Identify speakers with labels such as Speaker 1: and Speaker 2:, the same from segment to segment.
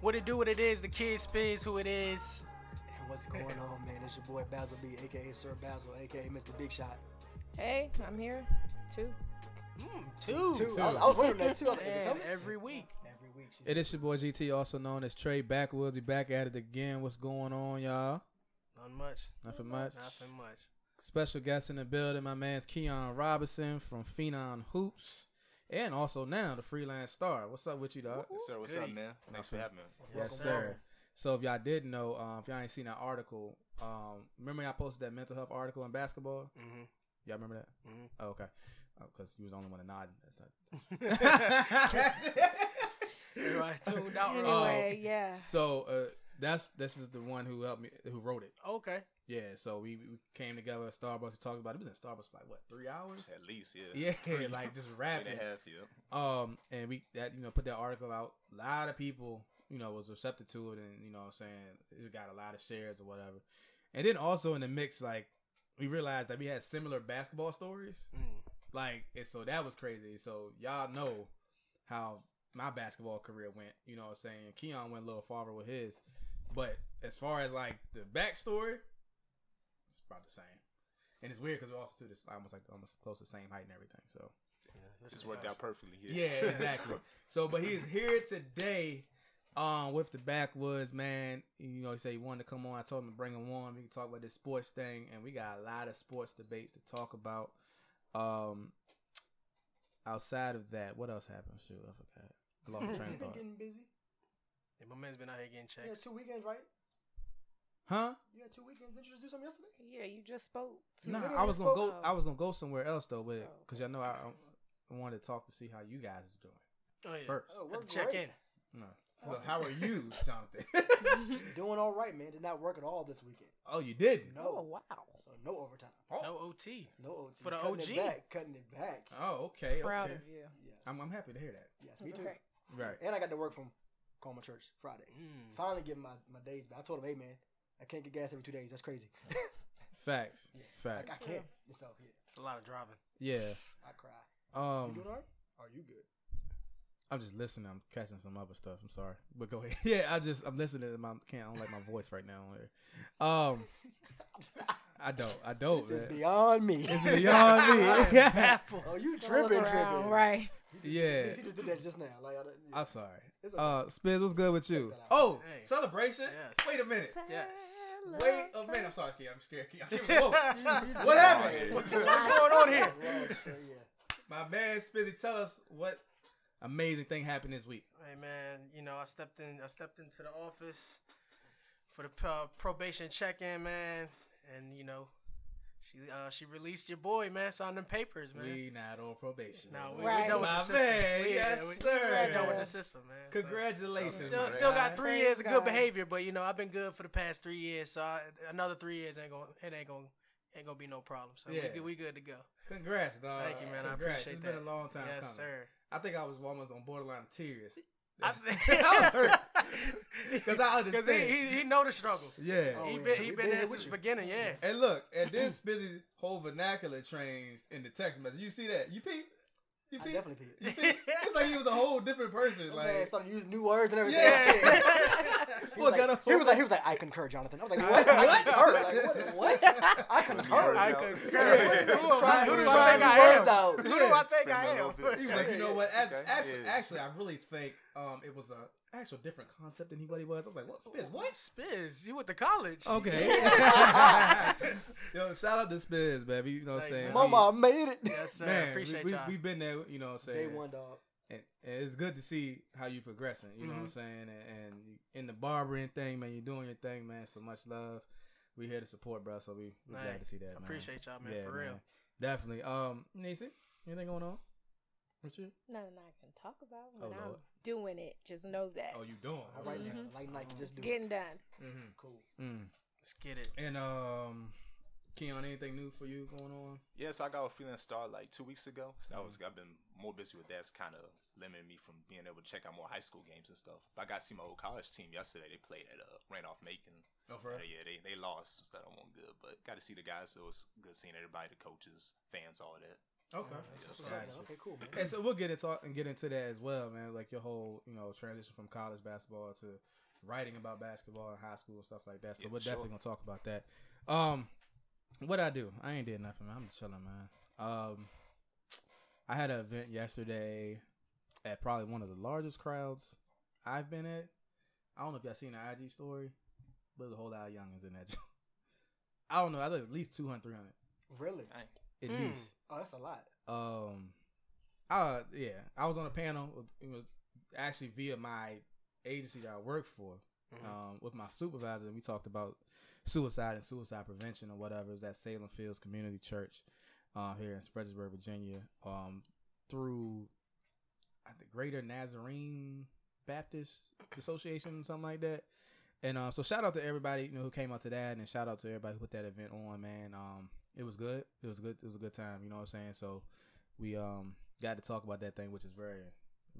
Speaker 1: What it do, what it is, the kid spins who it is.
Speaker 2: And what's going on, man? It's your boy Basil B, aka Sir Basil, aka Mr. Big Shot.
Speaker 3: Hey, I'm here too.
Speaker 1: Two.
Speaker 2: Two. I, was, I was wondering that too. I was like,
Speaker 1: Man,
Speaker 2: coming?
Speaker 1: every week.
Speaker 2: Every week. She's
Speaker 4: It is your boy GT, also known as Trey Backwoods. He back at it again. What's going on, y'all?
Speaker 1: Not much.
Speaker 4: Nothing much.
Speaker 1: Nothing much.
Speaker 4: Special guest in the building, my man's Keon Robinson from Phenon Hoops, and also now the freelance star. What's up with you, dog?
Speaker 5: Sir, what's
Speaker 1: Goody.
Speaker 5: up, man? Thanks for having me.
Speaker 4: Yes, sir. So if y'all did know, um, if y'all ain't seen that article, um, remember I posted that mental health article in basketball.
Speaker 1: Mhm.
Speaker 4: Y'all remember that?
Speaker 1: Mhm.
Speaker 4: Oh, okay, because you was the only one to nod.
Speaker 1: You are tuned out. right?
Speaker 3: Anyway, yeah.
Speaker 4: so uh, that's this is the one who helped me, who wrote it.
Speaker 1: Okay.
Speaker 4: Yeah, so we, we came together at Starbucks. We talked about it. It was in Starbucks for like what three hours?
Speaker 5: At least, yeah.
Speaker 4: Yeah, like just
Speaker 5: Three
Speaker 4: rapping.
Speaker 5: and a half, yeah.
Speaker 4: Um, and we that you know put that article out. A lot of people you know was receptive to it, and you know what I'm saying it got a lot of shares or whatever. And then also in the mix, like we realized that we had similar basketball stories.
Speaker 1: Mm.
Speaker 4: Like, and so that was crazy. So y'all know how my basketball career went. You know what I'm saying? Keon went a little farther with his, but as far as like the backstory, it's about the same. And it's weird because we're also to this almost like almost close to the same height and everything. So
Speaker 5: Just worked out perfectly here.
Speaker 4: yeah, exactly. So, but he's here today, um, with the backwoods man. You know, he said he wanted to come on. I told him to bring him on. We can talk about this sports thing, and we got a lot of sports debates to talk about. Um, outside of that, what else happened? Shoot, I forgot. I lost my train
Speaker 2: been
Speaker 4: of thought.
Speaker 2: getting busy.
Speaker 1: Yeah, my man's been out here getting
Speaker 2: You had
Speaker 1: checks.
Speaker 2: two weekends, right?
Speaker 4: Huh?
Speaker 2: You had two weekends. Did you just do something yesterday?
Speaker 3: Yeah, you just spoke. To
Speaker 4: Nah,
Speaker 2: literally
Speaker 4: I was gonna go.
Speaker 3: spoke-
Speaker 4: I was gonna go somewhere else though with it
Speaker 3: Oh,
Speaker 4: because I know I, I wanted to talk to see how you guys are doing
Speaker 1: Oh, yeah.
Speaker 4: first.
Speaker 2: Oh,
Speaker 1: Had to
Speaker 2: we're
Speaker 1: check
Speaker 2: great.
Speaker 1: in.
Speaker 4: No. So how are you, Jonathan?
Speaker 2: Doing all right, man. Did not work at all this weekend.
Speaker 4: oh, you didn't.
Speaker 3: Oh
Speaker 2: No.
Speaker 3: wow.
Speaker 2: So no overtime.
Speaker 1: No OT.
Speaker 2: No OT.
Speaker 1: For the
Speaker 2: cutting
Speaker 1: OG.
Speaker 2: It back, cutting it back.
Speaker 4: Oh, okay.
Speaker 3: Proud
Speaker 4: okay.
Speaker 3: of you.
Speaker 2: Yes.
Speaker 4: I'm, I'm happy to hear that.
Speaker 2: yes, me too.
Speaker 3: Okay.
Speaker 4: Right.
Speaker 2: And I got to work from Coleman Church Friday.
Speaker 1: Mm.
Speaker 2: Finally getting my, my days back. I told him, hey, man, I can't get gas every two days. That's crazy.
Speaker 4: Facts.
Speaker 2: I,
Speaker 4: Facts.
Speaker 2: I can't. So, yeah,
Speaker 1: It's a lot of driving.
Speaker 4: Yeah.
Speaker 2: I cry. You
Speaker 4: Um,
Speaker 2: doing all right? Are you good?
Speaker 4: I'm just listening. I'm catching some other stuff. I'm sorry, but go ahead. Yeah, I just I'm listening. To my can't. I don't like my voice right now. on here. Um, I don't. I don't.
Speaker 2: This is
Speaker 4: man.
Speaker 2: beyond me.
Speaker 4: It's beyond me. Yeah.
Speaker 2: oh, you
Speaker 3: Don't
Speaker 2: tripping,
Speaker 3: look around,
Speaker 2: tripping.
Speaker 3: right?
Speaker 4: yeah.
Speaker 2: He just did that just now. Like, I, don't-
Speaker 4: I'm sorry.
Speaker 2: It's okay.
Speaker 4: Uh, Spins, what's good with
Speaker 2: Check
Speaker 4: you?
Speaker 2: that out.
Speaker 4: Oh,
Speaker 1: Hey.
Speaker 4: celebration.
Speaker 1: Yes.
Speaker 4: Wait a minute.
Speaker 1: Yes.
Speaker 4: Wait a minute. I'm sorry, kid. I'm scared. Kid. Whoa. what happened?
Speaker 1: What's going on here?
Speaker 2: yeah, sure, yeah.
Speaker 4: My man Spizzy, tell us what amazing thing happened this week.
Speaker 1: Hey man, you know I stepped in. I stepped into the office for the uh, probation check-in, man, and you know she uh, she released your boy, man. Signed them papers, man.
Speaker 4: We not on probation.
Speaker 1: Nah, we,
Speaker 3: Right.
Speaker 1: we done with
Speaker 4: My
Speaker 1: the system.
Speaker 4: man,
Speaker 1: We-
Speaker 4: yes,
Speaker 1: yeah, we,
Speaker 4: sir.
Speaker 1: We done with the system, man. So-
Speaker 4: Congratulations.
Speaker 1: Still,
Speaker 5: Praise
Speaker 1: still
Speaker 5: God.
Speaker 1: got three
Speaker 3: Praise
Speaker 1: years of good
Speaker 3: God.
Speaker 1: behavior, but you know I've been good for the past three years, so I, another three years ain't gonna it ain't gonna ain't gonna be no problem. So we
Speaker 4: Yeah.
Speaker 1: we, we good to go.
Speaker 4: Congrats, dog.
Speaker 1: Thank you, man. I
Speaker 4: Congrats.
Speaker 1: appreciate
Speaker 4: It's
Speaker 1: that.
Speaker 4: been a long time
Speaker 1: yes,
Speaker 4: coming.
Speaker 1: sir.
Speaker 4: I think I was almost on borderline of tears.
Speaker 1: I
Speaker 4: Because I
Speaker 1: Because he,
Speaker 4: understand.
Speaker 1: he he know the struggle.
Speaker 4: yeah.
Speaker 2: Oh,
Speaker 1: he
Speaker 2: yeah.
Speaker 1: been
Speaker 2: We
Speaker 1: he
Speaker 2: been
Speaker 1: been
Speaker 2: here
Speaker 1: there
Speaker 2: with
Speaker 1: since the
Speaker 2: you.
Speaker 1: beginning. Yeah.
Speaker 4: And look, and then Spizzy whole vernacular changed in the text message. You see that? You peep? You
Speaker 2: I
Speaker 4: peep?
Speaker 2: definitely peeped.
Speaker 4: You peep? It's like he was a whole different person.
Speaker 2: Like, man
Speaker 4: Like,
Speaker 2: started using new words and everything.
Speaker 4: Yeah.
Speaker 2: He, was
Speaker 4: Look at
Speaker 2: like,
Speaker 4: him.
Speaker 2: he was like, he was like, I concur, Jonathan. I was like, what? I concur? Like, what? what? I concur.
Speaker 5: I
Speaker 1: I
Speaker 5: concur.
Speaker 1: concur.
Speaker 2: Yeah.
Speaker 1: Who am I-
Speaker 2: Trying-
Speaker 1: who do I think
Speaker 2: trying these
Speaker 1: I am?
Speaker 2: words out.
Speaker 1: Who do I think
Speaker 5: Spin
Speaker 1: I
Speaker 5: a little bit.
Speaker 4: he
Speaker 1: am?
Speaker 4: was like, you know what? As,
Speaker 5: Okay,
Speaker 4: abs-
Speaker 5: yeah.
Speaker 4: Actually, I really think um, it was a actual different concept than he what he was. I was like, what? Spiz, what?
Speaker 1: What Spiz? You went to college?
Speaker 4: Okay. Yo, shout out to Spiz, baby. You know what I'm
Speaker 1: Thanks, man.
Speaker 4: saying?
Speaker 2: Mama, I made it.
Speaker 1: Yes, sir.
Speaker 4: Man,
Speaker 1: Appreciate
Speaker 4: we, we,
Speaker 1: y'all.
Speaker 4: we've been there, you know what I'm saying?
Speaker 2: Day one, dog.
Speaker 4: And, and it's good to see how you progressing, you know what I'm
Speaker 1: Mm-hmm.
Speaker 4: saying? And, and you- in the barbering thing, man, you're doing your thing, man. So much love. We here to support, bro. So we, we're glad
Speaker 1: Nice.
Speaker 4: to see that, man.
Speaker 1: Appreciate y'all, man.
Speaker 4: Yeah,
Speaker 1: for real.
Speaker 4: man. Definitely. Um, Nisi, anything going on? With you?
Speaker 3: Nothing I can talk about
Speaker 4: Oh,
Speaker 3: when I'm
Speaker 4: Lord.
Speaker 3: doing it. Just know that
Speaker 4: Oh, you doing?
Speaker 2: All right now,
Speaker 3: Mm-hmm.
Speaker 2: like Nike, just do it.
Speaker 3: it's getting done.
Speaker 4: Mm-hmm.
Speaker 2: Cool.
Speaker 4: Mm.
Speaker 1: Let's get it.
Speaker 4: And um, Keon, anything new for you going on?
Speaker 5: Yeah, so I got a feeling star like two weeks ago. So I was I've been more busy with that. It's kind of limiting me from being able to check out more high school games and stuff. But I got to see my old college team yesterday. They played at uh, Randolph Macon.
Speaker 4: Oh, for real?
Speaker 5: Uh, yeah, they they lost. So that wasn't good. But got to see the guys. So it was good seeing everybody, the coaches, fans, all that.
Speaker 4: Okay.
Speaker 5: that's
Speaker 2: What's up,
Speaker 5: what I
Speaker 2: though?
Speaker 5: said.
Speaker 2: Okay, cool, man.
Speaker 4: And so we'll get into and get into that as well, man. Like your whole, you know, transition from college basketball to writing about basketball in high school and stuff like that. So
Speaker 5: Yeah,
Speaker 4: we're
Speaker 5: for sure.
Speaker 4: definitely gonna talk about that. Um, what I do? I ain't did nothing. Man. I'm chilling, man. Um, I had an event yesterday at probably one of the largest crowds I've been at. I don't know if y'all seen the IG story, but there's a whole lot of youngins in that. I don't know. I think at least 200, 300.
Speaker 2: Really?
Speaker 4: At
Speaker 5: Hmm.
Speaker 1: Mm.
Speaker 4: least.
Speaker 2: Oh, that's a lot.
Speaker 4: Um, uh, yeah, I was on a panel. It was actually via my agency that I work for,
Speaker 1: Mhm.
Speaker 4: um, with my supervisor, and we talked about suicide and suicide prevention or whatever. It was at Salem Fields Community Church, uh, here in Fredericksburg, Virginia. Um, through I think Greater Nazarene Baptist Association, something like that. And um, so shout out to everybody you know who came out to that, and shout out to everybody who put that event on, man. Um, it was good. It was good. It was a good time. You know what I'm saying? So we um got to talk about that thing, which is very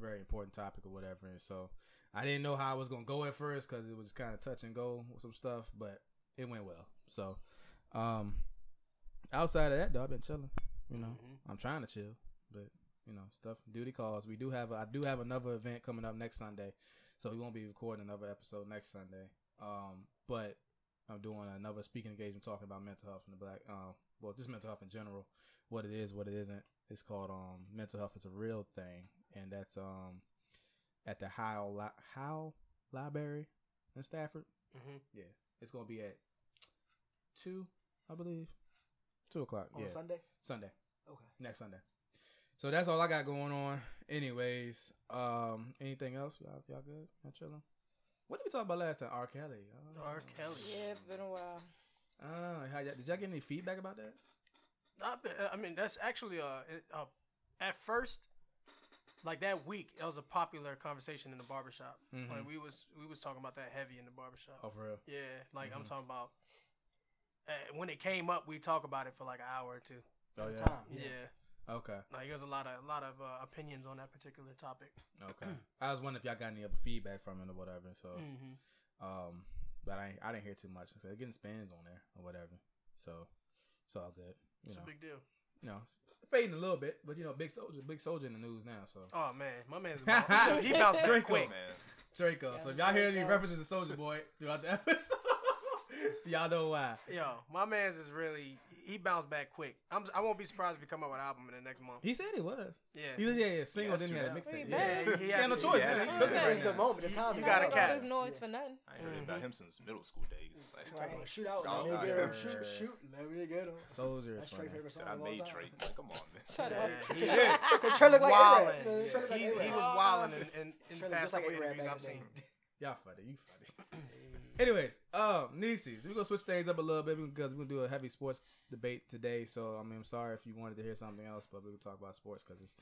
Speaker 4: very important topic or whatever. And so I didn't know how I was gonna go at first because it was kind of touch and go with some stuff, but it went well. So um, outside of that, though, I've been chilling. You know, I'm trying to chill, but you know, stuff duty calls. We do have I do have another event coming up next Sunday, so we won't be recording another episode next Sunday. Um, but I'm doing another speaking engagement talking about mental health in the black, um, well, just mental health in general, what it is, what it isn't. It's called um, mental health is a real thing, and that's um, at the Howe Li- Howe Library in Stafford.
Speaker 1: Mhm.
Speaker 4: Yeah, it's gonna be at two, I believe, two o'clock.
Speaker 2: On
Speaker 4: yeah,
Speaker 2: Sunday?
Speaker 4: Sunday
Speaker 2: Okay.
Speaker 4: next Sunday. So that's all I got going on. Anyways, um, anything else? Y'all, y'all good? Y'all chilling? What did we talk about last time? R. Kelly. Uh,
Speaker 1: R. Kelly.
Speaker 3: Yeah, it's been a while.
Speaker 4: uh, how y'all- did y'all get any feedback about that?
Speaker 1: I, be- I mean, that's actually uh, it- uh, at first, like that week, it was a popular conversation in the barbershop.
Speaker 4: Mhm.
Speaker 1: Like we was we was talking about that heavy in the barbershop.
Speaker 4: Oh, for real?
Speaker 1: Yeah, like I'm talking about uh, when it came up, we talk about it for like an hour or two.
Speaker 4: Oh
Speaker 2: At the
Speaker 4: yeah.
Speaker 2: time.
Speaker 1: Yeah,
Speaker 2: Yeah.
Speaker 4: Okay.
Speaker 1: like there's a lot of a lot of uh, opinions on that particular topic.
Speaker 4: Okay. I was wondering if y'all got any other feedback from it or whatever. So,
Speaker 1: Mm-hmm.
Speaker 4: um, but I ain't- I didn't hear too much. So they're getting spins on there or whatever. So it's all good. You
Speaker 1: It's
Speaker 4: know,
Speaker 1: a big deal.
Speaker 4: you know, it's fading a little bit, but you know, big soldier, big soldier in the news now. So
Speaker 1: Oh man, my man's a boss. he bounced back
Speaker 4: Drink
Speaker 1: quick.
Speaker 4: up.
Speaker 5: man.
Speaker 4: Draco.
Speaker 3: Yes.
Speaker 4: So if y'all hear any
Speaker 3: Draco.
Speaker 4: references to Soldier Boy throughout the episode, y'all know why.
Speaker 1: Yo, my man's is really he bounced back quick. I'm I won't be surprised if he come out with an album in the next month.
Speaker 4: He said it was. He
Speaker 1: Yeah,
Speaker 4: said, yeah, yeah, single,
Speaker 5: Yes,
Speaker 4: then he had a
Speaker 5: you
Speaker 4: mixtape.
Speaker 3: have.
Speaker 4: Yeah.
Speaker 1: Yeah, he
Speaker 4: He had no
Speaker 1: has to.
Speaker 4: choice.
Speaker 5: He has
Speaker 4: man.
Speaker 5: to.
Speaker 4: He cooking
Speaker 2: It's
Speaker 4: right
Speaker 2: the
Speaker 4: now.
Speaker 2: moment, the time.
Speaker 1: You got
Speaker 2: is
Speaker 1: a
Speaker 2: right.
Speaker 3: Not
Speaker 1: cat.
Speaker 3: all this noise for nothing.
Speaker 5: I ain't heard about him since middle school days. Like,
Speaker 2: Talking about
Speaker 3: Right.
Speaker 2: Shoot out,
Speaker 5: Dog,
Speaker 2: let me
Speaker 5: I
Speaker 2: get him.
Speaker 5: heard.
Speaker 2: Shoot, shoot, let me get him.
Speaker 4: Soldier is
Speaker 2: That's
Speaker 4: funny.
Speaker 2: Drake's favorite song.
Speaker 5: said I
Speaker 2: of all
Speaker 5: made
Speaker 2: time.
Speaker 5: Drake. Like, come on, man.
Speaker 3: Shut
Speaker 1: Yeah,
Speaker 3: up.
Speaker 1: he-
Speaker 2: Cause Trey look like A-Rap.
Speaker 1: Wildin'.
Speaker 2: Cause Trey look like
Speaker 1: He, he
Speaker 2: A-Rap.
Speaker 1: was wilding in, in,
Speaker 2: Trey
Speaker 1: in
Speaker 2: look
Speaker 1: past
Speaker 2: just like
Speaker 1: couple
Speaker 2: A-Rap
Speaker 1: interviews
Speaker 2: back
Speaker 1: I've
Speaker 2: in the day.
Speaker 1: seen.
Speaker 4: Y'all funny. You funny. Anyways, um, nieces, we're gonna switch things up a little bit because we're gonna do a heavy sports debate today. So I mean, I'm sorry if you wanted to hear something else, but we can talk about sports because it's,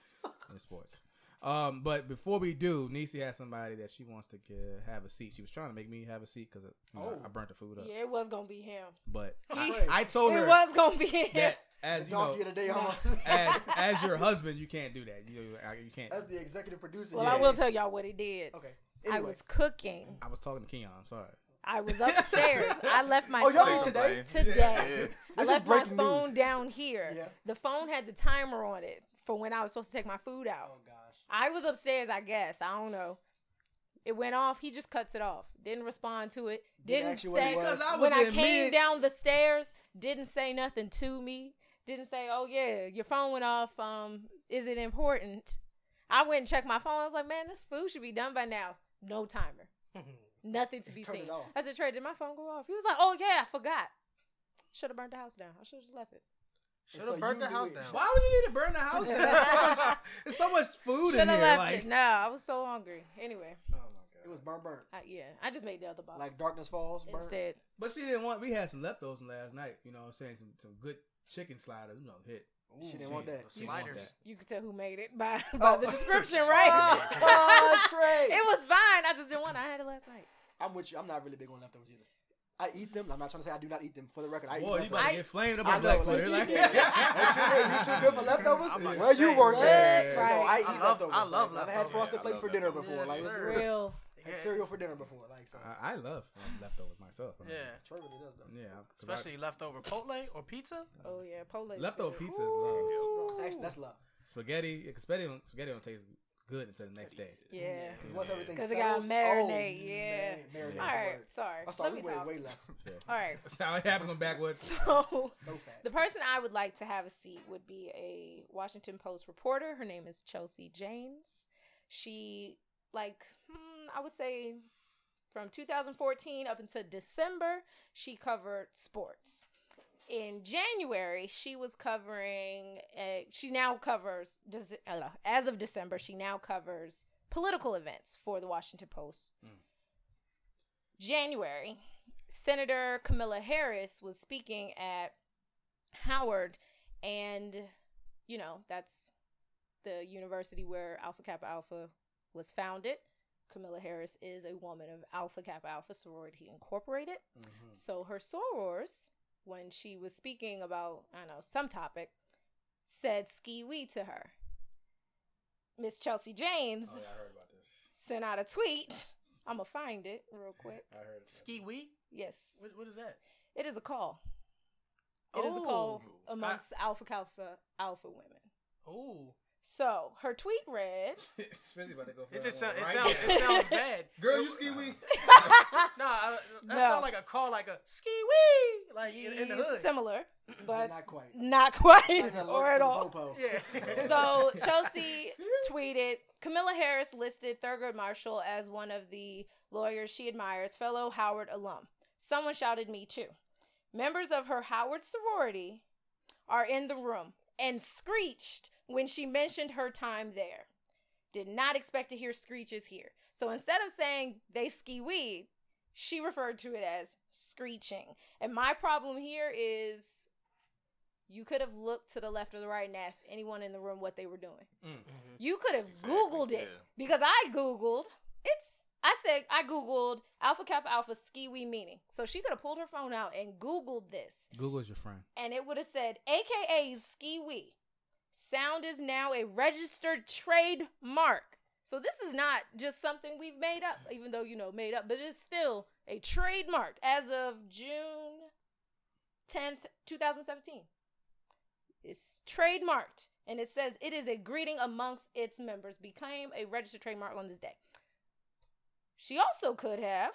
Speaker 4: it's sports. Um, but before we do, Niecy has somebody that she wants to get, have a seat. She was trying to make me have a seat because
Speaker 2: Oh.
Speaker 4: I burnt the food up.
Speaker 3: Yeah, it was gonna be him.
Speaker 4: But I,
Speaker 2: Right.
Speaker 4: I told her
Speaker 3: It was gonna be him.
Speaker 4: that as you know,
Speaker 2: Donkey of the day, homie.
Speaker 4: as as your husband, you can't do that. You know, you can't.
Speaker 2: That's the executive producer.
Speaker 3: Well, I
Speaker 2: yeah.
Speaker 3: will tell y'all what he did.
Speaker 2: Okay.
Speaker 3: I
Speaker 2: Anyway.
Speaker 3: was cooking.
Speaker 4: I was talking to Keon. I'm sorry.
Speaker 3: I was upstairs. I left my
Speaker 2: Oh, y'all was
Speaker 3: phone
Speaker 2: today?
Speaker 3: today. I
Speaker 2: This is
Speaker 3: left my
Speaker 2: breaking
Speaker 3: phone
Speaker 2: news.
Speaker 3: down here.
Speaker 2: Yeah.
Speaker 3: The phone had the timer on it for when I was supposed to take my food out.
Speaker 2: Oh gosh.
Speaker 3: I was upstairs, I guess. I don't know. It went off. He just cuts it off. Didn't respond to it. Didn't
Speaker 2: ask you what it
Speaker 3: say
Speaker 2: was. Because
Speaker 4: I
Speaker 3: when
Speaker 4: was
Speaker 3: I
Speaker 4: in
Speaker 3: came
Speaker 4: mid-
Speaker 3: down the stairs. Didn't say nothing to me. Didn't say, "Oh yeah, your phone went off. Um, is it important?" I went and checked my phone. I was like, "Man, this food should be done by now. No timer. Nothing to be
Speaker 2: Turn it
Speaker 3: seen."
Speaker 2: off.
Speaker 3: I said, "Trey, did my phone go off?" He was like, "Oh yeah, I forgot. Should have burned the house down. I should have just left it.
Speaker 1: Should have
Speaker 2: so
Speaker 1: burnt
Speaker 2: you
Speaker 1: the
Speaker 2: knew
Speaker 1: house
Speaker 2: it.
Speaker 1: down.
Speaker 4: Why would you need to burn the house down? There's so much, there's so much food
Speaker 3: Should
Speaker 4: in
Speaker 3: have
Speaker 4: here.
Speaker 3: left
Speaker 4: Like,
Speaker 3: it. No, I was so hungry. Anyway,
Speaker 4: Oh
Speaker 2: It was burn burn.
Speaker 3: I, yeah, I just made the other box
Speaker 2: Like darkness falls. Burn.
Speaker 3: instead.
Speaker 4: but she didn't want. We had some leftovers from last night. You know, what I'm saying some some good chicken sliders. You know, hit.
Speaker 2: She didn't want that.
Speaker 4: She didn't want
Speaker 1: Sliders.
Speaker 3: You could tell who made it by, by
Speaker 2: Oh.
Speaker 3: the description,
Speaker 2: Ah,
Speaker 3: right? Oh,
Speaker 2: ah, Trey.
Speaker 3: it was fine. I just didn't want it. I had it last night.
Speaker 2: I'm with you. I'm not really big on leftovers either. I eat them. I'm not trying to say I do not eat them. For the record, I
Speaker 4: that. Boy, you
Speaker 2: eat
Speaker 4: about
Speaker 2: leftovers.
Speaker 4: to get flamed up
Speaker 2: I
Speaker 4: on Black
Speaker 2: know, like-
Speaker 4: Twitter. Like,
Speaker 2: What you, mean? you too good for leftovers?
Speaker 1: I'm about to
Speaker 2: Where you
Speaker 1: say,
Speaker 2: work
Speaker 3: what?
Speaker 2: at?
Speaker 3: Right.
Speaker 2: No, I eat
Speaker 1: I love-
Speaker 2: leftovers.
Speaker 1: I love
Speaker 2: Like, I've had
Speaker 1: leftovers.
Speaker 2: frosted
Speaker 5: Yeah, I
Speaker 2: flakes
Speaker 5: love
Speaker 2: for dinner
Speaker 5: leftovers.
Speaker 2: before.
Speaker 1: Yes,
Speaker 2: Like, it's
Speaker 1: sir.
Speaker 2: real.
Speaker 3: Real.
Speaker 1: They
Speaker 2: Had
Speaker 1: Yeah.
Speaker 2: cereal for dinner before, like so.
Speaker 4: I, I love um, leftovers myself. I mean,
Speaker 1: Yeah.
Speaker 2: Troy really does though.
Speaker 4: yeah. 'cause I-
Speaker 1: Especially leftover Chipotle or pizza.
Speaker 3: Oh yeah, Polo.
Speaker 4: leftover pizza is love.
Speaker 2: Actually, that's love.
Speaker 4: Spaghetti, yeah, spaghetti, don't, spaghetti don't taste good until the next day.
Speaker 3: Yeah.
Speaker 2: Because once everything
Speaker 3: Because it got
Speaker 2: settles,
Speaker 3: marinade.
Speaker 2: oh,
Speaker 3: yeah.
Speaker 2: man, marinade.
Speaker 3: All right. Sorry.
Speaker 2: I saw
Speaker 3: Let
Speaker 2: we
Speaker 3: me
Speaker 2: went
Speaker 3: talk.
Speaker 2: way left.
Speaker 3: All right.
Speaker 4: That's how it happens on backwards.
Speaker 3: So
Speaker 2: So fat.
Speaker 3: the person I would like to have a seat would be a Washington Post reporter. Her name is Chelsea James. She like hmm, I would say from 2014 up until December, she covered sports. In January, she was covering. uh she now covers does it- uh, as of December. She now covers political events for the Washington Post. January, Senator Camilla Harris was speaking at Howard, and you know that's the university where Alpha Kappa Alpha was founded. Camilla Harris is a woman of Alpha Kappa Alpha Sorority Incorporated. So her sorors, when she was speaking about I don't know some topic, said "ski wee" to her. Miss Chelsea James
Speaker 4: Oh, I heard about this.
Speaker 3: sent out a tweet. I'm gonna find it real quick.
Speaker 4: I heard.
Speaker 1: Ski wee.
Speaker 3: Yes,
Speaker 1: What, what is that?
Speaker 3: it is a call. It is a call amongst Alpha Kappa Alpha women.
Speaker 1: Oh,
Speaker 3: So her tweet read,
Speaker 4: Spizzy about to go for
Speaker 1: it
Speaker 4: that
Speaker 1: just
Speaker 4: one,
Speaker 1: sounds it
Speaker 4: right?
Speaker 1: sounds it sounds bad.
Speaker 4: Girl, you ski week.
Speaker 1: Nah, I, that
Speaker 3: No.
Speaker 1: sounds like a call, like a ski wee, like in, in the hood.
Speaker 3: similar, but
Speaker 2: not quite.
Speaker 3: not quite
Speaker 2: Not that look
Speaker 3: or at
Speaker 2: for the
Speaker 3: all.
Speaker 2: Bopo.
Speaker 1: Yeah.
Speaker 3: So Chelsea tweeted, Camilla Harris listed Thurgood Marshall as one of the lawyers she admires, fellow Howard alum. Someone shouted me too. Members of her Howard sorority are in the room and screeched when she mentioned her time there. Did not expect to hear screeches here. So instead of saying they ski weed, she referred to it as screeching. And my problem here is you could have looked to the left or the right and asked anyone in the room what they were doing. You could have
Speaker 5: Mm. Exactly,
Speaker 3: Googled it
Speaker 5: yeah.
Speaker 3: because I Googled. It's I said I Googled Alpha Kappa Alpha ski wee meaning. So she could have pulled her phone out and Googled this
Speaker 4: Google's your friend.
Speaker 3: and it would have said aka ski wee sound is now a registered trademark so this is not just something we've made up even though you know made up but it's still a trademark as of june 10th 2017 it's trademarked and it says it is a greeting amongst its members became a registered trademark on this day she also could have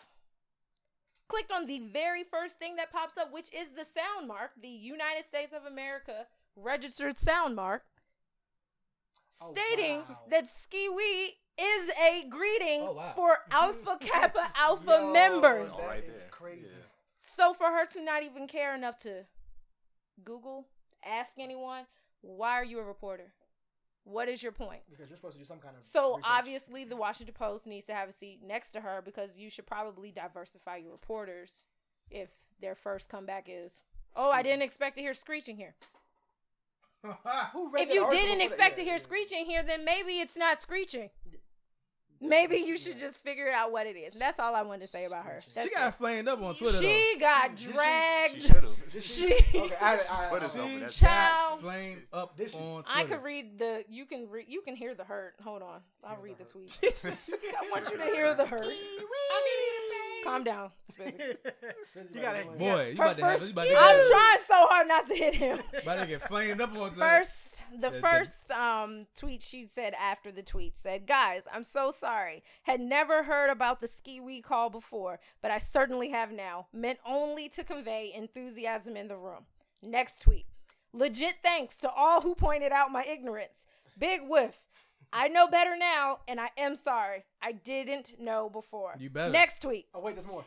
Speaker 3: clicked on the very first thing that pops up, which is the sound mark, the United States of America registered sound mark,
Speaker 2: Oh,
Speaker 3: stating
Speaker 2: wow.
Speaker 3: that Ski Wee is a greeting
Speaker 4: Oh, wow.
Speaker 3: for Alpha Kappa Alpha
Speaker 2: Yo,
Speaker 3: members.
Speaker 2: that
Speaker 5: Alright
Speaker 2: is
Speaker 5: there.
Speaker 2: crazy.
Speaker 5: Yeah.
Speaker 3: So for her to not even care enough to Google, ask anyone, why are you a reporter? What is your point?
Speaker 2: Because you're supposed to do some kind of.
Speaker 3: So
Speaker 2: research.
Speaker 3: obviously, the Washington Post needs to have a seat next to her because you should probably diversify your reporters if their first comeback is, "Oh, I didn't expect to hear screeching here."
Speaker 2: Ah, Who read
Speaker 3: if
Speaker 2: that
Speaker 3: you
Speaker 2: article
Speaker 3: didn't
Speaker 2: before
Speaker 3: expect
Speaker 2: that?
Speaker 3: to hear screeching here, then maybe it's not screeching. Maybe you should just figure out what it is. And that's all I wanted to say about her. That's
Speaker 4: she got flamed up on Twitter.
Speaker 3: it. she got
Speaker 5: She
Speaker 3: dragged.
Speaker 5: should have.
Speaker 3: She.
Speaker 2: Okay, I, I, I,
Speaker 5: What is
Speaker 4: though.
Speaker 5: up
Speaker 4: She
Speaker 5: with that?
Speaker 3: Child.
Speaker 4: got flamed up
Speaker 2: Did she?
Speaker 4: on Twitter.
Speaker 3: I could read the. You can read. You can hear the hurt. Hold on. I'll read the tweet. I want you to hear the hurt. Calm down, Spizzy.
Speaker 1: you gotta.
Speaker 4: Boy, you
Speaker 3: Her
Speaker 4: about to have
Speaker 3: first-
Speaker 4: you about to
Speaker 3: I'm
Speaker 4: get-
Speaker 3: trying so hard not to hit him.
Speaker 4: about to get flamed up on Twitter.
Speaker 3: First, the
Speaker 4: the-
Speaker 3: first um, tweet she said after the tweet said, "Guys, I'm so sorry. Had never heard about the ski wee call before, but I certainly have now. Meant only to convey enthusiasm in the room." Next tweet. Legit thanks to all who pointed out my ignorance. Big whiff. I know better now, and I am sorry. I didn't know before.
Speaker 4: You better.
Speaker 3: Next tweet.
Speaker 2: Oh wait, there's more.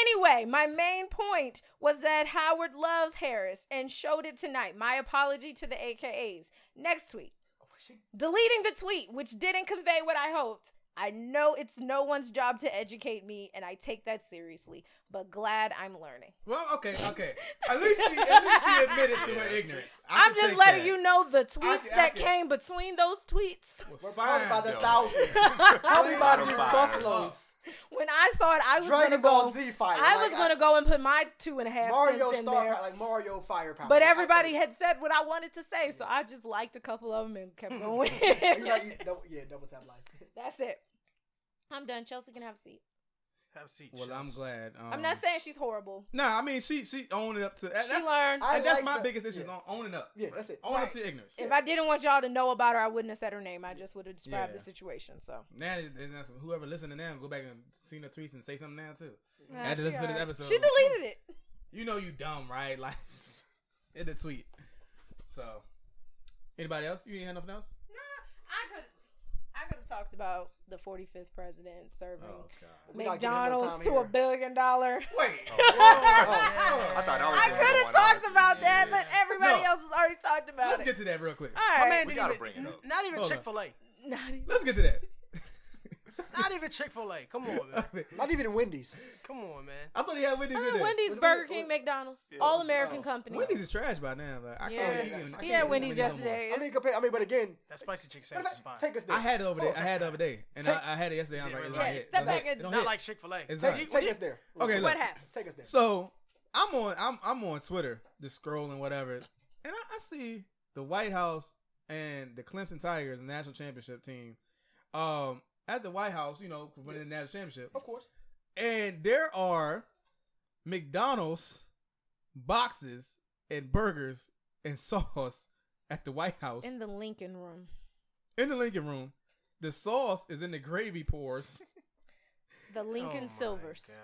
Speaker 3: anyway, my main point was that Howard loves Harris and showed it tonight. My apology to the AKAs. Next tweet.
Speaker 2: Oh,
Speaker 3: Deleting the tweet, which didn't convey what I hoped. I know it's no one's job to educate me, and I take that seriously, but glad I'm learning.
Speaker 4: Well, okay, okay. At least she, at least she admitted to her ignorance. I
Speaker 3: I'm
Speaker 4: can
Speaker 3: just
Speaker 4: take
Speaker 3: letting
Speaker 4: that.
Speaker 3: you know the
Speaker 4: I
Speaker 3: tweets
Speaker 4: can- I
Speaker 3: that
Speaker 4: can-
Speaker 3: came between those tweets.
Speaker 4: We're
Speaker 2: Probably
Speaker 4: fine.
Speaker 2: by the
Speaker 5: Yo.
Speaker 2: thousands. Probably by the
Speaker 5: Fire.
Speaker 2: busloads.
Speaker 3: When I saw it, I was going to
Speaker 2: Dragon
Speaker 3: go.
Speaker 2: Ball Z fire.
Speaker 3: I
Speaker 2: like,
Speaker 3: was going to go and put my two and a half
Speaker 2: Mario
Speaker 3: cents in
Speaker 2: Star
Speaker 3: there.
Speaker 2: power, like Mario firepower.
Speaker 3: But
Speaker 2: Like, I
Speaker 3: everybody
Speaker 2: think-
Speaker 3: had said what I wanted to say, so I just
Speaker 4: Mm.
Speaker 3: liked a couple of them and kept going.
Speaker 2: You like you, double, yeah, double tap life.
Speaker 3: That's it. I'm done. Chelsea can have a seat.
Speaker 1: Have a seat.
Speaker 4: Well, I'm
Speaker 1: Chelsea.
Speaker 4: glad. Um,
Speaker 3: I'm not saying she's horrible.
Speaker 4: Nah, I mean she she owned up to. that-
Speaker 3: She
Speaker 4: that's
Speaker 3: learned.
Speaker 4: and that's
Speaker 2: like
Speaker 4: my
Speaker 2: the-
Speaker 4: biggest issue. is
Speaker 2: yeah.
Speaker 4: on- Owning up.
Speaker 2: Yeah, that's it.
Speaker 4: Own up
Speaker 3: Right.
Speaker 4: to ignorance.
Speaker 3: if I didn't want y'all to know about her, I wouldn't have said her name. I just would have described
Speaker 4: Yeah.
Speaker 3: the situation. So
Speaker 4: Now, there's- there's not some- whoever listening now, go back and see the tweets and say something now too.
Speaker 3: Nah, she
Speaker 4: After listening to this
Speaker 3: alright.
Speaker 4: episode,
Speaker 3: she deleted it.
Speaker 4: You know you dumb, right? Like in the tweet. So, anybody else? You ain't had nothing else?
Speaker 3: I could. I could have talked about the 45th president serving
Speaker 4: Oh, God.
Speaker 2: We not giving him no
Speaker 3: McDonald's
Speaker 2: time
Speaker 3: to a
Speaker 2: here.
Speaker 3: billion dollar.
Speaker 4: Wait.
Speaker 5: Oh, I thought I was.
Speaker 3: I
Speaker 5: the
Speaker 3: could
Speaker 5: only
Speaker 3: have
Speaker 5: one,
Speaker 3: talked
Speaker 5: honestly.
Speaker 3: about that, but everybody
Speaker 4: No.
Speaker 3: else has already talked about
Speaker 4: Let's
Speaker 3: it.
Speaker 4: get to that real quick.
Speaker 3: All
Speaker 1: My
Speaker 3: right.
Speaker 1: man
Speaker 5: We
Speaker 1: didn't
Speaker 5: gotta
Speaker 1: even-
Speaker 5: bring it
Speaker 1: n-
Speaker 5: up.
Speaker 1: Not even
Speaker 4: Hold on.
Speaker 1: Chick Fil A.
Speaker 3: Not even-
Speaker 4: Let's get to that.
Speaker 1: Not even Chick Fil A. Come on, man.
Speaker 2: Not even in Wendy's.
Speaker 1: Come on, man.
Speaker 4: I thought he had Wendy's in there.
Speaker 3: Uh, Wendy's,
Speaker 2: What-
Speaker 3: Burger
Speaker 2: what-
Speaker 3: King,
Speaker 2: what-
Speaker 3: McDonald's,
Speaker 5: Yeah,
Speaker 3: all
Speaker 5: what's the-
Speaker 3: American
Speaker 5: oh.
Speaker 3: companies.
Speaker 4: Wendy's is trash by now. Like,
Speaker 3: Yeah,
Speaker 4: I can't eat. I can't
Speaker 3: he
Speaker 4: eat
Speaker 3: had Wendy's
Speaker 4: no more.
Speaker 3: yesterday.
Speaker 2: I mean, compare. I mean, but again,
Speaker 1: That spicy chick
Speaker 2: matter
Speaker 1: sandwich
Speaker 2: of
Speaker 1: is
Speaker 2: fact,
Speaker 1: fine.
Speaker 2: take us. There.
Speaker 4: I had it over there.
Speaker 2: Oh,
Speaker 4: I had it over there, and
Speaker 2: Take-
Speaker 4: I, I had it yesterday. I was
Speaker 1: Yeah,
Speaker 4: like, it's
Speaker 1: right.
Speaker 4: not
Speaker 1: Yeah,
Speaker 4: hit.
Speaker 3: step
Speaker 4: It don't
Speaker 3: back
Speaker 4: hit.
Speaker 3: and-
Speaker 4: It don't
Speaker 1: Not
Speaker 4: hit.
Speaker 1: like Chick Fil A.
Speaker 4: It's
Speaker 2: Take,
Speaker 4: not.
Speaker 2: take us there.
Speaker 4: Okay,
Speaker 3: what
Speaker 4: look.
Speaker 3: happened?
Speaker 2: Take us there.
Speaker 4: So I'm on I'm I'm on Twitter just scrolling whatever, and I, I see the White House and the Clemson Tigers, the national championship team, um, at the White House. You know, winning the national championship,
Speaker 2: of course.
Speaker 4: and there are McDonald's boxes and burgers and sauce at the White House
Speaker 3: In the Lincoln Room.
Speaker 4: in the Lincoln Room. The sauce is in the gravy pours.
Speaker 3: The
Speaker 1: Oh
Speaker 3: Lincoln
Speaker 1: my
Speaker 3: Silvers.
Speaker 1: God.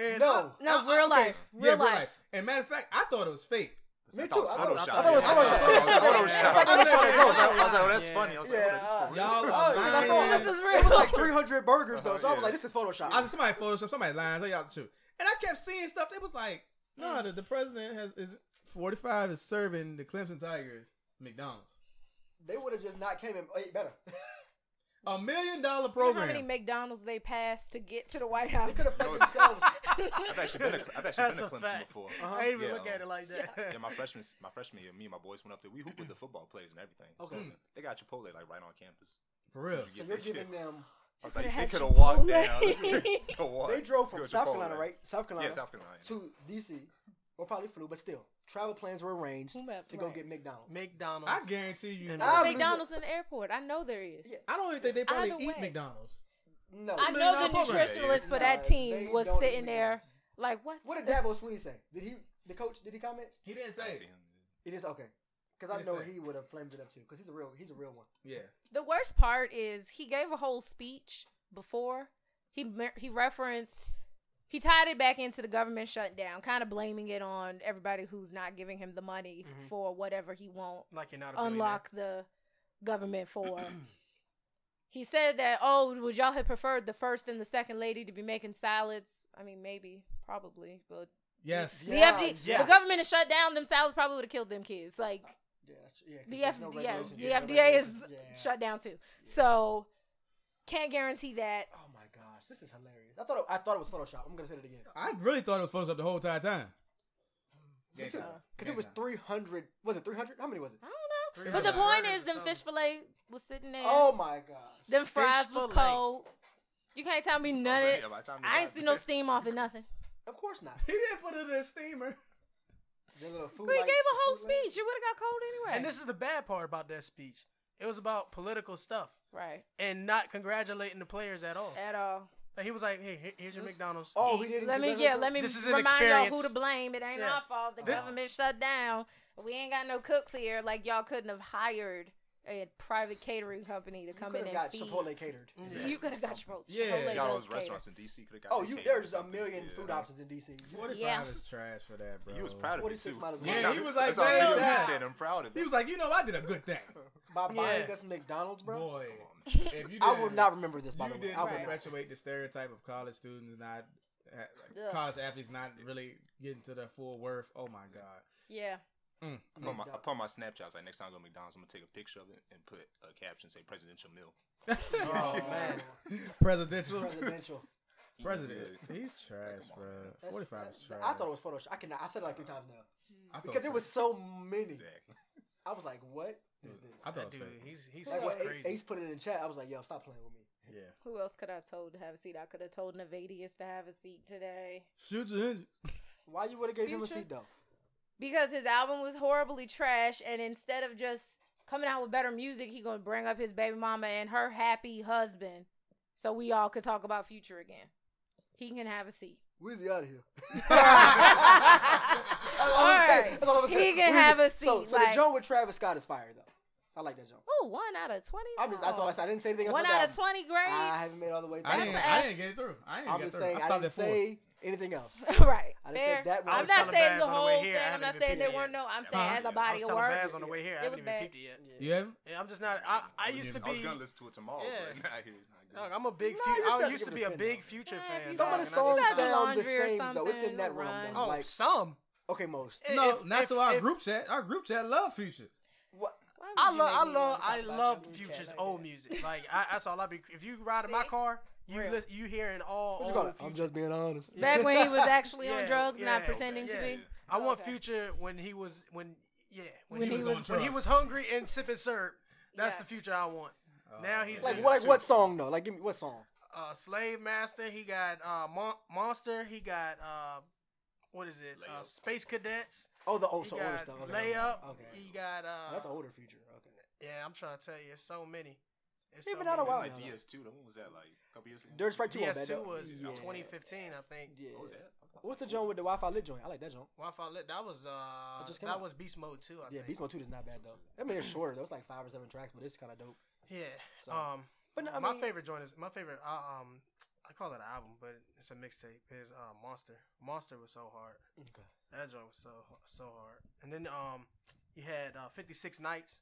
Speaker 4: And
Speaker 2: No.
Speaker 4: I-
Speaker 3: No,
Speaker 4: I- I-
Speaker 3: real
Speaker 4: okay.
Speaker 3: life.
Speaker 4: Yeah,
Speaker 3: Real life.
Speaker 4: And matter of fact, I thought it was fake.
Speaker 2: Me
Speaker 5: I thought it was
Speaker 2: too. I thought-
Speaker 5: Photoshop.
Speaker 2: I thought it was
Speaker 5: Yeah, I saw-
Speaker 1: Photoshop.
Speaker 5: I thought it was
Speaker 1: Yeah.
Speaker 5: Photoshop. I thought it was
Speaker 2: Yeah.
Speaker 5: Photoshop. I was like, oh, that's
Speaker 1: Yeah.
Speaker 5: funny. I was like, oh, that's for real.
Speaker 4: Y'all
Speaker 2: Oh,
Speaker 4: are
Speaker 2: because I saw
Speaker 4: lying. Uh-huh,
Speaker 2: like,
Speaker 3: This is
Speaker 2: It was
Speaker 3: real.
Speaker 2: like 300 burgers though, so I was
Speaker 5: Yeah.
Speaker 2: like, this is Photoshop.
Speaker 4: I said somebody photoshopped somebody lying. Tell y'all the truth. And I kept seeing stuff that was like, no,
Speaker 2: Mm.
Speaker 4: the, the president has is 45 is serving the Clemson Tigers McDonald's.
Speaker 2: they would have just not came and ate better.
Speaker 4: A million dollar
Speaker 3: You know how many
Speaker 4: program.
Speaker 3: McDonald's they passed to get to the White House?
Speaker 2: They could have
Speaker 5: No,
Speaker 2: fed
Speaker 5: it's-
Speaker 2: themselves.
Speaker 5: I've actually been a, I've actually
Speaker 1: That's
Speaker 5: been to
Speaker 1: a
Speaker 5: Clemson
Speaker 1: fact.
Speaker 5: before.
Speaker 2: Uh-huh.
Speaker 1: I didn't even
Speaker 5: Yeah, um,
Speaker 1: look at it like that.
Speaker 5: Yeah, my freshman my freshman year, me and my boys went up there. We hooped with the football players and everything. So
Speaker 2: Okay.
Speaker 5: They got Chipotle like right on campus.
Speaker 4: For real.
Speaker 5: So
Speaker 2: So
Speaker 5: you
Speaker 2: you're
Speaker 5: get that
Speaker 2: giving
Speaker 5: shit.
Speaker 2: them.
Speaker 5: I was like, they
Speaker 3: had
Speaker 5: could have walked down.
Speaker 3: Chipotle.
Speaker 5: the walk.
Speaker 2: They drove from
Speaker 5: Go
Speaker 2: South
Speaker 5: Chipotle.
Speaker 2: Carolina, right? South Carolina.
Speaker 5: Yeah, South Carolina.
Speaker 2: To DC, or probably flew, but still, travel plans were arranged
Speaker 3: Whomever,
Speaker 2: to go
Speaker 3: right.
Speaker 2: get McDonald's.
Speaker 1: McDonald's.
Speaker 4: I guarantee you.
Speaker 1: And-
Speaker 4: I
Speaker 2: I-
Speaker 3: McDonald's in the airport. I know there is.
Speaker 4: don't even think they probably
Speaker 3: Either
Speaker 4: eat
Speaker 3: way.
Speaker 4: McDonald's.
Speaker 2: No,
Speaker 3: I
Speaker 4: Man,
Speaker 3: know
Speaker 4: that's
Speaker 3: the
Speaker 4: all right.
Speaker 3: nutritionalist for
Speaker 2: Nah,
Speaker 3: that
Speaker 2: they
Speaker 3: team was
Speaker 2: don't
Speaker 3: sitting
Speaker 2: eat
Speaker 3: there like, what?
Speaker 2: What did Dabo Sweeney say? Did he? The coach? Did he comment?
Speaker 4: He didn't
Speaker 5: I
Speaker 4: say.
Speaker 5: see him.
Speaker 2: It is okay, because
Speaker 4: He
Speaker 2: I know
Speaker 4: didn't say.
Speaker 2: he would have flamed it up too. Because he's a real, he's a real one.
Speaker 4: Yeah.
Speaker 3: The worst part is he gave a whole speech before he mer- he referenced he tied it back into the government shutdown, kind of blaming it on everybody who's not giving him the money
Speaker 2: Mm-hmm.
Speaker 3: for whatever he won't
Speaker 1: like you're not a
Speaker 3: unlock the government for. he said that, oh, would y'all have preferred the first and the second lady to be making salads? I mean, maybe, probably, but
Speaker 4: Yes.
Speaker 2: Yeah,
Speaker 3: the FD,
Speaker 2: yeah.
Speaker 3: the government has shut down. Them salads probably would have killed them kids. Like
Speaker 2: Yeah, that's true. Yeah, 'cause
Speaker 3: the
Speaker 2: there's
Speaker 3: F,
Speaker 2: no
Speaker 3: yeah,
Speaker 2: regulations,
Speaker 3: the
Speaker 2: there's no
Speaker 3: FDA is
Speaker 2: regulations. Yeah.
Speaker 3: shut down too. So can't guarantee that.
Speaker 2: Oh my gosh, this is hilarious. I thought it, I thought it was Photoshop. I'm gonna say it again.
Speaker 4: I really thought it was Photoshop the whole entire time.
Speaker 2: Me too. Because it was 300. Was it 300? How many was it?
Speaker 3: I don't know.
Speaker 1: Three
Speaker 3: But the
Speaker 1: hundred
Speaker 3: point
Speaker 1: burgers
Speaker 3: is,
Speaker 1: or
Speaker 3: them
Speaker 1: something.
Speaker 3: fish fillet was sitting there.
Speaker 2: Oh my gosh.
Speaker 3: them fries was
Speaker 1: Fish-fillet.
Speaker 3: cold. You can't tell me
Speaker 5: I was
Speaker 3: none
Speaker 5: like, yeah,
Speaker 3: of.
Speaker 5: by the time they
Speaker 3: I ain't
Speaker 5: got
Speaker 3: see no
Speaker 5: there-
Speaker 3: steam off it, nothing.
Speaker 2: Of course not.
Speaker 4: He didn't put it in a steamer.
Speaker 2: The little food
Speaker 3: But he
Speaker 2: light-
Speaker 3: gave a whole
Speaker 2: food light.
Speaker 3: speech. It would have got cold anyway.
Speaker 1: And this is the bad part about that speech. It was about political stuff
Speaker 3: right
Speaker 1: and not congratulating the players at all.
Speaker 3: at all.
Speaker 1: Like he was like, "Hey, here- here's your
Speaker 2: This-
Speaker 1: McDonald's."
Speaker 2: Oh, he didn't.
Speaker 3: Let me
Speaker 2: congratulate
Speaker 3: yeah.
Speaker 2: them?
Speaker 3: Let me
Speaker 1: This is an
Speaker 3: remind y'all who
Speaker 1: experience.
Speaker 3: to blame. It ain't
Speaker 1: Yeah.
Speaker 3: our fault. The
Speaker 1: This-
Speaker 3: government shut down. We ain't got no cooks here. Like y'all couldn't have hired a private catering company to
Speaker 2: You
Speaker 3: come
Speaker 2: could
Speaker 3: in
Speaker 2: have got
Speaker 3: and feed.
Speaker 2: Chipotle catered.
Speaker 4: Mm-hmm.
Speaker 3: You could have got Chipotle.
Speaker 4: Yeah.
Speaker 3: Chipotle
Speaker 5: Y'all
Speaker 3: does
Speaker 5: those
Speaker 3: cater.
Speaker 5: restaurants in DC could have got.
Speaker 2: Oh,
Speaker 5: that
Speaker 2: you
Speaker 5: catered or
Speaker 2: there's a
Speaker 5: something.
Speaker 2: million
Speaker 5: Yeah.
Speaker 2: food options in DC.
Speaker 4: 45
Speaker 3: Yeah.
Speaker 4: is trash for that, bro.
Speaker 5: He was proud of it
Speaker 2: 46
Speaker 5: too.
Speaker 2: miles an
Speaker 4: Yeah,
Speaker 2: hour.
Speaker 4: he was like,
Speaker 5: that's how big
Speaker 4: damn.
Speaker 5: of a stand, I'm proud of it.
Speaker 4: He was like, you know, I did a good thing.
Speaker 2: By buying
Speaker 1: Yeah.
Speaker 2: us McDonald's, bro.
Speaker 4: Boy. If you
Speaker 2: I will
Speaker 4: didn't-
Speaker 2: not remember this. By
Speaker 4: You
Speaker 2: the way,
Speaker 4: did
Speaker 2: I will
Speaker 3: Right.
Speaker 2: not.
Speaker 4: perpetuate the stereotype of college students not, uh,
Speaker 3: Ugh.
Speaker 4: college athletes not really getting to their full worth. Oh my god.
Speaker 3: Yeah.
Speaker 5: I put, my, I put on my Snapchat. I was like, next time I go to McDonald's, I'm gonna take a picture of it and put a caption say "presidential meal."
Speaker 2: Oh man,
Speaker 4: Presidential
Speaker 2: presidential.
Speaker 4: president. He's trash, bro.
Speaker 2: That's-
Speaker 4: Forty five is
Speaker 2: that-
Speaker 4: trash.
Speaker 2: I thought it was Photoshop. I cannot. I've said it like three times now
Speaker 4: I thought
Speaker 2: because there was so many.
Speaker 5: Exactly.
Speaker 2: I was like, what is this?
Speaker 4: I thought
Speaker 1: that
Speaker 4: it was
Speaker 1: dude,
Speaker 4: fake.
Speaker 1: he's he's,
Speaker 2: Like
Speaker 1: he's
Speaker 2: what Ace-
Speaker 1: crazy.
Speaker 2: Ace put it in the chat. I was like, yo, stop playing with me.
Speaker 4: Yeah.
Speaker 3: Who else could I told to have a seat? I could have told Navadius to have a seat today
Speaker 4: Shoot your engine.
Speaker 2: Why you would have gave him a
Speaker 3: Future?
Speaker 2: seat though?
Speaker 3: because his album was horribly trash. And instead of just coming out with better music, he gonna bring up his baby mama and her happy husband so we all could talk about future again. He can have a seat.
Speaker 2: Weezy out of here.
Speaker 3: all right. He can have a seat.
Speaker 2: So, so
Speaker 3: like,
Speaker 2: the joint with Travis Scott is fire though. I like that joint.
Speaker 3: ooh, one out of 20.
Speaker 2: I'm just, that's all I said. I didn't say anything else. Ah.
Speaker 3: One
Speaker 2: about
Speaker 3: out of
Speaker 2: that.
Speaker 3: 20
Speaker 2: I
Speaker 3: grade.
Speaker 2: haven't made it all the way.
Speaker 4: I
Speaker 2: through.
Speaker 4: didn't,
Speaker 3: That's
Speaker 4: I
Speaker 3: a-
Speaker 4: didn't get it through. I didn't
Speaker 2: I'm
Speaker 4: get
Speaker 2: just
Speaker 4: through.
Speaker 2: saying.
Speaker 4: I
Speaker 2: I didn't
Speaker 4: stopped at four.
Speaker 2: say anything else.
Speaker 3: right.
Speaker 2: I just
Speaker 3: Fair.
Speaker 2: said that
Speaker 1: I
Speaker 2: was
Speaker 3: I'm
Speaker 1: was
Speaker 3: not
Speaker 1: telling
Speaker 3: saying
Speaker 1: Baz
Speaker 3: the
Speaker 1: on the way
Speaker 3: whole
Speaker 1: here,
Speaker 3: thing.
Speaker 1: I
Speaker 3: I'm
Speaker 1: haven't
Speaker 3: not
Speaker 1: even
Speaker 3: saying
Speaker 1: peeped
Speaker 3: there
Speaker 1: it
Speaker 3: weren't
Speaker 1: yet.
Speaker 3: no. I'm
Speaker 1: Yeah,
Speaker 3: saying
Speaker 1: I
Speaker 3: as a
Speaker 1: was
Speaker 3: body of
Speaker 1: telling
Speaker 3: work.
Speaker 1: Baz on the way here. I
Speaker 3: It
Speaker 1: haven't
Speaker 3: was
Speaker 1: even
Speaker 3: bad.
Speaker 1: peeped it yet.
Speaker 4: You have?
Speaker 1: Yeah, I'm just not. I, I used to
Speaker 5: I was
Speaker 1: be.
Speaker 5: gonna listen to it tomorrow,
Speaker 1: Yeah.
Speaker 5: but now here.
Speaker 1: Dog, I'm a big.
Speaker 2: Nah,
Speaker 1: fu-
Speaker 2: you still
Speaker 1: I
Speaker 2: have
Speaker 1: used to
Speaker 2: to give
Speaker 1: be
Speaker 2: it a
Speaker 1: a
Speaker 2: spin,
Speaker 1: big
Speaker 2: though.
Speaker 1: future
Speaker 3: Yeah, if
Speaker 1: fan.
Speaker 3: you
Speaker 2: Some
Speaker 1: dog,
Speaker 2: of the
Speaker 1: and I
Speaker 2: songs
Speaker 1: just-
Speaker 3: You got the
Speaker 2: sound the
Speaker 3: laundry or
Speaker 2: same though. It's in
Speaker 3: something
Speaker 2: that
Speaker 3: to
Speaker 2: realm
Speaker 3: run.
Speaker 2: though.
Speaker 1: Oh,
Speaker 2: Like,
Speaker 1: some.
Speaker 2: okay, most.
Speaker 1: If-
Speaker 4: No,
Speaker 1: if-
Speaker 4: not
Speaker 1: if-
Speaker 4: to our
Speaker 1: if-
Speaker 4: group chat. Our group chat love future.
Speaker 2: What?
Speaker 3: Why would
Speaker 1: I
Speaker 3: you
Speaker 1: love,
Speaker 3: make
Speaker 1: I
Speaker 3: me
Speaker 1: love,
Speaker 3: wanna talk
Speaker 1: I
Speaker 3: about
Speaker 1: love
Speaker 3: your group chat
Speaker 1: Future's
Speaker 3: like
Speaker 1: old
Speaker 3: that?
Speaker 1: music. Like I, that's all I be. If you ride in my
Speaker 3: See?
Speaker 1: car, you
Speaker 3: Real.
Speaker 1: lis- you hear in all
Speaker 2: What you
Speaker 1: old.
Speaker 2: call it?
Speaker 1: Future.
Speaker 2: I'm just being honest.
Speaker 3: Back when he was actually on
Speaker 1: Yeah,
Speaker 3: drugs, not
Speaker 1: yeah,
Speaker 3: pretending to
Speaker 1: yeah.
Speaker 3: be.
Speaker 1: I want
Speaker 3: Okay.
Speaker 1: Future when he was when yeah when,
Speaker 3: When
Speaker 1: he,
Speaker 3: he
Speaker 1: was,
Speaker 4: was-
Speaker 1: when he was hungry and sipping syrup. That's
Speaker 3: Yeah.
Speaker 1: the Future I want. now he's
Speaker 2: Like
Speaker 1: just
Speaker 2: what? Like what song though? Like give me what song?
Speaker 1: uh, Slave Master. He got uh, Mon- Monster. He got uh, what is it? Uh,
Speaker 5: Layup.
Speaker 1: Space Cadets.
Speaker 2: Oh, the
Speaker 1: He
Speaker 2: old, so older
Speaker 1: got
Speaker 2: stuff. Okay, never mind.
Speaker 1: Layup.
Speaker 2: Okay.
Speaker 1: He got uh,
Speaker 2: That's an older future. Okay.
Speaker 1: yeah. I'm trying to tell you, it's so many. It's
Speaker 2: Yeah,
Speaker 1: so
Speaker 2: but not a
Speaker 1: many.
Speaker 2: while
Speaker 5: like
Speaker 2: now, though.
Speaker 5: DS2. Then when was that? Like a couple years ago.
Speaker 2: Dirty Sprite Two on that.
Speaker 1: PS2
Speaker 2: though.
Speaker 1: was
Speaker 2: Yeah.
Speaker 1: 2015, I think.
Speaker 2: Yeah.
Speaker 5: What was Oh, that?
Speaker 2: What's the joint with the Wi-Fi lit joint? I like that joint.
Speaker 1: Wi-Fi lit. That was uh,
Speaker 2: just came
Speaker 1: that
Speaker 2: out.
Speaker 1: was Beast Mode too. I
Speaker 2: Yeah,
Speaker 1: think.
Speaker 2: Beast Mode Two is not bad though. I mean, it's shorter. That was like five or seven tracks, but it's kind of dope.
Speaker 1: Yeah.
Speaker 2: So-
Speaker 1: um,
Speaker 2: But no, I
Speaker 1: my
Speaker 2: mean-
Speaker 1: favorite joint is my favorite. Uh, um, I call it an album, but it's a mixtape. Is uh, Monster. Monster was so hard.
Speaker 2: Okay.
Speaker 1: That joint was so so hard. And then um, you had uh, Fifty Six Nights.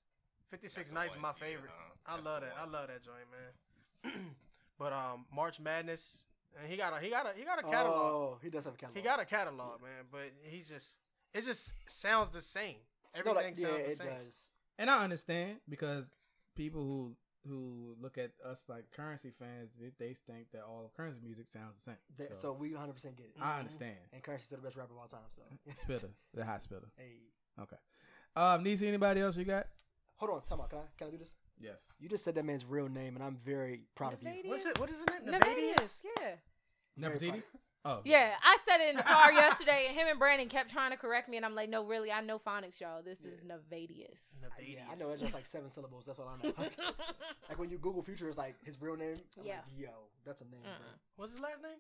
Speaker 1: Fifty Six
Speaker 5: That's the
Speaker 1: Nights is
Speaker 5: one,
Speaker 1: my
Speaker 5: yeah,
Speaker 1: favorite.
Speaker 5: uh-huh.
Speaker 1: I
Speaker 5: That's
Speaker 1: love
Speaker 5: the
Speaker 1: that. I
Speaker 5: one.
Speaker 1: love that joint, man. but um, March Madness, and he got a he got a he got a catalog.
Speaker 2: Oh, he does have a catalog.
Speaker 1: He got a catalog, man, but he just it just sounds the same.
Speaker 2: no,
Speaker 1: Everything
Speaker 2: like, yeah,
Speaker 1: sounds the
Speaker 2: it
Speaker 1: same.
Speaker 2: does.
Speaker 4: And I understand because people who who look at us like currency fans, they, they think that all currency music sounds the same.
Speaker 2: That, so. we 100 percent get it.
Speaker 3: Mm-hmm.
Speaker 4: I understand.
Speaker 2: And Currency's still the best rapper of all time. So
Speaker 4: Spitter, the hot spitter.
Speaker 2: hey,
Speaker 4: Okay. Um, Niecy, anybody else you got?
Speaker 2: hold on, time out. Can I can I do this?
Speaker 4: Yes.
Speaker 2: You just said that man's real name, and I'm very proud of you.
Speaker 1: What's it? What is it?
Speaker 3: Nevadius, yeah.
Speaker 4: Nefertiti. Oh
Speaker 3: Yeah, I said it in the car yesterday, and him and Brandon kept trying to correct me, and I'm like, no, really, I know phonics, y'all. This is Nevadius.
Speaker 2: Ah, Yeah, I know it's just like seven syllables. That's all I know. like when you Google Future, it's like his real name. I'm
Speaker 3: Yeah.
Speaker 2: Like, Yo, that's a name. bro.
Speaker 1: What's his last name?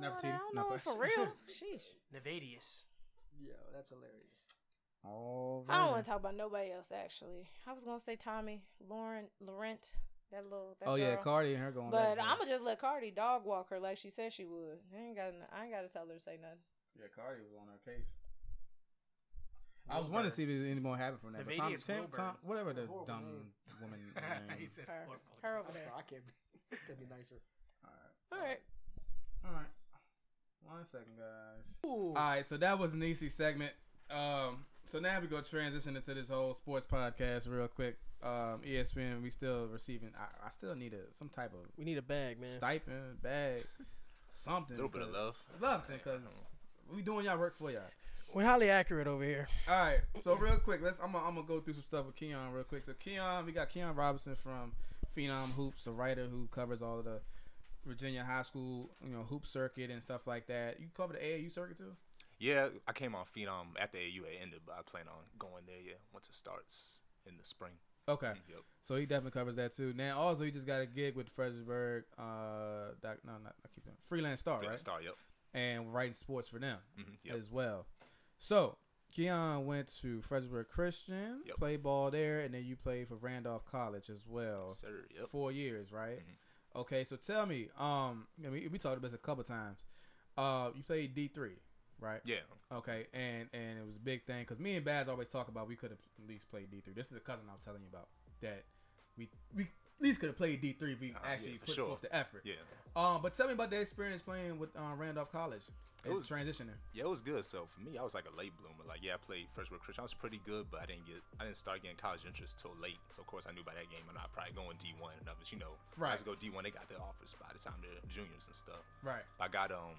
Speaker 3: I don't know,
Speaker 4: Nefertiti,
Speaker 3: I don't
Speaker 4: not
Speaker 3: know it for
Speaker 4: bad.
Speaker 3: real. Sheesh.
Speaker 1: Nevadius.
Speaker 2: Yo, that's hilarious.
Speaker 4: All
Speaker 3: I don't
Speaker 4: right.
Speaker 3: want to talk about nobody else, actually. I was going to say Tommy, Lauren, Laurent, that little. That
Speaker 4: Oh yeah,
Speaker 3: girl.
Speaker 4: Cardi and her going.
Speaker 3: But
Speaker 4: back
Speaker 3: I'm gonna just let Cardi dog walk her like she said she would. I ain't got. I ain't got to tell her to say nothing.
Speaker 4: Yeah, Cardi was on her case. I was wanting to see if there's any more happened from that. But Tom,
Speaker 1: Nevadius
Speaker 4: Tim,
Speaker 1: Wilburn.
Speaker 4: Tom, whatever the
Speaker 2: Horrible
Speaker 4: dumb
Speaker 2: name.
Speaker 4: woman.
Speaker 1: he
Speaker 4: name.
Speaker 1: said,
Speaker 3: Her,
Speaker 1: "What fuck?"
Speaker 3: her over
Speaker 2: I'm
Speaker 3: there.
Speaker 2: sorry, I can't be. Can't be nicer.
Speaker 3: All right.
Speaker 4: All right, one second, guys. All right, so that was an easy segment. Um, so now we go transition into this whole sports podcast real quick. Um, ESPN, we still receiving. I, I still need a some type of
Speaker 1: We need a bag, man.
Speaker 4: stipend, bag, something.
Speaker 5: A little bit of
Speaker 4: 'cause-
Speaker 5: love.
Speaker 4: love, because we doing y'all work for y'all.
Speaker 1: We're highly accurate over here.
Speaker 4: All right, so real quick, let's. I'm gonna I'm gonna go through some stuff with Keon real quick. So Keon, we got Keon Robinson from Phenom Hoops, a writer who covers all of the Virginia high school, you know, hoop circuit and stuff like that. You cover the AAU circuit too.
Speaker 5: Yeah, I came um, on Phenom after AU had ended, but I plan on going there. Yeah, once it starts in the spring.
Speaker 4: Okay,
Speaker 5: Yep.
Speaker 4: so he definitely covers that too. Now also he just got a gig with Fredericksburg, uh, doc, no, not I keep doing Freelance Star,
Speaker 5: Right.
Speaker 4: right?
Speaker 5: Star. Yep.
Speaker 4: And writing sports for them
Speaker 5: Mhm, yep.
Speaker 4: as well. So Keon went to Fredericksburg Christian,
Speaker 5: Yep.
Speaker 4: played ball there, and then you played for Randolph College as well.
Speaker 5: Sir. Yep. Mm-hmm.
Speaker 4: four years, right? Okay, so tell me, um, I mean, we talked about this a couple times. Uh, you played D three, right?
Speaker 5: Yeah.
Speaker 4: Okay, and and it was a big thing because me and Baz always talk about we could have at least played D three. This is the cousin I was telling you about that we we at least could have played D three if we
Speaker 5: Ah, yeah,
Speaker 4: actually
Speaker 5: for
Speaker 4: put
Speaker 5: sure.
Speaker 4: forth the effort.
Speaker 5: Yeah.
Speaker 4: Um, but tell me about that experience playing with uh, Randolph College. It was
Speaker 5: was-
Speaker 4: transitioning.
Speaker 5: Yeah, it was good. So for me, I was like a late bloomer. Like, yeah, I played first with Christian. I was pretty good, but I didn't get, I didn't start getting college interest till late. So of course, I knew by that game I'm not probably going D one. And others, you know,
Speaker 4: Right.
Speaker 5: guys go D one. They got their offers by the time they're juniors and stuff.
Speaker 4: Right.
Speaker 5: I got um,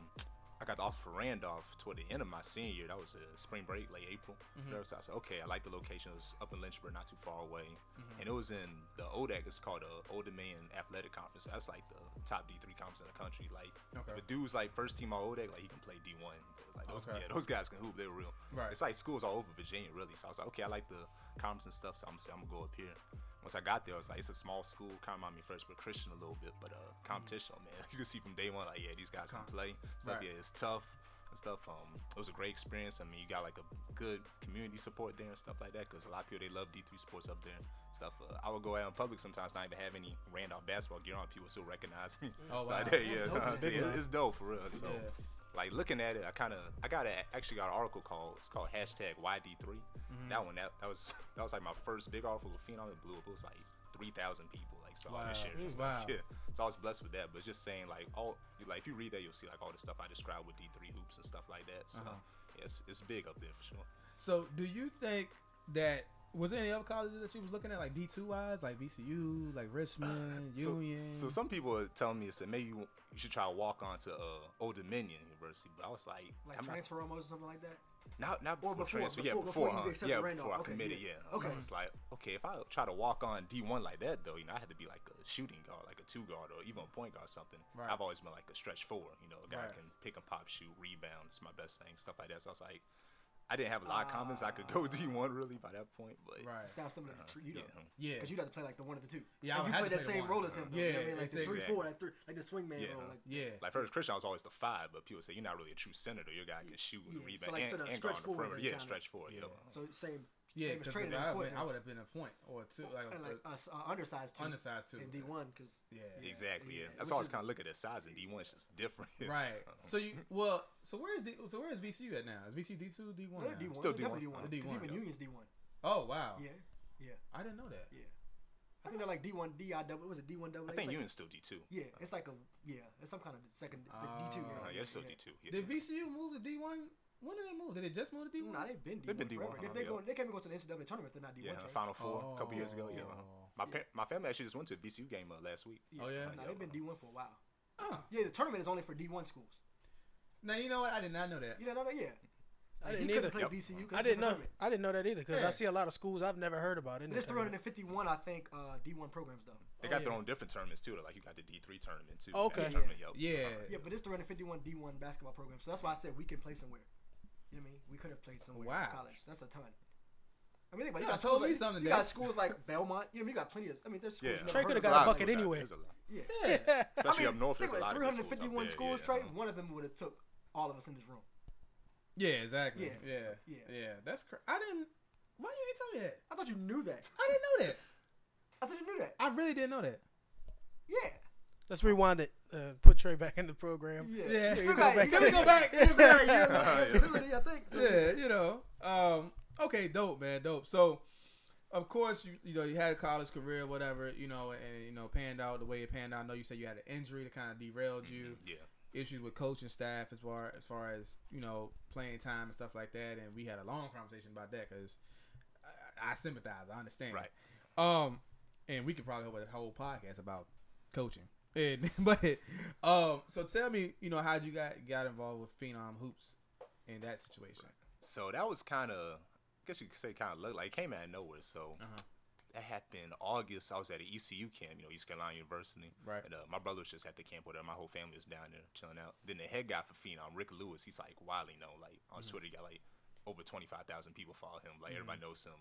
Speaker 5: I got the offer for Randolph toward the end of my senior year. That was a spring break, late April.
Speaker 4: Mm-hmm.
Speaker 5: Whatever. So I said, okay, I like the location. It was up in Lynchburg, not too far away,
Speaker 4: Mm-hmm.
Speaker 5: and it was in the ODAC. It's called the Old Dominion Athletic Conference. So that's like the top D three conference in the country. Like,
Speaker 4: Okay.
Speaker 5: if a dude's like first team all ODAC, like he can play D one. Like those,
Speaker 4: Okay.
Speaker 5: yeah, those guys can hoop. They're real.
Speaker 4: Right.
Speaker 5: It's like schools all over Virginia, really. So I was like, okay, I like the conference and stuff. So I'm, gonna say I'm gonna go up here. once I got there, I was like, it's a small school, kind of remind me of First but Christian a little bit, but uh,
Speaker 4: Mm.
Speaker 5: competition, man. You can see from day one, like, yeah, these guys can play. It's like,
Speaker 4: Right.
Speaker 5: yeah, it's tough and stuff. Um, it was a great experience. I mean, you got like a good community support there and stuff like that, because a lot of people they love D3 sports up there. and Stuff. Uh, I would go out in public sometimes, not even have any Randolph basketball gear on. People still recognize me.
Speaker 4: Oh,
Speaker 5: so
Speaker 4: wow.
Speaker 5: I did, yeah,
Speaker 2: dope.
Speaker 5: honestly,
Speaker 2: Big
Speaker 5: yeah,
Speaker 2: love.
Speaker 5: it's dope for real. So,
Speaker 4: Yeah.
Speaker 5: like looking at it, I kind of I got a, actually got an article called it's called hashtag YD3. That one that, that was that was like my first big article with Phenom. It blew up. It was like three thousand people like saw
Speaker 4: Wow.
Speaker 5: that shit.
Speaker 4: Mm.
Speaker 5: And stuff.
Speaker 4: Wow.
Speaker 5: Yeah. So I was blessed with that. But just saying like all like if you read that, you'll see like all the stuff I described with D3 hoops and stuff like that. So yeah, it's, it's big up there for sure.
Speaker 4: So, do you think that was there any other colleges that you was looking at, like D two wise, like VCU, like Richmond,
Speaker 5: So-
Speaker 4: Union?
Speaker 5: So, some people are telling me, said maybe you, you should try to walk on to uh, Old Dominion University, but I was like,
Speaker 2: Like
Speaker 5: I'm not-
Speaker 2: transfer almost or something like that.
Speaker 5: Not not before,
Speaker 2: Or before,
Speaker 5: transfer, yeah,
Speaker 2: before-
Speaker 5: before,
Speaker 2: before you
Speaker 5: huh?
Speaker 2: accepted
Speaker 5: yeah,
Speaker 2: Randolph.
Speaker 5: before I
Speaker 2: Okay,
Speaker 5: committed,
Speaker 2: yeah.
Speaker 5: yeah.
Speaker 2: Okay.
Speaker 5: It's like, okay, if I try to walk on D one like that though, you know, I had to be like a shooting guard, like a two guard or even a point guard or something.
Speaker 4: Right.
Speaker 5: I've always been like a stretch forward, you know, a guy
Speaker 4: Right.
Speaker 5: who can pick and pop, shoot, rebound, it's my best thing, stuff like that. So I was like I didn't have a lot of confidence I could
Speaker 2: Ah.
Speaker 5: go D one really by that point, but
Speaker 4: right.
Speaker 2: Sounds similar to Tr- you know.
Speaker 5: yeah.
Speaker 4: Uh-huh. Yeah.
Speaker 2: Because you'd have to play like the one of the two.
Speaker 4: Yeah,
Speaker 2: like,
Speaker 4: I would
Speaker 2: you
Speaker 4: have
Speaker 2: play
Speaker 4: to
Speaker 2: that
Speaker 4: play the
Speaker 2: same
Speaker 4: one.
Speaker 2: role as him. though, you know what I
Speaker 4: Yeah,
Speaker 2: mean? Like
Speaker 4: it's
Speaker 2: the three,
Speaker 5: exactly-
Speaker 2: four, like three, like the swingman
Speaker 5: Yeah.
Speaker 2: role. Like,
Speaker 4: Yeah.
Speaker 5: Like first Christian, I was always the five, but people say you're not really a true senator. Your guy can shoot
Speaker 2: Yeah,
Speaker 5: and
Speaker 2: so
Speaker 5: rebound
Speaker 2: like,
Speaker 5: and,
Speaker 2: so the
Speaker 5: and go on
Speaker 2: stretch
Speaker 5: the
Speaker 2: forward
Speaker 5: perimeter. Yeah,
Speaker 2: kinda-
Speaker 5: stretch forward. Yeah.
Speaker 2: So same.
Speaker 4: Yeah,
Speaker 2: same as
Speaker 4: because
Speaker 2: training
Speaker 4: I,
Speaker 2: on the court.
Speaker 4: would've- I would have been a point or two, like,
Speaker 2: and like
Speaker 4: uh,
Speaker 2: us uh, undersized two,
Speaker 4: undersized too.
Speaker 2: in D one because
Speaker 4: Yeah.
Speaker 5: Exactly. Yeah.
Speaker 2: Yeah,
Speaker 5: That's
Speaker 2: which
Speaker 5: why I was
Speaker 2: is-
Speaker 5: kind of looking at size in D one. It's just different. Uh,
Speaker 4: Right.
Speaker 5: Uh-huh.
Speaker 4: So you well. So where is the, so where is VCU at now? Is VCU D two D one?
Speaker 2: they're D one.
Speaker 5: Still
Speaker 2: definitely D
Speaker 5: D1.
Speaker 2: one.
Speaker 4: Uh, D1,
Speaker 2: Even
Speaker 4: yeah.
Speaker 2: Union's D one.
Speaker 4: Oh wow.
Speaker 2: Yeah, yeah,
Speaker 4: I didn't know that.
Speaker 2: yeah. I think they're like D one D I double. Was it D one double?
Speaker 5: I think Union's still D two.
Speaker 2: Yeah, it's like a yeah. It's some kind of second D
Speaker 4: Oh,
Speaker 2: two.
Speaker 5: Uh, yeah, it's still
Speaker 2: yeah.
Speaker 5: D two.
Speaker 4: Did VCU move to D one? When did they move? Did they just move to D one?
Speaker 2: Nah, they've been D1.
Speaker 5: They've been
Speaker 2: forever.
Speaker 5: D1,
Speaker 2: If they
Speaker 5: yeah.
Speaker 2: go, they can't even go to the NCAA tournament. if They're not D1.
Speaker 5: Yeah,
Speaker 2: right?
Speaker 5: Final Four a couple years ago. Yeah,
Speaker 4: Oh.
Speaker 5: my pa- my family actually just went to a VCU game uh, last week.
Speaker 4: Oh, yeah?
Speaker 2: Nah, they've been D1 for a while.
Speaker 4: Oh.
Speaker 2: Yeah, the tournament is only for D1 schools.
Speaker 4: Now you know what? I did not know that.
Speaker 2: You know, no, no,
Speaker 1: I
Speaker 2: yeah. Like,
Speaker 1: didn't
Speaker 2: he couldn't
Speaker 1: either.
Speaker 2: play
Speaker 5: Yep.
Speaker 2: VCU. 'cause
Speaker 1: I
Speaker 2: it's
Speaker 1: didn't
Speaker 2: a
Speaker 1: know.
Speaker 2: tournament.
Speaker 1: I didn't know that either because
Speaker 4: Yeah.
Speaker 1: I see a lot of schools I've never heard about. In the
Speaker 2: There's
Speaker 1: tournament.
Speaker 2: 351, I think, uh, D1 programs though.
Speaker 5: They got their own different tournaments too. though, Like you got the D three tournament too.
Speaker 1: Okay.
Speaker 5: National tournament, Uh, yup.
Speaker 4: Yeah.
Speaker 2: Yeah, but there's 351 D1 basketball programs, so that's why I said we can play somewhere. You know what I mean? We could have played somewhere
Speaker 4: Wow.
Speaker 2: in college. That's a ton. I mean, think about it.
Speaker 4: Yeah,
Speaker 2: you got
Speaker 4: told
Speaker 2: schools
Speaker 4: me
Speaker 2: like,
Speaker 4: something,
Speaker 2: You
Speaker 4: Dad.
Speaker 2: got schools like Belmont. You know, what I mean? you got plenty of. I mean, there's schools.
Speaker 5: Yeah.
Speaker 2: you
Speaker 5: Trey
Speaker 1: coulda
Speaker 2: never heard
Speaker 1: got
Speaker 2: of.
Speaker 5: There's
Speaker 1: a
Speaker 5: lot of
Speaker 1: bucket
Speaker 5: schools out-
Speaker 1: anyway.
Speaker 5: there's a lot.
Speaker 2: Yeah. I mean,
Speaker 5: Especially up north,
Speaker 2: think
Speaker 5: there's a
Speaker 2: about it,
Speaker 5: lot of good schools out
Speaker 2: 351
Speaker 5: there,
Speaker 2: schools,
Speaker 5: yeah.
Speaker 2: Trey. One of them would have took all of us in this room.
Speaker 4: Yeah. Exactly.
Speaker 2: Yeah.
Speaker 4: Yeah. Yeah.
Speaker 2: Yeah.
Speaker 4: That's cr- I didn't. Why you ain't tell me that?
Speaker 2: I thought you knew that.
Speaker 4: I didn't know that.
Speaker 2: I thought you knew that.
Speaker 4: I really didn't know that.
Speaker 2: Yeah.
Speaker 1: Let's rewind it. Uh, put Trey back in the program.
Speaker 2: Yeah.
Speaker 4: Yeah.
Speaker 2: You
Speaker 4: We
Speaker 2: still
Speaker 4: go
Speaker 2: got,
Speaker 4: back.
Speaker 2: you gotta go back. You still got a year left,
Speaker 5: Yeah.
Speaker 2: really, I think. So,
Speaker 4: yeah, you know. Um, okay, dope, man, dope. So, of course, you you know you had a college career, whatever, you know, and you know panned out the way it panned out. I know you said you had an injury that kind of derailed you,
Speaker 5: Mm-hmm, Yeah.
Speaker 4: issues with coaching staff as far as far as you know playing time and stuff like that. And we had a long conversation about that because I, I sympathize, I understand,
Speaker 5: Right.
Speaker 4: Um, and we could probably have a whole podcast about coaching. And, but um, so tell me, you know, how you got got involved with Phenom Hoops in that situation?
Speaker 5: So that was kind of, I guess you could say, kind of look like it came out of nowhere. So
Speaker 4: Uh-huh.
Speaker 5: that happened August. I was at an ECU camp, you know, East Carolina University.
Speaker 4: Right.
Speaker 5: And uh, my brother was just at the camp with her. My whole family was down there chilling out. Then the head guy for Phenom, Rick Lewis, he's like wildly known. Like on
Speaker 4: Mm-hmm.
Speaker 5: Twitter, he got like over twenty five thousand people follow him. Like everybody knows him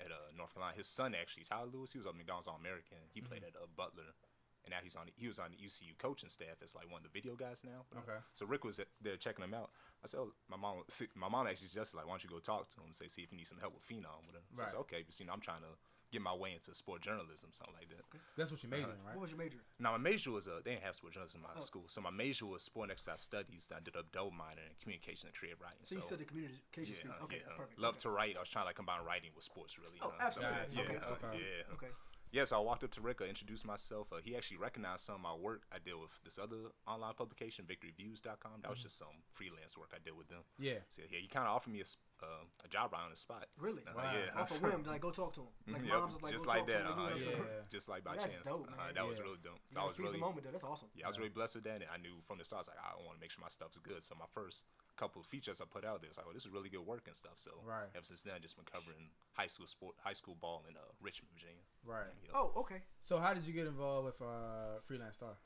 Speaker 5: at uh, North Carolina. His son actually, is Tyler Lewis. He was a McDonald's All American. He
Speaker 4: Mm-hmm.
Speaker 5: played at uh, Butler. And now he's on. He was on the ECU coaching staff as like one of the video guys now.
Speaker 4: Okay.
Speaker 5: So Rick was there checking him out. I said, oh, my mom, see, my mom actually suggested like, why don't you go talk to him, say, see if you need some help with phenom, whatever. So I said,
Speaker 4: Right.
Speaker 5: okay, but you know, I'm trying to get my way into sport journalism, something like that.
Speaker 4: That's what you made
Speaker 5: Uh-huh.
Speaker 4: in,
Speaker 2: What
Speaker 4: right?
Speaker 2: was your major?
Speaker 5: Now my major was uh, they didn't have sport journalism in
Speaker 2: Oh.
Speaker 5: my school, so my major was sport and exercise studies. Then I did a double minor in communication and creative writing.
Speaker 2: So
Speaker 5: So,
Speaker 2: you studied communication
Speaker 5: yeah, uh,
Speaker 2: piece. Okay,
Speaker 5: yeah.
Speaker 2: perfect.
Speaker 5: Love
Speaker 2: okay.
Speaker 5: to write. I was trying to like, combine writing with sports, really.
Speaker 2: Oh,
Speaker 5: huh? So,
Speaker 2: absolutely.
Speaker 5: yeah,
Speaker 2: Okay,
Speaker 5: uh,
Speaker 2: okay.
Speaker 5: yeah.
Speaker 2: Okay.
Speaker 5: Yeah, so I walked up to Rick, I introduced myself. Uh, he actually recognized some of my work. I did with this other online publication, VictoryViews.com. That was just some freelance work I did with them.
Speaker 4: Uh-huh. Yeah.
Speaker 5: So yeah, he kind of offered me a, s- uh, a job right on the spot.
Speaker 2: Really?
Speaker 5: Uh,
Speaker 4: Wow.
Speaker 5: Yeah. Mm-hmm.
Speaker 2: Off a whim, like go talk to him. Like
Speaker 5: Yep,
Speaker 2: moms was like,
Speaker 5: just
Speaker 2: go
Speaker 5: like
Speaker 2: talk
Speaker 5: that.
Speaker 2: to him.
Speaker 5: Uh-huh.
Speaker 2: like, you
Speaker 5: Yeah.
Speaker 2: know,
Speaker 4: Yeah.
Speaker 5: Just like by
Speaker 2: Well, that's
Speaker 5: chance.
Speaker 2: dope,
Speaker 5: uh-huh.
Speaker 2: man.
Speaker 5: That was
Speaker 4: Yeah.
Speaker 5: really dope.
Speaker 2: You
Speaker 5: So I
Speaker 2: gotta
Speaker 5: was
Speaker 2: seize
Speaker 5: really
Speaker 2: the moment though. That's awesome.
Speaker 5: yeah, I was really blessed with that, and I knew from the start, I was like, I want to make sure my stuff's good. So my first couple of features I put out there was like, oh, this is really good work and stuff. So
Speaker 4: Right.
Speaker 5: ever since then, I just been covering high school sport, high school ball in uh, Richmond, Virginia.
Speaker 4: Right.
Speaker 5: Yeah.
Speaker 2: Oh, okay.
Speaker 4: So how did you get involved with uh, Freelance Star?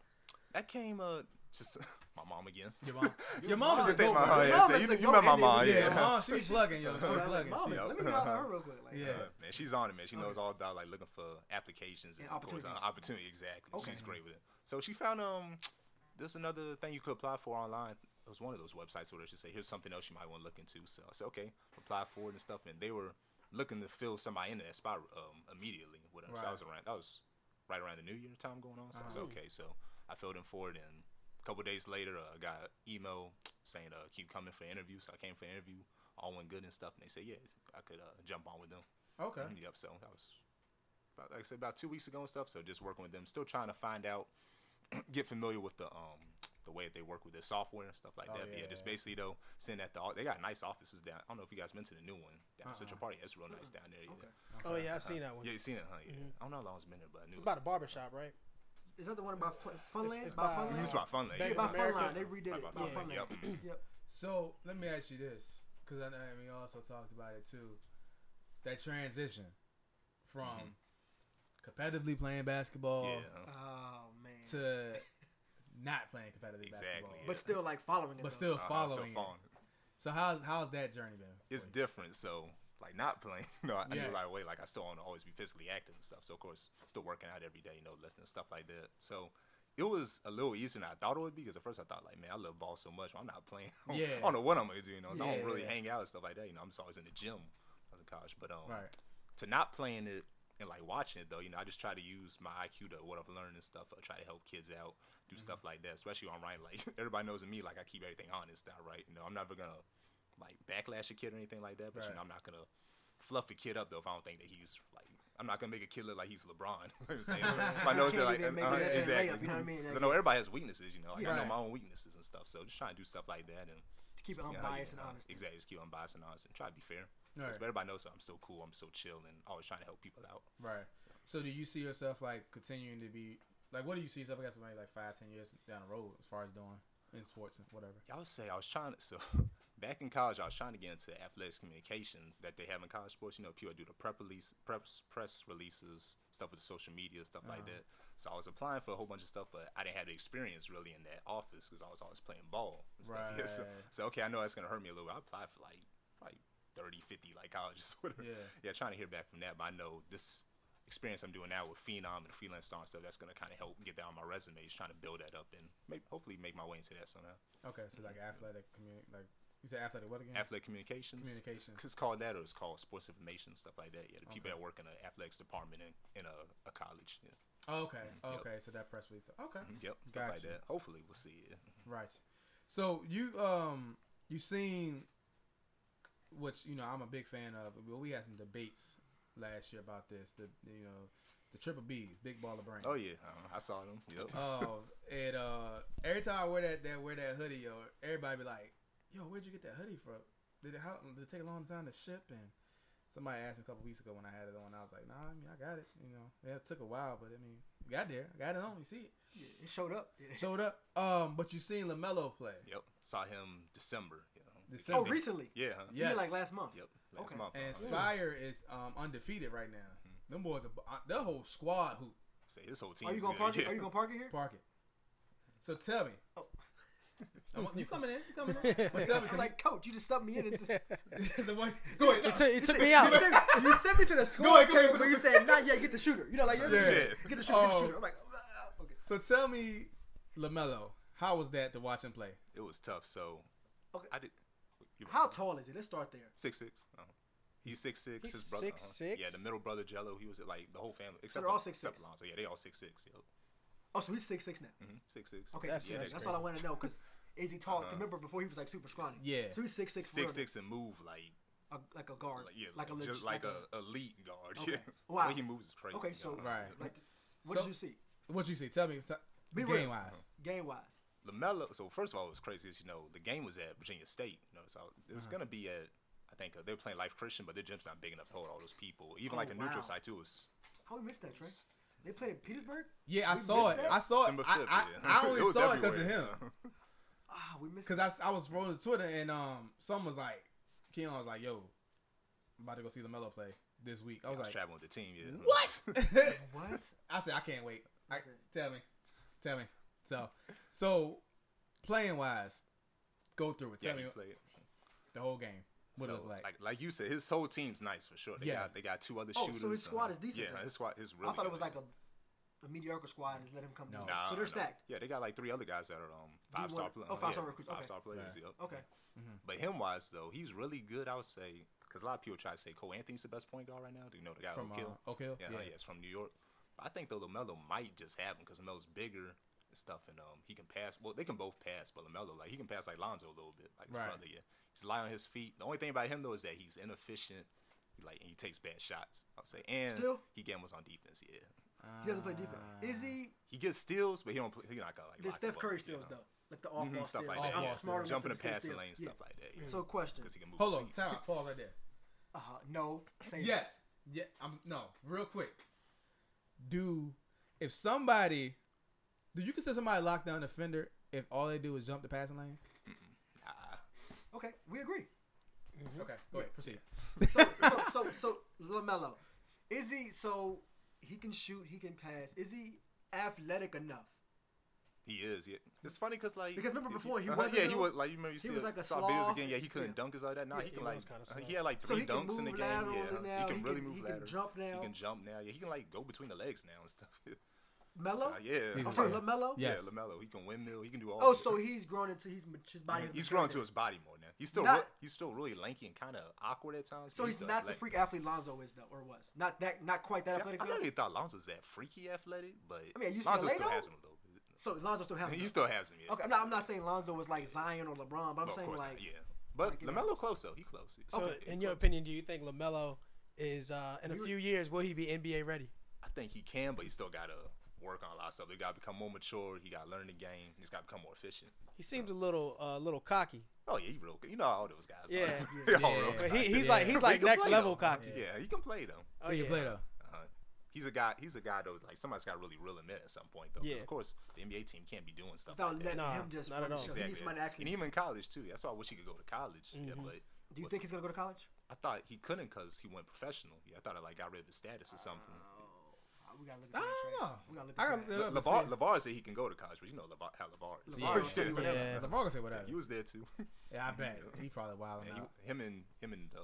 Speaker 5: That came uh Just my mom again.
Speaker 4: Your mom, your
Speaker 2: mom
Speaker 4: mom
Speaker 2: is
Speaker 4: is
Speaker 2: a
Speaker 4: a
Speaker 5: You think
Speaker 4: goat,
Speaker 5: my
Speaker 4: bro.
Speaker 5: oh,
Speaker 2: Your mom
Speaker 5: yeah, so
Speaker 2: is
Speaker 5: you,
Speaker 2: the
Speaker 5: you
Speaker 2: goat
Speaker 5: met my
Speaker 2: in the
Speaker 5: mom,
Speaker 2: end,
Speaker 5: yeah.
Speaker 4: Yeah, mom, Oh, she plugging, yo. She
Speaker 2: I was like,
Speaker 4: plugging.
Speaker 2: Mom,
Speaker 4: She-
Speaker 2: let me
Speaker 5: yeah.
Speaker 2: get out of her real quick. Like,
Speaker 4: Yeah.
Speaker 5: Uh, Man, she's on it, man. She knows all about like looking for applications and,
Speaker 2: And
Speaker 5: opportunities.
Speaker 2: opportunities.
Speaker 5: opportunity. Exactly.
Speaker 2: Okay.
Speaker 5: She's great with it. So she found um, there's another thing you could apply for online. It was one of those websites where they should say, "Here's something else you might want to look into." So I said, "Okay, apply for it and stuff." And they were looking to fill somebody in that spot um, immediately. With them. So I was around. That was right around the New Year time going on. So I said, "Okay." So I filled in for it, and a couple days later, uh, I got an email saying, uh, "Keep coming for interview." So I came for interview. All went good and stuff, and they said, "Yes, I could uh, jump on with them."
Speaker 4: Okay.
Speaker 5: Yep. So that was about, like I said, about two weeks ago and stuff. So just working with them, still trying to find out, get familiar with the um the way that they work with their software and stuff
Speaker 2: Oh,
Speaker 5: like that. But yeah, just basically though, sitting at the au- they got nice offices down. I don't know if you guys been to the new one down Central
Speaker 2: Uh-uh.
Speaker 5: Party. That's real nice down there. Yeah,
Speaker 1: Oh yeah, I seen that one.
Speaker 5: yeah, you seen it, huh? Yeah.
Speaker 2: Mm-hmm.
Speaker 5: I don't know how long it's been there, but I knew
Speaker 1: About a barbershop, right?
Speaker 2: is that the one about Fun- Funland?
Speaker 1: it's
Speaker 2: by
Speaker 1: by-
Speaker 5: it.
Speaker 2: Funland?
Speaker 5: It's by Funland.
Speaker 1: Bank
Speaker 2: Yeah,
Speaker 5: Yeah,
Speaker 2: by
Speaker 1: of America.
Speaker 2: Funland. They redid it.
Speaker 5: Right
Speaker 2: By
Speaker 5: by Funland,
Speaker 2: Funland.
Speaker 5: yep.
Speaker 2: Yep.
Speaker 4: So let me ask you this, because I, I mean, we also talked about it too. That transition from competitively playing basketball
Speaker 5: Mm-hmm. yeah. huh.
Speaker 2: Oh man.
Speaker 4: to not playing competitive
Speaker 5: Exactly,
Speaker 4: basketball,
Speaker 5: yeah.
Speaker 2: But still, like following it.
Speaker 4: but
Speaker 2: though.
Speaker 4: still
Speaker 5: Uh-huh, so
Speaker 4: following. it.
Speaker 5: Fallon.
Speaker 4: So how's how's that journey been?
Speaker 5: it's
Speaker 4: for you?
Speaker 5: different. So like not playing, no, I, I
Speaker 4: Yeah.
Speaker 5: knew like wait, like I still want to always be physically active and stuff. So of course, still working out every day, you know, lifting and stuff like that. So it was a little easier than I thought it would be because at first I thought like, man, I love ball so much, I'm not playing. I don't-
Speaker 4: Yeah.
Speaker 5: I don't know what I'm gonna do, you know. So I
Speaker 4: Yeah,
Speaker 5: don't really
Speaker 4: yeah.
Speaker 5: hang out and stuff like that. You know, I'm just always in the gym when I was in college, but um,
Speaker 4: Right.
Speaker 5: to not playing it and like watching it though, you know, I just try to use my IQ to what I've learned and stuff. I try to help kids out, do
Speaker 2: Mm-hmm.
Speaker 5: stuff like that, especially on writing. Like everybody knows me, like I keep everything honest. I write, you know, I'm never gonna like backlash a kid or anything like that. But you
Speaker 4: Right.
Speaker 5: know, I'm not gonna fluff a kid up though if I don't think that he's like. I'm not gonna make a kid look like he's LeBron. you know what I'm saying? If I know it's
Speaker 2: Can't
Speaker 5: like
Speaker 2: even make
Speaker 5: uh,
Speaker 2: it a
Speaker 5: exactly.
Speaker 2: layup, you know what I mean?
Speaker 5: 'Cause I know everybody has weaknesses. You know, like I know
Speaker 4: Right.
Speaker 5: my own weaknesses and stuff. So just trying to do stuff like that and
Speaker 2: To keep it
Speaker 5: yeah,
Speaker 2: unbiased
Speaker 5: yeah,
Speaker 2: and
Speaker 5: uh,
Speaker 2: honest.
Speaker 5: Exactly. Just keep unbiased and honest and try to be fair.
Speaker 4: Right.
Speaker 5: 'Cause everybody knows that I'm still cool. I'm still chill and always trying to help people out.
Speaker 4: Right. So do you see yourself like continuing to be like what do you see yourself? I guess maybe like five, ten years down the road as far as doing in sports and whatever.
Speaker 5: I would say I was trying to. So back in college, I was trying to get into athletics communication that they have in college sports. You know, people do the prep release, preps, press releases, stuff with the social media, stuff like
Speaker 4: Uh-huh.
Speaker 5: that. So I was applying for a whole bunch of stuff, but I didn't have the experience really in that office because I was always playing ball. And stuff. Yeah, so,
Speaker 4: Right.
Speaker 5: so, okay, I know that's gonna hurt me a little. bit. I applied for like probably 30, 50 like colleges, whatever.
Speaker 4: Yeah.
Speaker 5: yeah, trying to hear back from that, but I know this experience I'm doing now with Phenom and freelance star and stuff that's gonna kind of help get that on my resume. Just trying to build that up and maybe hopefully make my way into that somehow.
Speaker 4: Okay, so like athletic communi- like you said athletic what again?
Speaker 5: Athletic communications. It's-
Speaker 4: Communications.
Speaker 5: It's, called that, or it's called sports information, stuff like that. Yeah, the people that work in the athletics department in, in a, a college. Yeah.
Speaker 4: Oh, okay.
Speaker 5: Yep.
Speaker 4: Okay, so that press release. stuff. Okay.
Speaker 2: Mm-hmm.
Speaker 5: Yep, stuff like
Speaker 4: Gotcha.
Speaker 5: that. Hopefully, we'll see it.
Speaker 4: Right. So you um you seen which you know I'm a big fan of. Well, we had some debates last year about this. The you know the triple B's, big ball of brain.
Speaker 5: Oh yeah, um, I saw them. Yep.
Speaker 4: Oh, it uh every time I wear that that wear that hoodie, yo, everybody be like, yo, where'd you get that hoodie from? Did it how did it take a long time to ship? And somebody asked me a couple weeks ago when I had it on, I was like, nah, I mean I got it. You know, yeah, it took a while, but I mean, it got there, I got it on. You see it,
Speaker 2: Yeah, it showed up. Yeah.
Speaker 4: showed up. Um, but you seen Lamelo play?
Speaker 5: yep. Saw him December. Yeah.
Speaker 2: Oh, Oh,
Speaker 4: December.
Speaker 2: recently.
Speaker 5: Yeah. huh?
Speaker 2: You mean
Speaker 4: Yes.
Speaker 2: like last month?
Speaker 5: Yep. Last
Speaker 2: Okay.
Speaker 5: month.
Speaker 4: And
Speaker 5: uh-huh.
Speaker 4: Spire is um, undefeated right now. Them boys, are, bu- uh, their whole squad hoop
Speaker 5: Say this whole team.
Speaker 2: Are Oh, you gonna park it? Are you gonna park it here?
Speaker 4: park it. So tell me,
Speaker 2: Oh.
Speaker 4: I want- you coming in? You coming in? But tell me,
Speaker 2: I'm like, coach, you just subbed me in. and just-
Speaker 4: the one, go ahead.
Speaker 2: You
Speaker 4: uh,
Speaker 2: said-
Speaker 1: it took me out.
Speaker 2: You sent, you sent me to the
Speaker 4: Go
Speaker 2: school
Speaker 4: ahead, go ahead,
Speaker 2: table,
Speaker 4: go
Speaker 2: but you said, not yet. Get the shooter. You know, like, yeah,
Speaker 5: Yeah.
Speaker 2: get the shooter, get the
Speaker 4: Oh.
Speaker 2: shooter. I'm like, "Ah, okay.
Speaker 4: So tell me, Lamelo, how was that to watch him play?
Speaker 5: It was tough. So.
Speaker 2: Okay.
Speaker 5: I did. you-
Speaker 2: How tall is it? Let's start there.
Speaker 5: Six six. Uh-huh. He's six six.
Speaker 1: He's
Speaker 5: his brother. uh-huh.
Speaker 1: 6'6"?
Speaker 5: Yeah, the middle brother Jello. He was like the whole family except
Speaker 2: they're all
Speaker 5: for-
Speaker 2: 6'6"?
Speaker 5: Except Lonzo. Yeah, they all six six. Yep.
Speaker 2: Oh, so he's six six now.
Speaker 5: hmm Six six.
Speaker 2: Okay,
Speaker 1: That's-
Speaker 2: yeah,
Speaker 1: that's
Speaker 2: that's,
Speaker 1: crazy.
Speaker 2: all I want to know. Cause is he tall? Remember before he was like super scrawny.
Speaker 4: Yeah.
Speaker 2: So he's six six.
Speaker 5: Uh-huh. Six six and move like
Speaker 2: like a guard.
Speaker 5: like yeah,
Speaker 2: like, a
Speaker 5: just
Speaker 2: legit,
Speaker 5: like a, elite guard.
Speaker 2: Okay.
Speaker 5: Yeah.
Speaker 2: Wow.
Speaker 5: The way he moves is crazy.
Speaker 2: Okay, so
Speaker 5: Uh-huh.
Speaker 4: Right.
Speaker 2: Like, what
Speaker 4: So-
Speaker 2: did you see?
Speaker 4: What you see? Tell me,
Speaker 2: Be real.
Speaker 4: game wise.
Speaker 2: Game wise.
Speaker 5: Lamelo. So first of all, it was crazy. 'cause, You know, the game was at Virginia State. You know, so it
Speaker 4: Uh-huh.
Speaker 5: was gonna be at. I think uh, they were playing Life Christian, but their gym's not big enough to hold all those people. Even
Speaker 2: Oh,
Speaker 5: like a
Speaker 2: wow.
Speaker 5: neutral site too. It was
Speaker 2: How we missed that, Trey? They played in Petersburg.
Speaker 4: Yeah, I
Speaker 2: We
Speaker 4: saw it.
Speaker 2: missed that?
Speaker 4: I saw it.
Speaker 5: December
Speaker 4: I,
Speaker 5: fifth.
Speaker 4: I,
Speaker 5: yeah.
Speaker 4: I only
Speaker 5: It was
Speaker 4: saw it because of him.
Speaker 5: everywhere.
Speaker 2: Ah, we missed.
Speaker 4: Because I, s- I was rolling Twitter and um, someone was like, Keon was like, yo, I'm about to go see Lamelo play this week. I
Speaker 5: I
Speaker 4: was
Speaker 5: was
Speaker 4: like,
Speaker 5: traveling with the team. Yeah. What?
Speaker 2: What?
Speaker 4: I said, I can't wait. I,
Speaker 2: Okay.
Speaker 4: tell me, tell me. So, so playing wise, go through it.
Speaker 5: Yeah,
Speaker 4: Tell
Speaker 5: he
Speaker 4: me
Speaker 5: played.
Speaker 4: the whole game. What
Speaker 5: So,
Speaker 4: it looked like.
Speaker 5: like you said, his whole team's nice for sure. They
Speaker 4: Yeah.
Speaker 5: got they got two other
Speaker 2: Oh, so
Speaker 5: shooters.
Speaker 2: his squad
Speaker 5: um,
Speaker 2: is decent
Speaker 5: Yeah,
Speaker 2: then.
Speaker 5: his squad is really.
Speaker 2: I thought it was
Speaker 5: good.
Speaker 2: like a, a mediocre squad and just let him come.
Speaker 4: No.
Speaker 2: through.
Speaker 5: Nah,
Speaker 2: so they're
Speaker 5: nah.
Speaker 2: stacked.
Speaker 5: Yeah, they got like three other guys that are um five star
Speaker 2: D1.
Speaker 5: players.
Speaker 2: Oh, five-star recruits, okay.
Speaker 5: Five star players.
Speaker 4: Right.
Speaker 5: Yep. Mm-hmm.
Speaker 2: Okay.
Speaker 5: But him wise though, he's really good. I would say because a lot of people try to say Cole Anthony's the best point guard right now. Do you know the guy
Speaker 4: From,
Speaker 5: who killed?
Speaker 4: uh, Oak Hill?
Speaker 5: Yeah,
Speaker 4: Yeah.
Speaker 5: yeah, it's from New York. But I think though Lamelo might just have him because Lamelo's bigger and stuff, and um he can pass. Well, they can both pass, but Lamelo like he can pass like Lonzo a little bit. Like his
Speaker 4: Right.
Speaker 5: brother, yeah, he's light on his feet. The only thing about him though is that he's inefficient. He, like and he takes bad shots. I would say, and
Speaker 2: Still?
Speaker 5: he gambles on defense. Yeah,
Speaker 2: He doesn't play defense. Is he?
Speaker 5: he gets steals, but he don't. Play, he not gonna like.
Speaker 2: Did
Speaker 5: lock them
Speaker 2: Steph
Speaker 5: up,
Speaker 2: Curry
Speaker 5: you
Speaker 2: steals
Speaker 5: know?
Speaker 2: though? Like the off
Speaker 5: Mhm,
Speaker 2: ball
Speaker 5: stuff
Speaker 2: steals.
Speaker 5: like
Speaker 4: that.
Speaker 2: I'm
Speaker 4: Yeah.
Speaker 2: smart enough
Speaker 5: Jumping
Speaker 2: to
Speaker 5: the passing
Speaker 2: steal.
Speaker 5: lane,
Speaker 2: Yeah.
Speaker 5: stuff like that. Yeah.
Speaker 2: So question.
Speaker 5: Because he can move.
Speaker 4: Hold on,
Speaker 5: his feet.
Speaker 4: time out. Pause right there.
Speaker 2: Uh huh. No. Say
Speaker 4: Yes. Yeah. I'm no. Real quick. Do if somebody do you consider somebody a lockdown defender if all they do is jump the passing lanes?
Speaker 2: Okay. We agree.
Speaker 5: Mm-hmm.
Speaker 4: Okay. Go ahead. Proceed.
Speaker 2: So so so, so Lamelo, is he? So he can shoot. He can pass. Is he athletic enough?
Speaker 5: He is. Yeah. It's funny because like
Speaker 2: Because remember
Speaker 5: if you-
Speaker 2: before, he
Speaker 5: uh-huh,
Speaker 2: wasn't
Speaker 5: Yeah, he
Speaker 2: no-
Speaker 5: was like you remember you
Speaker 2: he
Speaker 5: see
Speaker 2: was
Speaker 5: a-
Speaker 2: like a
Speaker 5: saw videos
Speaker 2: slob.
Speaker 5: again. Yeah, he couldn't
Speaker 2: Yeah.
Speaker 5: dunk as like that. Nah,
Speaker 1: Yeah,
Speaker 5: he can
Speaker 1: he
Speaker 5: like
Speaker 1: was kinda
Speaker 5: uh,
Speaker 1: slow.
Speaker 5: he had like
Speaker 2: So
Speaker 5: three
Speaker 2: he can
Speaker 5: dunks in the
Speaker 2: move
Speaker 5: game. Yeah,
Speaker 2: laterally now,
Speaker 5: he
Speaker 2: he
Speaker 5: can really
Speaker 2: can-
Speaker 5: move
Speaker 2: he can
Speaker 5: lateral.
Speaker 2: jump now.
Speaker 5: He can jump now. Yeah, he can like go between the legs now and stuff.
Speaker 2: Mello.
Speaker 5: Like, yeah.
Speaker 4: He's
Speaker 2: I'm
Speaker 5: yeah.
Speaker 2: Oh, sorry,
Speaker 4: Yeah.
Speaker 2: Lamelo.
Speaker 5: Yeah,
Speaker 4: Yes.
Speaker 5: Lamelo. He can windmill. He can do all.
Speaker 2: Oh,
Speaker 5: of it.
Speaker 2: so he's grown into he's mat- his body. has
Speaker 5: he's
Speaker 2: matured
Speaker 5: growing
Speaker 2: now.
Speaker 5: to his body more now. He's still
Speaker 2: Not-
Speaker 5: re- he's still really lanky and kind of awkward at times.
Speaker 2: So
Speaker 5: but
Speaker 2: he's
Speaker 5: still
Speaker 2: not the
Speaker 5: athletic.
Speaker 2: freak athlete Lonzo is though, or was not that not quite that
Speaker 5: See, I-
Speaker 2: athletic.
Speaker 5: I
Speaker 2: though?
Speaker 5: never really thought Lonzo was that freaky athletic, but
Speaker 2: I mean, at
Speaker 5: Lonzo
Speaker 2: UCLA
Speaker 5: still
Speaker 2: though?
Speaker 5: has him a little bit.
Speaker 2: So Lonzo still has.
Speaker 5: He
Speaker 2: him.
Speaker 5: still has him. Yeah.
Speaker 2: Okay, I'm not. I'm not saying Lonzo was like Zion or LeBron, but I'm
Speaker 5: Well, of
Speaker 2: saying
Speaker 5: course not,
Speaker 2: like
Speaker 5: yeah. But
Speaker 2: like, you know,
Speaker 5: Lamelo close though. He close.
Speaker 1: So,
Speaker 5: Okay, he
Speaker 1: in your
Speaker 5: close.
Speaker 1: opinion, do you think Lamelo is uh, in a
Speaker 2: We were-
Speaker 1: few years will he be NBA ready?
Speaker 5: I think he can, but he still gotta work on a lot of stuff. He gotta become more mature. He gotta learn the game. He's gotta become more efficient.
Speaker 1: He seems a little uh, little cocky.
Speaker 5: Oh yeah, he real. good. You know how all those guys.
Speaker 1: Yeah.
Speaker 5: are. They all real
Speaker 1: But he,
Speaker 5: cocky.
Speaker 1: he's
Speaker 4: Yeah.
Speaker 1: like he's
Speaker 5: But he
Speaker 1: like
Speaker 5: can
Speaker 1: next
Speaker 5: play,
Speaker 1: level
Speaker 5: though.
Speaker 1: cocky.
Speaker 5: Yeah. he can play though.
Speaker 1: Oh
Speaker 4: Who you
Speaker 1: yeah.
Speaker 4: play though?
Speaker 5: Uh-huh. He's a guy. He's a guy though. Like somebody's got to really reel him in at some point though. 'cause
Speaker 1: Yeah.
Speaker 5: of course the NBA team can't be doing stuff.
Speaker 2: without
Speaker 5: like
Speaker 2: letting
Speaker 5: that.
Speaker 1: Nah,
Speaker 2: him just
Speaker 1: not at
Speaker 2: run the
Speaker 1: all.
Speaker 2: show. He needs somebody to actually.
Speaker 5: And even in college too. That's why I wish he could go to college. Yeah, but
Speaker 2: do you
Speaker 5: with-
Speaker 2: think he's gonna go to college?
Speaker 5: I thought he couldn't because he went professional. Yeah, I thought I like got rid of his status or something.
Speaker 2: Oh, we gotta look.
Speaker 4: I
Speaker 2: into that
Speaker 4: don't
Speaker 2: trade.
Speaker 4: know.
Speaker 2: We gotta look.
Speaker 4: I
Speaker 2: into
Speaker 4: gotta
Speaker 2: that.
Speaker 4: look it up. and
Speaker 5: Lavar,
Speaker 4: see.
Speaker 5: Lavar said he can go to college, but you know Lavar, how Lavar is.
Speaker 2: LeVar
Speaker 5: Yeah.
Speaker 2: said whatever.
Speaker 1: Yeah.
Speaker 4: LeBron can say whatever.
Speaker 5: He was there too.
Speaker 4: Yeah, I bet. He probably wilding
Speaker 5: And
Speaker 4: out.
Speaker 5: he, him and him and the,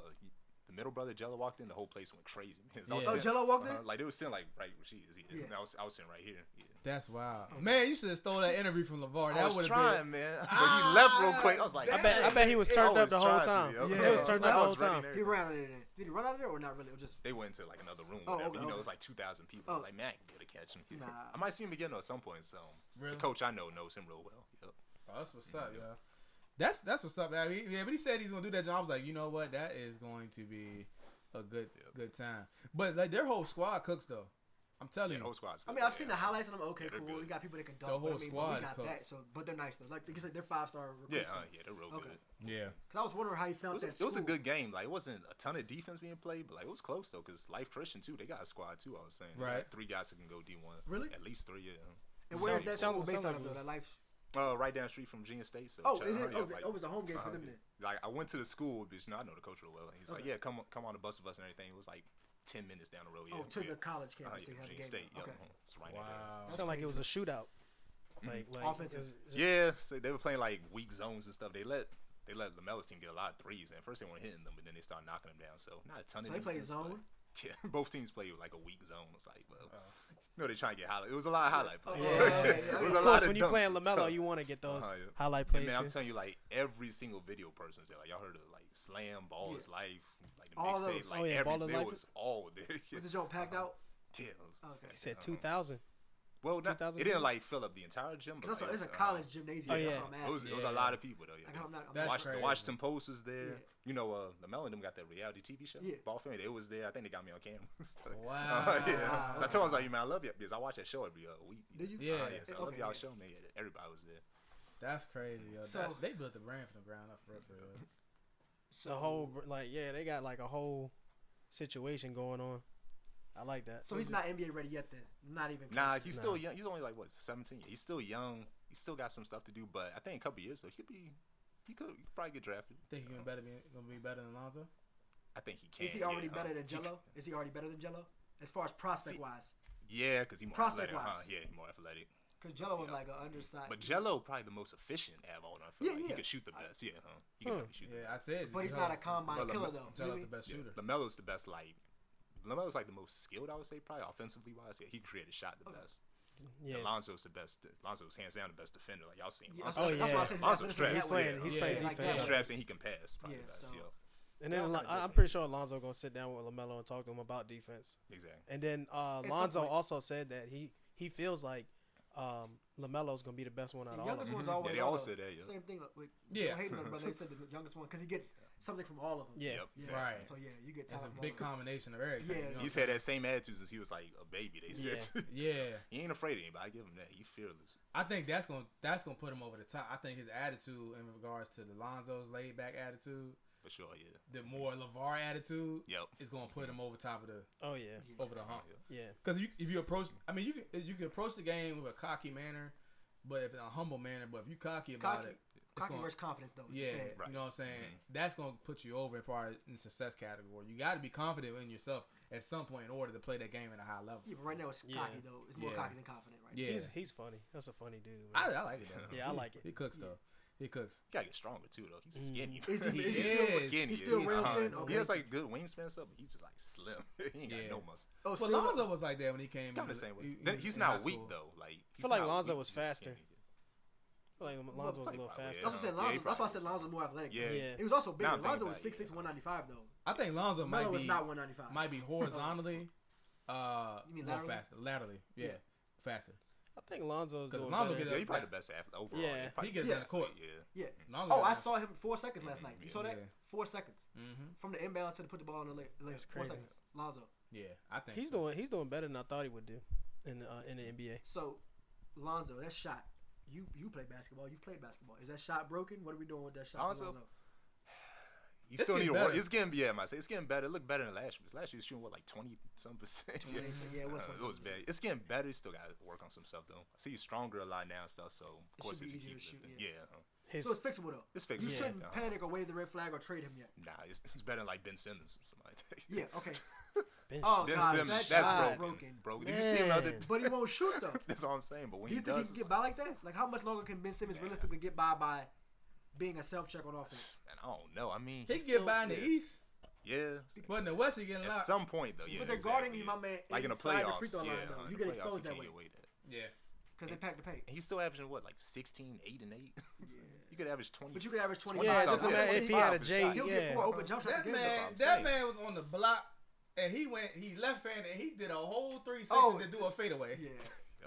Speaker 5: the middle brother Jello walked in. The whole place went crazy. Man. I was
Speaker 4: Yeah. Oh,
Speaker 5: sitting- uh-huh,
Speaker 2: Jello walked in?
Speaker 5: Like they was sitting like right where she is. Yeah.
Speaker 2: Yeah.
Speaker 5: And I was I was sitting right here. Yeah.
Speaker 4: That's wild. Man, you should have stole that interview from LeVar.
Speaker 5: I
Speaker 4: That
Speaker 5: was
Speaker 4: would have
Speaker 5: trying,
Speaker 4: been.
Speaker 5: man. But he left real quick. I was like,
Speaker 1: I bet I bet he was turned up the whole time.
Speaker 5: Yeah.
Speaker 1: He was turned up the whole time.
Speaker 2: He ran out of there. then. Did he run out of there or not really? Or just
Speaker 5: They went to like another room.
Speaker 2: Oh,
Speaker 5: whatever.
Speaker 2: okay,
Speaker 5: you know,
Speaker 2: okay.
Speaker 5: it's like two thousand people. So
Speaker 2: Oh.
Speaker 5: I'm like, man, I can be able to catch him. Yeah.
Speaker 2: Nah.
Speaker 5: I might see him again though at some point. So um,
Speaker 4: Really?
Speaker 5: the coach I know knows him real well. Yep.
Speaker 4: Oh, that's what's up, yeah. That's that's what's up. Man. He- yeah, but he said he's gonna do that job. I was like, you know what? That is going to be a good good time. But like their whole squad cooks though. I'm telling
Speaker 5: Yeah,
Speaker 4: you.
Speaker 5: the whole squad's
Speaker 2: I
Speaker 5: good,
Speaker 2: mean, I've
Speaker 5: yeah.
Speaker 2: seen the highlights and I'm okay,
Speaker 5: Yeah, they're
Speaker 2: cool.
Speaker 5: good.
Speaker 2: We got people that can dunk.
Speaker 4: The
Speaker 2: but
Speaker 4: whole
Speaker 2: I mean,
Speaker 4: squad
Speaker 2: We got
Speaker 4: cooks.
Speaker 2: that. So, but they're nice though. Like you said, they're five star
Speaker 5: Yeah,
Speaker 2: recruits.
Speaker 5: uh, yeah, they're real
Speaker 2: Okay.
Speaker 5: good.
Speaker 4: yeah.
Speaker 2: Because I was wondering how he
Speaker 5: It
Speaker 2: felt
Speaker 5: was,
Speaker 2: that.
Speaker 5: it was a
Speaker 2: school.
Speaker 5: good game. Like it wasn't a ton of defense being played, but like it was close though. Cause Life Christian too, they got a squad too. I was saying, They got
Speaker 4: Right.
Speaker 5: three guys that can go D one.
Speaker 2: Really?
Speaker 5: At least three. Yeah.
Speaker 2: And
Speaker 1: Sounds-
Speaker 2: where's that
Speaker 1: sounds-
Speaker 2: school based
Speaker 1: sounds
Speaker 2: out
Speaker 1: like
Speaker 2: of
Speaker 1: a-
Speaker 2: though? That life.
Speaker 5: Uh, right down the street from Virginia State. So
Speaker 2: Oh,
Speaker 5: Ch-
Speaker 2: it is.
Speaker 5: hurry
Speaker 2: Oh,
Speaker 5: up,
Speaker 2: they-
Speaker 5: like-
Speaker 2: oh, it was a home game for them then.
Speaker 5: Like I went to the school because you know I know the coach real well. And he was like, "Yeah, come on, come on the bus with us and everything." It was like ten minutes down the road. Yeah,
Speaker 2: Oh, to
Speaker 5: yeah.
Speaker 2: the college
Speaker 5: Uh,
Speaker 2: campus. They
Speaker 5: yeah,
Speaker 2: have a
Speaker 5: Virginia
Speaker 2: game. there.
Speaker 5: State. Yeah,
Speaker 2: Okay.
Speaker 5: uh-huh. it's right
Speaker 4: Wow.
Speaker 5: wow.
Speaker 1: It sounded like it was a shootout. Like like
Speaker 2: Offensive.
Speaker 1: it's- it's-
Speaker 5: Mm-hmm. Yeah, so they were playing like weak zones and stuff. They let they let Lamelo's team get a lot of threes, and at first they weren't hitting them, but then they started knocking them down. So not a ton
Speaker 2: So
Speaker 5: of.
Speaker 2: they play
Speaker 5: defense, but-
Speaker 2: zone?
Speaker 5: Yeah, both teams play with like a weak zone. It's like, well,
Speaker 1: Oh.
Speaker 5: you know, they trying to get highlight. It was a lot of highlight plays.
Speaker 1: yeah, yeah,
Speaker 5: It
Speaker 2: yeah.
Speaker 5: was a
Speaker 1: Of
Speaker 5: lot
Speaker 1: course,
Speaker 5: of
Speaker 1: when you playing
Speaker 5: dunks and
Speaker 1: Lamelo,
Speaker 5: stuff.
Speaker 1: you want to get those
Speaker 5: Uh-huh, yeah.
Speaker 1: highlight
Speaker 5: And
Speaker 1: plays.
Speaker 5: man, I'm
Speaker 1: too.
Speaker 5: telling you, like every single video person's there. Like y'all heard of like Slam, Ball is Life, like the
Speaker 2: All
Speaker 5: mixtape,
Speaker 2: those.
Speaker 5: like
Speaker 1: Oh, yeah, Ball
Speaker 5: every
Speaker 1: is
Speaker 5: there
Speaker 1: Life
Speaker 5: was
Speaker 1: is-
Speaker 5: all there. yeah.
Speaker 2: Was the joint packed out?
Speaker 5: Yeah, it was-
Speaker 2: Okay.
Speaker 1: He said
Speaker 5: uh-huh.
Speaker 1: 2000.
Speaker 5: Well,
Speaker 1: It's
Speaker 5: not-
Speaker 1: 2,000
Speaker 5: it didn't
Speaker 1: people?
Speaker 5: like fill up the entire gym, but
Speaker 2: Because
Speaker 5: like,
Speaker 2: it's a
Speaker 5: uh,
Speaker 2: college gymnasium.
Speaker 1: Oh,
Speaker 2: that's
Speaker 1: yeah.
Speaker 2: what I'm
Speaker 5: It was,
Speaker 2: asking.
Speaker 5: it was a lot of people though. Yeah,
Speaker 2: Like, I'm not- I'm
Speaker 4: That's
Speaker 5: Watch, the
Speaker 4: crazy.
Speaker 5: Washington Post was there.
Speaker 2: Yeah.
Speaker 5: You know, uh, Lamelo and them got that reality TV show.
Speaker 2: Yeah.
Speaker 5: Ball Family. They was there. I think they got me on camera. and stuff. Oh,
Speaker 4: Wow.
Speaker 5: yeah. So I told them, I was like, you man, I love you because I watch that show every uh, week.
Speaker 2: Did you?
Speaker 5: Uh,
Speaker 4: Yeah.
Speaker 5: yeah, so I
Speaker 2: Okay,
Speaker 5: love y'all
Speaker 2: yeah.
Speaker 5: show, man. Yeah, everybody was there.
Speaker 4: That's crazy. Yo.
Speaker 2: So-
Speaker 4: That's, they built the brand from the ground up for real. For real.
Speaker 1: The whole like yeah, they got like a whole situation going on. I like that.
Speaker 2: So he's not NBA ready yet then. Not even.
Speaker 5: Nah,
Speaker 2: close.
Speaker 5: he's still young. He's only like what, seventeen? He's still young. He's still got some stuff to do, but I think in a couple years though, he'll be. He could, he could probably get drafted.
Speaker 4: Think he's gonna better be gonna be better than Lonzo?
Speaker 5: I think he can.
Speaker 2: Is he already
Speaker 5: yeah,
Speaker 2: better
Speaker 5: um,
Speaker 2: than
Speaker 5: he-
Speaker 2: Jello? Is he already better than Jello? As far as prospect wise,
Speaker 5: Yeah, because he more
Speaker 2: Prospect
Speaker 5: athletic. Huh?
Speaker 2: wise.
Speaker 5: Yeah, he more athletic.
Speaker 2: Because Jello was like an undersized.
Speaker 5: But Jello probably the most efficient out of all of them. I feel
Speaker 2: Yeah,
Speaker 5: like. He
Speaker 2: yeah.
Speaker 5: could shoot the best. Yeah, huh? He could definitely shoot the
Speaker 4: Yeah, I said.
Speaker 2: but he's
Speaker 4: Jello's-
Speaker 2: not a combine
Speaker 5: Well,
Speaker 2: killer
Speaker 5: I'm-
Speaker 2: though.
Speaker 4: Jello's
Speaker 2: Really?
Speaker 4: the best
Speaker 5: Yeah,
Speaker 4: shooter.
Speaker 5: Lamelo's the best. Like Lamelo's like the most skilled, I would say, probably offensively wise. Yeah, he created shot the best.
Speaker 1: Yeah.
Speaker 5: Alonzo's the best. Alonzo's hands down the best defender. Like y'all seen.
Speaker 2: Yeah,
Speaker 5: Lonzo,
Speaker 1: Oh,
Speaker 2: that's why I
Speaker 1: yeah.
Speaker 2: said he's
Speaker 5: Lonzo
Speaker 2: not
Speaker 5: Straps,
Speaker 2: finishing
Speaker 1: He's
Speaker 2: that
Speaker 5: yeah.
Speaker 2: way.
Speaker 1: playing. He's
Speaker 4: Yeah,
Speaker 1: playing
Speaker 2: like
Speaker 5: He
Speaker 1: defense.
Speaker 2: that.
Speaker 5: straps and he can pass. Probably
Speaker 2: Yeah,
Speaker 5: the best.
Speaker 2: so-
Speaker 5: Yeah,
Speaker 1: And then
Speaker 2: Y'all
Speaker 1: Alon-
Speaker 2: kinda
Speaker 1: I- I'm
Speaker 2: different.
Speaker 1: pretty sure Alonzo gonna sit down with Lamelo and talk to him about defense.
Speaker 5: exactly.
Speaker 1: And then uh,
Speaker 2: some
Speaker 1: Lonzo
Speaker 2: point-
Speaker 1: also said that he he feels like um, Lamelo's gonna be the best one out
Speaker 2: The
Speaker 1: of all of
Speaker 2: youngest
Speaker 1: them.
Speaker 2: one's always
Speaker 5: Yeah, they all
Speaker 2: out.
Speaker 5: said that, yeah.
Speaker 2: Same thing with
Speaker 4: Yeah.
Speaker 2: yeah. Hayden, brother. They said the youngest one because he gets something from all of them.
Speaker 1: Yeah.
Speaker 5: Yep.
Speaker 2: Yeah.
Speaker 5: Exactly.
Speaker 4: Right.
Speaker 2: So yeah, you get
Speaker 4: That's
Speaker 2: talent
Speaker 4: a
Speaker 2: from
Speaker 4: big
Speaker 2: all of
Speaker 4: combination of everything.
Speaker 2: Yeah.
Speaker 4: you know
Speaker 5: He's
Speaker 4: what I'm
Speaker 5: had that same attitude since he was like a baby. They said too.
Speaker 4: saying? Yeah.
Speaker 5: he ain't afraid of anybody. I give him that. He fearless.
Speaker 4: I think that's gonna that's gonna put him over the top. I think his attitude in regards to Lonzo's laid back attitude,
Speaker 5: For sure. Yeah.
Speaker 4: the more Levar attitude,
Speaker 5: Yep.
Speaker 4: is gonna put him over top of the
Speaker 1: Oh yeah,
Speaker 2: Yeah.
Speaker 4: over the hump.
Speaker 1: yeah.
Speaker 4: Because you, if you approach, I mean, you can- you can approach the game with a cocky manner, but if in a humble manner, but if you cocky about
Speaker 2: Cocky-
Speaker 4: it, it's
Speaker 2: Cocky
Speaker 4: gonna,
Speaker 2: versus confidence though. is
Speaker 4: yeah,
Speaker 2: bad.
Speaker 5: Right. Mm-hmm.
Speaker 4: you know what I'm saying. That's gonna put you over in part in success category. You got to be confident in yourself at some point in order to play that game at a high level.
Speaker 2: Yeah, but right now it's
Speaker 1: Yeah.
Speaker 2: cocky though. It's more
Speaker 4: Yeah.
Speaker 2: cocky than confident right
Speaker 4: Yeah,
Speaker 1: He's he's funny. That's a funny dude.
Speaker 4: I,
Speaker 1: Man.
Speaker 4: I like it. though.
Speaker 1: yeah, I like it.
Speaker 4: He cooks though. He cooks.
Speaker 5: He gotta get stronger too though. He's skinny.
Speaker 2: Mm. Is he- is he
Speaker 4: still-
Speaker 5: skinny.
Speaker 2: he's still real
Speaker 5: fine.
Speaker 2: thin?
Speaker 5: He
Speaker 2: Okay.
Speaker 5: has like good wingspan stuff, but he's just like slim. he ain't got
Speaker 4: Yeah.
Speaker 5: no muscle.
Speaker 2: now. Oh,
Speaker 4: Well,
Speaker 2: still-
Speaker 4: Lonzo was like that when he came.
Speaker 5: Kind
Speaker 4: in-
Speaker 5: of the same way.
Speaker 4: he- he
Speaker 5: Then
Speaker 4: was
Speaker 5: he's
Speaker 4: in high
Speaker 5: not weak
Speaker 4: school.
Speaker 5: though. Like I
Speaker 1: like Lonzo was faster. Like Lonzo was a
Speaker 5: probably
Speaker 1: little
Speaker 5: probably,
Speaker 1: faster.
Speaker 2: That's what I said.
Speaker 5: Yeah, he
Speaker 2: Lonzo. that's why I
Speaker 5: probably
Speaker 2: said
Speaker 5: is.
Speaker 2: Lonzo's more athletic.
Speaker 5: Yeah.
Speaker 1: Yeah.
Speaker 2: He was also bigger.
Speaker 5: Now I'm thinking
Speaker 2: Lonzo was 6'6",
Speaker 5: about it, yeah.
Speaker 2: 195 though.
Speaker 4: I think Lonzo might
Speaker 2: Melo was
Speaker 4: be
Speaker 2: not 195.
Speaker 4: might be horizontally. uh,
Speaker 2: You mean
Speaker 4: more
Speaker 2: laterally?
Speaker 4: faster laterally? Yeah,
Speaker 2: Yeah.
Speaker 4: faster.
Speaker 1: I think Lonzo's
Speaker 4: 'Cause
Speaker 1: doing
Speaker 4: Lonzo
Speaker 1: better.
Speaker 4: get
Speaker 5: Yeah, he probably the best athlete overall.
Speaker 1: Yeah. He
Speaker 5: probably
Speaker 4: gets
Speaker 5: the
Speaker 4: in the
Speaker 5: best
Speaker 4: court.
Speaker 5: athlete, Yeah.
Speaker 2: Yeah.
Speaker 4: Lonzo
Speaker 2: Oh, I
Speaker 4: got-
Speaker 2: saw him four seconds last night. You saw that?
Speaker 4: Yeah.
Speaker 2: Four seconds
Speaker 4: Mhm.
Speaker 2: from the inbound to the put the ball on the leg. leg.
Speaker 1: That's
Speaker 2: Four
Speaker 1: crazy.
Speaker 2: seconds. Lonzo.
Speaker 4: Yeah, I think
Speaker 1: He's
Speaker 4: so.
Speaker 1: doing he's doing better than I thought he would do in uh, in the NBA.
Speaker 2: So, Lonzo, that shot. You you play basketball. You played basketball. Is that shot broken? What are we doing with that shot, for
Speaker 5: Lonzo?
Speaker 2: Lonzo?
Speaker 5: He
Speaker 4: It's
Speaker 5: still need
Speaker 4: getting
Speaker 5: to work.
Speaker 4: better.
Speaker 5: It's getting yeah, I might say it's getting better. It looked better than last year. 'cause Last year he was shooting what like twenty some percent. Yeah,
Speaker 2: 20, yeah, it was
Speaker 5: Uh,
Speaker 2: 20
Speaker 5: it was bad. It's getting better. He still got to work on some stuff though. I see he's stronger a lot now and stuff. So of course
Speaker 2: should
Speaker 5: if
Speaker 2: be
Speaker 5: he
Speaker 2: easier
Speaker 5: keep
Speaker 2: to shoot,
Speaker 5: lifting-
Speaker 2: yeah.
Speaker 5: yeah. uh-huh.
Speaker 1: His
Speaker 2: So it's fixable though.
Speaker 5: It's
Speaker 2: You
Speaker 5: fixable, yeah.
Speaker 2: shouldn't
Speaker 5: Uh-huh.
Speaker 2: panic or wave the red flag or trade him yet.
Speaker 5: Nah, it's, it's better than like Ben Simmons or somebody like that.
Speaker 2: Yeah. Okay.
Speaker 1: bench
Speaker 2: Oh,
Speaker 5: Ben
Speaker 2: God,
Speaker 5: Simmons,
Speaker 2: that
Speaker 5: that's
Speaker 2: shot.
Speaker 5: broken. Broken. Did you see another?
Speaker 1: Man.
Speaker 2: But he won't shoot though.
Speaker 5: That's all I'm saying. But when
Speaker 2: Do you
Speaker 5: he
Speaker 2: think he
Speaker 5: does,
Speaker 2: can
Speaker 5: it's
Speaker 2: get by like that? Like how much longer can Ben Simmons realistically get by by being a self check on offense?
Speaker 5: like, man, I don't know. I mean,
Speaker 4: He
Speaker 5: he's
Speaker 4: can get
Speaker 5: still-
Speaker 4: by in the
Speaker 5: yeah.
Speaker 4: East,
Speaker 5: Yeah.
Speaker 4: but in the West he getting
Speaker 5: At
Speaker 4: locked.
Speaker 5: some point though, yeah.
Speaker 2: they're guarding
Speaker 5: exactly,
Speaker 2: him,
Speaker 5: yeah.
Speaker 2: my man,
Speaker 5: Like in the
Speaker 2: inside the
Speaker 5: playoffs,
Speaker 2: free throw
Speaker 5: yeah.
Speaker 2: line, though.
Speaker 5: uh-huh,
Speaker 2: You
Speaker 5: the
Speaker 2: get
Speaker 5: playoffs,
Speaker 2: exposed
Speaker 5: he
Speaker 2: that
Speaker 5: can't
Speaker 2: way.
Speaker 5: get away with that.
Speaker 4: yeah,
Speaker 2: Because they pack the paint.
Speaker 5: And he's still averaging what, like 16, 8, and 8? You could average 20.
Speaker 2: But you could average 20.
Speaker 1: Yeah,
Speaker 5: Wow,
Speaker 1: it doesn't
Speaker 5: that's
Speaker 1: matter if he had a
Speaker 5: $25
Speaker 1: J.
Speaker 5: for shot.
Speaker 2: He'll
Speaker 1: yeah.
Speaker 2: get four open jump shots
Speaker 4: that
Speaker 2: again.
Speaker 4: man,
Speaker 5: that's what I'm
Speaker 4: that
Speaker 5: saying.
Speaker 4: man was on the block. And he went, he left handed, and he did a whole 360
Speaker 2: Oh,
Speaker 4: to do a fadeaway.
Speaker 2: Yeah.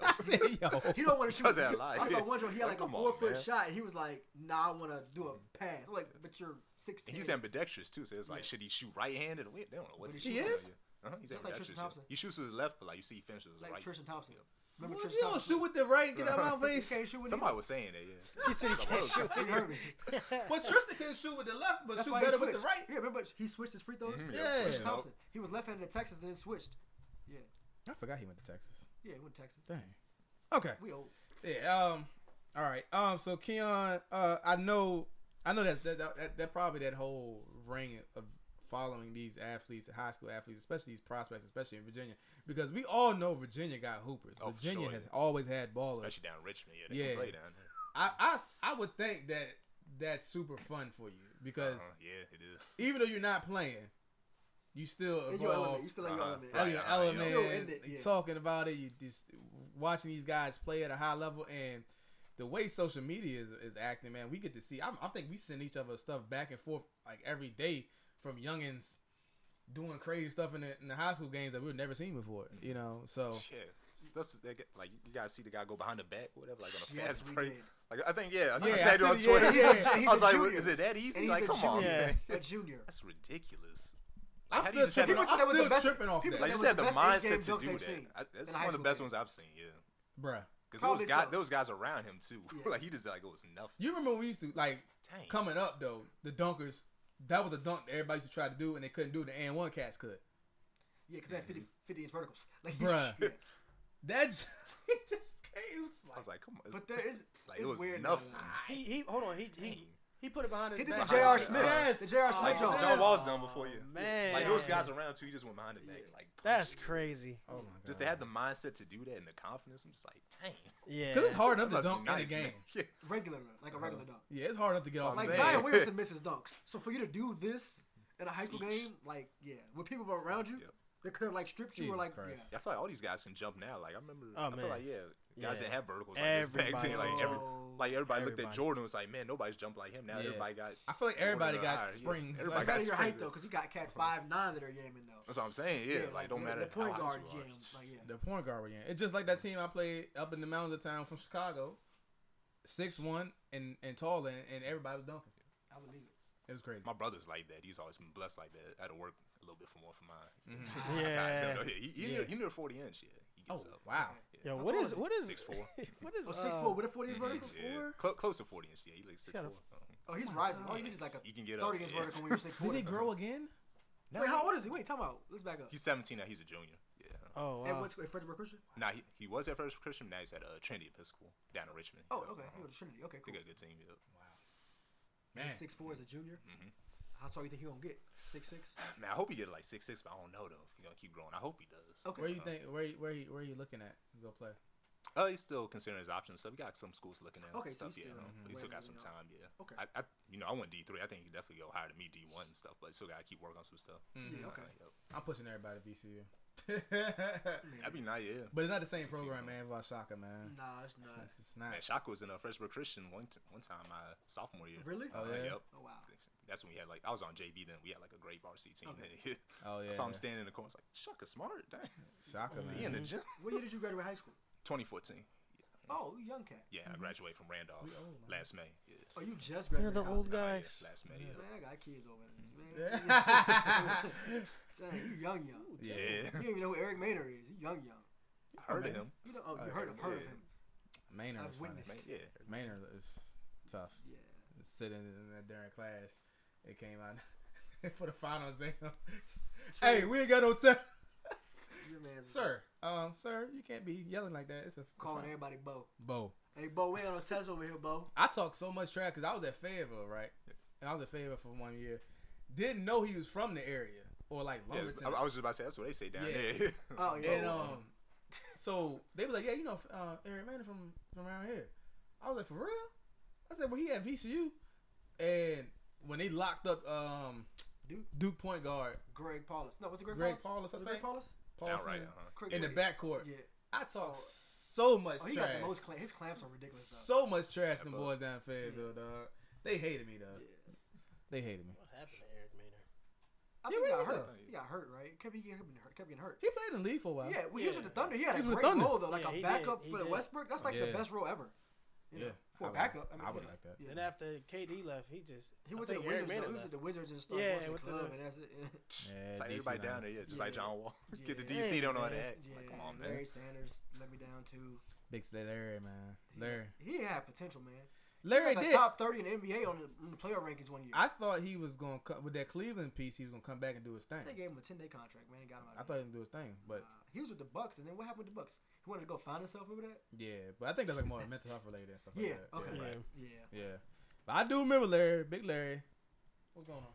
Speaker 4: I said, yo.
Speaker 2: He don't want to shoot.
Speaker 5: does that a lot.
Speaker 2: I saw one joke. He had
Speaker 5: Like,
Speaker 2: like a
Speaker 5: come on,
Speaker 2: four foot
Speaker 5: man.
Speaker 2: shot. And he was like, "Nah, I want to do a pass." I'm like, but you're
Speaker 5: And
Speaker 2: sixteen.
Speaker 5: he's ambidextrous too, so it's like, should he shoot right handed or what? They don't know what
Speaker 2: But
Speaker 5: to
Speaker 2: he
Speaker 5: shoot.
Speaker 2: shoots
Speaker 5: Yeah. Uh-huh, he's
Speaker 2: Just like
Speaker 5: ambidextrous.
Speaker 2: Tristan
Speaker 5: yeah.
Speaker 2: Thompson.
Speaker 5: He shoots to his left, but like you see, he finishes his
Speaker 2: like
Speaker 5: right.
Speaker 2: Tristan Thompson. Remember
Speaker 4: Well, if
Speaker 2: Tristan
Speaker 4: you don't
Speaker 2: Thompson?
Speaker 4: shoot with the right, get out of my
Speaker 2: He
Speaker 4: face.
Speaker 2: can't shoot with
Speaker 5: Somebody was saying that, yeah.
Speaker 1: He said he can't shoot.
Speaker 2: He heard me.
Speaker 4: But Tristan can shoot with the left, but
Speaker 2: That's
Speaker 4: shoot
Speaker 2: why he
Speaker 4: better with the
Speaker 2: switched.
Speaker 4: right.
Speaker 2: Yeah, remember he switched his free throws.
Speaker 4: Yeah.
Speaker 5: switch
Speaker 2: Tristan
Speaker 5: it up.
Speaker 2: Thompson. He was left-handed in Texas and then switched. Yeah,
Speaker 4: I forgot he went to Texas.
Speaker 2: yeah, he went to Texas.
Speaker 4: Dang. Okay.
Speaker 2: We old.
Speaker 4: Yeah. Um. All right. Um. So Keon, uh, I know, I know that's that that, that, that probably that whole ring of following these athletes, high school athletes, especially these prospects, especially in Virginia, because we all know Virginia got hoopers.
Speaker 5: Oh, for
Speaker 4: Virginia
Speaker 5: sure.
Speaker 4: has always had ballers.
Speaker 5: Especially down in Richmond, yeah. They
Speaker 4: Yeah.
Speaker 5: can play down there.
Speaker 4: I, I s- I would think that that's super fun for you because
Speaker 5: Uh-huh, yeah, it is.
Speaker 4: even though you're not playing, you still
Speaker 2: In your
Speaker 4: evolve.
Speaker 2: element. You still in your
Speaker 5: Uh-huh.
Speaker 2: element.
Speaker 4: Oh,
Speaker 5: Right,
Speaker 4: your
Speaker 5: uh-huh,
Speaker 4: element.
Speaker 5: yeah.
Speaker 2: Still in it,
Speaker 4: you
Speaker 2: yeah.
Speaker 4: talking about it. You just watching these guys play at a high level, and the way social media is, is acting, man, we get to see. I'm, I think we send each other stuff back and forth like every day from youngins doing crazy stuff in the, in the high school games that we've never seen before. You know, so
Speaker 2: Oh.
Speaker 5: Yeah, stuff that get, like you guys see the guy go behind the back, or whatever, like on a
Speaker 2: Yes,
Speaker 5: fast
Speaker 2: we
Speaker 5: break.
Speaker 2: did.
Speaker 5: Like I think, yeah, I,
Speaker 4: Yeah,
Speaker 5: yeah,
Speaker 4: I
Speaker 5: I said it on
Speaker 4: see the- yeah,
Speaker 5: Twitter.
Speaker 4: yeah,
Speaker 2: yeah. He's
Speaker 5: I was
Speaker 2: a
Speaker 5: like,
Speaker 2: junior.
Speaker 5: is it that
Speaker 2: And
Speaker 5: easy?
Speaker 2: he's
Speaker 5: Like,
Speaker 2: a
Speaker 5: come on,
Speaker 2: junior.
Speaker 5: man.
Speaker 2: A junior.
Speaker 5: That's ridiculous. Like,
Speaker 4: I'm
Speaker 5: how do
Speaker 4: still,
Speaker 5: you just have
Speaker 4: tripping,
Speaker 2: People
Speaker 5: the,
Speaker 2: said
Speaker 4: I'm
Speaker 2: that was
Speaker 4: still
Speaker 2: the best-
Speaker 4: tripping off
Speaker 2: people
Speaker 4: that,
Speaker 5: like
Speaker 2: said
Speaker 5: you
Speaker 2: that
Speaker 5: just have the
Speaker 2: was the best
Speaker 5: mindset
Speaker 2: in-game
Speaker 5: to
Speaker 2: dunk
Speaker 5: do
Speaker 2: they've
Speaker 5: that.
Speaker 2: seen
Speaker 5: I,
Speaker 2: in
Speaker 5: that's
Speaker 2: a
Speaker 5: one
Speaker 2: high
Speaker 5: of the
Speaker 2: school
Speaker 5: best
Speaker 2: game.
Speaker 5: ones I've seen. Yeah,
Speaker 4: bruh.
Speaker 5: because
Speaker 2: Probably
Speaker 5: those guys,
Speaker 2: so.
Speaker 5: those guys around him too.
Speaker 2: Yeah.
Speaker 5: like he just like it was nothing.
Speaker 4: You remember when we used to like
Speaker 5: Dang.
Speaker 4: coming up though the dunkers. That was a dunk that everybody used to try to do, and they couldn't do. it, The and one cats could.
Speaker 2: Yeah, because they had 50, 50 inch verticals. Like,
Speaker 4: Bruh.
Speaker 2: yeah.
Speaker 4: That's it just came. It was
Speaker 5: I was
Speaker 4: like,
Speaker 5: like, come on.
Speaker 2: But
Speaker 5: it's-
Speaker 2: there is.
Speaker 5: like
Speaker 2: it's
Speaker 5: it was Ah,
Speaker 2: weird,
Speaker 5: nothing.
Speaker 2: though.
Speaker 1: He he hold on he he
Speaker 5: Dang.
Speaker 4: He put it behind his
Speaker 2: He did
Speaker 4: back.
Speaker 2: the J.R. Smith.
Speaker 4: Yes. Oh,
Speaker 2: The J.R. Smith
Speaker 5: Like,
Speaker 2: John.
Speaker 4: yes.
Speaker 5: John Wall's done before
Speaker 2: Oh,
Speaker 5: you.
Speaker 1: Man.
Speaker 5: Like those guys around too, you just went behind the back. Like punched
Speaker 1: That's
Speaker 5: it.
Speaker 1: crazy.
Speaker 4: Oh my god.
Speaker 5: just to have the mindset to do that and the confidence. I'm just like, dang.
Speaker 1: Yeah.
Speaker 4: Cause it's hard enough
Speaker 5: that
Speaker 4: to
Speaker 5: must be
Speaker 4: dunk
Speaker 5: nice,
Speaker 4: in the game.
Speaker 5: man. Yeah.
Speaker 2: regular, like a regular dunk.
Speaker 4: Yeah, it's hard enough to get off. the
Speaker 5: I'm
Speaker 2: Like
Speaker 5: saying.
Speaker 4: back.
Speaker 2: Zion Williamson misses dunks. So for you to do this in a high school
Speaker 5: Each.
Speaker 2: game, like yeah, with people around you,
Speaker 5: Yep.
Speaker 2: they could have like stripped you
Speaker 4: Jesus
Speaker 2: or like
Speaker 4: Christ.
Speaker 2: yeah.
Speaker 5: I feel like all these guys can jump now. Like I remember,
Speaker 1: Oh,
Speaker 5: I
Speaker 1: man.
Speaker 5: feel like yeah, guys
Speaker 1: Yeah.
Speaker 5: didn't have verticals like this back
Speaker 1: Everybody
Speaker 5: then. Like every,
Speaker 2: was-
Speaker 5: like everybody looked at
Speaker 1: Everybody.
Speaker 5: Jordan and was like, man, nobody's jumped like him. Now
Speaker 4: Yeah.
Speaker 5: everybody got.
Speaker 4: I feel like everybody
Speaker 5: Jordan or
Speaker 4: got
Speaker 5: higher, yeah.
Speaker 4: springs.
Speaker 5: Everybody
Speaker 4: Like,
Speaker 5: got
Speaker 2: Matter your height
Speaker 5: sprinkled.
Speaker 2: though, because you got cats five nine that are yamming though.
Speaker 5: That's what I'm saying. Yeah, like don't
Speaker 2: the-
Speaker 5: matter
Speaker 2: The point
Speaker 5: how
Speaker 2: guard
Speaker 5: hot you
Speaker 2: jam,
Speaker 5: are.
Speaker 2: like yeah.
Speaker 4: The point guard we're in. It's just like that team I played up in the mountains of town from Chicago, six one and and tall and, and everybody was dunking.
Speaker 2: I believe it.
Speaker 4: It was crazy.
Speaker 5: My brother's like that. He's always been blessed like that. I had to work a little bit for more for mine. That's how I said,
Speaker 1: Yeah.
Speaker 5: oh, yeah, you, you,
Speaker 4: Yeah.
Speaker 5: Near, you near 40 inch. Yeah, he
Speaker 4: Oh
Speaker 5: gets up.
Speaker 4: wow.
Speaker 1: Yo, what is what is
Speaker 5: 6'4".
Speaker 1: What is
Speaker 2: Oh, six
Speaker 1: uh,
Speaker 2: foot with a forty inch vertical.
Speaker 5: Six, yeah. Cl- close to 40 inch. Yeah, he like six
Speaker 1: got a-
Speaker 5: four. Uh-huh.
Speaker 2: Oh, he's rising. All you need is like a
Speaker 5: You can get up,
Speaker 2: thirty inch
Speaker 5: yeah.
Speaker 2: vertical when you're six
Speaker 4: Did
Speaker 2: foot.
Speaker 4: he grow again?
Speaker 2: Wait, how old is he? Wait, time out. Let's back up.
Speaker 5: He's 17 now. He's a junior. Yeah.
Speaker 1: Oh
Speaker 2: At
Speaker 1: wow.
Speaker 2: what school? At Frederick Christian?
Speaker 5: Nah, he, he was at First Christian. Now he's at uh, Trinity Episcopal down in Richmond.
Speaker 2: Oh,
Speaker 5: Yeah.
Speaker 2: okay. He
Speaker 5: Uh-huh.
Speaker 2: was at Trinity. Okay,
Speaker 5: They
Speaker 2: cool.
Speaker 5: got a good team. Yeah. Wow.
Speaker 4: Man. Mm-hmm.
Speaker 2: Six four as a junior. How tall you think he gonna get? Six six.
Speaker 5: Man, I hope he get like six six, but I don't know though. If he's gonna keep growing, I hope he does.
Speaker 2: Okay.
Speaker 4: Where you think? Where you- where you- where you looking at? to Go play.
Speaker 5: Uh, he's still considering his options. So we got some schools looking at him
Speaker 2: Okay,
Speaker 5: and
Speaker 2: so
Speaker 5: stuff.
Speaker 2: he's
Speaker 5: yeah,
Speaker 2: still
Speaker 5: um, but he
Speaker 2: way
Speaker 5: still got
Speaker 2: early
Speaker 5: some
Speaker 2: on.
Speaker 5: time. Yeah.
Speaker 2: Okay.
Speaker 5: I, I you know, I went D three. I think he definitely go higher than me D one and stuff. But still gotta keep working on some stuff.
Speaker 2: Mm-hmm. Yeah. Okay.
Speaker 5: Uh, yep.
Speaker 4: I'm pushing everybody to VCU.
Speaker 5: That'd be nice. Yeah.
Speaker 4: but it's not the same program, man. About soccer, man.
Speaker 2: Nah, it's
Speaker 4: It's,
Speaker 2: not.
Speaker 4: it's- it's not.
Speaker 5: Man, Shaka was in a Freshbrook Christian one t- one time my sophomore year.
Speaker 2: Really?
Speaker 4: Oh,
Speaker 5: Uh,
Speaker 4: yeah?
Speaker 5: Yep.
Speaker 2: Oh wow.
Speaker 5: That's when we had like I was on JV then. We had like a great varsity team.
Speaker 4: Oh
Speaker 5: I saw
Speaker 4: yeah.
Speaker 5: him standing in the corner. I was like, Shaka smart. Dang.
Speaker 4: Soccer,
Speaker 5: He in
Speaker 4: man.
Speaker 5: the gym.
Speaker 2: What year did you graduate high school?
Speaker 5: 2014.
Speaker 2: Oh, you young cat.
Speaker 5: Yeah, I graduated from Randolph last May. Yeah.
Speaker 2: Oh, you just graduated.
Speaker 1: the
Speaker 2: college.
Speaker 1: old
Speaker 5: Oh, yeah,
Speaker 1: guys.
Speaker 5: last May.
Speaker 2: Man,
Speaker 5: Yeah.
Speaker 2: I got kids over there.
Speaker 4: Mm-hmm.
Speaker 2: Man,
Speaker 4: Yeah.
Speaker 2: Dang, you young, young.
Speaker 4: Yeah.
Speaker 5: Yeah.
Speaker 2: You don't even know who Eric Maynard is. You young, young.
Speaker 5: I heard of him.
Speaker 2: You know, oh, you
Speaker 5: Oh,
Speaker 2: heard of, heard of
Speaker 5: yeah.
Speaker 2: him.
Speaker 4: Maynard
Speaker 2: I've
Speaker 4: was funny.
Speaker 2: witnessed.
Speaker 5: Man, yeah.
Speaker 4: Maynard is tough.
Speaker 2: Yeah.
Speaker 4: Sitting in that during class, it came out for the final exam. hey, we ain't got no time,
Speaker 2: Your man's
Speaker 4: sir. Um, sir, you can't be yelling like that. It's a
Speaker 2: calling everybody Bo.
Speaker 4: Bo.
Speaker 2: Hey, Bo, we ain't got no test over here, Bo.
Speaker 4: I talked so much trash because I was at Fayetteville, right? And I was at Fayetteville for one year. Didn't know he was from the area or like
Speaker 5: Yeah,
Speaker 4: Lumberton.
Speaker 5: I, I was just about to say that's what they say down
Speaker 4: Yeah.
Speaker 5: there.
Speaker 2: Oh, yeah.
Speaker 4: and um, so they was like, "Yeah, you know, uh, Eric Manning from from around here." I was like, "For real?" I said, "Well, he at VCU," and when they locked up um,
Speaker 2: Duke?
Speaker 4: Duke point guard
Speaker 2: Greg Paulus. No, what's it Greg,
Speaker 4: Greg
Speaker 2: Paulus?
Speaker 4: Paulus, I
Speaker 2: Was it Greg
Speaker 4: think.
Speaker 2: Paulus?
Speaker 5: Sound
Speaker 4: Paulson
Speaker 5: right, huh?
Speaker 2: Craig
Speaker 4: in the
Speaker 2: Paulus.
Speaker 4: backcourt,
Speaker 2: Yeah.
Speaker 4: I talk
Speaker 2: Oh.
Speaker 4: so much
Speaker 2: Oh, he
Speaker 4: trash,
Speaker 2: got the most clamps. His clamps are ridiculous, though.
Speaker 4: so much trash. Them
Speaker 5: but-
Speaker 4: boys down in Fayetteville, dog. They hated me, dog.
Speaker 2: Yeah.
Speaker 4: They hated me.
Speaker 1: What happened to Eric Maynard?
Speaker 2: I
Speaker 4: Yeah,
Speaker 2: think
Speaker 4: what
Speaker 2: he got
Speaker 4: did he
Speaker 2: hurt.
Speaker 5: do?
Speaker 2: He got hurt, right? Kept, he kept getting hurt. Kept getting hurt.
Speaker 4: He played in the league for a while.
Speaker 2: Yeah, when he was with the Thunder, he had
Speaker 4: He
Speaker 2: a
Speaker 4: was with
Speaker 2: great
Speaker 4: Thunder.
Speaker 2: role though, like
Speaker 1: Yeah,
Speaker 2: a
Speaker 1: he
Speaker 2: backup
Speaker 1: did. He
Speaker 2: for the
Speaker 1: did.
Speaker 2: Westbrook. That's like the
Speaker 4: Yeah.
Speaker 2: best role ever. You know,
Speaker 4: Yeah,
Speaker 2: for
Speaker 4: I
Speaker 2: a
Speaker 4: would-
Speaker 2: backup. I,
Speaker 4: I
Speaker 2: mean,
Speaker 4: would
Speaker 2: you know,
Speaker 4: like that.
Speaker 2: Yeah.
Speaker 1: Then after KD left, he just
Speaker 2: He
Speaker 1: I
Speaker 2: went to the
Speaker 1: think
Speaker 2: Wizards.
Speaker 1: Maynard
Speaker 2: Though. He was
Speaker 1: left.
Speaker 2: at the Wizards and started
Speaker 1: Yeah,
Speaker 2: watching the
Speaker 1: with the-
Speaker 2: club, and that's it.
Speaker 4: Yeah,
Speaker 5: it's like
Speaker 4: DC
Speaker 5: everybody down
Speaker 4: line.
Speaker 5: there, yeah, just
Speaker 2: Yeah.
Speaker 5: like John Wall. Get the
Speaker 1: Yeah.
Speaker 5: DC, don't know how to
Speaker 1: Yeah.
Speaker 5: act.
Speaker 2: yeah,
Speaker 5: Like, come on, man.
Speaker 2: Larry Sanders let me down too.
Speaker 4: Big State Larry, man. Larry.
Speaker 2: He had potential, man.
Speaker 4: Larry
Speaker 2: Like
Speaker 4: did.
Speaker 2: top thirty in the NBA on the, on the player rankings one year. I,
Speaker 4: I thought he was gonna come with that Cleveland piece. He was gonna come back and do his thing.
Speaker 2: they gave him a ten day contract, man. They got him out.
Speaker 4: I
Speaker 2: of
Speaker 4: thought he would do his thing,
Speaker 2: there.
Speaker 4: but
Speaker 2: uh, he was with the Bucks, and then what happened with the Bucks? He wanted to go find himself. Remember that?
Speaker 4: yeah, but I think that's like more mental health related and stuff.
Speaker 2: Yeah.
Speaker 4: Like that.
Speaker 2: Okay.
Speaker 4: Yeah,
Speaker 1: right.
Speaker 2: Yeah.
Speaker 4: yeah. But I do remember Larry, Big Larry. What's going on?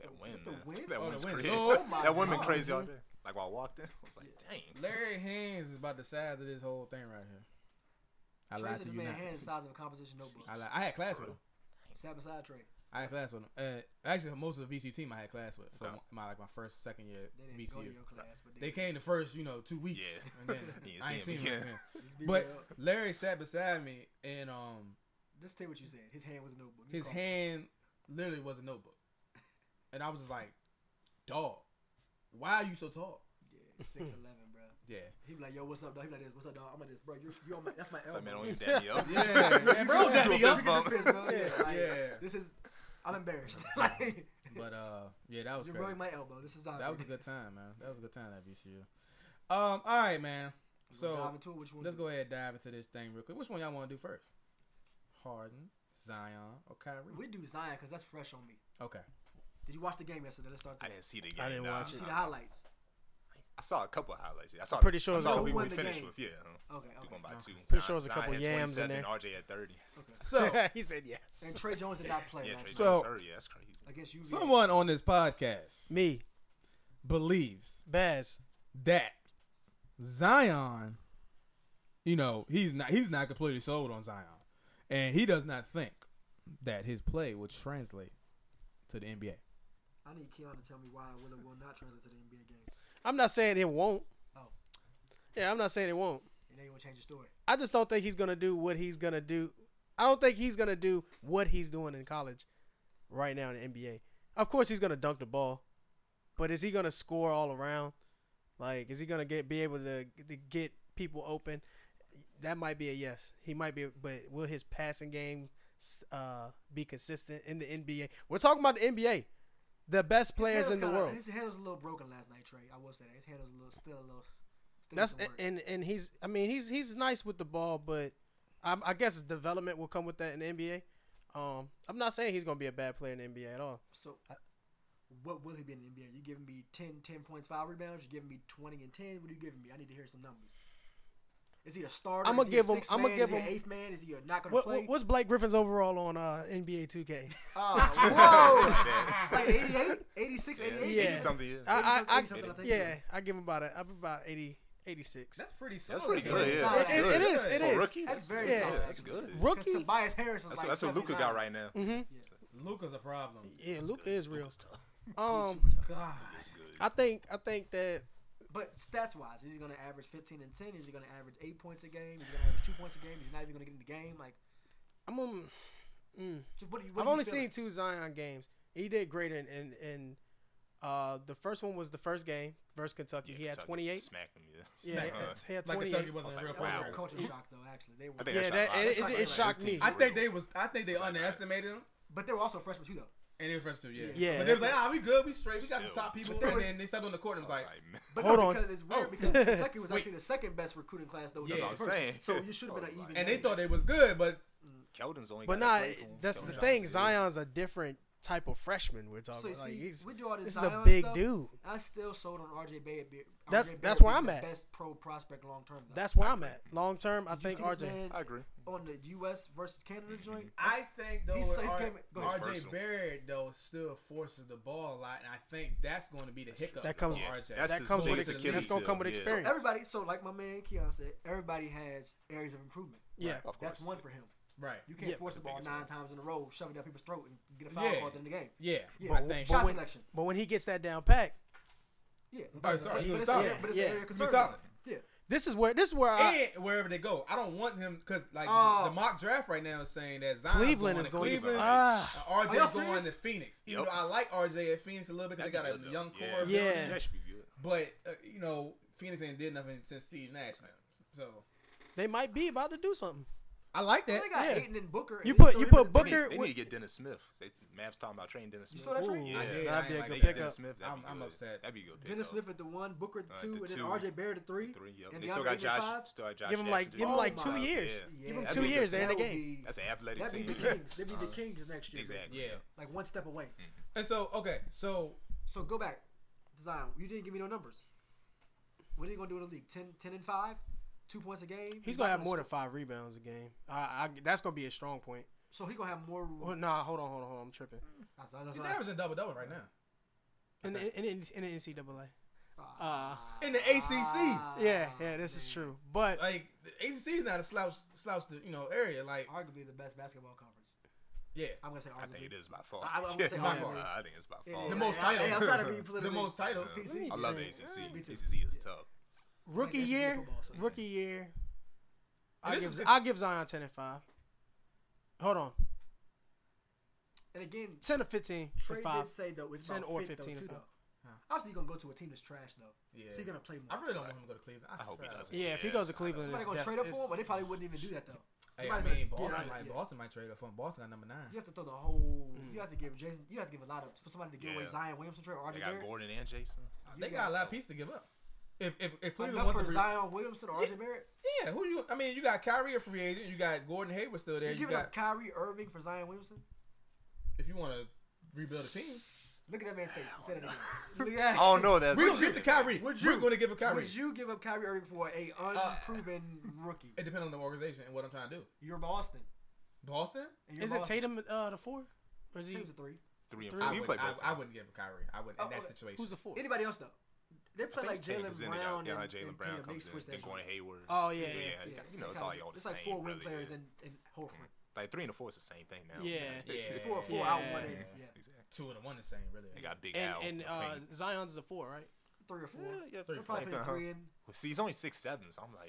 Speaker 5: That win,
Speaker 2: the
Speaker 5: man.
Speaker 2: win?
Speaker 5: That
Speaker 4: Oh,
Speaker 5: win's
Speaker 4: the win.
Speaker 5: crazy.
Speaker 4: Oh,
Speaker 2: my
Speaker 5: that win been
Speaker 2: God.
Speaker 5: crazy out there. Like when I walked in, I was like, dang.
Speaker 4: Larry Hands is about the size of this whole thing right here. I lied
Speaker 2: Trace
Speaker 4: to
Speaker 2: this
Speaker 4: you
Speaker 2: man
Speaker 4: not.
Speaker 2: hand the size of a composition notebook.
Speaker 4: I lied. I had class with him.
Speaker 2: Side by side trade.
Speaker 4: I had class with him. Uh, actually, most of the VC team I had class with for
Speaker 5: Okay.
Speaker 4: my like my first second year
Speaker 2: They didn't go to
Speaker 4: VCU.
Speaker 2: your class, but
Speaker 4: They came the first you know two weeks.
Speaker 5: Yeah.
Speaker 4: And then
Speaker 5: You ain't
Speaker 4: I ain't
Speaker 5: seen
Speaker 4: seen
Speaker 5: him
Speaker 4: him.
Speaker 5: again.
Speaker 4: since then.
Speaker 2: Let's be
Speaker 4: But
Speaker 2: real.
Speaker 4: Larry sat beside me and um
Speaker 2: Just tell what you said. His hand was a notebook. You
Speaker 4: his
Speaker 2: caught
Speaker 4: hand literally was a notebook. And I was just like, dog, why are you so tall?
Speaker 2: it. Yeah, six eleven, bro.
Speaker 4: Yeah.
Speaker 2: He be like, yo, what's up, dog? He be like, this, what's up, dog? I'm like this, bro. You're, you're on my, that's my elbow.
Speaker 5: Like, man, don't even dab me up.
Speaker 4: Yeah, man, bro,
Speaker 5: Just
Speaker 4: dab
Speaker 5: do a
Speaker 4: me up.
Speaker 5: fist bump.
Speaker 2: Fist, bro. Yeah,
Speaker 4: Yeah,
Speaker 2: like,
Speaker 4: yeah.
Speaker 2: This is, I'm embarrassed. like,
Speaker 4: But uh yeah, that was
Speaker 2: you're
Speaker 4: crazy.
Speaker 2: rubbing my elbow. This is awkward.
Speaker 4: That was a good time, man. That was a good time at VCU. Um, all right, man.
Speaker 2: dive
Speaker 4: So
Speaker 2: into it. Which one?
Speaker 4: let's go ahead and dive into this thing real quick. Which one y'all want to do first? Harden, Zion, or Kyrie?
Speaker 2: We do Zion because that's fresh on me.
Speaker 4: Okay.
Speaker 2: Did you watch the game yesterday? Let's start.
Speaker 5: I
Speaker 2: There.
Speaker 5: didn't see the game.
Speaker 1: I didn't
Speaker 5: nah.
Speaker 1: watch
Speaker 2: You
Speaker 1: it.
Speaker 2: see the highlights.
Speaker 5: I saw a couple of highlights. Yeah, I saw.
Speaker 1: I'm pretty
Speaker 5: the,
Speaker 1: sure it
Speaker 5: I
Speaker 1: was a
Speaker 5: saw
Speaker 1: couple-
Speaker 5: who
Speaker 2: Who
Speaker 5: we
Speaker 2: won the
Speaker 5: finished
Speaker 2: game?
Speaker 5: with. Yeah.
Speaker 2: Okay,
Speaker 5: We
Speaker 2: okay.
Speaker 5: won by two.
Speaker 1: Pretty sure it was a
Speaker 5: Zion
Speaker 1: couple
Speaker 5: had
Speaker 1: yams in
Speaker 5: 27,
Speaker 1: there.
Speaker 5: RJ had thirty.
Speaker 4: So
Speaker 1: he said yes.
Speaker 2: And Trey Jones did not play
Speaker 5: Yeah,
Speaker 2: last
Speaker 5: Trey
Speaker 2: night
Speaker 4: So-
Speaker 5: Jones thirty. Yeah, that's crazy.
Speaker 2: against you.
Speaker 4: someone on this podcast
Speaker 1: Me,
Speaker 4: believes
Speaker 1: Baz.
Speaker 4: that Zion, you know, he's not he's not completely sold on Zion, and he does not think that his play will translate to the NBA.
Speaker 2: I need Keon to tell me why it will or will not translate to the NBA game.
Speaker 1: I'm not saying it won't.
Speaker 2: Oh.
Speaker 1: Yeah, I'm not saying it won't.
Speaker 2: And then you want to change the story.
Speaker 1: I just don't think he's gonna do what he's gonna do. I don't think he's gonna do what he's doing in college right now in the NBA. Of course, he's gonna dunk the ball, but is he gonna score all around? Like, is he gonna get be able to, to get people open? That might be a yes. He might be, but will his passing game s- uh, be consistent in the NBA? We're talking about the NBA, the best players
Speaker 2: His
Speaker 1: in the
Speaker 2: handle's
Speaker 1: world.
Speaker 2: kinda- His hand was a little broken last night, Trey. I will say that his hand was a little still a little. Still
Speaker 1: That's
Speaker 2: needs some work.
Speaker 1: and and he's I mean he's he's nice with the ball, but I, I guess his development will come with that in the NBA. Um, I'm not saying he's gonna be a bad player in the NBA at all.
Speaker 2: so. What will he be in the NBA? You giving me 10, 10 points, five rebounds. You giving me twenty and ten. What are you giving me? I need to hear some numbers. Is he a starter?
Speaker 1: I'ma
Speaker 2: Is he a
Speaker 1: give him-
Speaker 2: sixth
Speaker 1: I'ma
Speaker 2: man?
Speaker 1: give
Speaker 2: Is he an
Speaker 1: him-
Speaker 2: eighth man. Is he a not gonna
Speaker 1: What,
Speaker 2: play?
Speaker 1: what- what's Blake Griffin's overall on uh, NBA 2K?
Speaker 2: Oh, whoa!
Speaker 5: Man,
Speaker 2: like 88, 86, 88?
Speaker 1: Yeah.
Speaker 5: eighty something. Yeah.
Speaker 1: I, I, I,
Speaker 2: Something, I think.
Speaker 1: yeah, I give him about a, I'm about 80, 86.
Speaker 4: pretty.
Speaker 5: That's pretty good.
Speaker 2: good.
Speaker 5: Yeah,
Speaker 2: It-
Speaker 1: it- it is, it
Speaker 5: For
Speaker 1: is.
Speaker 5: Rookie,
Speaker 2: That's very
Speaker 5: yeah,
Speaker 2: solid.
Speaker 5: that's good.
Speaker 2: Because
Speaker 1: Rookie,
Speaker 2: Tobias Harris was
Speaker 5: That's,
Speaker 2: like
Speaker 5: that's what Luca
Speaker 2: 79.
Speaker 5: got right now.
Speaker 4: Luca's a problem.
Speaker 1: yeah, Luke is real.
Speaker 5: Luka's tough.
Speaker 1: Um,
Speaker 4: God,
Speaker 5: That's good.
Speaker 1: I think I think that
Speaker 2: But stats wise, is he going to average 15 and 10? Is he going to average 8 points a game? Is he going to average 2 points a game? Is he not even going to get in the game? Like,
Speaker 1: I'm gonna mm,
Speaker 2: just what do you, what
Speaker 1: I've
Speaker 2: do you
Speaker 1: only
Speaker 2: feel
Speaker 1: seen
Speaker 2: like?
Speaker 1: two Zion games. He did great in in, in uh, the first one was the first game versus Kentucky. he had
Speaker 5: Kentucky
Speaker 1: 28.
Speaker 5: Smack him. Yeah.
Speaker 1: Yeah,
Speaker 5: Smack him.
Speaker 1: it's- he had
Speaker 4: like
Speaker 1: 28.
Speaker 4: Kentucky
Speaker 5: I was
Speaker 4: wasn't a
Speaker 5: like,
Speaker 4: real
Speaker 2: That was
Speaker 5: wow.
Speaker 2: a
Speaker 4: program.
Speaker 2: culture shock, though, actually. They
Speaker 5: I
Speaker 2: were,
Speaker 5: think
Speaker 1: Yeah,
Speaker 5: that,
Speaker 1: that-
Speaker 5: shot,
Speaker 1: it-
Speaker 5: it,
Speaker 1: it- it shocked me.
Speaker 4: I think they was. I think they underestimated him.
Speaker 2: but they were also freshmen, too, though.
Speaker 4: And they were first two, yeah.
Speaker 1: Yeah.
Speaker 4: But they was like, ah, we good, we straight, we got some
Speaker 5: Still.
Speaker 4: top people.
Speaker 2: But they
Speaker 4: And
Speaker 2: were-
Speaker 4: then they stepped on the court and was like,
Speaker 2: But
Speaker 1: Hold
Speaker 2: no,
Speaker 1: on.
Speaker 2: because it's weird
Speaker 4: Oh.
Speaker 2: because Kentucky was
Speaker 4: Wait.
Speaker 2: actually the second best recruiting class, though.
Speaker 4: That's
Speaker 2: was
Speaker 4: what
Speaker 2: the
Speaker 5: I'm
Speaker 2: first.
Speaker 5: saying.
Speaker 2: So you should have been an
Speaker 5: Oh,
Speaker 2: even.
Speaker 5: like-
Speaker 4: and they thought they was good, but
Speaker 5: Keldon's only.
Speaker 1: But
Speaker 5: got
Speaker 1: not
Speaker 5: a play for him.
Speaker 1: that's the
Speaker 5: Keldon
Speaker 1: thing.
Speaker 5: Johnson.
Speaker 1: Zion's a different type of freshman we're
Speaker 2: So
Speaker 1: talking
Speaker 2: you
Speaker 1: about. Like,
Speaker 2: see,
Speaker 1: he's,
Speaker 2: we do all this.
Speaker 1: this is a
Speaker 2: Zion
Speaker 1: big
Speaker 2: stuff.
Speaker 1: dude.
Speaker 2: I still sold on RJ Barrett. be-
Speaker 1: That's-
Speaker 2: RJ
Speaker 1: that's
Speaker 2: Barrett
Speaker 1: where
Speaker 2: being
Speaker 1: I'm
Speaker 2: the
Speaker 1: at.
Speaker 2: Best pro prospect long term. though.
Speaker 1: That's where I'm at. Long term, I
Speaker 2: Did you
Speaker 1: think
Speaker 2: see this
Speaker 1: RJ.
Speaker 2: man
Speaker 5: I agree.
Speaker 2: on the U.S. versus Canada joint.
Speaker 4: I think though
Speaker 2: He's-
Speaker 4: with
Speaker 2: he's
Speaker 4: R-
Speaker 2: came- go ahead.
Speaker 4: RJ
Speaker 5: Versatile.
Speaker 4: Barrett though still forces the ball a lot, and I think that's going to be the hiccup.
Speaker 1: That comes-
Speaker 4: for
Speaker 1: Yeah,
Speaker 4: RJ.
Speaker 5: that's
Speaker 1: That
Speaker 5: his
Speaker 1: comes with
Speaker 5: biggest
Speaker 1: ex-
Speaker 5: Achilles
Speaker 1: that's gonna come
Speaker 5: heel,
Speaker 1: with
Speaker 5: yeah.
Speaker 1: experience.
Speaker 2: Everybody, so like my man Keon said, everybody has areas of improvement.
Speaker 1: Yeah,
Speaker 5: Of course.
Speaker 2: That's one for him.
Speaker 4: right.
Speaker 2: You can't
Speaker 1: Yeah.
Speaker 2: force the ball
Speaker 5: biggest
Speaker 2: nine
Speaker 5: one.
Speaker 2: times in a row, shove it down people's throat, and get a foul
Speaker 4: Yeah.
Speaker 2: call at the end of the game.
Speaker 4: Yeah,
Speaker 2: Yeah,
Speaker 4: I think.
Speaker 2: shot
Speaker 1: when-
Speaker 2: selection.
Speaker 1: but when he gets that down pack,
Speaker 2: Yeah.
Speaker 4: Oh, sorry, he
Speaker 2: but
Speaker 4: was
Speaker 2: it's, an
Speaker 4: solid.
Speaker 2: area- but it's
Speaker 1: Yeah.
Speaker 2: an area of
Speaker 4: He was
Speaker 2: concern.
Speaker 4: solid.
Speaker 2: Yeah.
Speaker 1: this is where this is where I,
Speaker 4: and wherever they go, I don't want him because like
Speaker 2: Oh.
Speaker 4: the mock draft right now is saying that Zion's
Speaker 1: Cleveland
Speaker 4: going
Speaker 1: is
Speaker 4: to
Speaker 1: going.
Speaker 4: Cleveland,
Speaker 1: Ah,
Speaker 4: and
Speaker 2: Are y'all
Speaker 4: RJ's going
Speaker 2: serious?
Speaker 4: to Phoenix. Even
Speaker 5: Yep.
Speaker 4: though I like RJ at Phoenix a little bit because they got a
Speaker 5: That'd be good,
Speaker 4: young
Speaker 5: though.
Speaker 4: core,
Speaker 1: Yeah.
Speaker 4: building,
Speaker 5: That should be good.
Speaker 4: but uh, you know Phoenix ain't did nothing since Steve Nash. now. So
Speaker 1: they might be about to do something.
Speaker 4: I like
Speaker 2: Well,
Speaker 4: that.
Speaker 2: they got
Speaker 1: Yeah.
Speaker 2: Ayton and Booker. and
Speaker 1: You
Speaker 2: they
Speaker 1: put-
Speaker 2: still
Speaker 1: you
Speaker 2: hit
Speaker 1: put
Speaker 2: the
Speaker 5: They
Speaker 1: Booker-
Speaker 2: three.
Speaker 5: need, they need to get Dennis Smith. They, Mavs talking about trading Dennis Smith.
Speaker 2: saw that trade?
Speaker 1: Ooh,
Speaker 5: Yeah,
Speaker 1: that'd
Speaker 4: did. I
Speaker 1: be a
Speaker 4: ain't like
Speaker 1: good
Speaker 4: that.
Speaker 5: Get
Speaker 1: pickup.
Speaker 5: Dennis Smith. That'd
Speaker 4: I'm-
Speaker 5: be good.
Speaker 4: I'm upset.
Speaker 5: That'd be a good.
Speaker 2: Dennis
Speaker 5: pickup.
Speaker 2: Smith at the one, Booker at
Speaker 5: Uh,
Speaker 2: two,
Speaker 5: the
Speaker 2: and then
Speaker 5: two.
Speaker 2: RJ Barrett at three.
Speaker 5: Three. Yep.
Speaker 2: And
Speaker 5: they still
Speaker 2: DeAndre
Speaker 5: got
Speaker 2: Ayton at
Speaker 5: Josh.
Speaker 2: five.
Speaker 5: Still had Josh.
Speaker 1: Give him
Speaker 5: Jackson
Speaker 1: like
Speaker 5: to
Speaker 1: give him
Speaker 5: do
Speaker 1: like
Speaker 5: it.
Speaker 2: Oh
Speaker 1: two
Speaker 2: my
Speaker 1: years.
Speaker 5: Yeah.
Speaker 1: Give him
Speaker 5: That'd
Speaker 1: two
Speaker 5: be a good
Speaker 1: years.
Speaker 5: team.
Speaker 1: They're in the
Speaker 2: That would
Speaker 1: game.
Speaker 2: be-
Speaker 5: That's an athletic
Speaker 2: That'd
Speaker 5: team.
Speaker 2: be the Kings. That'd be the Kings next year.
Speaker 5: Exactly.
Speaker 2: basically.
Speaker 4: Yeah.
Speaker 2: Like one step away.
Speaker 4: And so okay, so
Speaker 2: So go back, Zion. You didn't give me no numbers. What are you gonna do in the league? 10, 10 and five, two points a game.
Speaker 1: He's gonna
Speaker 2: not
Speaker 1: have more than
Speaker 2: score.
Speaker 1: five rebounds a game. I, I, that's gonna be a strong point.
Speaker 2: So he gonna have more.
Speaker 1: Oh, nah, hold on, hold on, hold on. I'm tripping.
Speaker 2: That's- that's-
Speaker 4: he's
Speaker 2: that's-
Speaker 4: averaging double double right now.
Speaker 1: In the, in, in, in the NCAA. Uh,
Speaker 2: Ah,
Speaker 4: in the ACC.
Speaker 1: yeah, yeah, this is true. But
Speaker 4: Like the ACC is not a slouch slouch you know area. Like
Speaker 2: arguably the best basketball conference.
Speaker 4: yeah,
Speaker 2: I'm gonna say arguably.
Speaker 5: I think it is by far.
Speaker 2: I- I would say
Speaker 5: Yeah,
Speaker 2: by
Speaker 5: uh,
Speaker 2: far.
Speaker 5: I think it's by
Speaker 2: It
Speaker 5: far.
Speaker 2: is.
Speaker 4: The most
Speaker 2: Hey, I- hey, I'm trying to be
Speaker 4: The
Speaker 2: politically-
Speaker 4: most title.
Speaker 2: PC.
Speaker 5: I love the
Speaker 2: Yeah.
Speaker 5: ACC.
Speaker 2: Me too.
Speaker 5: ACC is tough.
Speaker 1: rookie
Speaker 2: that's the
Speaker 1: year,
Speaker 2: Super Bowl, so-
Speaker 1: rookie year, I
Speaker 4: this
Speaker 1: give
Speaker 4: is if-
Speaker 1: I give Zion ten and five. Hold on,
Speaker 2: And again,
Speaker 1: ten to fifteen
Speaker 2: Trey
Speaker 1: and five.
Speaker 2: did say though it's
Speaker 1: 10
Speaker 2: about
Speaker 1: or
Speaker 2: fit,
Speaker 1: 15
Speaker 2: though,
Speaker 1: or
Speaker 2: too,
Speaker 1: five.
Speaker 2: though. Obviously, you're gonna go to a team that's trash though.
Speaker 4: Yeah.
Speaker 2: So you're gonna play more.
Speaker 4: I really don't want him to go to Cleveland. I,
Speaker 5: I hope
Speaker 4: swear
Speaker 5: he
Speaker 4: I
Speaker 5: doesn't.
Speaker 1: Yeah, if he
Speaker 5: Yeah.
Speaker 1: goes to Cleveland,
Speaker 2: Somebody
Speaker 1: it's,
Speaker 2: gonna
Speaker 1: def-
Speaker 2: trade up for him,
Speaker 1: it's-
Speaker 2: but they probably wouldn't even do that though.
Speaker 4: don't. Hey, I
Speaker 2: Somebody
Speaker 4: mean
Speaker 2: gonna-
Speaker 4: Boston,
Speaker 2: yeah,
Speaker 4: like
Speaker 2: yeah.
Speaker 4: Boston might trade up for him. Boston got number nine.
Speaker 2: You have to throw the whole.
Speaker 1: Mm.
Speaker 2: You have to give Jason. You have to give a lot up for somebody to give away
Speaker 5: Yeah.
Speaker 2: Zion Williamson trade or RJ
Speaker 5: They got
Speaker 2: Barrett.
Speaker 5: Gordon and Jason.
Speaker 2: You
Speaker 4: They got a lot of pieces to give up. If if, if Cleveland
Speaker 2: Enough
Speaker 4: wants
Speaker 2: for
Speaker 4: to, re-
Speaker 2: Zion Williamson or RJ Barrett.
Speaker 4: yeah, who you? I mean, you got Kyrie a free agent. You got Gordon Hayward still there.
Speaker 2: You
Speaker 4: You
Speaker 2: giving up
Speaker 4: got
Speaker 2: Kyrie Irving for Zion Williamson?
Speaker 4: if you want to rebuild a team.
Speaker 2: Look at that man's face. Say that again. Look at that.
Speaker 5: I don't know that.
Speaker 4: We gonna get to Kyrie.
Speaker 2: Would
Speaker 4: We're
Speaker 2: you-
Speaker 4: gonna give a Kyrie.
Speaker 2: Would you give up Kyrie Irving for a unproven rookie?
Speaker 4: It depends on the organization and what I'm trying to do.
Speaker 2: You're Boston.
Speaker 4: Boston?
Speaker 2: And you're
Speaker 1: Is it
Speaker 2: Boston.
Speaker 1: Tatum uh, the four? Or is he?
Speaker 2: Tatum's a three.
Speaker 5: three and
Speaker 1: Three.
Speaker 5: four.
Speaker 4: I,
Speaker 5: You
Speaker 4: would,
Speaker 5: play
Speaker 4: I,
Speaker 5: both.
Speaker 4: I wouldn't give a Kyrie. I wouldn't
Speaker 2: Oh,
Speaker 4: in that
Speaker 2: okay.
Speaker 4: situation.
Speaker 1: Who's the four?
Speaker 2: Anybody else though? They play
Speaker 5: I
Speaker 2: like
Speaker 5: think Tatum's
Speaker 2: Jalen
Speaker 5: in there.
Speaker 2: Brown.
Speaker 5: Yeah,
Speaker 2: and-
Speaker 5: Jalen
Speaker 2: and
Speaker 5: Brown
Speaker 2: Tatum. They
Speaker 5: comes in.
Speaker 2: switch that
Speaker 5: Then
Speaker 2: shit.
Speaker 5: Gordon Hayward.
Speaker 1: Oh, yeah, yeah,
Speaker 2: Yeah,
Speaker 5: You know, it's all y'all the
Speaker 2: It's
Speaker 5: same.
Speaker 2: like four wing
Speaker 5: really,
Speaker 2: players
Speaker 5: yeah.
Speaker 2: and and Horford.
Speaker 5: Like three and a four is the same thing now.
Speaker 1: Yeah.
Speaker 2: It's
Speaker 4: Yeah.
Speaker 2: four four out
Speaker 1: Yeah.
Speaker 2: one in. Yeah,
Speaker 5: Exactly.
Speaker 4: two and one the same, really?
Speaker 5: They got Big
Speaker 1: and
Speaker 5: Al.
Speaker 1: and
Speaker 5: Payne.
Speaker 1: uh, Zion's a four, right?
Speaker 2: three or four.
Speaker 5: Yeah, yeah,
Speaker 2: They're
Speaker 5: three,
Speaker 2: probably
Speaker 5: four.
Speaker 2: putting
Speaker 5: Uh-huh.
Speaker 2: three in.
Speaker 5: See, he's only six seven, so I'm like,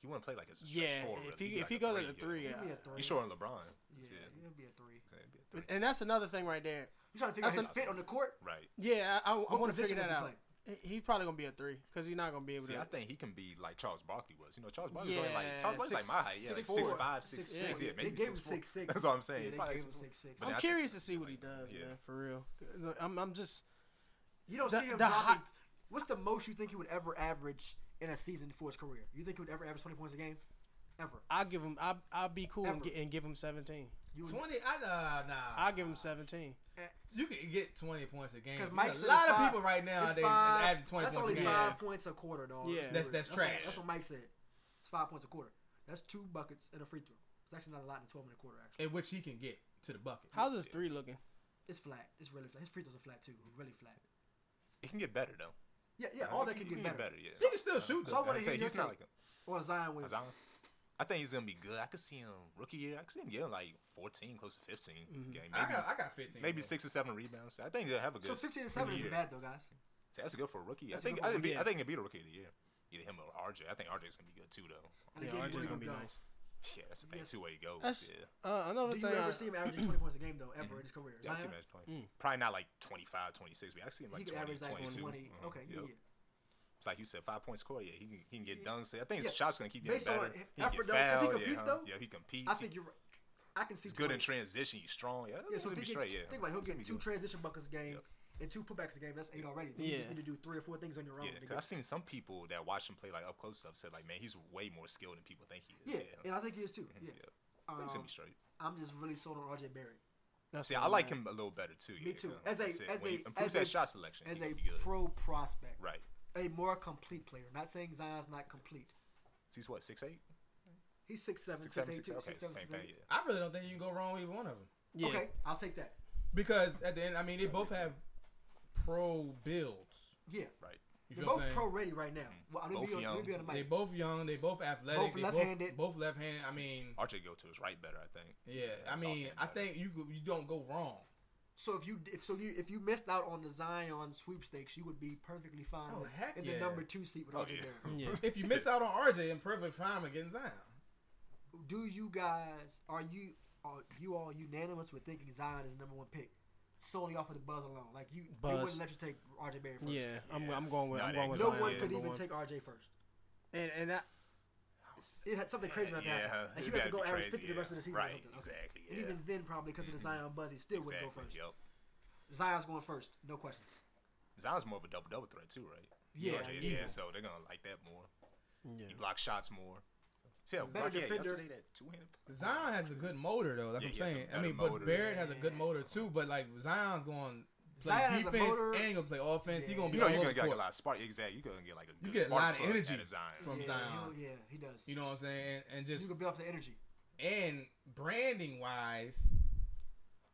Speaker 5: he wouldn't play like as a stretch
Speaker 1: Yeah,
Speaker 5: four.
Speaker 1: if
Speaker 5: really.
Speaker 1: he
Speaker 5: He'd be
Speaker 1: if he
Speaker 5: like a
Speaker 1: goes at a three,
Speaker 2: It'd be
Speaker 1: yeah.
Speaker 2: a three.
Speaker 5: He's shorter than LeBron.
Speaker 2: Yeah,
Speaker 5: Yeah.
Speaker 2: it'd be a three.
Speaker 5: So it'd be a three.
Speaker 1: And that's another thing right there.
Speaker 2: You trying to figure out
Speaker 1: That's
Speaker 2: his
Speaker 1: an-
Speaker 2: fit on the court?
Speaker 5: Right.
Speaker 1: Yeah, I, I, I
Speaker 2: What
Speaker 1: want to
Speaker 2: position
Speaker 1: figure that
Speaker 2: does he
Speaker 1: out. He- He's probably gonna be a three because he's not gonna be able
Speaker 5: See,
Speaker 1: to.
Speaker 5: I think he can be like Charles Barkley was. You know, Charles Barkley was only
Speaker 1: Yeah,
Speaker 5: like Charles Barkley's like my height. Yeah, like
Speaker 2: six-
Speaker 5: six
Speaker 2: four.
Speaker 5: five, six
Speaker 2: Six-
Speaker 5: six.
Speaker 2: yeah.
Speaker 5: Yeah,
Speaker 2: They
Speaker 5: maybe
Speaker 2: gave him
Speaker 5: six, four.
Speaker 2: six- six.
Speaker 5: That's what I'm saying.
Speaker 2: Yeah,
Speaker 5: He
Speaker 2: they
Speaker 5: probably
Speaker 2: gave
Speaker 5: like
Speaker 2: him six six.
Speaker 5: But
Speaker 1: I'm
Speaker 5: I-
Speaker 1: curious to see what he does,
Speaker 5: Yeah.
Speaker 1: man. For real, I'm I'm just
Speaker 2: You don't
Speaker 1: The-
Speaker 2: see him
Speaker 1: the
Speaker 2: dropping.
Speaker 1: hot-
Speaker 2: What's the most you think he would ever average in a season for his career? You think he would ever average twenty points a game? Ever?
Speaker 1: I'll give him I I'll be cool and,
Speaker 2: Ever.
Speaker 1: gi- and give him 17.
Speaker 2: You would,
Speaker 4: Twenty? I uh, nah.
Speaker 1: I'll give him 17.
Speaker 2: Eh,
Speaker 4: You can get twenty points a game.
Speaker 2: Because
Speaker 4: There's
Speaker 2: Mike
Speaker 4: a
Speaker 2: said
Speaker 4: lot
Speaker 2: it's
Speaker 4: of
Speaker 2: five-
Speaker 4: people right now
Speaker 2: it's
Speaker 4: they
Speaker 2: five-
Speaker 4: average twenty
Speaker 2: that's
Speaker 4: points a
Speaker 2: only
Speaker 4: game.
Speaker 1: Yeah.
Speaker 2: five points a quarter, dog.
Speaker 1: Yeah.
Speaker 2: Let's
Speaker 1: That's-
Speaker 2: be
Speaker 4: that's
Speaker 2: real. What,
Speaker 4: trash.
Speaker 2: that's what Mike said. It's five points a quarter. That's two buckets and a free throw. It's actually not a lot in twelve and a quarter. Actually,
Speaker 4: In which he can get to the bucket.
Speaker 1: How's his three looking?
Speaker 2: it's flat. It's really flat. His free throws are flat too. Really flat.
Speaker 5: He can get better though.
Speaker 2: Yeah, yeah.
Speaker 5: Uh,
Speaker 2: All
Speaker 5: he
Speaker 2: that can
Speaker 5: he
Speaker 2: get better.
Speaker 4: he
Speaker 5: Yeah.
Speaker 4: can still shoot
Speaker 2: So I
Speaker 4: though.
Speaker 2: want
Speaker 5: I'd
Speaker 2: to hear
Speaker 5: say
Speaker 2: your
Speaker 5: he's
Speaker 2: take
Speaker 5: not like a
Speaker 2: on Zion Williamson.
Speaker 5: Zion. I think he's gonna be good. I could see him rookie year. I could see him getting like 14, close to 15
Speaker 2: Mm-hmm.
Speaker 5: game.
Speaker 4: I
Speaker 5: Maybe
Speaker 4: got I got fifteen.
Speaker 5: maybe
Speaker 4: though.
Speaker 5: six or seven rebounds. I think they'll have a good.
Speaker 2: So fifteen and seven isn't
Speaker 5: year.
Speaker 2: bad though, guys.
Speaker 5: See, that's good for a rookie. I
Speaker 2: That's
Speaker 5: think
Speaker 2: good for
Speaker 5: I
Speaker 2: a
Speaker 5: think, be,
Speaker 1: rookie.
Speaker 5: I think he'll be the rookie of the year. Either him or RJ. I think RJ's gonna be good too though.
Speaker 2: And
Speaker 1: Yeah,
Speaker 2: again,
Speaker 1: RJ's
Speaker 2: where
Speaker 1: gonna
Speaker 2: you
Speaker 1: be
Speaker 2: go.
Speaker 1: nice.
Speaker 5: Yeah, that's a thing.
Speaker 2: Yes.
Speaker 5: Two way goes.
Speaker 1: That's
Speaker 5: yeah.
Speaker 1: uh, another
Speaker 2: Do you
Speaker 1: thing. I,
Speaker 2: ever see him averaging twenty points a game though, ever in his career?
Speaker 5: Yeah, I see
Speaker 2: Zion? Mm.
Speaker 5: him as 20. Probably not like 25, 26, but I see him
Speaker 2: he
Speaker 5: like
Speaker 2: could
Speaker 5: 20,
Speaker 2: average like
Speaker 5: 22.
Speaker 2: 20.
Speaker 5: Mhm,
Speaker 2: Okay, yeah.
Speaker 5: yep.
Speaker 2: yeah.
Speaker 5: It's like you said, five points score. Yeah, he can, he can get done. So I think his
Speaker 2: Yeah.
Speaker 5: shots gonna keep getting
Speaker 2: Based on
Speaker 5: better.
Speaker 2: it,
Speaker 5: he can
Speaker 2: effort
Speaker 5: get
Speaker 2: though, 'cause he
Speaker 5: fouled,
Speaker 2: competes,
Speaker 5: yeah,
Speaker 2: though.
Speaker 5: Yeah, he competes.
Speaker 2: I
Speaker 5: he-
Speaker 2: think you're right. I can see
Speaker 5: he's good in
Speaker 2: 20.
Speaker 5: transition. He's strong. Yeah,
Speaker 2: Yeah, so
Speaker 5: he'll
Speaker 2: if
Speaker 5: be
Speaker 2: he
Speaker 5: straight.
Speaker 2: gets,
Speaker 5: Yeah,
Speaker 2: think about it, he'll
Speaker 5: He's gonna
Speaker 2: get
Speaker 5: be
Speaker 2: two
Speaker 5: good.
Speaker 2: transition buckets a game
Speaker 5: Yep.
Speaker 2: and two putbacks a game. That's eight already. You
Speaker 1: Yeah.
Speaker 2: just need to do three or four things on your own.
Speaker 5: Yeah,
Speaker 2: to
Speaker 5: 'cause
Speaker 2: get-
Speaker 5: I've seen some people that watch him play like up close stuff said like, man, he's way more skilled than people think he
Speaker 2: yeah,
Speaker 5: is.
Speaker 2: and I think he is too.
Speaker 5: Mm-hmm.
Speaker 2: Yeah.
Speaker 5: I think he's gonna
Speaker 2: Um,
Speaker 5: be straight.
Speaker 2: I'm just really sold on RJ Barrett
Speaker 1: that's
Speaker 5: See,
Speaker 1: what
Speaker 5: I
Speaker 1: I'm
Speaker 5: like
Speaker 1: at.
Speaker 5: him a little better too.
Speaker 2: Mm-hmm. Me
Speaker 5: yeah,
Speaker 2: too.
Speaker 5: 'cause
Speaker 2: As a-
Speaker 5: I said,
Speaker 2: as
Speaker 5: when he
Speaker 2: a- as
Speaker 5: improves
Speaker 2: a-
Speaker 5: that shot selection,
Speaker 2: as
Speaker 5: he
Speaker 2: a
Speaker 5: could be good.
Speaker 2: pro prospect,
Speaker 5: right.
Speaker 2: a more complete player. Not saying Zion's not complete.
Speaker 5: So he's what six eight,
Speaker 2: He's 6'7",
Speaker 5: six seven,
Speaker 2: 6'8",
Speaker 5: six
Speaker 2: too,
Speaker 5: eight. Okay,
Speaker 2: 6'7",
Speaker 5: same thing.
Speaker 2: 6'8".
Speaker 5: Yeah.
Speaker 4: I really don't think you can go wrong with either one of them.
Speaker 1: Yeah,
Speaker 2: Okay, I'll take that.
Speaker 4: Because at the end, I mean, they both have pro builds.
Speaker 2: Yeah,
Speaker 5: Right.
Speaker 4: You
Speaker 2: they're
Speaker 4: feel what I'm
Speaker 2: both
Speaker 4: saying?
Speaker 2: pro ready right now. Well, I mean,
Speaker 5: Both
Speaker 2: we,
Speaker 5: young.
Speaker 2: we be on the
Speaker 4: They
Speaker 2: mic.
Speaker 4: both young. They both athletic.
Speaker 2: Both
Speaker 4: they
Speaker 2: left-handed.
Speaker 4: Both, both left-handed. I mean,
Speaker 5: RJ go to his right better, I think.
Speaker 4: yeah. I
Speaker 5: his
Speaker 4: mean,
Speaker 5: offense
Speaker 4: I
Speaker 5: better.
Speaker 4: think you go- you don't go wrong.
Speaker 2: So if you if so you if you missed out on the Zion sweepstakes, you would be perfectly fine
Speaker 4: Oh,
Speaker 2: with-
Speaker 4: heck
Speaker 2: in
Speaker 4: yeah.
Speaker 2: the number two seat with
Speaker 5: Oh,
Speaker 2: RJ
Speaker 5: yeah.
Speaker 2: Barrett.
Speaker 1: yeah.
Speaker 4: If you miss out on RJ, I'm perfectly fine with getting Zion.
Speaker 2: Do you guys are you are you all unanimous with thinking Zion is the number one pick solely off of the buzz alone? Like you, they
Speaker 1: Buzz.
Speaker 2: wouldn't let you take RJ Barrett first.
Speaker 1: Yeah, I'm, I'm going with
Speaker 5: Nah,
Speaker 1: I'm
Speaker 5: that
Speaker 1: going with
Speaker 2: no
Speaker 1: Zion,
Speaker 2: one could
Speaker 1: number
Speaker 2: even
Speaker 1: one.
Speaker 2: take RJ first.
Speaker 1: and and I,
Speaker 2: It had something crazy about
Speaker 5: Yeah,
Speaker 2: that.
Speaker 5: yeah,
Speaker 2: Like you
Speaker 5: you
Speaker 2: have
Speaker 5: gotta
Speaker 2: to go
Speaker 5: be
Speaker 2: average
Speaker 5: crazy,
Speaker 2: fifty the
Speaker 5: yeah.
Speaker 2: rest of the season.
Speaker 5: Right,
Speaker 2: or something. Okay.
Speaker 5: exactly,
Speaker 2: And
Speaker 5: yeah. Mm-hmm.
Speaker 2: even then, probably because of the Zion buzz, he still wouldn't go
Speaker 5: Exactly.
Speaker 2: first.
Speaker 5: Yep.
Speaker 2: Zion's going first, no questions.
Speaker 5: Zion's more of a double double threat too, right?
Speaker 2: Yeah,
Speaker 5: RJ is,
Speaker 2: yeah.
Speaker 5: yeah. So they're gonna like that more.
Speaker 1: yeah.
Speaker 5: He blocks shots more. See, how
Speaker 2: Better
Speaker 5: Rocky had
Speaker 2: defender.
Speaker 5: yesterday that two handed.
Speaker 4: Zion has a good motor though. That's
Speaker 5: Yeah,
Speaker 4: what I'm
Speaker 5: he has a
Speaker 4: saying. I
Speaker 5: better
Speaker 4: mean, but
Speaker 5: motor.
Speaker 4: Barrett has a good motor too. But like Zion's going to play
Speaker 2: Zion has a
Speaker 4: defense
Speaker 2: motor.
Speaker 4: and gonna play offense. He
Speaker 2: Yeah.
Speaker 4: gonna be
Speaker 5: You know,
Speaker 4: all
Speaker 5: you're
Speaker 4: over
Speaker 5: gonna
Speaker 4: the
Speaker 5: get like, a
Speaker 4: court.
Speaker 5: lot of spark. Exactly. You're gonna get like a good
Speaker 4: get a
Speaker 5: spark
Speaker 4: lot of
Speaker 5: plug
Speaker 4: energy
Speaker 5: out of Zion.
Speaker 4: from-
Speaker 2: yeah,
Speaker 4: Zion.
Speaker 2: he'll- Yeah, he does.
Speaker 4: You know what I'm saying? And, and
Speaker 2: You
Speaker 4: just
Speaker 2: can build off the energy.
Speaker 4: and branding wise,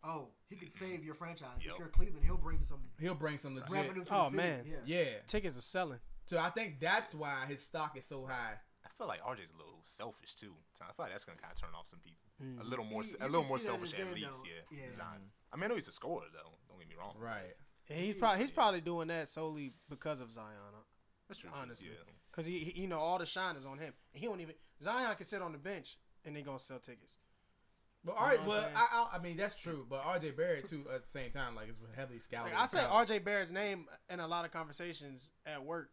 Speaker 2: Oh, he could save your franchise. If
Speaker 5: Yep.
Speaker 2: you're Cleveland, he'll bring some
Speaker 4: he'll bring some legit.
Speaker 2: revenue to the
Speaker 1: Oh,
Speaker 2: city.
Speaker 1: man.
Speaker 2: Yeah.
Speaker 4: Yeah.
Speaker 1: Tickets are selling.
Speaker 4: So I think that's why his stock is so high.
Speaker 5: I feel like RJ's a little selfish too. So I feel like that's gonna kind of turn off some people. A little more,
Speaker 2: Mm. You- you
Speaker 5: a
Speaker 2: can
Speaker 5: little more
Speaker 2: see that in his
Speaker 5: selfish at
Speaker 2: game,
Speaker 5: least.
Speaker 2: though.
Speaker 5: Yeah,
Speaker 2: Yeah.
Speaker 5: Zion. I mean, I know he's a scorer though. Don't get me wrong.
Speaker 4: Right.
Speaker 1: And he's probably he's probably doing that solely because of Zion,
Speaker 5: That's true.
Speaker 1: honestly.
Speaker 5: Yeah.
Speaker 1: Because he, he, you know, all the shine is on him. And he don't even Zion can sit on the bench and they gonna sell tickets.
Speaker 4: But
Speaker 1: know
Speaker 4: all right,
Speaker 1: what I'm
Speaker 4: well,
Speaker 1: saying?
Speaker 4: I, I, I mean that's true. But RJ Barrett too at the same time, like it's heavily scouted.
Speaker 1: Like I say
Speaker 4: So-
Speaker 1: R.J. Barrett's name in a lot of conversations at work,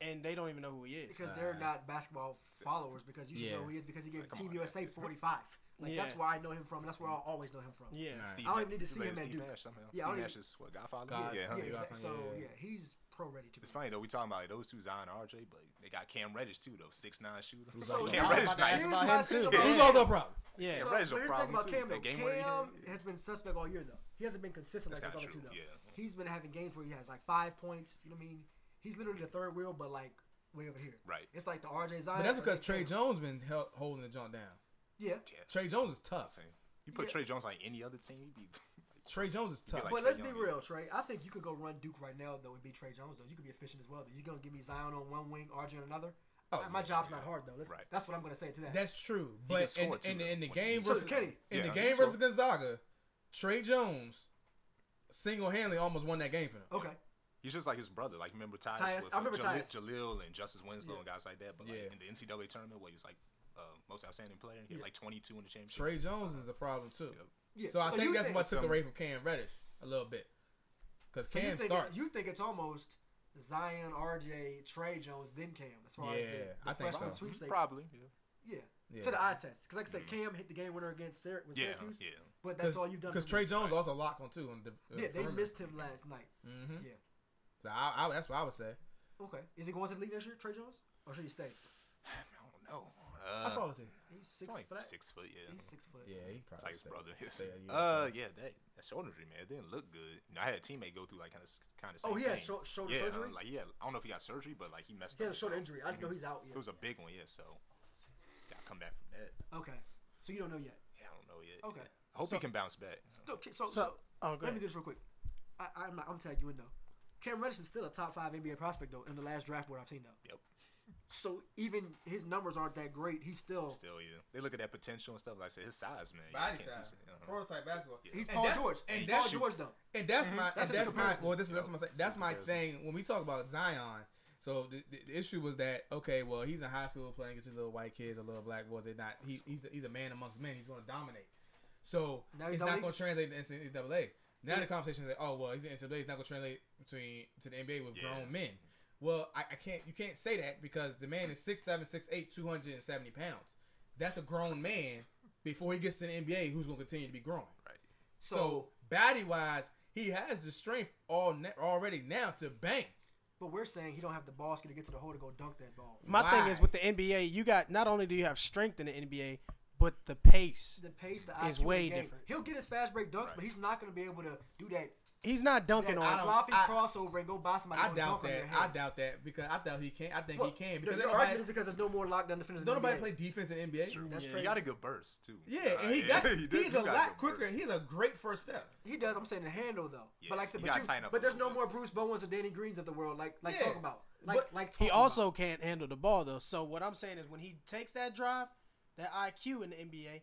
Speaker 1: and they don't even know who he is.
Speaker 2: Because they're not basketball followers. Because you should
Speaker 4: Yeah.
Speaker 2: know who he is. Because he gave
Speaker 5: come
Speaker 2: Team
Speaker 5: on,
Speaker 2: USA 45. Like
Speaker 1: Yeah.
Speaker 2: that's where I know him from. and That's where I'll always know him from.
Speaker 1: Yeah,
Speaker 4: Nah.
Speaker 5: Steve
Speaker 2: I don't
Speaker 5: Na-
Speaker 2: even need to
Speaker 5: his
Speaker 2: see
Speaker 5: name
Speaker 2: him
Speaker 5: is
Speaker 2: at
Speaker 5: Steve
Speaker 2: Duke.
Speaker 5: Nash somehow.
Speaker 2: Yeah, I
Speaker 5: Steve
Speaker 2: don't
Speaker 5: Nash
Speaker 2: even-
Speaker 5: is what Godfather.
Speaker 4: God-
Speaker 5: Oh, Yeah,
Speaker 4: Yeah,
Speaker 5: huh?
Speaker 2: Yeah,
Speaker 4: you got
Speaker 2: exactly. So
Speaker 4: something, yeah,
Speaker 2: yeah,
Speaker 4: yeah.
Speaker 2: he's pro ready to be.
Speaker 5: It's funny though. We talking about those two Zion and RJ, but they got Cam Reddish too though. Six nine shooter.
Speaker 2: So
Speaker 5: Cam
Speaker 2: now
Speaker 5: Reddish
Speaker 2: I'm about to
Speaker 5: nice.
Speaker 2: ask
Speaker 1: about
Speaker 2: my
Speaker 1: him,
Speaker 2: thing
Speaker 1: too.
Speaker 2: about
Speaker 1: He's
Speaker 2: Cam.
Speaker 1: also
Speaker 4: a problem.
Speaker 1: Yeah.
Speaker 5: Yeah,
Speaker 2: So,
Speaker 5: Reddish
Speaker 2: but
Speaker 5: a
Speaker 2: here's the thing
Speaker 5: problem
Speaker 2: about
Speaker 5: too.
Speaker 2: Cam,
Speaker 5: That
Speaker 2: though.
Speaker 5: game winner he
Speaker 2: Cam
Speaker 5: had,
Speaker 2: has been suspect all year, though. He hasn't been consistent
Speaker 5: That's
Speaker 2: like the other
Speaker 5: kinda
Speaker 2: two, though.
Speaker 5: true, yeah.
Speaker 2: He's been having games where he has like five points. You know what I mean? He's literally the third wheel, but like way over here.
Speaker 5: Right.
Speaker 2: It's like the RJ Zion.
Speaker 4: But that's
Speaker 2: or
Speaker 4: because
Speaker 2: the
Speaker 4: Trey
Speaker 2: Cam.
Speaker 4: Jones been hel- holding the jump down.
Speaker 2: Yeah.
Speaker 4: Trey Jones is tough.
Speaker 5: Same. You put
Speaker 2: Yeah.
Speaker 5: Trey Jones like any other team, he'd be like,
Speaker 4: Trey Jones is tough.
Speaker 5: like-
Speaker 2: But let's be
Speaker 5: Trey Young,
Speaker 2: real, Trey. I think you could go run Duke right now, though, and beat Trey Jones, though. You could be efficient as well. Though. You're gonna give me Zion on one wing, RJ on another.
Speaker 4: Oh,
Speaker 2: I- my job's not hard though. Let's,
Speaker 5: Right.
Speaker 2: That's what I'm gonna say to that.
Speaker 4: That's true.
Speaker 5: can
Speaker 4: But in,
Speaker 5: score, too,
Speaker 4: in, the-
Speaker 5: though,
Speaker 4: in the
Speaker 5: when
Speaker 4: game
Speaker 5: he's-
Speaker 2: so
Speaker 4: versus
Speaker 2: it's Kenny.
Speaker 4: in
Speaker 5: Yeah,
Speaker 4: the
Speaker 5: he
Speaker 4: game
Speaker 5: can
Speaker 4: versus
Speaker 5: score.
Speaker 4: Gonzaga, Trey Jones single handedly almost won that game for them.
Speaker 1: Oh.
Speaker 2: Okay.
Speaker 5: he's just like his brother. Like remember Tyus,
Speaker 2: Tyus-
Speaker 5: with
Speaker 2: I
Speaker 5: uh,
Speaker 2: remember
Speaker 5: Jaleel,
Speaker 2: Tyus.
Speaker 5: Jaleel and Justice Winslow
Speaker 2: Yeah.
Speaker 5: and guys like that. But like
Speaker 4: Yeah.
Speaker 5: in the NCAA tournament, where he was like uh, most outstanding player, he had like 22 in the championship.
Speaker 4: Trey Jones is a problem too.
Speaker 2: Yeah.
Speaker 4: So I
Speaker 2: So
Speaker 4: think
Speaker 2: you
Speaker 4: that's
Speaker 2: think-
Speaker 4: what took
Speaker 5: So-
Speaker 4: away from Cam Reddish a little bit. Because
Speaker 2: So you
Speaker 4: Cam
Speaker 2: think
Speaker 4: starts.
Speaker 2: you think it's almost Zion, RJ, Trey Jones, then Cam as far as the,
Speaker 4: Yeah,
Speaker 2: the
Speaker 4: I think
Speaker 2: freshman
Speaker 4: so.
Speaker 2: sweepstakes.
Speaker 5: Probably. Yeah.
Speaker 2: Yeah.
Speaker 4: Yeah. Mm-hmm.
Speaker 2: To the eye test, because like I said, Cam hit the game winner against Syr- with
Speaker 5: Yeah,
Speaker 2: Syracuse.
Speaker 5: yeah.
Speaker 2: But that's all you've done.
Speaker 4: Because
Speaker 2: for
Speaker 4: Trey
Speaker 2: me.
Speaker 4: Jones also locked on too. On the, uh,
Speaker 2: Yeah, they
Speaker 4: perimeter.
Speaker 2: missed him last night.
Speaker 4: Mhm.
Speaker 2: Yeah.
Speaker 4: So I, I, that's what I would say.
Speaker 2: Okay. Is he going to the league next year, Trey Jones, or should he stay?
Speaker 5: I don't know.
Speaker 4: That's
Speaker 5: Uh,
Speaker 4: all I would say.
Speaker 2: He's
Speaker 5: it's
Speaker 2: six
Speaker 5: like
Speaker 2: foot.
Speaker 5: six foot. Yeah.
Speaker 2: He's six foot.
Speaker 4: Yeah, he probably
Speaker 5: It's like his
Speaker 4: stay-
Speaker 5: brother.
Speaker 4: stay a year or
Speaker 5: uh,
Speaker 4: two.
Speaker 5: yeah, that that shoulder injury, man, it didn't look good. You know, I had a teammate go through like kind of kind of.
Speaker 2: Oh, he
Speaker 5: yeah,
Speaker 2: had shou- shoulder
Speaker 5: yeah, uh,
Speaker 2: surgery?
Speaker 5: Like yeah, I don't know if he got surgery, but like he messed
Speaker 2: He
Speaker 5: up.
Speaker 2: had a shoulder
Speaker 5: so-
Speaker 2: injury. I just know he's out, yeah.
Speaker 5: It was a big one, yeah. So got to come back from that.
Speaker 2: Okay. So you don't know yet.
Speaker 5: Yeah, I don't know yet.
Speaker 2: Okay.
Speaker 5: Yeah. I hope he can bounce back.
Speaker 2: No, K- so, so,
Speaker 1: So- oh, go
Speaker 2: let me
Speaker 1: ahead.
Speaker 2: do this real quick. I, I'm not, I'm tagging you in though. Cam Reddish is still a top five NBA prospect though in the last draft board I've seen though.
Speaker 5: Yep.
Speaker 2: So even his numbers aren't that great. He's still,
Speaker 5: Still, yeah. They look at that potential and stuff. Like I said, his size, man. you
Speaker 4: Body
Speaker 5: can't
Speaker 4: size,
Speaker 5: teach it. Uh-huh.
Speaker 4: prototype basketball.
Speaker 2: he's
Speaker 4: And
Speaker 2: Paul
Speaker 4: that's-
Speaker 2: George.
Speaker 4: and
Speaker 2: he's
Speaker 4: that's
Speaker 2: Paul George though.
Speaker 4: And that's my
Speaker 2: Mm-hmm. That's a
Speaker 4: and that's
Speaker 2: good
Speaker 4: my
Speaker 2: comparison.
Speaker 4: well. This is that's my that's my
Speaker 5: comparison.
Speaker 4: thing when we talk about Zion. So the, the, the issue was that okay, well he's in high school playing against these little white kids or little black boys. They're not he, he's a, he's a man amongst men. He's going to dominate. So
Speaker 2: Now he's
Speaker 4: it's not
Speaker 2: only-
Speaker 4: going to translate to NCAA. Now the conversation is like, oh well, he's in NCAA. It's not going to translate between to the NBA with
Speaker 5: Yeah.
Speaker 4: grown men. Well, I, I can't you can't say that because the man is 6'7", 6'8", 270 pounds. That's a grown man before he gets to the NBA who's going to continue to be growing.
Speaker 5: Right.
Speaker 2: So,
Speaker 4: So body wise, he has the strength all na- already now to bang.
Speaker 2: but we're saying he don't have the ball skill to get to the hole to go dunk that ball.
Speaker 1: My thing
Speaker 4: Why?
Speaker 1: is with the NBA, you got not only do you have strength in the NBA, but the pace.
Speaker 2: The pace, the
Speaker 1: It's
Speaker 2: IQ in
Speaker 1: way
Speaker 2: the game.
Speaker 1: different.
Speaker 2: He'll get his fast break dunks, but he's not going to be able to do that,
Speaker 1: He's not
Speaker 2: that
Speaker 1: dunking on.
Speaker 2: sloppy
Speaker 4: I-
Speaker 2: crossover and go buy somebody.
Speaker 4: I
Speaker 2: and
Speaker 4: doubt
Speaker 2: dunk on
Speaker 4: that.
Speaker 2: their
Speaker 4: I
Speaker 2: hand.
Speaker 4: doubt that because I doubt he can. I think
Speaker 2: Well,
Speaker 4: he can
Speaker 2: your-
Speaker 4: because
Speaker 2: your
Speaker 4: don't nobody,
Speaker 2: argument is because there's no more lockdown defenders.
Speaker 4: don't
Speaker 2: in the
Speaker 4: nobody
Speaker 2: NBA.
Speaker 4: play defense in NBA.
Speaker 2: That's
Speaker 5: Yeah.
Speaker 2: true.
Speaker 5: He got a good burst too.
Speaker 4: Yeah,
Speaker 5: Uh,
Speaker 4: and he got
Speaker 5: he did-
Speaker 4: he's
Speaker 5: he
Speaker 4: a
Speaker 5: got a
Speaker 4: lot
Speaker 5: good
Speaker 4: quicker.
Speaker 5: burst.
Speaker 4: He's a great first step.
Speaker 2: He does. I'm saying the handle though.
Speaker 5: Yeah,
Speaker 2: But like I said,
Speaker 5: you
Speaker 2: but,
Speaker 5: gotta
Speaker 2: you,
Speaker 5: tighten up
Speaker 2: but
Speaker 5: a
Speaker 2: there's no
Speaker 5: little
Speaker 2: more Bruce Bowens or Danny Greens of the world. Like like
Speaker 4: Yeah.
Speaker 2: talk about. Like
Speaker 4: But
Speaker 2: like talk
Speaker 1: He
Speaker 2: about.
Speaker 1: also can't handle the ball though. So what I'm saying is when he takes that drive, that IQ in the NBA,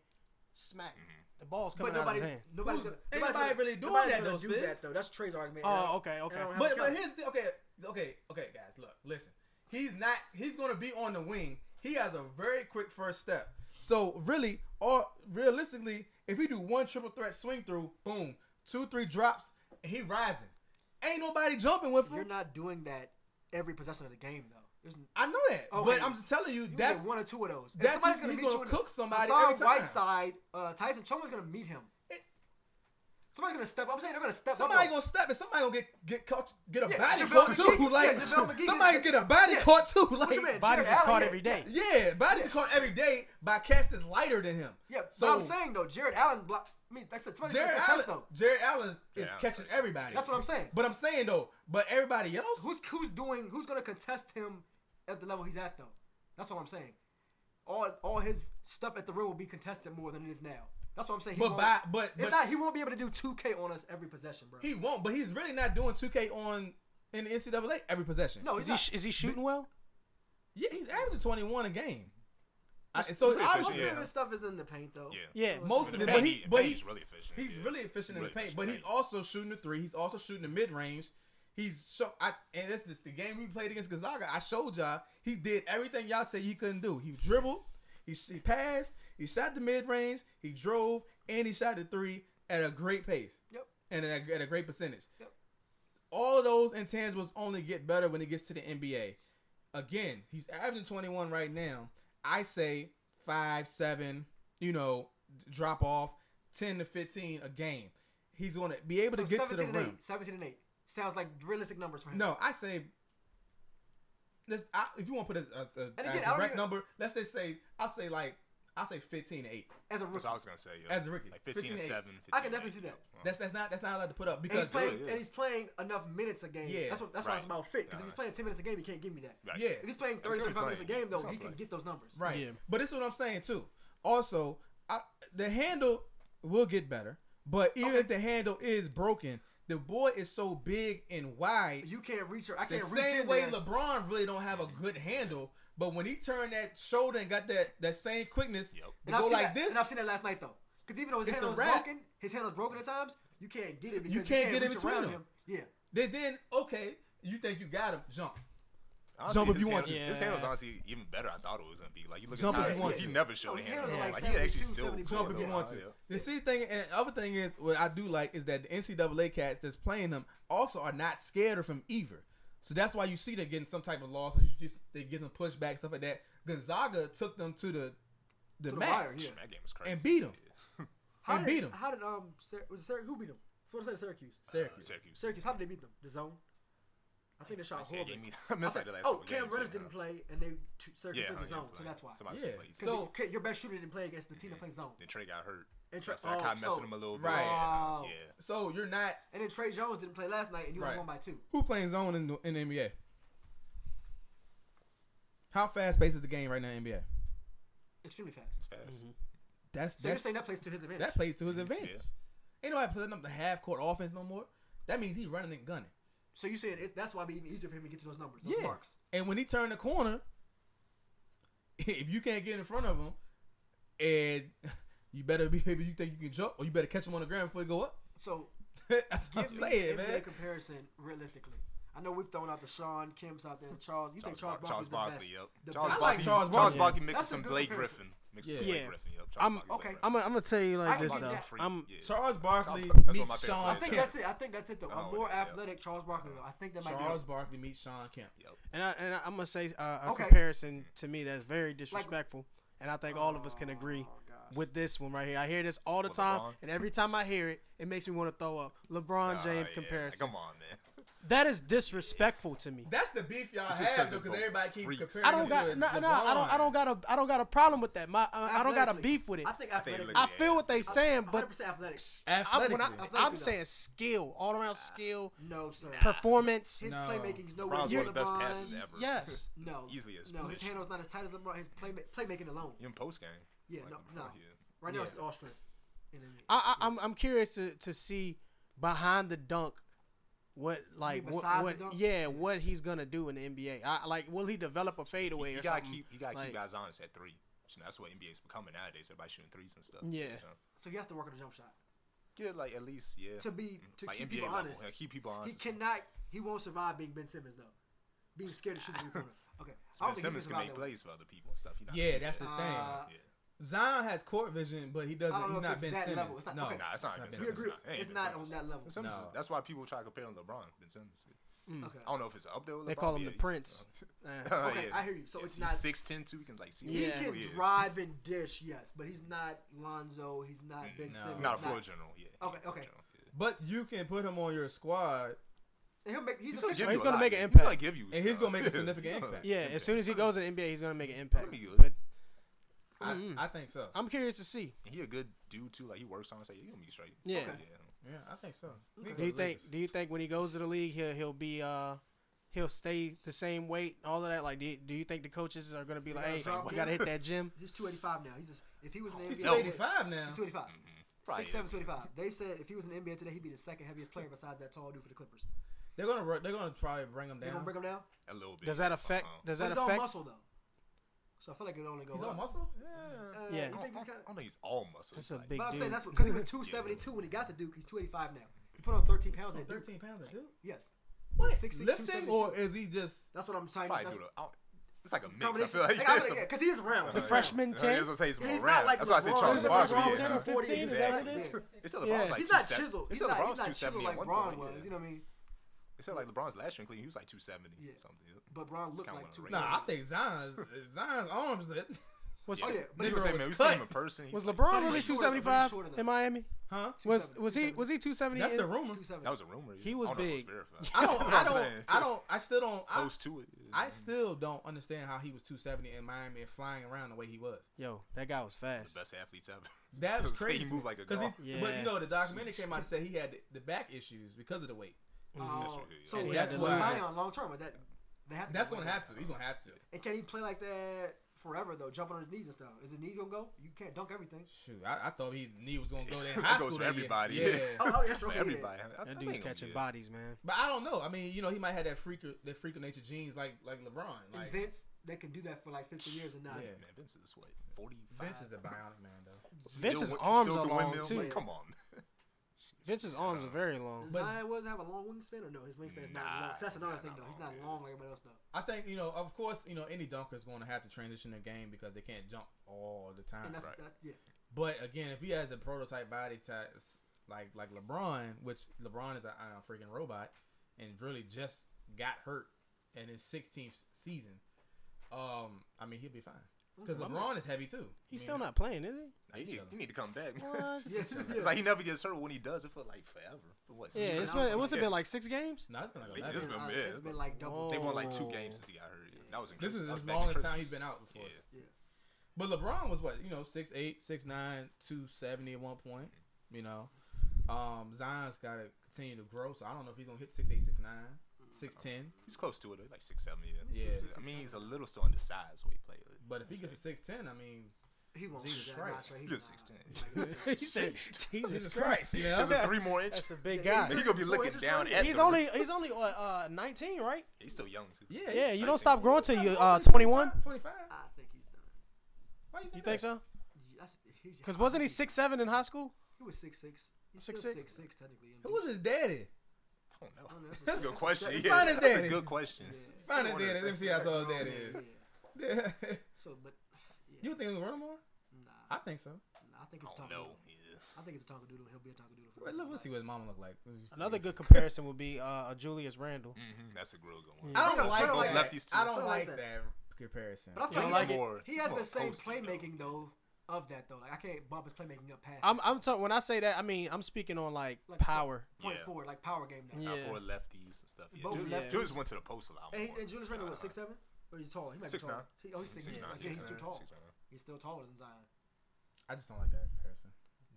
Speaker 1: smack the ball's coming
Speaker 2: But
Speaker 1: out of
Speaker 2: nobody's
Speaker 1: his hand.
Speaker 2: nobody's
Speaker 4: Who's-
Speaker 2: gonna,
Speaker 4: ain't
Speaker 2: nobody's
Speaker 4: nobody
Speaker 2: gonna-
Speaker 4: really doing
Speaker 2: nobody's
Speaker 4: that,
Speaker 2: gonna
Speaker 4: though,
Speaker 2: do
Speaker 4: Fizz.
Speaker 2: that though. That's Trey's argument. and I
Speaker 1: Oh,
Speaker 2: don't-
Speaker 1: okay, okay.
Speaker 2: and I don't have
Speaker 4: But
Speaker 2: to
Speaker 4: but
Speaker 2: count.
Speaker 4: here's the okay okay okay guys look listen he's not he's gonna be on the wing he has a very quick first step so really or realistically if he do one triple threat swing through boom two three drops and he rising ain't nobody jumping with him
Speaker 2: you're not doing that every possession of the game though. There's, you
Speaker 4: I know that
Speaker 2: Okay.
Speaker 4: but I'm just telling you,
Speaker 2: can
Speaker 4: that's
Speaker 2: get one or two of those. And
Speaker 4: that's-
Speaker 2: somebody's
Speaker 4: he's- he's
Speaker 2: meet
Speaker 4: gonna
Speaker 2: you in-
Speaker 4: cook somebody
Speaker 2: Hassan
Speaker 4: every time.
Speaker 2: Whiteside, uh, Tyson Chandler's gonna meet him.
Speaker 4: It-
Speaker 2: Somebody's gonna step. I'm saying they're gonna step. up
Speaker 4: somebody
Speaker 2: on-
Speaker 4: gonna step and somebody gonna get get caught get a
Speaker 2: Yeah,
Speaker 4: body
Speaker 2: JaVale
Speaker 4: caught
Speaker 2: McGee-
Speaker 4: too like
Speaker 2: yeah, JaVale McGee
Speaker 4: somebody
Speaker 2: gets-
Speaker 4: get a body
Speaker 2: yeah.
Speaker 4: caught too
Speaker 2: What
Speaker 4: like
Speaker 2: you mean?
Speaker 1: Bodies
Speaker 2: Jared
Speaker 1: is
Speaker 2: Allen,
Speaker 1: caught
Speaker 2: yeah,
Speaker 1: every day.
Speaker 4: yeah body caught every day by cast that's lighter than him
Speaker 2: Yeah,
Speaker 4: so
Speaker 2: but I'm saying though, Jared Allen. Block, I mean, like I said, somebody's
Speaker 4: Jared
Speaker 2: gonna
Speaker 4: Allen,
Speaker 2: touch though.
Speaker 4: Jared Allen is
Speaker 5: Yeah.
Speaker 4: catching everybody.
Speaker 2: That's what I'm saying.
Speaker 4: But I'm saying though, but everybody else,
Speaker 2: who's who's doing who's gonna contest him at the level he's at though? That's what I'm saying. All all his stuff at the rim will be contested more than it is now. That's what I'm saying. He
Speaker 4: But
Speaker 2: won't-
Speaker 4: by- but-
Speaker 2: it's
Speaker 4: but-
Speaker 2: not he won't be able to do 2K on us every possession, bro.
Speaker 4: he won't. But he's really not doing 2K on in the NCAA every possession.
Speaker 2: no, he's
Speaker 1: Is he
Speaker 2: not.
Speaker 1: sh- is he shooting well?
Speaker 4: yeah, he's averaging 21 a game. I, so it's
Speaker 5: what's
Speaker 2: most
Speaker 4: obviously
Speaker 5: efficient?
Speaker 2: of
Speaker 5: Yeah.
Speaker 2: his stuff is in the paint though.
Speaker 5: Yeah.
Speaker 1: Yeah,
Speaker 4: most of
Speaker 5: But
Speaker 4: it. But
Speaker 5: Embiid-
Speaker 4: he, but
Speaker 5: Embiid
Speaker 4: he,
Speaker 5: is really efficient.
Speaker 4: He's
Speaker 5: yeah.
Speaker 4: really efficient in
Speaker 5: Really
Speaker 4: the paint,
Speaker 5: efficient,
Speaker 4: but
Speaker 5: right.
Speaker 4: he's also shooting the three. He's also shooting the mid range. He's so I and this this the game we played against Gonzaga. I showed y'all he did everything y'all said he couldn't do. He dribbled, he, sh- he passed, he shot the mid range, he drove, and he shot the three at a great pace
Speaker 2: Yep.
Speaker 4: and at a, at a great percentage.
Speaker 2: Yep.
Speaker 4: All of those intangibles only get better when it gets to the NBA. Again, he's averaging 21 right now. I say five, seven, you know, d- drop off 10 to 15 a game. He's going to be able
Speaker 2: So
Speaker 4: to get to the
Speaker 2: 17 and
Speaker 4: rim.
Speaker 2: eight, 17 and 8. Sounds like realistic numbers for him.
Speaker 4: No, I say. Let's. I, if you want to put a, a, a,
Speaker 2: again, I
Speaker 4: a
Speaker 2: don't
Speaker 4: direct
Speaker 2: even-
Speaker 4: number, let's say say I say like I say fifteen to eight.
Speaker 2: As a rookie,
Speaker 5: That's what I was gonna say. Yeah.
Speaker 4: As a rookie.
Speaker 5: like 15, and
Speaker 4: 15,
Speaker 5: seven. 15
Speaker 2: I can
Speaker 5: and
Speaker 2: definitely
Speaker 5: eight,
Speaker 2: see
Speaker 5: yeah.
Speaker 2: that.
Speaker 5: Uh-huh.
Speaker 4: That's that's not that's not allowed to put up
Speaker 2: and he's
Speaker 4: because
Speaker 2: playing
Speaker 5: yeah.
Speaker 2: and he's playing enough minutes a game.
Speaker 4: Yeah.
Speaker 2: That's what that's why it's
Speaker 5: Right.
Speaker 2: about fit. Because if he's
Speaker 5: Uh-huh.
Speaker 2: playing ten minutes a game, he can't give me that.
Speaker 5: Right.
Speaker 4: yeah,
Speaker 2: If he's playing
Speaker 5: That's
Speaker 2: 30
Speaker 5: gonna
Speaker 2: 35 minutes a
Speaker 5: play.
Speaker 2: game though,
Speaker 5: That's
Speaker 2: he
Speaker 5: gonna
Speaker 2: can
Speaker 5: play.
Speaker 2: get those numbers.
Speaker 4: right.
Speaker 1: Yeah.
Speaker 4: But this is what I'm saying too. Also, I, the handle will get better, but even if the handle is broken, the boy is so big and wide.
Speaker 2: You can't reach her. I
Speaker 4: the
Speaker 2: can't reach
Speaker 4: same
Speaker 2: in
Speaker 4: way
Speaker 2: there.
Speaker 4: LeBron really don't have a good handle, but when he turned that shoulder and got that that same quickness
Speaker 5: Yep.
Speaker 4: to
Speaker 2: And I've
Speaker 4: go
Speaker 2: seen
Speaker 4: like
Speaker 2: that,
Speaker 4: this,
Speaker 2: And I've seen that last night though. Because even though his
Speaker 4: It's a
Speaker 2: handle is
Speaker 4: wrap.
Speaker 2: broken, his handle is broken at times. You can't get it because you
Speaker 4: can't
Speaker 2: can't,
Speaker 4: get in
Speaker 2: reach
Speaker 4: between
Speaker 2: around
Speaker 4: them.
Speaker 2: him. Yeah.
Speaker 4: then then okay, you think you got him jump.
Speaker 5: Honestly,
Speaker 4: Jump if
Speaker 5: this
Speaker 4: you want
Speaker 5: hand-
Speaker 1: to.
Speaker 5: This hand was
Speaker 1: Yeah.
Speaker 5: honestly even better. I thought it was gonna be like you look
Speaker 4: Jump
Speaker 5: at
Speaker 4: if
Speaker 5: Tyler
Speaker 4: you want
Speaker 5: Smith, he
Speaker 4: to.
Speaker 5: never showed
Speaker 2: Oh,
Speaker 5: a
Speaker 2: his
Speaker 5: hand.
Speaker 2: hands are
Speaker 5: Like,
Speaker 2: like
Speaker 5: he actually
Speaker 2: 72,
Speaker 5: still
Speaker 2: 74.
Speaker 4: jump if you
Speaker 5: Yeah, Oh,
Speaker 4: want to.
Speaker 5: yeah.
Speaker 4: The see thing and the other thing is what I do like is that the NCAA cats that's playing them also are not scared of him either. So that's why you see them getting some type of losses. You just, they get some pushback stuff like that. Gonzaga took them to the the
Speaker 2: the
Speaker 4: match
Speaker 2: wire, yeah.
Speaker 5: That game was crazy.
Speaker 4: and beat them.
Speaker 2: How
Speaker 4: And
Speaker 2: did,
Speaker 4: beat 'em.
Speaker 2: How did um Sy- was it Syracuse who beat them? Florida State or Syracuse?
Speaker 4: Syracuse.
Speaker 5: Syracuse.
Speaker 2: Syracuse. How did they beat them? The zone. I think they shot
Speaker 5: Syracuse
Speaker 2: horribly.
Speaker 5: game. I missed like the last.
Speaker 2: Oh,
Speaker 5: couple
Speaker 2: Cam
Speaker 5: games,
Speaker 2: Reddish
Speaker 5: yeah.
Speaker 2: didn't play, and they t- Syracuse
Speaker 4: oh,
Speaker 5: Yeah,
Speaker 2: plays
Speaker 5: huh,
Speaker 2: the zone,
Speaker 5: yeah,
Speaker 2: so
Speaker 5: play.
Speaker 2: that's why.
Speaker 5: Somebody
Speaker 4: Yeah.
Speaker 5: should play.
Speaker 4: So-
Speaker 2: Because your best shooter didn't play against the team that plays zone.
Speaker 5: then Trey got hurt.
Speaker 2: And
Speaker 5: so
Speaker 2: Trey-
Speaker 5: I started kind
Speaker 2: oh,
Speaker 5: of messing
Speaker 2: so-
Speaker 5: him a little bit.
Speaker 4: Right.
Speaker 5: Yeah,
Speaker 2: Wow.
Speaker 5: yeah.
Speaker 4: So you're not
Speaker 2: And then Trey Jones didn't play last night, and you
Speaker 4: Right.
Speaker 2: only won by two.
Speaker 4: who playing zone in the, in the NBA. How fast paced is the game right now in NBA?
Speaker 2: Extremely fast.
Speaker 5: It's fast.
Speaker 4: That's
Speaker 2: So you're
Speaker 4: that's
Speaker 2: saying that plays to his advantage.
Speaker 4: that plays to his advantage.
Speaker 5: Yeah.
Speaker 4: Ain't nobody putting up the half court offense no more. That means he's running and gunning.
Speaker 2: so you're saying it, that's why it'd be even easier for him to get to those numbers, those
Speaker 4: Yeah.
Speaker 2: marks.
Speaker 4: And when he turned the corner, if you can't get in front of him, and you better be able, you think you can jump, or you better catch him on the ground before he go up.
Speaker 2: So
Speaker 4: That's what
Speaker 2: give
Speaker 4: I'm
Speaker 2: me
Speaker 4: saying,
Speaker 2: an
Speaker 4: man.
Speaker 2: NBA comparison realistically. I know we've thrown out the Sean Kim's out there, Charles. You think Charles,
Speaker 5: Bar-
Speaker 2: Barkley's
Speaker 5: Charles
Speaker 2: the best?
Speaker 5: Barkley, yep.
Speaker 2: The
Speaker 5: Charles
Speaker 4: best.
Speaker 5: Barkley,
Speaker 4: I like Charles
Speaker 5: Charles
Speaker 4: Barkley.
Speaker 5: Barkley, mixed
Speaker 2: That's
Speaker 5: with
Speaker 2: a
Speaker 5: some
Speaker 2: good
Speaker 5: Blake
Speaker 2: comparison.
Speaker 5: Griffin. Mixed with
Speaker 4: Yeah.
Speaker 5: some Blake
Speaker 1: Yeah.
Speaker 5: Griffin. Yep.
Speaker 1: I'm-
Speaker 5: Charles Barkley,
Speaker 2: okay.
Speaker 5: Blake
Speaker 1: I'm gonna I'm gonna tell you like
Speaker 2: I
Speaker 1: this
Speaker 2: like
Speaker 5: Griffin.
Speaker 1: though.
Speaker 2: that.
Speaker 5: Freak,
Speaker 1: I'm
Speaker 5: yeah.
Speaker 4: Charles Barkley
Speaker 5: That's one of my
Speaker 4: meets
Speaker 5: favorite
Speaker 4: Sean
Speaker 2: I think
Speaker 4: Kemp.
Speaker 2: that's it. I think that's it though.
Speaker 5: Oh,
Speaker 2: a more
Speaker 5: yeah.
Speaker 2: athletic Charles Barkley though. I think that might
Speaker 4: Charles
Speaker 2: be
Speaker 4: Barkley meets Sean Kemp.
Speaker 5: Yep.
Speaker 1: and I and I, I'm gonna say uh, a
Speaker 2: Okay.
Speaker 1: comparison to me that's very disrespectful, and I think all of us
Speaker 2: Oh,
Speaker 1: can agree with this one right here. I hear this all the
Speaker 5: With
Speaker 1: time,
Speaker 5: LeBron?
Speaker 1: and every time I hear it, it makes me want to throw up. LeBron
Speaker 5: Nah,
Speaker 1: James
Speaker 5: yeah.
Speaker 1: comparison.
Speaker 5: Come on, man.
Speaker 1: That is disrespectful to me.
Speaker 4: That's the beef y'all
Speaker 5: just 'cause
Speaker 4: have though,
Speaker 5: they're
Speaker 4: because
Speaker 5: both
Speaker 4: everybody keep
Speaker 5: freaks.
Speaker 4: comparing.
Speaker 1: I don't
Speaker 4: him to
Speaker 1: got no no. I don't I don't got a I don't got a problem with that. My uh, I don't got a
Speaker 2: Athletically.
Speaker 1: beef with it.
Speaker 2: I think
Speaker 5: think
Speaker 2: athletic.
Speaker 1: I
Speaker 5: Yeah.
Speaker 1: feel what they saying, but
Speaker 2: 100% athletic.
Speaker 1: I, when I, I'm
Speaker 4: Athletically.
Speaker 2: Athletically, though.
Speaker 1: saying skill, all around skill,
Speaker 2: No sir.
Speaker 1: performance.
Speaker 2: His
Speaker 4: No.
Speaker 2: playmaking's no
Speaker 5: LeBron's
Speaker 2: way
Speaker 5: one of the best
Speaker 2: LeBron's.
Speaker 5: passes ever.
Speaker 1: Yes.
Speaker 2: No,
Speaker 5: Easily his
Speaker 2: no. His
Speaker 5: position.
Speaker 2: handle's not as tight as LeBron. His play, playmaking alone.
Speaker 5: Even post game.
Speaker 2: Yeah, no, no. Right now it's all strength. And then-
Speaker 1: I, I I'm I'm curious to, to see behind the dunk what like
Speaker 2: mean
Speaker 1: what,
Speaker 2: besides
Speaker 1: what
Speaker 2: the dunk?
Speaker 1: yeah what he's gonna do in the NBA. I, like will he develop a fadeaway
Speaker 5: You
Speaker 1: or
Speaker 5: gotta
Speaker 1: something?
Speaker 5: keep. You gotta
Speaker 1: like,
Speaker 5: keep guys honest at three. So that's what NBA's becoming nowadays. Everybody shooting threes and stuff.
Speaker 1: Yeah.
Speaker 5: You know?
Speaker 2: So he has to work on the jump shot
Speaker 5: Yeah, like at least yeah. Mm.
Speaker 2: to be to
Speaker 5: like
Speaker 2: keep
Speaker 5: NBA
Speaker 2: people
Speaker 5: level.
Speaker 2: honest.
Speaker 5: Yeah, keep people
Speaker 2: He
Speaker 5: honest.
Speaker 2: cannot. He won't survive being Ben Simmons though. Being scared to shoot the corner. Okay. I
Speaker 5: Ben
Speaker 2: don't think he
Speaker 5: Simmons can
Speaker 2: survive
Speaker 5: make
Speaker 2: that way.
Speaker 5: plays for other people and stuff. He not
Speaker 4: Yeah,
Speaker 5: doing
Speaker 4: that's the
Speaker 5: that.
Speaker 2: Uh,
Speaker 4: thing. Zion has court vision, but he
Speaker 2: I
Speaker 4: doesn't.
Speaker 2: don't know
Speaker 4: He's
Speaker 2: if
Speaker 4: not
Speaker 2: it's
Speaker 4: Ben
Speaker 2: that
Speaker 4: Simmons.
Speaker 2: level. It's not-
Speaker 4: no,
Speaker 2: okay.
Speaker 5: Nah, it's not Ben
Speaker 4: Ben
Speaker 2: We
Speaker 5: Simmons.
Speaker 2: agree.
Speaker 5: Nah, it ain't
Speaker 2: It's
Speaker 5: Ben
Speaker 2: not on
Speaker 5: Simmons.
Speaker 2: that level.
Speaker 5: Ben Simmons. is-
Speaker 4: No.
Speaker 5: That's why people try to compare him to LeBron. Ben Simmons.
Speaker 2: Okay.
Speaker 5: I don't know if it's up there. With
Speaker 1: They
Speaker 5: LeBron,
Speaker 1: call
Speaker 5: but
Speaker 1: him
Speaker 5: yeah,
Speaker 1: the
Speaker 5: he's-
Speaker 1: Prince. Uh,
Speaker 5: Oh,
Speaker 2: Okay, I hear you. So
Speaker 5: Yeah,
Speaker 2: it's
Speaker 5: he's
Speaker 2: not-
Speaker 5: six ten two. You can like see.
Speaker 2: He
Speaker 1: Yeah.
Speaker 2: can
Speaker 5: Oh, yeah.
Speaker 2: drive and dish, yes, but he's not Lonzo. He's not Ben
Speaker 4: no.
Speaker 2: Simmons.
Speaker 5: Not a floor general. Yeah.
Speaker 2: Okay,
Speaker 5: he's a floor
Speaker 2: okay.
Speaker 5: general, yeah.
Speaker 4: But you can put him on your squad,
Speaker 2: And he'll make. He's,
Speaker 5: He's
Speaker 2: a
Speaker 5: gonna, give
Speaker 2: fixture.
Speaker 5: you
Speaker 1: he's
Speaker 5: a
Speaker 1: gonna
Speaker 5: lot,
Speaker 1: make
Speaker 5: yeah.
Speaker 1: an
Speaker 5: He's gonna
Speaker 1: impact.
Speaker 5: give you,
Speaker 4: and he's
Speaker 5: stuff.
Speaker 4: gonna make a significant impact.
Speaker 1: yeah, as soon as he goes in the NBA, he's gonna make an impact.
Speaker 5: That'd be good.
Speaker 1: But
Speaker 4: I,
Speaker 2: Mm-hmm.
Speaker 4: I think so.
Speaker 1: I'm curious to see.
Speaker 5: And he a good dude too. Like he works on. it, Say yeah, you gonna be straight.
Speaker 1: Yeah.
Speaker 5: Okay.
Speaker 4: Yeah, I think so.
Speaker 1: Do you think? Do you think when he goes to the league, he'll he'll be uh he'll stay the same weight, all of that? Like, do you, do you think the coaches are gonna be like, hey,
Speaker 2: Same
Speaker 1: you
Speaker 2: weight.
Speaker 1: gotta hit that gym?
Speaker 2: He's 285 now. He's just, if he was an NBA,
Speaker 4: He's
Speaker 2: today-
Speaker 4: 285 now.
Speaker 2: He's 285.
Speaker 5: Probably
Speaker 2: Six seven
Speaker 5: is.
Speaker 2: 285. They said if he was an NBA today, he'd be the second heaviest player besides that tall dude for the Clippers.
Speaker 4: They're gonna ru- they're gonna probably bring him
Speaker 2: They
Speaker 4: down.
Speaker 2: gonna break him down.
Speaker 5: A little bit.
Speaker 1: Does that affect?
Speaker 5: Uh-uh.
Speaker 1: Does
Speaker 2: But
Speaker 1: that
Speaker 2: he's all
Speaker 1: affect?
Speaker 2: muscle though, so I feel like it only go
Speaker 4: he's
Speaker 2: up.
Speaker 4: on muscle. Yeah.
Speaker 1: Yeah.
Speaker 2: Uh, you
Speaker 5: I
Speaker 2: think
Speaker 5: don't,
Speaker 2: he's
Speaker 5: I
Speaker 2: kinda-
Speaker 5: don't think he's all muscle.
Speaker 1: That's a
Speaker 5: like,
Speaker 1: big
Speaker 2: but I'm saying
Speaker 1: dude.
Speaker 2: that's because he was 272 when he got to Duke. He's 285 now. He put on 13 pounds. at Duke.
Speaker 4: Thirteen pounds, that dude.
Speaker 2: Yes.
Speaker 4: What?
Speaker 2: Six, six,
Speaker 4: Lifting
Speaker 2: 272.
Speaker 4: or is he just?
Speaker 2: That's what I'm saying.
Speaker 5: probably
Speaker 2: That's
Speaker 5: do the. I don't- It's like a mix. I
Speaker 2: combination.
Speaker 5: feel like
Speaker 2: Like, I feel
Speaker 5: it's a-
Speaker 2: like, yeah, because he is round.
Speaker 1: The freshman
Speaker 5: I was
Speaker 1: ten.
Speaker 5: gonna say he's more
Speaker 2: He's not
Speaker 5: round.
Speaker 2: like
Speaker 5: That's why I said
Speaker 2: LeBron.
Speaker 5: Charles
Speaker 2: He's not LeBron.
Speaker 5: Barkley. yeah.
Speaker 2: He's not
Speaker 5: Exactly.
Speaker 1: 215, is that what it is?
Speaker 5: Exactly. They said
Speaker 1: Yeah.
Speaker 5: LeBron's like
Speaker 2: He's not
Speaker 5: 270.
Speaker 2: chiseled.
Speaker 5: They
Speaker 2: He's
Speaker 5: said
Speaker 2: not,
Speaker 5: LeBron's
Speaker 2: he's not
Speaker 5: 270
Speaker 2: chiseled
Speaker 5: at
Speaker 2: like
Speaker 5: one
Speaker 2: Braun
Speaker 5: point.
Speaker 2: was.
Speaker 5: yeah.
Speaker 2: You know what I mean?
Speaker 5: They said like LeBron's last year in Cleveland, he was like 270
Speaker 2: Yeah.
Speaker 5: something. yeah.
Speaker 2: But Braun
Speaker 5: It's
Speaker 2: looked like
Speaker 5: kinda one of
Speaker 2: two.
Speaker 5: the
Speaker 4: Nah, I
Speaker 5: regular-
Speaker 4: think Zion's Zion's arms.
Speaker 1: Was
Speaker 5: Yeah.
Speaker 2: Oh, yeah, but
Speaker 5: Niggas
Speaker 2: Lebron
Speaker 5: say,
Speaker 4: was
Speaker 5: man, we seen him
Speaker 4: cut.
Speaker 5: in person. He's
Speaker 1: was
Speaker 5: like-
Speaker 1: LeBron
Speaker 2: But he's
Speaker 1: really two
Speaker 2: short
Speaker 1: seventy
Speaker 2: enough,
Speaker 1: five
Speaker 2: he's short enough.
Speaker 1: in Miami?
Speaker 4: huh?
Speaker 1: Was
Speaker 2: 270,
Speaker 1: was he was he two seventy?
Speaker 4: That's the rumor.
Speaker 2: Two seventy.
Speaker 5: That was a rumor.
Speaker 1: He was
Speaker 5: I don't know if it
Speaker 1: big.
Speaker 5: verified.
Speaker 4: I don't.
Speaker 5: You know
Speaker 4: I
Speaker 5: what I'm
Speaker 4: don't.
Speaker 5: saying?
Speaker 4: I don't. I still don't. I,
Speaker 5: Close to it.
Speaker 4: I still don't understand how he was 270 in Miami and flying around the way he was.
Speaker 1: Yo, that guy was
Speaker 5: the
Speaker 1: fast.
Speaker 5: best athletes ever.
Speaker 4: That was
Speaker 5: Say
Speaker 4: crazy.
Speaker 5: He moved like a
Speaker 4: 'Cause
Speaker 5: golf.
Speaker 4: he's- But
Speaker 1: Yeah.
Speaker 4: you know, the documentary came out and said he had the, the back issues because of the weight.
Speaker 2: Oh,
Speaker 5: what he-
Speaker 2: so
Speaker 5: And
Speaker 1: he
Speaker 2: that's
Speaker 1: had to
Speaker 2: what
Speaker 1: lose it.
Speaker 2: Zion long term. like That they have to
Speaker 4: That's
Speaker 2: go
Speaker 4: gonna
Speaker 2: like
Speaker 4: have to. He's gonna have to.
Speaker 2: that. And can he play like that forever though? Jumping on his knees and stuff. Is his knees gonna go? You can't dunk everything.
Speaker 4: Shoot, I, I thought his knee was gonna go there. In
Speaker 5: It
Speaker 4: high
Speaker 5: goes
Speaker 4: school
Speaker 5: for
Speaker 4: that year.
Speaker 5: everybody.
Speaker 4: Yeah.
Speaker 2: Oh, oh, yes,
Speaker 5: For
Speaker 2: okay. yeah.
Speaker 5: everybody. I- I
Speaker 1: That
Speaker 5: think
Speaker 1: dude's
Speaker 5: he gonna
Speaker 1: catching
Speaker 5: be a-
Speaker 1: bodies, man.
Speaker 4: but I don't know. I mean, you know, he might have that freak that freak of nature genes like like LeBron.
Speaker 2: And
Speaker 4: Like Vince,
Speaker 2: Vince, they can do that for like 50 years and not.
Speaker 4: Yeah.
Speaker 5: Man, Vince is what forty-five.
Speaker 4: is the bionic man though.
Speaker 5: Still
Speaker 1: Vince's
Speaker 5: win-
Speaker 1: arms
Speaker 5: still
Speaker 1: are
Speaker 5: can
Speaker 1: long,
Speaker 5: windmill?
Speaker 1: too.
Speaker 5: Like, Come on.
Speaker 1: Vince's arms are very long.
Speaker 2: Does
Speaker 4: But-
Speaker 2: Zion was have a long wingspan or no? His wingspan's not
Speaker 5: Nah,
Speaker 2: long. So that's another
Speaker 5: nah,
Speaker 2: thing
Speaker 5: not
Speaker 2: though. He's not
Speaker 5: long, yeah.
Speaker 2: long like everybody else though.
Speaker 4: I think you know, of course, you know, any dunker is going to have to transition their game because they can't jump all the time.
Speaker 2: And that's
Speaker 5: Right.
Speaker 2: that. Yeah.
Speaker 4: But again, if he has the prototype body types like like LeBron, which LeBron is a, uh freaking robot, and really just got hurt in his 16th season, um, I mean he'll be fine because LeBron is heavy too.
Speaker 1: He's
Speaker 4: I mean,
Speaker 1: still not playing, is he?
Speaker 5: He need, he need to come back.
Speaker 2: Yeah,
Speaker 5: it's like he never gets hurt when he does. It for like forever. For what?
Speaker 1: Yeah,
Speaker 5: six
Speaker 1: it's been,
Speaker 5: years?
Speaker 1: it must have
Speaker 5: Yeah.
Speaker 1: been like six games.
Speaker 4: No, it's been like
Speaker 5: Yeah,
Speaker 4: 11.
Speaker 5: it's been-
Speaker 2: uh,
Speaker 5: yeah,
Speaker 2: it's
Speaker 5: it's
Speaker 2: been like double.
Speaker 5: They
Speaker 1: Whoa.
Speaker 5: won like two
Speaker 1: Oh.
Speaker 5: games since he got hurt. Yeah, That was in
Speaker 4: This
Speaker 5: Christmas.
Speaker 4: is
Speaker 5: That was
Speaker 4: as
Speaker 5: back in
Speaker 4: long as time
Speaker 5: Christmas.
Speaker 4: he's been out before.
Speaker 5: Yeah.
Speaker 4: But LeBron was what you know six eight, six nine, two seventy at one point. You know, um, Zion's got to continue to grow. So I don't know if he's gonna hit six eight, six nine, six ten.
Speaker 5: He's close to it. though, Like six, seven. Yeah.
Speaker 4: Yeah.
Speaker 5: I mean, he's a little still undersized when he played.
Speaker 4: But if he gets to six ten, I mean,
Speaker 2: He won't.
Speaker 4: Jesus
Speaker 2: do that.
Speaker 4: Christ.
Speaker 2: Nah, so
Speaker 5: You're
Speaker 2: he's not.
Speaker 5: 16.
Speaker 1: He said, Jesus
Speaker 4: Jesus
Speaker 1: Christ.
Speaker 4: Christ, you know.
Speaker 5: That's a three more inch.
Speaker 1: That's a big
Speaker 2: Yeah,
Speaker 1: guy.
Speaker 5: He's gonna be looking
Speaker 2: inches
Speaker 5: down
Speaker 2: shorter.
Speaker 5: at.
Speaker 1: He's
Speaker 5: the-
Speaker 1: only he's only what uh 19, right?
Speaker 5: He's still young too.
Speaker 4: Yeah,
Speaker 1: Yeah,
Speaker 4: he's
Speaker 1: you don't
Speaker 5: I think-
Speaker 1: stop growing till you uh
Speaker 4: 25?
Speaker 1: 21.
Speaker 4: 25?
Speaker 2: I think he's done.
Speaker 4: Why you think,
Speaker 1: You think
Speaker 4: that?
Speaker 1: so?
Speaker 2: That's, he's,
Speaker 1: Because
Speaker 2: I
Speaker 1: wasn't he
Speaker 2: think
Speaker 1: six seven in high school?
Speaker 2: He was six six. He's
Speaker 1: Six,
Speaker 2: six
Speaker 1: six?
Speaker 2: six six technically.
Speaker 4: Who was his daddy?
Speaker 5: I don't know.
Speaker 2: Oh, that's a-
Speaker 5: That's a good question.
Speaker 2: that's a-
Speaker 5: yeah,
Speaker 4: find his
Speaker 5: that's a
Speaker 4: daddy.
Speaker 5: good question.
Speaker 4: Find his
Speaker 5: One of
Speaker 4: daddy.
Speaker 5: the
Speaker 4: Let me see how tall his
Speaker 2: Yeah.
Speaker 4: daddy is.
Speaker 2: Yeah. So, but yeah.
Speaker 4: you think it was Lattimore?
Speaker 2: nah,
Speaker 4: I think so.
Speaker 2: nah, I think
Speaker 5: I
Speaker 2: it's
Speaker 5: don't
Speaker 2: Tonka.
Speaker 5: know.
Speaker 2: Doodle. I think it's a Tonka Doodle. He'll be a Tonka Doodle. for the
Speaker 4: Wait,
Speaker 2: rest
Speaker 4: look,
Speaker 2: of his
Speaker 4: let's see what his mama look like.
Speaker 1: Another good comparison would be uh a Julius Randle.
Speaker 5: Mm-hmm. That's a real good one.
Speaker 1: Yeah.
Speaker 4: I don't
Speaker 2: Something
Speaker 4: like
Speaker 2: like
Speaker 4: that.
Speaker 5: lefties, too.
Speaker 4: I don't
Speaker 2: Something
Speaker 4: like
Speaker 2: like
Speaker 4: that, comparison.
Speaker 2: life. But I feel
Speaker 5: Yeah, he's
Speaker 2: like
Speaker 5: more-
Speaker 2: he has
Speaker 5: he's
Speaker 2: the same
Speaker 5: more coasting, though.
Speaker 2: playmaking though. of that though. Like I can't bump his playmaking up past
Speaker 1: I'm I'm talking when I say that, I mean I'm speaking on like
Speaker 2: Like-
Speaker 1: power.
Speaker 2: point
Speaker 5: Yeah.
Speaker 2: forward, like power game now.
Speaker 1: Yeah.
Speaker 5: Not for lefties and stuff. Yeah.
Speaker 2: Both
Speaker 5: Ju-
Speaker 1: lefties.
Speaker 5: Julius went to the post a
Speaker 2: And,
Speaker 5: lot. more.
Speaker 2: he, and Julius Randle was
Speaker 5: Uh,
Speaker 2: six seven. Or he's tall. He might
Speaker 5: Six
Speaker 2: be tall.
Speaker 5: nine.
Speaker 2: He, oh, he's six,
Speaker 5: Six
Speaker 2: yeah,
Speaker 5: nine,
Speaker 2: he's
Speaker 5: six
Speaker 2: too
Speaker 5: nine,
Speaker 2: tall.
Speaker 5: six nine.
Speaker 2: He's still taller than Zion.
Speaker 4: I just don't like that comparison.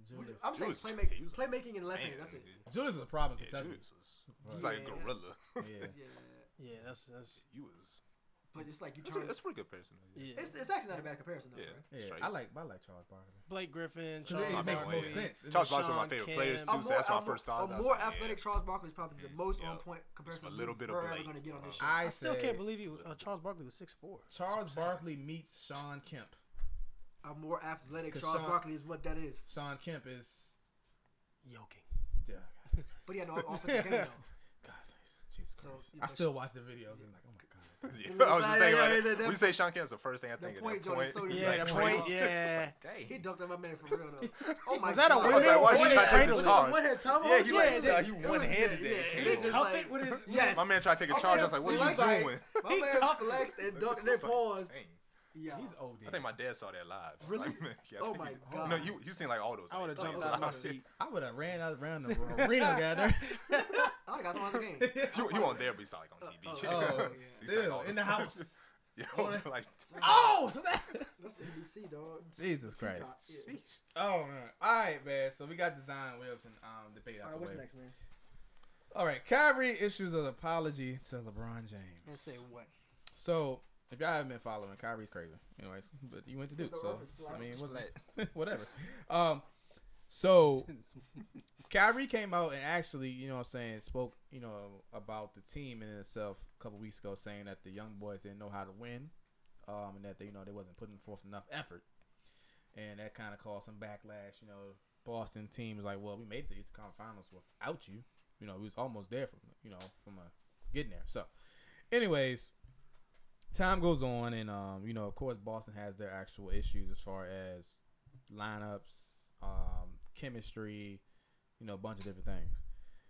Speaker 4: Julius.
Speaker 2: I'm saying
Speaker 5: Julius-
Speaker 2: playmaking,
Speaker 5: he was a
Speaker 2: playmaking and left
Speaker 5: Man,
Speaker 2: handed. That's it.
Speaker 4: Julius is a problem in
Speaker 5: Yeah,
Speaker 4: Kentucky.
Speaker 5: Julius was. He was like a
Speaker 2: Yeah.
Speaker 5: gorilla.
Speaker 4: Yeah.
Speaker 2: Yeah,
Speaker 1: Yeah, that's that's
Speaker 5: You was.
Speaker 2: but it's like you
Speaker 5: That's a,
Speaker 2: turn.
Speaker 5: that's a pretty good person. Yeah.
Speaker 1: yeah.
Speaker 2: It's, it's actually not a bad comparison though.
Speaker 5: Yeah.
Speaker 2: right?
Speaker 4: Yeah,
Speaker 5: straight.
Speaker 4: I like I like Charles Barkley.
Speaker 1: Blake Griffin,
Speaker 4: it
Speaker 1: Charles
Speaker 5: Charles
Speaker 4: makes
Speaker 1: Barkley.
Speaker 5: Barkley.
Speaker 4: more sense. It's
Speaker 5: Charles
Speaker 1: Sean
Speaker 5: Barkley's one of my favorite
Speaker 1: Kim.
Speaker 5: players
Speaker 1: A
Speaker 2: A
Speaker 5: too. so that's
Speaker 2: more-
Speaker 5: my
Speaker 2: a more-
Speaker 5: first thought.
Speaker 2: A
Speaker 5: I was
Speaker 2: more
Speaker 5: like, yeah.
Speaker 2: athletic Charles Barkley is probably the most on point comparison
Speaker 5: a little bit of
Speaker 2: we're ever
Speaker 5: Blake.
Speaker 2: going to get on this show.
Speaker 4: I,
Speaker 1: I still
Speaker 4: said
Speaker 1: can't believe you uh, Charles Barkley was six four.
Speaker 4: Charles Barkley meets Sean Kemp.
Speaker 2: A more athletic
Speaker 4: 'Cause
Speaker 2: Charles
Speaker 4: Sean-
Speaker 2: Barkley is what that is.
Speaker 4: Sean Kemp is
Speaker 1: Yoking.
Speaker 4: yeah,
Speaker 2: But he had no offensive game
Speaker 4: God, Jesus
Speaker 2: So,
Speaker 4: Christ.
Speaker 2: you
Speaker 4: I
Speaker 2: know,
Speaker 4: still watch the videos and like, oh my god.
Speaker 5: Yeah, I was just
Speaker 2: Yeah,
Speaker 5: thinking
Speaker 2: yeah,
Speaker 5: about
Speaker 2: yeah,
Speaker 5: it.
Speaker 2: that-
Speaker 5: When you
Speaker 2: that-
Speaker 5: say Sean Kemp, that's the first thing I think of.
Speaker 2: point
Speaker 5: That
Speaker 2: Jordan
Speaker 5: point.
Speaker 2: Soder
Speaker 1: Yeah,
Speaker 5: Like,
Speaker 1: the
Speaker 5: point.
Speaker 1: point. Yeah.
Speaker 5: Dang.
Speaker 2: though. He dunked on my man for real though. Oh my
Speaker 1: Was that a
Speaker 2: God.
Speaker 1: windmill?
Speaker 5: I was like, why
Speaker 1: Was
Speaker 5: you
Speaker 1: it
Speaker 5: trying to take
Speaker 1: cradle?
Speaker 5: this
Speaker 2: Was it a
Speaker 5: hard?
Speaker 2: one-hand tumble?
Speaker 5: Yeah, he
Speaker 1: Yeah,
Speaker 5: like,
Speaker 1: they-
Speaker 5: nah, he
Speaker 2: it was-
Speaker 5: one handed
Speaker 2: yeah,
Speaker 5: that.
Speaker 2: yeah,
Speaker 5: came
Speaker 2: they
Speaker 5: on.
Speaker 2: just
Speaker 1: How
Speaker 2: like-
Speaker 1: fit with his-
Speaker 2: Yes.
Speaker 5: My man tried to take a charge. I was like, what are you
Speaker 2: Like,
Speaker 5: doing?
Speaker 2: My man
Speaker 1: cut-
Speaker 2: flexed and dunked and then paused.
Speaker 5: Dang.
Speaker 2: Yeah.
Speaker 4: He's old.
Speaker 5: I
Speaker 4: dude.
Speaker 5: think my dad saw that live. I was
Speaker 2: Really?
Speaker 5: Like, man, yeah, I
Speaker 2: Oh
Speaker 5: think
Speaker 2: my
Speaker 5: you-
Speaker 2: God.
Speaker 5: No, you you seen like all those.
Speaker 1: I would have
Speaker 5: like,
Speaker 1: jumped
Speaker 5: plays
Speaker 1: out of my
Speaker 5: live.
Speaker 1: seat.
Speaker 4: I would have ran out around the arena, goddamn.
Speaker 2: I got the whole game. It
Speaker 5: You, you weren't there, but you saw like on TV.
Speaker 2: oh,
Speaker 4: Oh,
Speaker 2: yeah.
Speaker 5: You saw, like,
Speaker 4: still
Speaker 5: all
Speaker 4: in the house.
Speaker 5: Yeah,
Speaker 4: Oh, that-
Speaker 5: like
Speaker 4: Oh,
Speaker 2: That's NBC, dog.
Speaker 4: Jesus Christ.
Speaker 2: Yeah.
Speaker 4: Oh man. All right, man. So we got design webs and um debate
Speaker 2: All right,
Speaker 4: out the
Speaker 2: what's
Speaker 4: way.
Speaker 2: next, man?
Speaker 4: All right, Kyrie issues an apology to LeBron James.
Speaker 2: And say what?
Speaker 4: So if y'all haven't been following, Kyrie's crazy. Anyways, but you went to Duke,
Speaker 2: The
Speaker 4: so
Speaker 2: roof is flat.
Speaker 4: I mean, it
Speaker 5: It's
Speaker 4: wasn't whatever. Um, so Kyrie came out and actually, you know, what I'm saying, spoke, you know, about the team in itself a couple weeks ago, saying that the young boys didn't know how to win, um, and that they, you know, they wasn't putting forth enough effort, and that kind of caused some backlash. You know, Boston team was like, well, we made it to the Eastern Conference Finals without you. You know, we was almost there from, you know, from uh, getting there. So, anyways, time goes on, and um, you know, of course, Boston has their actual issues as far as lineups, um, chemistry, you know, a bunch of different things.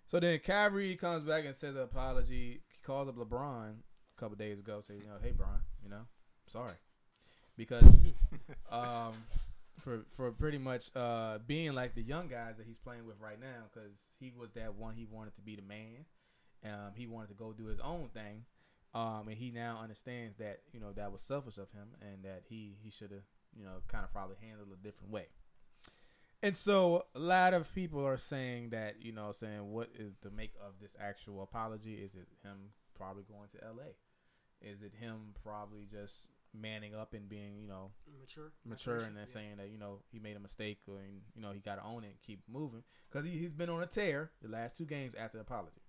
Speaker 4: So then Kyrie comes back and says an apology. He calls up LeBron a couple days ago, says, you know, hey, Bron, you know, I'm sorry. because um, for for pretty much uh, being like the young guys that he's playing with right now, because he was that one he wanted to be the man. Um, he wanted to go do his own thing, um, and he now understands that you know that was selfish of him, and that he he should have you know kind of probably handled a different way. And so a lot of people are saying that you know saying what is the make of this actual apology? Is it him probably going to L.A.? Is it him probably just manning up and being you know
Speaker 2: Mature.
Speaker 4: mature and then
Speaker 2: that
Speaker 4: saying that you know he made a mistake and you know he got to own it and keep moving because he, he's been on a tear the last two games after the apology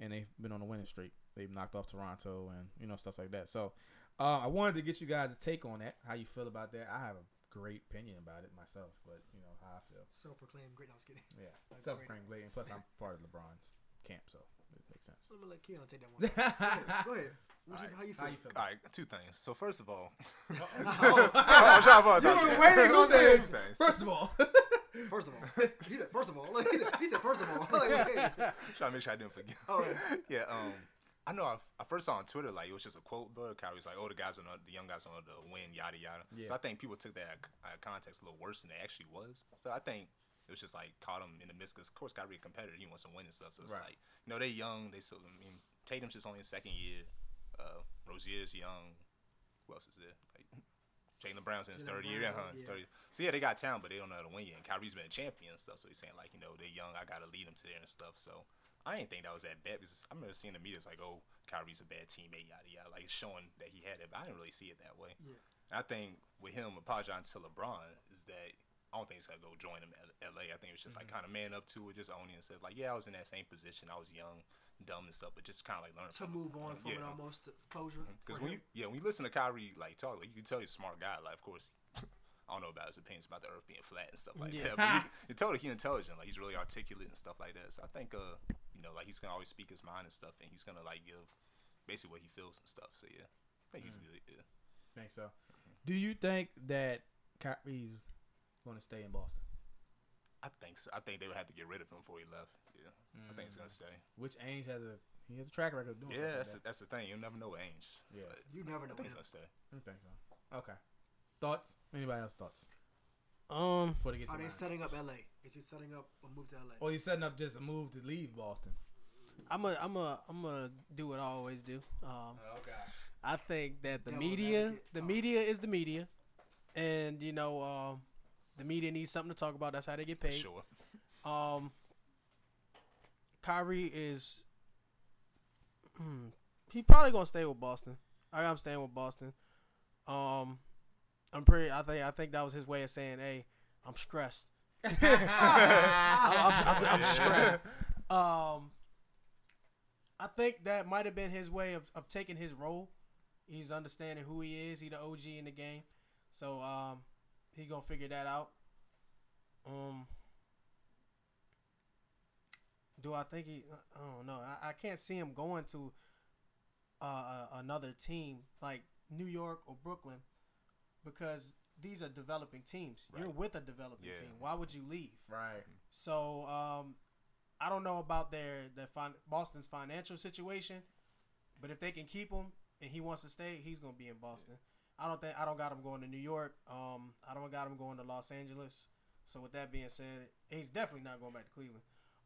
Speaker 4: and they've been on a winning streak they've knocked off toronto and you know stuff like that so uh, i wanted to get you guys a take on that how you feel about that i have a great opinion about it myself but you know how i feel
Speaker 2: Self-proclaimed great. No, I was kidding.
Speaker 4: yeah
Speaker 2: That's
Speaker 4: self
Speaker 2: great.
Speaker 4: great and plus i'm part of lebron's camp so it makes sense
Speaker 2: So I'm gonna let Keon take that one. go ahead. Go ahead. What you,
Speaker 4: Alright,
Speaker 2: how you feel?
Speaker 5: All right, two things. So first of all,
Speaker 4: Uh-oh.
Speaker 5: I'm trying to
Speaker 4: You
Speaker 5: apologize.
Speaker 4: were waiting on
Speaker 5: Two
Speaker 4: this.
Speaker 5: things.
Speaker 4: first of all
Speaker 2: First of all, he said, first of all, he said, he said first of all. Like, wait.
Speaker 5: Trying to make sure I didn't forget.
Speaker 2: Oh,
Speaker 5: yeah. Um, I know. I, I first saw on Twitter like it was just a quote, but Kyrie was like, "Oh, the guys on the young guys on the win, yada yada."
Speaker 4: Yeah.
Speaker 5: So I think people took that uh, context a little worse than it actually was. So I think it was just like caught him in the midst. Cause of course, Kyrie a competitor, he wants to win and stuff. So it's
Speaker 4: Right.
Speaker 5: like, you know, they young. They still. I mean, Tatum's just only in second year. Uh, Rozier's young. Who else is there? Like, Jalen Brown's in his
Speaker 2: Jaylen
Speaker 5: third
Speaker 2: Brown,
Speaker 5: year, uh-huh,
Speaker 2: yeah.
Speaker 5: his third year. So yeah, they got talent, but they don't know how to win yet. And Kyrie's been a champion and stuff, so he's saying like, you know, they're young, I gotta lead them to there and stuff. So I didn't think that was that bad because I remember seeing the media it's like, oh, Kyrie's a bad teammate, yada yada, like it's showing that he had it. But I didn't really see it that way.
Speaker 2: Yeah.
Speaker 5: And I think with him apologizing to LeBron is that I don't think he's gonna go join him at LA. I think it's just like kind of man up to it, just owning and stuff. Like, yeah, I was in that same position, I was young, dumb and stuff, but just kind of like learn
Speaker 2: To move on from it
Speaker 5: Yeah.
Speaker 2: almost to closure.
Speaker 5: because
Speaker 2: for
Speaker 5: when you,
Speaker 2: him.
Speaker 5: yeah, when you listen to Kyrie like talk, like you can tell he's a smart guy. Like, of course, I don't know about his opinions about the Earth being flat and stuff like that. But you, you tell that he's intelligent. Like he's really articulate and stuff like that. So I think, uh, you know, like he's gonna always speak his mind and stuff, and he's gonna like give basically what he feels and stuff. So yeah, I think he's good. Yeah.
Speaker 4: Think so. Do you think that Kyrie's going to stay in Boston?
Speaker 5: I think so. I think they would have to get rid of him before he left. Yeah, I think he's gonna stay.
Speaker 4: Which Ainge has a he has a track record of doing.
Speaker 5: Yeah, that's
Speaker 4: something
Speaker 5: the, that's the thing. You never know with Ainge.
Speaker 4: Yeah.
Speaker 5: but
Speaker 2: you never
Speaker 5: I
Speaker 2: know.
Speaker 5: think he's gonna stay.
Speaker 4: like that. I think so. Okay. Thoughts? Anybody else thoughts?
Speaker 1: Um,
Speaker 4: Before they get to
Speaker 2: Are Oh, they
Speaker 4: mine.
Speaker 2: setting up LA? Is he setting up a move to LA?
Speaker 4: Or you setting up just a move to leave Boston?
Speaker 1: I'm a, I'm a, I'm a do what I always do. Um,
Speaker 4: Oh gosh.
Speaker 1: I think that the
Speaker 2: Devil's
Speaker 1: media,
Speaker 2: advocate.
Speaker 1: the
Speaker 2: Oh.
Speaker 1: media is the media, and you know, um, the media needs something to talk about. That's how they get paid.
Speaker 5: Sure.
Speaker 1: Um, Kyrie is. hmm, he probably gonna stay with Boston. I, I'm staying with Boston. Um, I'm pretty. I think. I think that was his way of saying, "Hey, I'm stressed. I'm, I'm, I'm stressed." Um, I think that might have been his way of, of taking his role. He's understanding who he is. He the OG in the game, so um, he gonna figure that out. Um, do I think he? I don't know. I, I can't see him going to uh, a- another team like New York or Brooklyn because these are developing teams. You're
Speaker 5: Right.
Speaker 1: with a developing
Speaker 5: Yeah.
Speaker 1: team. Why would you leave?
Speaker 4: Right.
Speaker 1: So um, I don't know about their their fin- Boston's financial situation, but if they can keep him and he wants to stay, he's gonna be in Boston. I don't think I don't got him going to New York. Um, I don't got him going to Los Angeles. So with that being said, he's definitely not going back to Cleveland.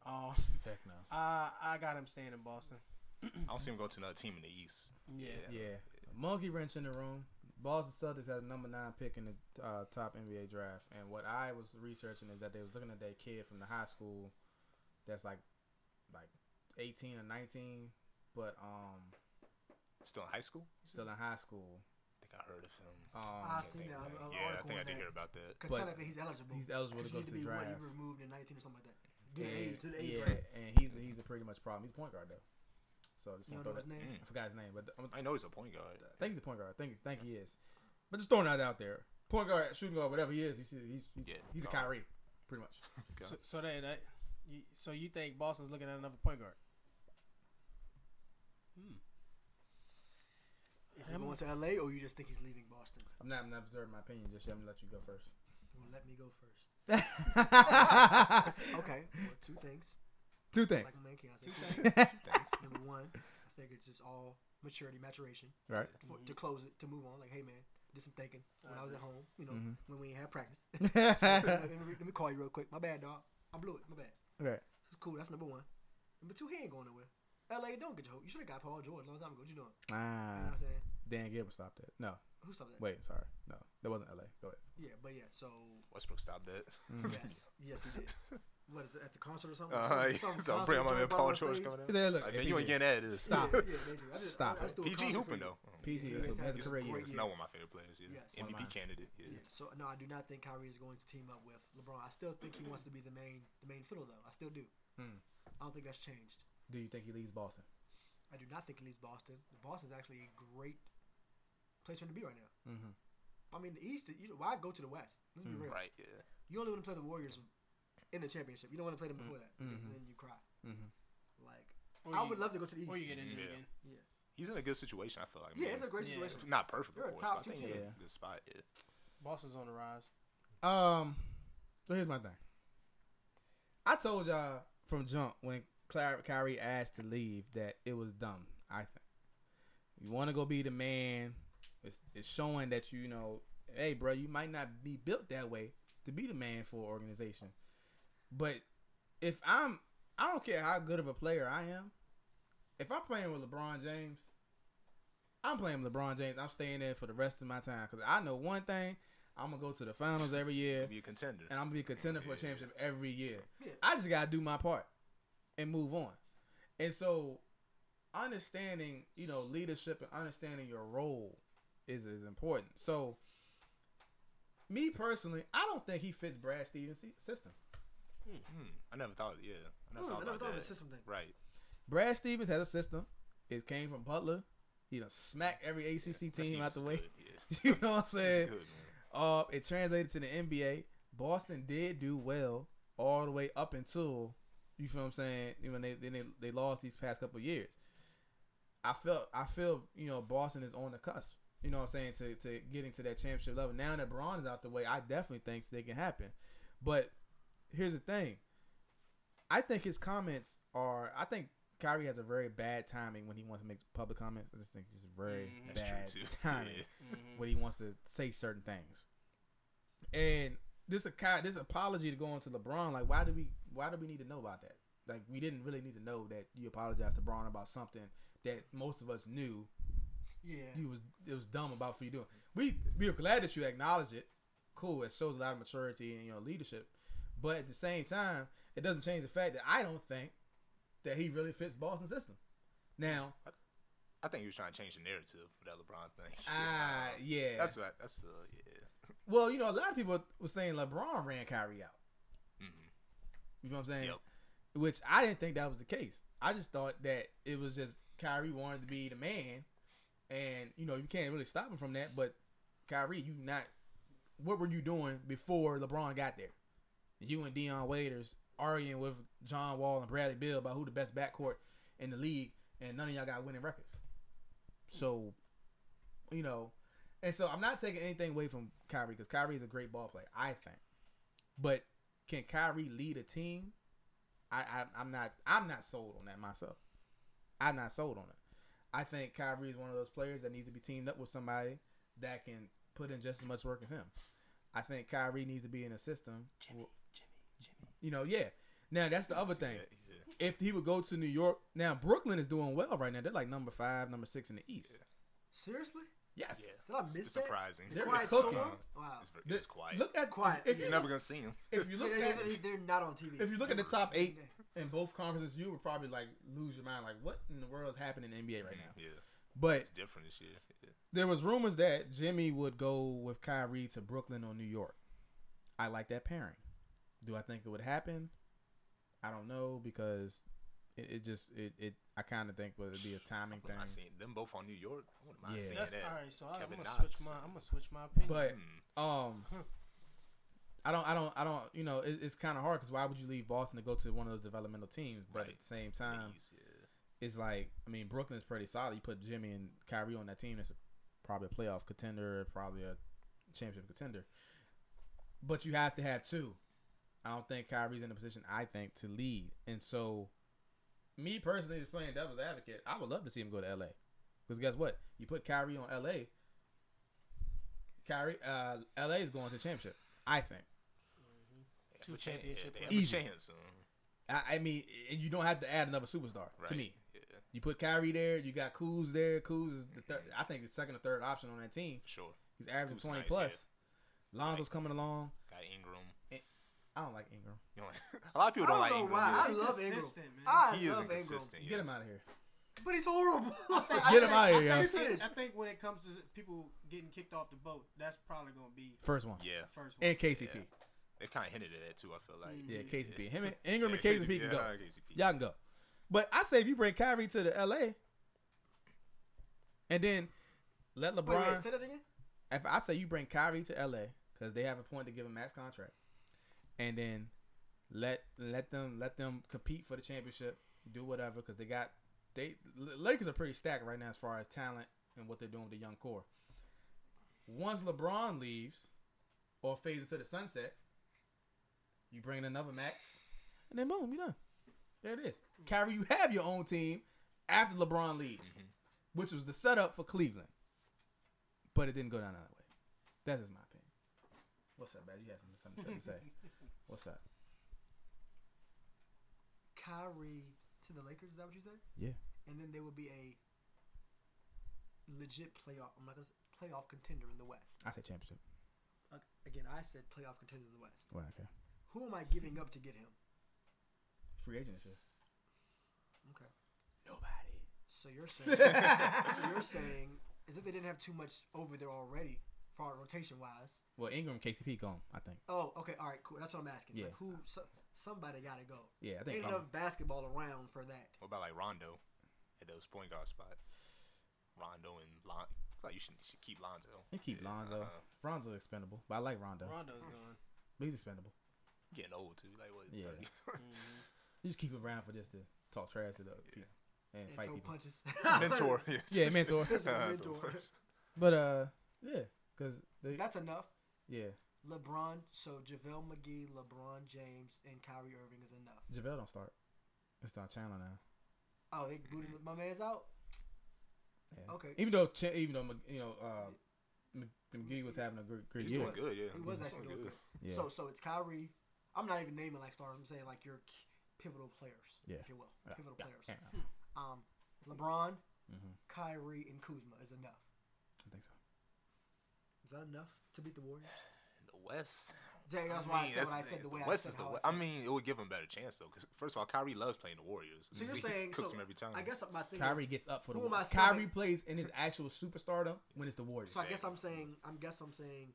Speaker 1: Um,
Speaker 4: Heck no.
Speaker 1: I I got him staying in Boston.
Speaker 5: I don't see him go to another team in the East.
Speaker 1: Yeah.
Speaker 4: Yeah. Monkey wrench in the room. Boston Celtics had a number nine pick in the uh, top NBA draft, and what I was researching is that they was looking at that kid from the high school, that's like, like, eighteen or nineteen, but um,
Speaker 5: Still in high school.
Speaker 4: still in high school.
Speaker 5: I think I heard of him.
Speaker 4: Um,
Speaker 2: Ah, I
Speaker 5: Can't
Speaker 2: seen
Speaker 5: think
Speaker 2: that
Speaker 5: when.
Speaker 2: uh,
Speaker 5: Yeah, I
Speaker 2: article
Speaker 5: think I
Speaker 2: on
Speaker 5: did
Speaker 2: that.
Speaker 5: hear about that.
Speaker 2: Because
Speaker 4: But
Speaker 2: technically he's eligible.
Speaker 4: he's eligible to
Speaker 2: 'Cause
Speaker 4: go
Speaker 2: you need
Speaker 4: to
Speaker 2: to be
Speaker 4: the
Speaker 2: one
Speaker 4: draft.
Speaker 2: year removed in 19 or something like that. Do
Speaker 4: And,
Speaker 2: the age to the age
Speaker 4: yeah,
Speaker 2: bracket.
Speaker 4: and he's he's a pretty much problem. He's a point guard though, so I just
Speaker 2: You
Speaker 4: want
Speaker 2: don't know
Speaker 4: to throw
Speaker 2: his
Speaker 4: that.
Speaker 2: name.
Speaker 4: I forgot his name, but I'm,
Speaker 5: I know he's a point guard.
Speaker 4: I think he's a point guard. I think think he is, but just throwing that out there. Point guard, shooting guard, whatever he is, he's he's he's,
Speaker 5: Yeah.
Speaker 4: he's a
Speaker 5: Oh.
Speaker 4: Kyrie, pretty much.
Speaker 5: Okay.
Speaker 1: So, so that, that you, so you think Boston's looking at another point guard?
Speaker 2: Is he going to LA or you just think he's leaving Boston?
Speaker 4: I'm not I'm not reserving my opinion just yet. I'm gonna let you go first.
Speaker 2: Well, let me go first.
Speaker 4: okay.
Speaker 2: Okay, well, two things.
Speaker 4: Two things.
Speaker 2: Like my man Keon said,
Speaker 5: Two
Speaker 2: two
Speaker 5: things.
Speaker 2: things.
Speaker 5: Thanks.
Speaker 2: Number one, I think it's just all maturity, maturation.
Speaker 4: Right.
Speaker 2: For, to close it, to move on. Like, hey man, did some thinking when I was at home. You know,
Speaker 5: Mm-hmm.
Speaker 4: Mhm.
Speaker 2: when we ain't had practice.
Speaker 4: right.
Speaker 2: let, me, let me call you real quick. My bad, dog. I blew it. My bad. It's cool. That's number one. Number two, he ain't going nowhere. LA, don't get your hope. You should have got Paul George a long time ago. What you doing? You know what
Speaker 4: Ah,
Speaker 2: I'm saying?
Speaker 4: Dan Gilbert stopped that. No,
Speaker 2: Who saw that?
Speaker 4: wait, sorry, no, that wasn't L.A. Go ahead.
Speaker 2: Yeah, but yeah. So
Speaker 5: Westbrook stopped that.
Speaker 2: yes, yes, he did. What is it? At the concert or something?
Speaker 5: Uh,
Speaker 2: Some- some concert
Speaker 5: so I'm pretty
Speaker 2: with
Speaker 5: much
Speaker 2: Joe
Speaker 5: Paul
Speaker 2: Biden on
Speaker 5: George
Speaker 2: stage.
Speaker 5: coming
Speaker 4: Yeah,
Speaker 5: out.
Speaker 4: look,
Speaker 5: Like, man, you ain't getting that. It's
Speaker 4: Stop.
Speaker 2: Yeah, yeah, basically. I just, I,
Speaker 4: Stop
Speaker 2: I just do a
Speaker 5: PG
Speaker 2: concert for
Speaker 5: hooping
Speaker 2: you.
Speaker 5: though.
Speaker 4: PG
Speaker 2: Yeah,
Speaker 4: is
Speaker 2: yeah,
Speaker 4: has a
Speaker 2: it's
Speaker 4: career year.
Speaker 2: great.
Speaker 5: It's not one of my favorite players. Yeah.
Speaker 2: Yes.
Speaker 4: One of mine.
Speaker 5: MVP candidate. Yeah.
Speaker 2: Yeah. So no, I do not think Kyrie is going to team up with LeBron. I still think he wants to be the main the main fiddle though. I still do.
Speaker 4: Hmm.
Speaker 2: I don't think that's changed.
Speaker 4: Do you think he leaves Boston?
Speaker 2: I do not think he leaves Boston. Boston's actually a great place for him to be right now.
Speaker 4: Mm-hmm. Hmm.
Speaker 2: I mean, the East. You know, why go to the West? Let's be real.
Speaker 5: Right. Yeah.
Speaker 2: You only want to play the Warriors in the championship. You don't want to play
Speaker 4: Hmm.
Speaker 2: them before
Speaker 4: Mm-hmm.
Speaker 2: that because then you cry.
Speaker 4: Mhm.
Speaker 2: Like
Speaker 1: Or
Speaker 2: I
Speaker 1: you-
Speaker 2: would love to go to the East.
Speaker 1: Or you get injured
Speaker 5: Yeah.
Speaker 1: again.
Speaker 2: yeah.
Speaker 5: He's in a good situation. I feel like.
Speaker 2: yeah,
Speaker 5: man.
Speaker 2: it's a great
Speaker 1: Yeah.
Speaker 2: situation.
Speaker 5: It's not perfect,
Speaker 2: You're a
Speaker 5: of course,
Speaker 2: top
Speaker 5: but I
Speaker 2: two
Speaker 5: think he's in
Speaker 4: team.
Speaker 5: a good spot. Yeah.
Speaker 1: Boston's on the rise.
Speaker 4: Um, so here's my thing. I told y'all from jump when Cla- Kyrie asked to leave that it was dumb. I think you want to go be the man. It's it's showing that you know, hey, bro, you might not be built that way to be the man for an organization. But if I'm, I don't care how good of a player I am. If I'm playing with LeBron James, I'm playing with LeBron James. I'm staying there for the rest of my time because I know one thing. I'm gonna go to the finals every year,
Speaker 5: Be a contender.
Speaker 4: and I'm gonna be a contender for a championship every year.
Speaker 2: Yeah.
Speaker 4: I just gotta do my part and move on. And so, understanding, you know, leadership and understanding your role is is important. So, me personally, I don't think he fits Brad Stevens' sy- system.
Speaker 5: Hmm. I never thought. Yeah. I never
Speaker 2: Hmm,
Speaker 5: thought
Speaker 2: I never
Speaker 5: about
Speaker 2: thought of
Speaker 5: that.
Speaker 2: the system thing.
Speaker 5: Right.
Speaker 4: Brad Stevens has a system. It came from Butler. You know, smack every ACC
Speaker 5: That
Speaker 4: team
Speaker 5: team
Speaker 4: out
Speaker 5: is
Speaker 4: the way.
Speaker 5: good, Yeah.
Speaker 4: you know what I'm
Speaker 5: It's
Speaker 4: saying?
Speaker 5: good, man.
Speaker 4: Uh, it translated to the NBA. Boston did do well all the way up until you feel what I'm saying. When they then they, they lost these past couple of years, I felt I feel you know Boston is on the cusp. You know what I'm saying to to getting to that championship level. Now that Braun is out the way, I definitely think they can happen. But here's the thing. I think his comments are. I think Kyrie has a very bad timing when he wants to make public comments. I just think it's very
Speaker 1: Mm,
Speaker 5: That's
Speaker 4: bad
Speaker 5: true too.
Speaker 4: timing
Speaker 5: Yeah.
Speaker 4: when he wants to say certain things. And this ac- this apology to going to LeBron, like why do we why do we need to know about that? Like we didn't really need to know that you apologized to LeBron about something that most of us knew
Speaker 2: Yeah.
Speaker 4: you was it was dumb about for you doing. We we were glad that you acknowledged it. Cool, it shows a lot of maturity and you know leadership. But at the same time, it doesn't change the fact that I don't think that he really fits Boston's system. Now,
Speaker 5: I think he was trying to change the narrative for that LeBron thing.
Speaker 4: ah, yeah,
Speaker 5: That's what. That's uh. Yeah.
Speaker 4: Well, you know, a lot of people were saying LeBron ran Kyrie out.
Speaker 5: Mhm.
Speaker 4: You know what I'm saying?
Speaker 5: Yep.
Speaker 4: Which I didn't think that was the case. I just thought that it was just Kyrie wanted to be the man, and you know you can't really stop him from that. But Kyrie, you not. What were you doing before LeBron got there? You and Dion Waiters arguing with John Wall and Bradley Bill about who the best backcourt in the league, and none of y'all got winning records. So, you know, and so I'm not taking anything away from Kyrie because Kyrie is a great ball player, I think. But can Kyrie lead a team? I, I I'm not I'm not sold on that myself. I'm not sold on it. I think Kyrie is one of those players that needs to be teamed up with somebody that can put in just as much work as him. I think Kyrie needs to be in a system. Jimmy, Jimmy, Jimmy. You know, yeah. Now that's the other
Speaker 5: See
Speaker 4: thing.
Speaker 5: that, yeah.
Speaker 4: If he would go to New York, now Brooklyn is doing well right now. They're like number five, number six in the East.
Speaker 2: Seriously?
Speaker 4: Yes.
Speaker 5: Yeah.
Speaker 2: Did I
Speaker 5: It's-
Speaker 2: miss
Speaker 5: it's
Speaker 2: that?
Speaker 5: surprising.
Speaker 4: They're
Speaker 2: Quiet
Speaker 4: cooking.
Speaker 2: Storm? Wow.
Speaker 5: It's, ver-
Speaker 4: The-
Speaker 5: it's quiet.
Speaker 4: Look at
Speaker 2: Quiet.
Speaker 4: If you
Speaker 5: You're never gonna see him.
Speaker 4: if you look
Speaker 2: They-
Speaker 4: at
Speaker 2: they- they're not on TV.
Speaker 4: if you look at the top eight in both conferences, you would probably like lose your mind. Like, what in the world is happening in the NBA right now?
Speaker 5: Yeah,
Speaker 4: But
Speaker 5: it's different this year. Yeah.
Speaker 4: there was rumors that Jimmy would go with Kyrie to Brooklyn or New York. I like that pairing. Do I think it would happen? I don't know because it, it just it, it I kind of think would it be a timing
Speaker 5: I
Speaker 4: thing.
Speaker 5: wouldn't mind seeing them both on New York. I wouldn't mind
Speaker 4: Yeah.
Speaker 5: seeing
Speaker 1: That's
Speaker 5: that.
Speaker 1: all right. So I, I'm
Speaker 5: Kevin
Speaker 1: gonna
Speaker 5: Knox.
Speaker 1: switch my. I'm gonna switch my opinion.
Speaker 4: But
Speaker 5: Hmm.
Speaker 4: um, I don't I don't I don't you know it, it's kind of hard because why would you leave Boston to go to one of those developmental teams? But
Speaker 5: Right.
Speaker 4: at the same time,
Speaker 5: Please, yeah.
Speaker 4: Kyrie, uh, LA is going to the championship. I think.
Speaker 5: Two have a chan- yeah,
Speaker 1: championship
Speaker 5: they
Speaker 1: runs.
Speaker 5: have a
Speaker 4: Easy.
Speaker 5: chance. um,
Speaker 4: I, I mean, and you don't have to add another superstar to
Speaker 5: Right.
Speaker 4: me.
Speaker 5: Yeah,
Speaker 4: You put Kyrie there. You got Kuz there. Kuz is the third, I think the second or third option on that team.
Speaker 5: for sure.
Speaker 4: He's averaging
Speaker 5: Kuz
Speaker 4: twenty
Speaker 5: nice,
Speaker 4: plus. Lonzo's
Speaker 5: Like-
Speaker 4: coming along.
Speaker 5: Got Ingram.
Speaker 4: I don't like Ingram.
Speaker 5: You know, a lot of
Speaker 2: I
Speaker 5: people don't
Speaker 2: don't
Speaker 5: like
Speaker 2: know
Speaker 5: Ingram.
Speaker 2: why.
Speaker 5: either.
Speaker 2: I love Ingram.
Speaker 1: Inconsistent, man.
Speaker 2: I
Speaker 5: He is
Speaker 2: love Ingram,
Speaker 5: inconsistent. yeah.
Speaker 4: Get him out of here.
Speaker 2: but he's horrible.
Speaker 4: Get him out of here,
Speaker 1: I
Speaker 4: yo.
Speaker 1: think- I think when it comes to people getting kicked off the boat, that's probably gonna be
Speaker 4: First one.
Speaker 5: Yeah,
Speaker 1: first one.
Speaker 4: And KCP.
Speaker 5: Yeah. they've kind of hinted at that too. I feel
Speaker 2: Mm.
Speaker 5: like
Speaker 4: Yeah,
Speaker 5: Yeah,
Speaker 4: KCP. Him and Ingram and
Speaker 5: yeah,
Speaker 4: KCP can go.
Speaker 5: yeah, KCP.
Speaker 4: Y'all can go. But I say if you bring Kyrie to the LA and then let LeBron
Speaker 2: Wait, wait, say that again.
Speaker 4: if I say you bring Kyrie to LA because they have a point to give him max contract, and then let let them let them compete for the championship, do whatever because they got they L- Lakers are pretty stacked right now as far as talent and what they're doing with the young core. Once LeBron leaves or fades into the sunset, you bring in another max, and then boom, you done. There it is. Kyrie, you have your own team after LeBron leaves, which was the setup for Cleveland but it didn't go down that way. That's just my opinion. What's up, man? You have something, something to say? What's up?
Speaker 2: Kyrie to the Lakers. Is that what you said?
Speaker 4: Yeah.
Speaker 2: And then there would be a legit playoff. I'm not gonna say playoff contender in the West.
Speaker 4: I say championship.
Speaker 2: Uh, Again, I said playoff contender in the West.
Speaker 4: Well, okay.
Speaker 2: Who am I giving up to get him?
Speaker 4: Free agent this year.
Speaker 2: Okay.
Speaker 4: Nobody.
Speaker 2: So you're saying, so you're saying, as if they didn't have too much over there already, far rotation wise.
Speaker 4: Well, Ingram, KCP gone. I think.
Speaker 2: Oh, okay, all right, cool. That's what I'm asking.
Speaker 4: Yeah.
Speaker 2: Like who? So, somebody got to go.
Speaker 4: Yeah, I think.
Speaker 2: Ain't
Speaker 4: um,
Speaker 2: enough basketball around for that.
Speaker 5: What about like Rondo at those point guard spots? Rondo and Lon. Like you should, you should keep Lonzo.
Speaker 4: they keep
Speaker 5: Yeah,
Speaker 4: Lonzo.
Speaker 5: uh-huh.
Speaker 4: Lonzo expendable, but I like Rondo.
Speaker 1: Rondo's gone.
Speaker 4: But he's expendable.
Speaker 5: Getting old too. Like what?
Speaker 4: Yeah.
Speaker 5: 30?
Speaker 4: You just keep him around for just to talk trash to the people and
Speaker 2: And
Speaker 4: fight
Speaker 2: throw
Speaker 4: people.
Speaker 2: punches.
Speaker 5: mentor. Yeah,
Speaker 4: Yeah, mentor.
Speaker 2: Just
Speaker 5: Throw
Speaker 2: mentor.
Speaker 5: punches.
Speaker 4: But uh, yeah, cause they,
Speaker 2: That's enough.
Speaker 4: yeah,
Speaker 2: LeBron. So JaVale McGee, LeBron James, and Kyrie Irving is enough.
Speaker 4: Javale don't start. It's on Chandler now.
Speaker 2: Oh, they booted my man's out.
Speaker 4: Yeah.
Speaker 2: Okay.
Speaker 4: Even though, Ch- even though, Mc- you know, uh, Mc- McGee was having a great, great
Speaker 5: He's
Speaker 4: year.
Speaker 5: doing good. Yeah,
Speaker 2: He was
Speaker 5: He's
Speaker 2: actually doing good.
Speaker 4: Yeah.
Speaker 2: So so it's Kyrie. I'm not even naming like stars. I'm saying like your k- pivotal players,
Speaker 4: Yeah.
Speaker 2: if you will,
Speaker 4: Yeah,
Speaker 2: pivotal
Speaker 4: yeah,
Speaker 2: players.
Speaker 4: yeah.
Speaker 2: Um, LeBron, Mm-hmm.
Speaker 4: Mhm.
Speaker 2: Kyrie, and Kuzma is enough.
Speaker 4: I think so.
Speaker 2: Is that enough to beat the Warriors?
Speaker 5: The West.
Speaker 2: Zach, that's
Speaker 5: I
Speaker 2: why I
Speaker 5: mean,
Speaker 2: said
Speaker 5: that's
Speaker 2: what I
Speaker 5: the
Speaker 2: said
Speaker 5: thing.
Speaker 2: the way I
Speaker 5: West
Speaker 2: said
Speaker 5: is the
Speaker 2: how I
Speaker 5: West.
Speaker 2: said
Speaker 5: I
Speaker 2: it.
Speaker 5: mean, it would give him better chance though. Because first of all, Kyrie loves playing the Warriors.
Speaker 2: So you're
Speaker 5: He
Speaker 2: saying
Speaker 5: cooks
Speaker 2: so
Speaker 5: them every time.
Speaker 2: I guess my thing
Speaker 4: Kyrie
Speaker 2: is,
Speaker 4: gets up for the
Speaker 2: who am I
Speaker 4: Warriors. Kyrie
Speaker 2: selling?
Speaker 4: plays in his actual superstardom when it's the Warriors.
Speaker 2: So I guess I'm saying I'm guess I'm saying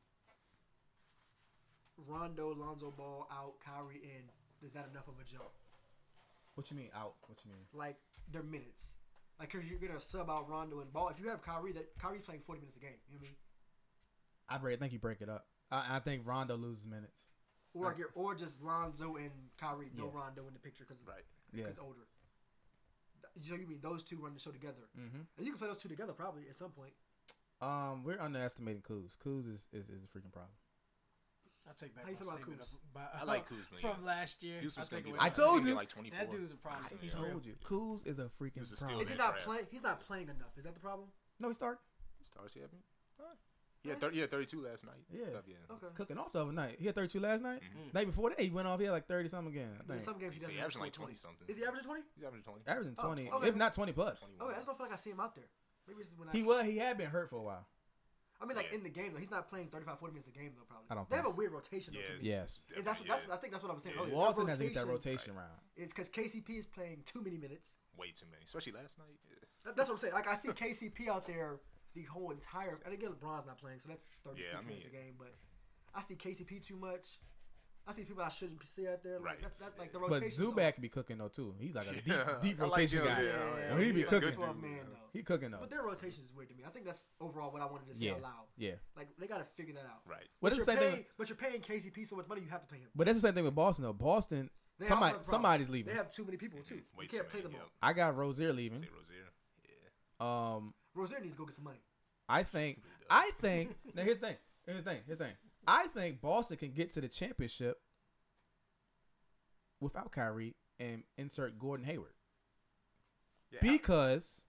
Speaker 2: Rondo, Lonzo Ball out, Kyrie in. Is that enough of a jump?
Speaker 4: What you mean out? What you mean?
Speaker 2: Like their minutes. Like you you're gonna sub out Rondo and Ball. If you have Kyrie, that Kyrie's playing 40 minutes a game. You know what I mean?
Speaker 4: I break. I think you break it up. I, I think Rondo loses minutes.
Speaker 2: Or like you're- or just Lonzo and Kyrie, no
Speaker 4: Yeah.
Speaker 2: Rondo in the picture because
Speaker 5: Right.
Speaker 4: Yeah.
Speaker 2: older. Th- So you mean those two run the show together?
Speaker 4: Mhm.
Speaker 2: And you can play those two together probably at some point.
Speaker 4: Um, we're underestimating Kuz. Kuz is, is, is a freaking problem.
Speaker 1: I take back
Speaker 2: How you
Speaker 1: my
Speaker 2: feel about
Speaker 1: statement.
Speaker 2: Kuz?
Speaker 1: Of, by,
Speaker 5: I like Kuzma, yeah.
Speaker 1: from last year.
Speaker 5: Houston's
Speaker 1: I
Speaker 5: gonna
Speaker 1: take
Speaker 5: be.
Speaker 1: away
Speaker 5: Like,
Speaker 4: I
Speaker 1: that.
Speaker 4: told
Speaker 5: he's gonna get
Speaker 4: you.
Speaker 5: Like 24.
Speaker 1: that dude's a problem.
Speaker 4: I
Speaker 1: to me,
Speaker 5: Yeah.
Speaker 1: bro.
Speaker 4: told you, Kuz is a freaking
Speaker 5: Kuz is
Speaker 4: problem.
Speaker 2: Is
Speaker 5: still in
Speaker 2: he
Speaker 5: the
Speaker 2: not
Speaker 5: draft.
Speaker 2: playing? He's not playing enough. Is that the problem?
Speaker 4: no, he started
Speaker 5: Stars, yeah. I mean, alright. Yeah, 30, yeah, 32 last night.
Speaker 4: Yeah.
Speaker 5: Stuff, yeah.
Speaker 2: Okay.
Speaker 4: cooking off the other night. He had 32 last night.
Speaker 2: Mm-hmm.
Speaker 4: Night before that, he went off. He had like 30 something again. I
Speaker 2: In
Speaker 4: think.
Speaker 2: some games he
Speaker 5: He's
Speaker 2: doesn't.
Speaker 5: averaging
Speaker 2: score
Speaker 5: like 20 something.
Speaker 2: Is he averaging twenty?
Speaker 5: He's averaging 20.
Speaker 4: Averaging 20,
Speaker 2: Oh, okay.
Speaker 4: if not 20 plus.
Speaker 5: 21.
Speaker 2: Okay, I just don't feel like I see him out there. Maybe it's when I.
Speaker 4: He was. He had been hurt for a while.
Speaker 2: I mean, like
Speaker 5: Yeah.
Speaker 2: in the game though, he's not playing 35, 40 minutes a game though. Probably.
Speaker 4: I don't
Speaker 2: They have a
Speaker 4: think so.
Speaker 2: weird rotation.
Speaker 5: Yeah,
Speaker 2: Though, to
Speaker 5: it's-
Speaker 2: me.
Speaker 4: Yeah.
Speaker 5: it's
Speaker 2: And that's,
Speaker 5: definitely-
Speaker 2: that's,
Speaker 5: yeah,
Speaker 2: I think that's what I was saying.
Speaker 5: Yeah.
Speaker 2: earlier.
Speaker 4: Walton doesn't get that rotation round.
Speaker 2: It's because KCP is playing too many minutes.
Speaker 5: way too many, especially last night. Yeah.
Speaker 2: That- That's what I'm saying. Like I see KCP out there the whole entire. And again, LeBron's not playing, so that's 36
Speaker 5: Yeah, I mean-
Speaker 2: minutes a game. But I see KCP too much. I see people I shouldn't see out there. Like,
Speaker 5: Right.
Speaker 2: That's, that's like the
Speaker 4: But
Speaker 2: rotation.
Speaker 4: Zubac be cooking though too. He's like a deep,
Speaker 5: Yeah,
Speaker 4: deep
Speaker 5: I like
Speaker 4: rotation
Speaker 5: him,
Speaker 4: guy.
Speaker 5: yeah,
Speaker 4: yeah. He be
Speaker 2: like
Speaker 4: cooking.
Speaker 2: 12 man,
Speaker 5: Yeah.
Speaker 2: though.
Speaker 4: He cooking though.
Speaker 2: But their rotation is weird to me. I think that's overall what I wanted to say
Speaker 4: Yeah,
Speaker 2: out loud.
Speaker 4: yeah.
Speaker 2: Like they gotta figure that out.
Speaker 5: Right.
Speaker 4: But
Speaker 2: But,
Speaker 4: it's
Speaker 2: you're
Speaker 4: the same thing.
Speaker 2: paying,
Speaker 4: With,
Speaker 2: but you're paying KCP so much money, you have to pay him.
Speaker 4: but that's the same thing with Boston though. Boston,
Speaker 2: They also
Speaker 4: somebody,
Speaker 2: have a problem.
Speaker 4: somebody's leaving.
Speaker 2: They have too many people too.
Speaker 5: Way
Speaker 2: you
Speaker 5: too
Speaker 2: can't pay
Speaker 5: many.
Speaker 2: them
Speaker 5: yep.
Speaker 2: all.
Speaker 4: I got Rozier leaving.
Speaker 5: Say Rozier. Yeah.
Speaker 4: Um,
Speaker 2: Rozier needs to go get some money.
Speaker 4: I think, I think. now here's the thing. Here's the thing. Here's the thing. I think Boston can get to the championship without Kyrie and insert Gordon Hayward
Speaker 5: Yeah.
Speaker 4: because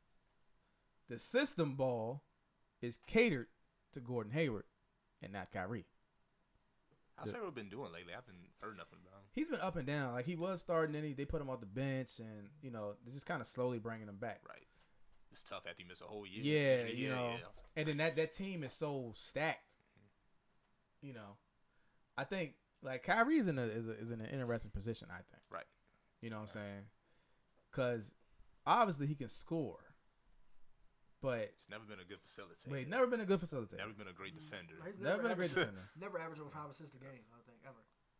Speaker 4: the system ball is catered to Gordon Hayward and not Kyrie.
Speaker 5: How's everyone been doing lately? I haven't heard nothing about him.
Speaker 4: He's been up and down. Like he was starting, then he, they put him off the bench, and you know they're just kind of slowly bringing him back.
Speaker 5: Right. It's tough after you miss a whole year.
Speaker 4: Yeah,
Speaker 5: Usually,
Speaker 4: you know.
Speaker 5: I was like,
Speaker 4: And then that that team is so stacked. You know, I think like Kyrie's in a is, a, is in an interesting position. I think.
Speaker 5: Right.
Speaker 4: You know what I'm saying? Because obviously he can score, but
Speaker 5: He's never been a good facilitator.
Speaker 4: but he's never been a good facilitator.
Speaker 5: Never been a great defender.
Speaker 2: Like, he's
Speaker 4: Never been a great
Speaker 2: averaged-
Speaker 4: defender.
Speaker 2: Never averaged over five assists a game. I don't think ever.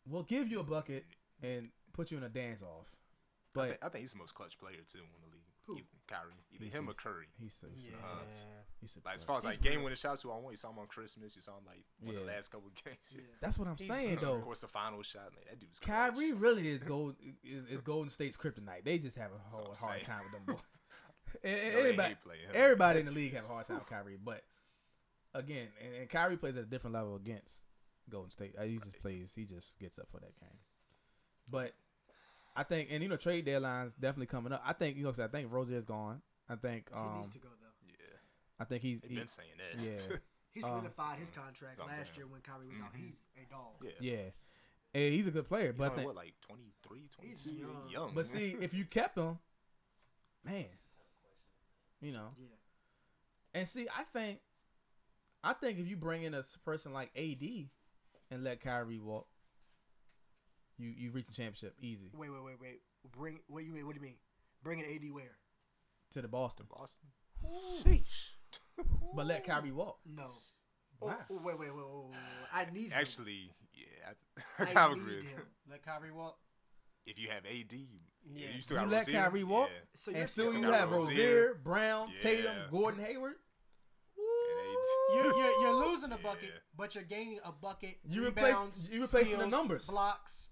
Speaker 4: We'll give you a bucket and put you in a dance off,
Speaker 5: I,
Speaker 4: but
Speaker 5: think, I think he's the most clutch player too in the league.
Speaker 2: Who?
Speaker 5: Either Kyrie, either
Speaker 4: He's-
Speaker 5: him or
Speaker 4: he's-
Speaker 5: Curry.
Speaker 4: he's so
Speaker 1: Yeah.
Speaker 4: clutch. He's so
Speaker 5: Like as
Speaker 4: clutch.
Speaker 5: far as like game winning shots, who I want, you saw him on Christmas, you saw him like one of the
Speaker 4: Yeah.
Speaker 5: last couple of games.
Speaker 2: Yeah.
Speaker 4: That's what I'm
Speaker 1: He's
Speaker 4: saying
Speaker 5: And of
Speaker 4: though.
Speaker 5: course, the final shot, man, that dude's clutch.
Speaker 4: Kyrie really is gold is, is Golden State's kryptonite. They just have a
Speaker 5: what
Speaker 4: whole hard
Speaker 5: I'm saying.
Speaker 4: time with them boys. And- and
Speaker 5: No, they
Speaker 4: everybody,
Speaker 5: hate playing him.
Speaker 4: everybody in the league have a hard time with Kyrie, but again, and, and Kyrie plays at a different level against Golden State. Uh, He just plays, he just gets up for that game. But I think, and you know, trade deadlines definitely coming up. I think you know, 'cause I think Rozier's gone. I think,
Speaker 2: He
Speaker 4: um,
Speaker 2: needs to go though.
Speaker 5: Yeah,
Speaker 4: I think he's
Speaker 5: they've
Speaker 4: he,
Speaker 5: been saying that.
Speaker 4: yeah,
Speaker 2: He
Speaker 4: um,
Speaker 2: solidified his contract
Speaker 5: I'm
Speaker 2: last
Speaker 5: saying.
Speaker 2: year when Kyrie was out. He's a dog.
Speaker 5: Mm-hmm. yeah.
Speaker 4: yeah. And he's a good player,
Speaker 5: He's
Speaker 4: but I
Speaker 5: only
Speaker 4: think-
Speaker 5: what like 23, 22,
Speaker 2: He's
Speaker 5: young.
Speaker 2: young.
Speaker 4: But see, if you kept him, man, you know.
Speaker 2: Yeah.
Speaker 4: And see, I think, I think if you bring in a s- person like AD and let Kyrie walk, you you reach the championship easy
Speaker 2: Wait, wait, wait, wait. Bring what you mean? What do you mean? Bring an AD where?
Speaker 4: to the Boston.
Speaker 5: Boston.
Speaker 4: But let Kyrie walk.
Speaker 2: No. Oh,
Speaker 4: Why?
Speaker 2: oh, wait, wait, wait, wait, wait, wait. I need him.
Speaker 5: Actually, yeah, I, I
Speaker 2: I
Speaker 5: kind of
Speaker 2: need
Speaker 5: agree. with
Speaker 2: him.
Speaker 5: you.
Speaker 1: Let Kyrie walk.
Speaker 5: If you have AD, you,
Speaker 1: Yeah.
Speaker 5: you still
Speaker 4: You
Speaker 5: got
Speaker 4: let
Speaker 5: Rozier,
Speaker 4: Kyrie walk,
Speaker 5: yeah.
Speaker 2: So
Speaker 4: and
Speaker 2: you're
Speaker 4: still
Speaker 5: still
Speaker 4: you
Speaker 5: got
Speaker 4: have
Speaker 5: Rozier.
Speaker 4: Rozier, Brown,
Speaker 5: Yeah.
Speaker 4: Tatum, Gordon Hayward.
Speaker 1: You're,
Speaker 5: And AD.
Speaker 1: you're, you're losing a bucket,
Speaker 5: Yeah.
Speaker 1: but you're gaining a bucket.
Speaker 4: You replace-
Speaker 1: rebounds,
Speaker 4: you replacing the
Speaker 1: steals,
Speaker 4: numbers.
Speaker 1: blocks.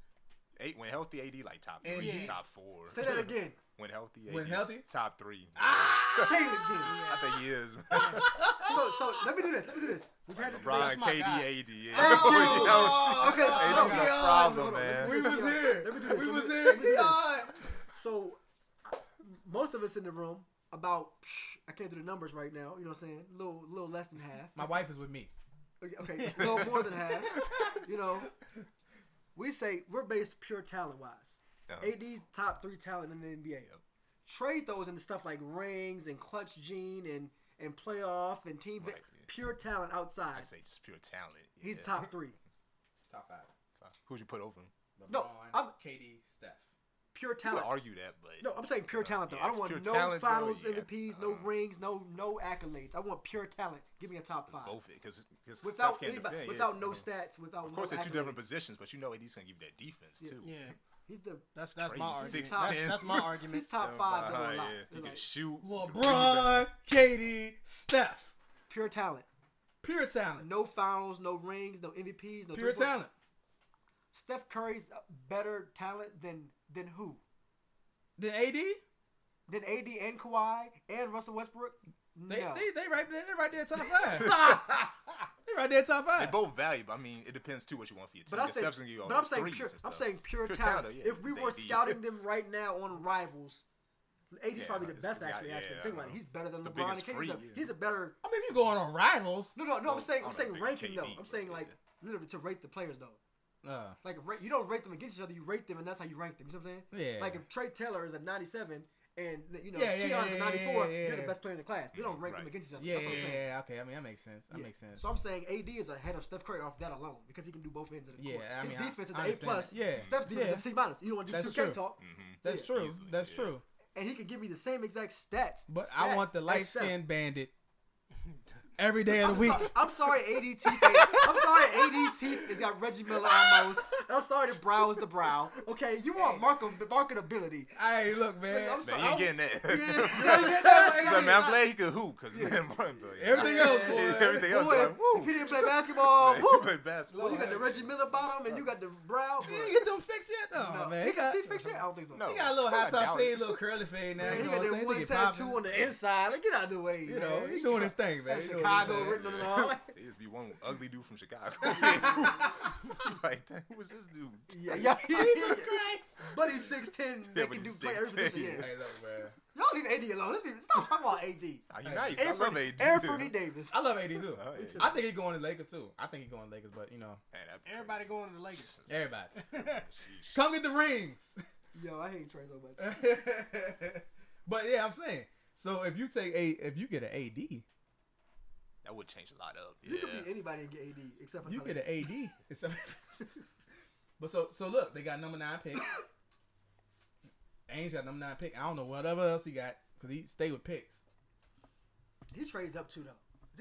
Speaker 5: Eight when healthy, AD like top
Speaker 4: And
Speaker 5: three,
Speaker 1: yeah.
Speaker 5: top four.
Speaker 2: Say that again. Ah,
Speaker 5: When healthy, AD
Speaker 4: When healthy?
Speaker 5: top three.
Speaker 2: Say it again.
Speaker 5: I think he is. man.
Speaker 2: So, so let me do this. Let me do this. We've had this.
Speaker 5: LeBron,
Speaker 1: my
Speaker 5: KD,
Speaker 1: guy.
Speaker 5: AD. Yeah.
Speaker 2: Oh, okay.
Speaker 5: Hey, that was a
Speaker 2: okay.
Speaker 5: problem,
Speaker 2: Hold on, hold on.
Speaker 5: man.
Speaker 2: Let me do this. Let me do this. Let me do this. Let me do this. So, uh, most of us in the room, about I can't do the numbers right now. You know what I'm saying? little, little less than half.
Speaker 4: My wife is with me.
Speaker 2: Okay, okay, a little more than half. You know, we say we're based pure talent wise.
Speaker 5: Uh-huh.
Speaker 2: AD's top three talent in the NBA. Trade those into stuff like rings and clutch gene and and playoff and team vi-
Speaker 5: Right, yeah.
Speaker 2: pure talent outside.
Speaker 5: I say just pure talent.
Speaker 2: He's
Speaker 5: Yeah.
Speaker 2: top three.
Speaker 4: Top five.
Speaker 5: Who'd you put over him?
Speaker 2: No, LeBron, I'm-
Speaker 4: KD, Steph.
Speaker 2: Pure
Speaker 5: You could
Speaker 2: talent.
Speaker 5: argue that, but
Speaker 2: No, I'm saying pure talent though.
Speaker 5: yeah,
Speaker 2: I
Speaker 5: it's
Speaker 2: don't want
Speaker 5: Uh, pure
Speaker 2: no
Speaker 5: talent, though,
Speaker 2: finals
Speaker 5: yeah.
Speaker 2: MVPs, no
Speaker 5: Uh-huh.
Speaker 2: rings, no no accolades. I want pure talent. Give me a top five.
Speaker 5: both it because because
Speaker 2: Without
Speaker 5: can't
Speaker 2: anybody,
Speaker 5: defend.
Speaker 2: without
Speaker 5: yeah. Mm-hmm.
Speaker 2: no stats, without
Speaker 5: Of course,
Speaker 2: no
Speaker 5: they're two different
Speaker 2: accolades.
Speaker 5: positions, but you know AD's gonna give you that defense too.
Speaker 1: Yeah,
Speaker 2: He's the
Speaker 1: that's that's
Speaker 5: Trey,
Speaker 1: my argument.
Speaker 5: six,
Speaker 1: that's,
Speaker 5: ten.
Speaker 1: that's my argument.
Speaker 2: he's top
Speaker 5: So,
Speaker 2: five though
Speaker 5: uh-huh,
Speaker 2: a lot.
Speaker 5: yeah. You
Speaker 2: Like,
Speaker 5: can shoot.
Speaker 4: LeBron, KD, Steph.
Speaker 2: pure talent.
Speaker 4: Pure talent.
Speaker 2: No finals, no rings, no MVPs, no
Speaker 4: Pure
Speaker 2: three-point-
Speaker 4: talent.
Speaker 2: Steph Curry's a better talent than than who?
Speaker 4: Then AD, they,
Speaker 2: Than AD and Kawhi and Russell Westbrook? No.
Speaker 4: they, they right there, they right there top five. they right there top
Speaker 5: They're
Speaker 4: five.
Speaker 5: both valuable. I mean, it depends too what you want for your team.
Speaker 2: but I
Speaker 5: Because Steph's
Speaker 2: said,
Speaker 5: gonna give you all
Speaker 2: but I'm
Speaker 5: those
Speaker 2: saying
Speaker 5: threes
Speaker 2: pure,
Speaker 5: and
Speaker 2: I'm
Speaker 5: stuff.
Speaker 2: saying pure,
Speaker 5: Pure
Speaker 2: talent.
Speaker 5: talent, yeah,
Speaker 2: if we
Speaker 5: it's
Speaker 2: were
Speaker 5: AD.
Speaker 2: scouting them right now on rivals, AD's
Speaker 5: Yeah,
Speaker 2: probably the
Speaker 5: it's-
Speaker 2: best
Speaker 5: it's got-
Speaker 2: actually.
Speaker 5: yeah,
Speaker 2: actually,
Speaker 5: I
Speaker 2: think about it.
Speaker 5: know.
Speaker 2: He's better than
Speaker 5: It's the
Speaker 2: LeBron. and
Speaker 5: biggest
Speaker 2: KD.
Speaker 5: free,
Speaker 2: He's a-
Speaker 5: yeah.
Speaker 2: He's a better.
Speaker 4: I mean, if you going on rivals,
Speaker 2: No, no, no. I'm
Speaker 5: Well,
Speaker 2: saying
Speaker 5: I
Speaker 2: I'm
Speaker 5: don't
Speaker 2: saying
Speaker 5: think
Speaker 2: ranking
Speaker 5: KD,
Speaker 2: though. I'm
Speaker 5: but
Speaker 2: saying
Speaker 5: yeah.
Speaker 2: like literally to rate the players though.
Speaker 4: uh,
Speaker 2: Like ra- you don't rate them against each other, you rate them, and that's how you rank them. You know what I'm saying?
Speaker 4: Yeah.
Speaker 2: Like if Trey Taylor is a 97 and you know
Speaker 4: Yeah, yeah,
Speaker 2: Keon's
Speaker 4: yeah,
Speaker 2: a
Speaker 4: yeah,
Speaker 2: 94,
Speaker 4: yeah, yeah,
Speaker 2: you're the
Speaker 4: yeah.
Speaker 2: best player in the class. They don't rank
Speaker 5: Right.
Speaker 2: them against each other.
Speaker 4: yeah,
Speaker 2: that's
Speaker 4: yeah,
Speaker 2: what I'm saying.
Speaker 4: yeah, okay. I mean, that makes sense. That
Speaker 2: Yeah.
Speaker 4: makes sense.
Speaker 2: So I'm saying AD is ahead of Steph Curry off that alone because he can do both ends of the
Speaker 4: Yeah,
Speaker 2: court.
Speaker 4: I mean, I-
Speaker 2: His defense
Speaker 4: I
Speaker 2: is A
Speaker 4: understand
Speaker 2: plus.
Speaker 4: that. Yeah.
Speaker 2: Steph's defense
Speaker 4: Yeah.
Speaker 2: is C minus. You don't want to do two
Speaker 4: That's true. Mm-hmm.
Speaker 2: K talk,
Speaker 4: That's
Speaker 2: yeah,
Speaker 4: true.
Speaker 5: easily,
Speaker 4: That's
Speaker 5: yeah.
Speaker 4: true.
Speaker 2: and he can give me the same exact stats.
Speaker 4: But I
Speaker 2: stats
Speaker 4: want the
Speaker 2: as
Speaker 4: light
Speaker 2: Steph.
Speaker 4: skinned bandit every day of
Speaker 2: I'm,
Speaker 4: the week.
Speaker 2: so- I'm sorry, ADT. I'm sorry, ADT has got Reggie Miller on most. And I'm sorry, the brow is the brow. Okay, you want market- marketability.
Speaker 4: Hey, look, man.
Speaker 2: I'm so-
Speaker 5: Man, you ain't
Speaker 2: I-
Speaker 5: getting that.
Speaker 4: Everything
Speaker 5: So, man, I'm glad he could hoop because man, boy,
Speaker 4: Everything else, boy.
Speaker 5: everything else,
Speaker 2: Boy,
Speaker 5: like,
Speaker 2: if he didn't play basketball,
Speaker 5: man,
Speaker 2: whew.
Speaker 5: he played basketball.
Speaker 2: Well, you got the Reggie Miller bottom and you got the brow.
Speaker 4: You
Speaker 2: but-
Speaker 4: ain't get them fixed yet, though,
Speaker 2: No,
Speaker 4: man.
Speaker 2: He
Speaker 4: He
Speaker 2: got
Speaker 4: got,
Speaker 2: he fixed it? I don't think so.
Speaker 5: No.
Speaker 4: he got a little
Speaker 5: I
Speaker 4: hot top
Speaker 5: doubt
Speaker 4: fade, a
Speaker 5: it.
Speaker 4: little curly fade now.
Speaker 2: Man,
Speaker 4: you
Speaker 2: he
Speaker 4: know
Speaker 2: got
Speaker 4: what I'm
Speaker 2: that
Speaker 4: saying? They
Speaker 2: one
Speaker 4: get popped
Speaker 2: tattoo
Speaker 4: in.
Speaker 2: on the inside. Like, get out of the way.
Speaker 4: You know,
Speaker 2: man.
Speaker 4: he's doing his thing, man.
Speaker 2: That
Speaker 4: He
Speaker 2: shit
Speaker 4: doing
Speaker 2: Chicago written on the wall.
Speaker 5: They just be one ugly dude from Chicago. like, damn, who was this dude?
Speaker 2: Yeah, yeah.
Speaker 3: Jesus Christ.
Speaker 2: But he's six ten. They
Speaker 5: Yeah,
Speaker 2: can
Speaker 5: but
Speaker 2: do
Speaker 5: he's
Speaker 2: play every
Speaker 5: 6'10",
Speaker 2: position. Yeah.
Speaker 5: yeah.
Speaker 4: Hey, look, man.
Speaker 2: Y'all leave AD alone. Let's be stop talking about AD.
Speaker 5: Are you nice? I
Speaker 2: Anthony-
Speaker 5: love AD.
Speaker 2: Anthony Davis.
Speaker 4: I love AD too.
Speaker 5: Oh, yeah.
Speaker 4: I think he's going to Lakers too. I think he's going to Lakers, but you know,
Speaker 5: Man, that'd be
Speaker 1: Everybody going to the Lakers.
Speaker 5: crazy.
Speaker 4: everybody,
Speaker 5: Sheesh.
Speaker 4: come get the rings.
Speaker 2: Yo, I hate Trey so much.
Speaker 4: but yeah, I'm saying. So if you take a, if you get an AD,
Speaker 5: That would change a lot up.
Speaker 2: You
Speaker 5: Yeah.
Speaker 2: could be anybody and get AD except for
Speaker 4: you
Speaker 2: the
Speaker 4: get an
Speaker 2: Pelicans.
Speaker 4: AD. It's a- but so so look, they got number nine pick. Ainge got number nine pick. I don't know whatever else he got because he stay with picks.
Speaker 2: He trades up too though.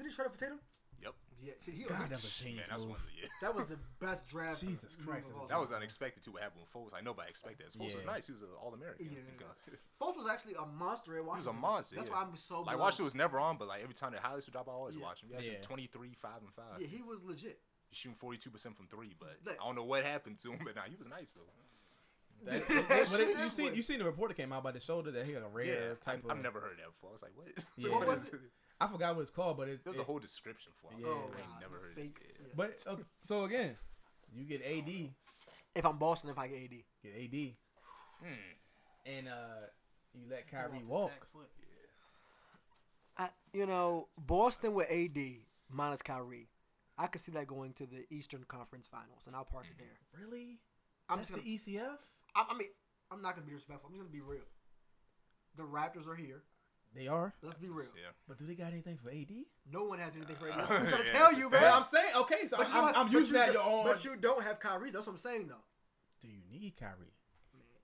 Speaker 2: Did he trade up for Tatum?
Speaker 5: Yep.
Speaker 2: Yeah. See, he
Speaker 4: God, that was a
Speaker 5: Man,
Speaker 4: genius
Speaker 5: that's
Speaker 4: move.
Speaker 5: one of the, yeah.
Speaker 2: that was the best draft.
Speaker 4: Jesus
Speaker 2: move
Speaker 4: Christ,
Speaker 2: of all
Speaker 5: That was
Speaker 2: time.
Speaker 5: unexpected too. What happened with Foles? Like nobody expected this. Foles was
Speaker 4: Yeah.
Speaker 5: nice. He was an All American.
Speaker 2: Yeah. Fultz was actually a monster at
Speaker 5: He was
Speaker 2: Washington.
Speaker 5: a monster.
Speaker 2: That's
Speaker 5: yeah.
Speaker 2: why I'm so.
Speaker 5: Like
Speaker 2: blown.
Speaker 5: Washington was never on, but like every time the highlights would drop, I always
Speaker 2: Yeah.
Speaker 5: watch him. He actually
Speaker 4: Yeah.
Speaker 5: 23, 5 and 5.
Speaker 2: Yeah, he was legit.
Speaker 5: He's shooting 42% from 3, but
Speaker 2: Like-
Speaker 5: I don't know what happened to him, but nah, he was nice though.
Speaker 4: That- but it- you
Speaker 2: This
Speaker 4: see,
Speaker 2: way.
Speaker 4: you seen the report that came out about the shoulder that he had a rare
Speaker 5: I,
Speaker 4: type of.
Speaker 5: I've never heard that before. I was like, what? It's like,
Speaker 4: Yeah.
Speaker 5: what
Speaker 2: was
Speaker 5: is
Speaker 2: it?
Speaker 5: it?
Speaker 4: I forgot what it's called, but it,
Speaker 5: There was
Speaker 4: it-
Speaker 5: a whole description for it. I was
Speaker 4: Yeah.
Speaker 5: like, I
Speaker 2: wow,
Speaker 5: ain't never heard
Speaker 2: Oh, fake.
Speaker 5: it.
Speaker 2: yeah.
Speaker 4: But okay, so again, you get AD,
Speaker 2: If I'm Boston, if I get AD,
Speaker 4: get AD,
Speaker 5: Yeah. Hmm.
Speaker 4: and uh, you let Kyrie walk.
Speaker 2: I, you know Boston with AD minus Kyrie, I could see that going to the Eastern Conference Finals, and I'll park it there.
Speaker 4: Really?
Speaker 2: I'm
Speaker 4: That's
Speaker 2: just gonna,
Speaker 4: the E ECF?
Speaker 2: I, I mean, I'm not gonna be respectful. I'm just gonna be real. The Raptors are here.
Speaker 4: They are,
Speaker 2: Let's be real.
Speaker 5: Yeah.
Speaker 4: but do they got anything for AD?
Speaker 2: No one has anything for AD.
Speaker 5: Uh,
Speaker 2: I'm trying to
Speaker 5: yeah,
Speaker 2: tell
Speaker 5: that's
Speaker 2: you, man.
Speaker 5: a
Speaker 4: But
Speaker 5: fact.
Speaker 4: I'm saying, okay, so
Speaker 2: But you
Speaker 4: I'm,
Speaker 2: don't-
Speaker 4: I'm
Speaker 2: but
Speaker 4: using
Speaker 2: you
Speaker 4: that
Speaker 2: don't-
Speaker 4: your own.
Speaker 2: But you don't have Kyrie. That's what I'm saying, though.
Speaker 4: do you need Kyrie?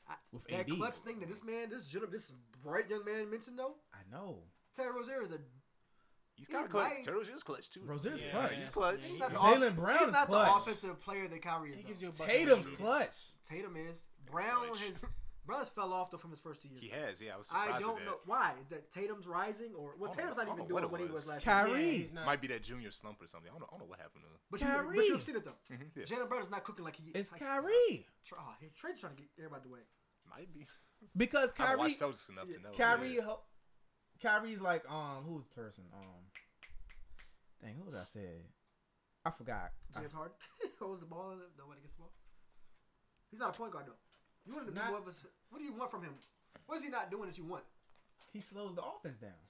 Speaker 2: I,
Speaker 4: With
Speaker 2: that
Speaker 4: AD.
Speaker 2: clutch thing that this man, this gentleman, this bright young man mentioned, though.
Speaker 4: I know.
Speaker 2: Terry Rozier is a.
Speaker 5: He's kind
Speaker 2: He's
Speaker 5: of clutch.
Speaker 2: nice.
Speaker 5: Terrell's just clutch too.
Speaker 4: Rozier's
Speaker 1: Yeah.
Speaker 4: clutch.
Speaker 5: He's clutch.
Speaker 1: Yeah, he
Speaker 2: He's not the
Speaker 4: Jalen
Speaker 2: off-
Speaker 4: Brown
Speaker 2: He's
Speaker 4: is
Speaker 2: not
Speaker 4: clutch.
Speaker 2: the offensive player that Kyrie is.
Speaker 1: He
Speaker 2: though.
Speaker 1: gives you a bucket.
Speaker 4: Tatum's clutch.
Speaker 2: Tatum is. Brown
Speaker 5: clutch.
Speaker 2: has. Brown's fell off though from his first two years.
Speaker 5: He has, yeah. I was surprised
Speaker 2: I
Speaker 5: at
Speaker 2: don't
Speaker 5: that.
Speaker 2: know why. Is that Tatum's rising or well,
Speaker 5: I don't
Speaker 2: Tatum's
Speaker 5: know-
Speaker 2: not
Speaker 5: I
Speaker 2: even
Speaker 5: don't know Oh, what
Speaker 2: doing
Speaker 5: it
Speaker 2: what he was
Speaker 5: was.
Speaker 2: last year.
Speaker 1: Yeah,
Speaker 4: Kyrie.
Speaker 1: he's not.
Speaker 5: Might be that junior slump or something. I don't know, I don't know what happened to him.
Speaker 2: But you, but
Speaker 4: Kyrie.
Speaker 2: you've seen it though.
Speaker 5: Mhm, yeah.
Speaker 2: Jalen Brown is not cooking like he
Speaker 4: It's
Speaker 2: like,
Speaker 4: Kyrie. Uh.
Speaker 2: Tra- oh, he- Trey's trying to get everybody away.
Speaker 5: Might be.
Speaker 4: Because
Speaker 5: I
Speaker 4: Kyrie.
Speaker 5: haven't watched Celtics enough to know.
Speaker 4: Kyrie.
Speaker 5: yeah.
Speaker 4: ho Kyrie's like, um, who's the person? Um, dang, who did I say? I forgot. I
Speaker 2: James Harden holds the ball and nobody gets the ball. He's not a point guard though. You want him to
Speaker 4: Not-
Speaker 2: be more of a s- What do you want from him? What is he not doing that you want?
Speaker 4: he slows the offense down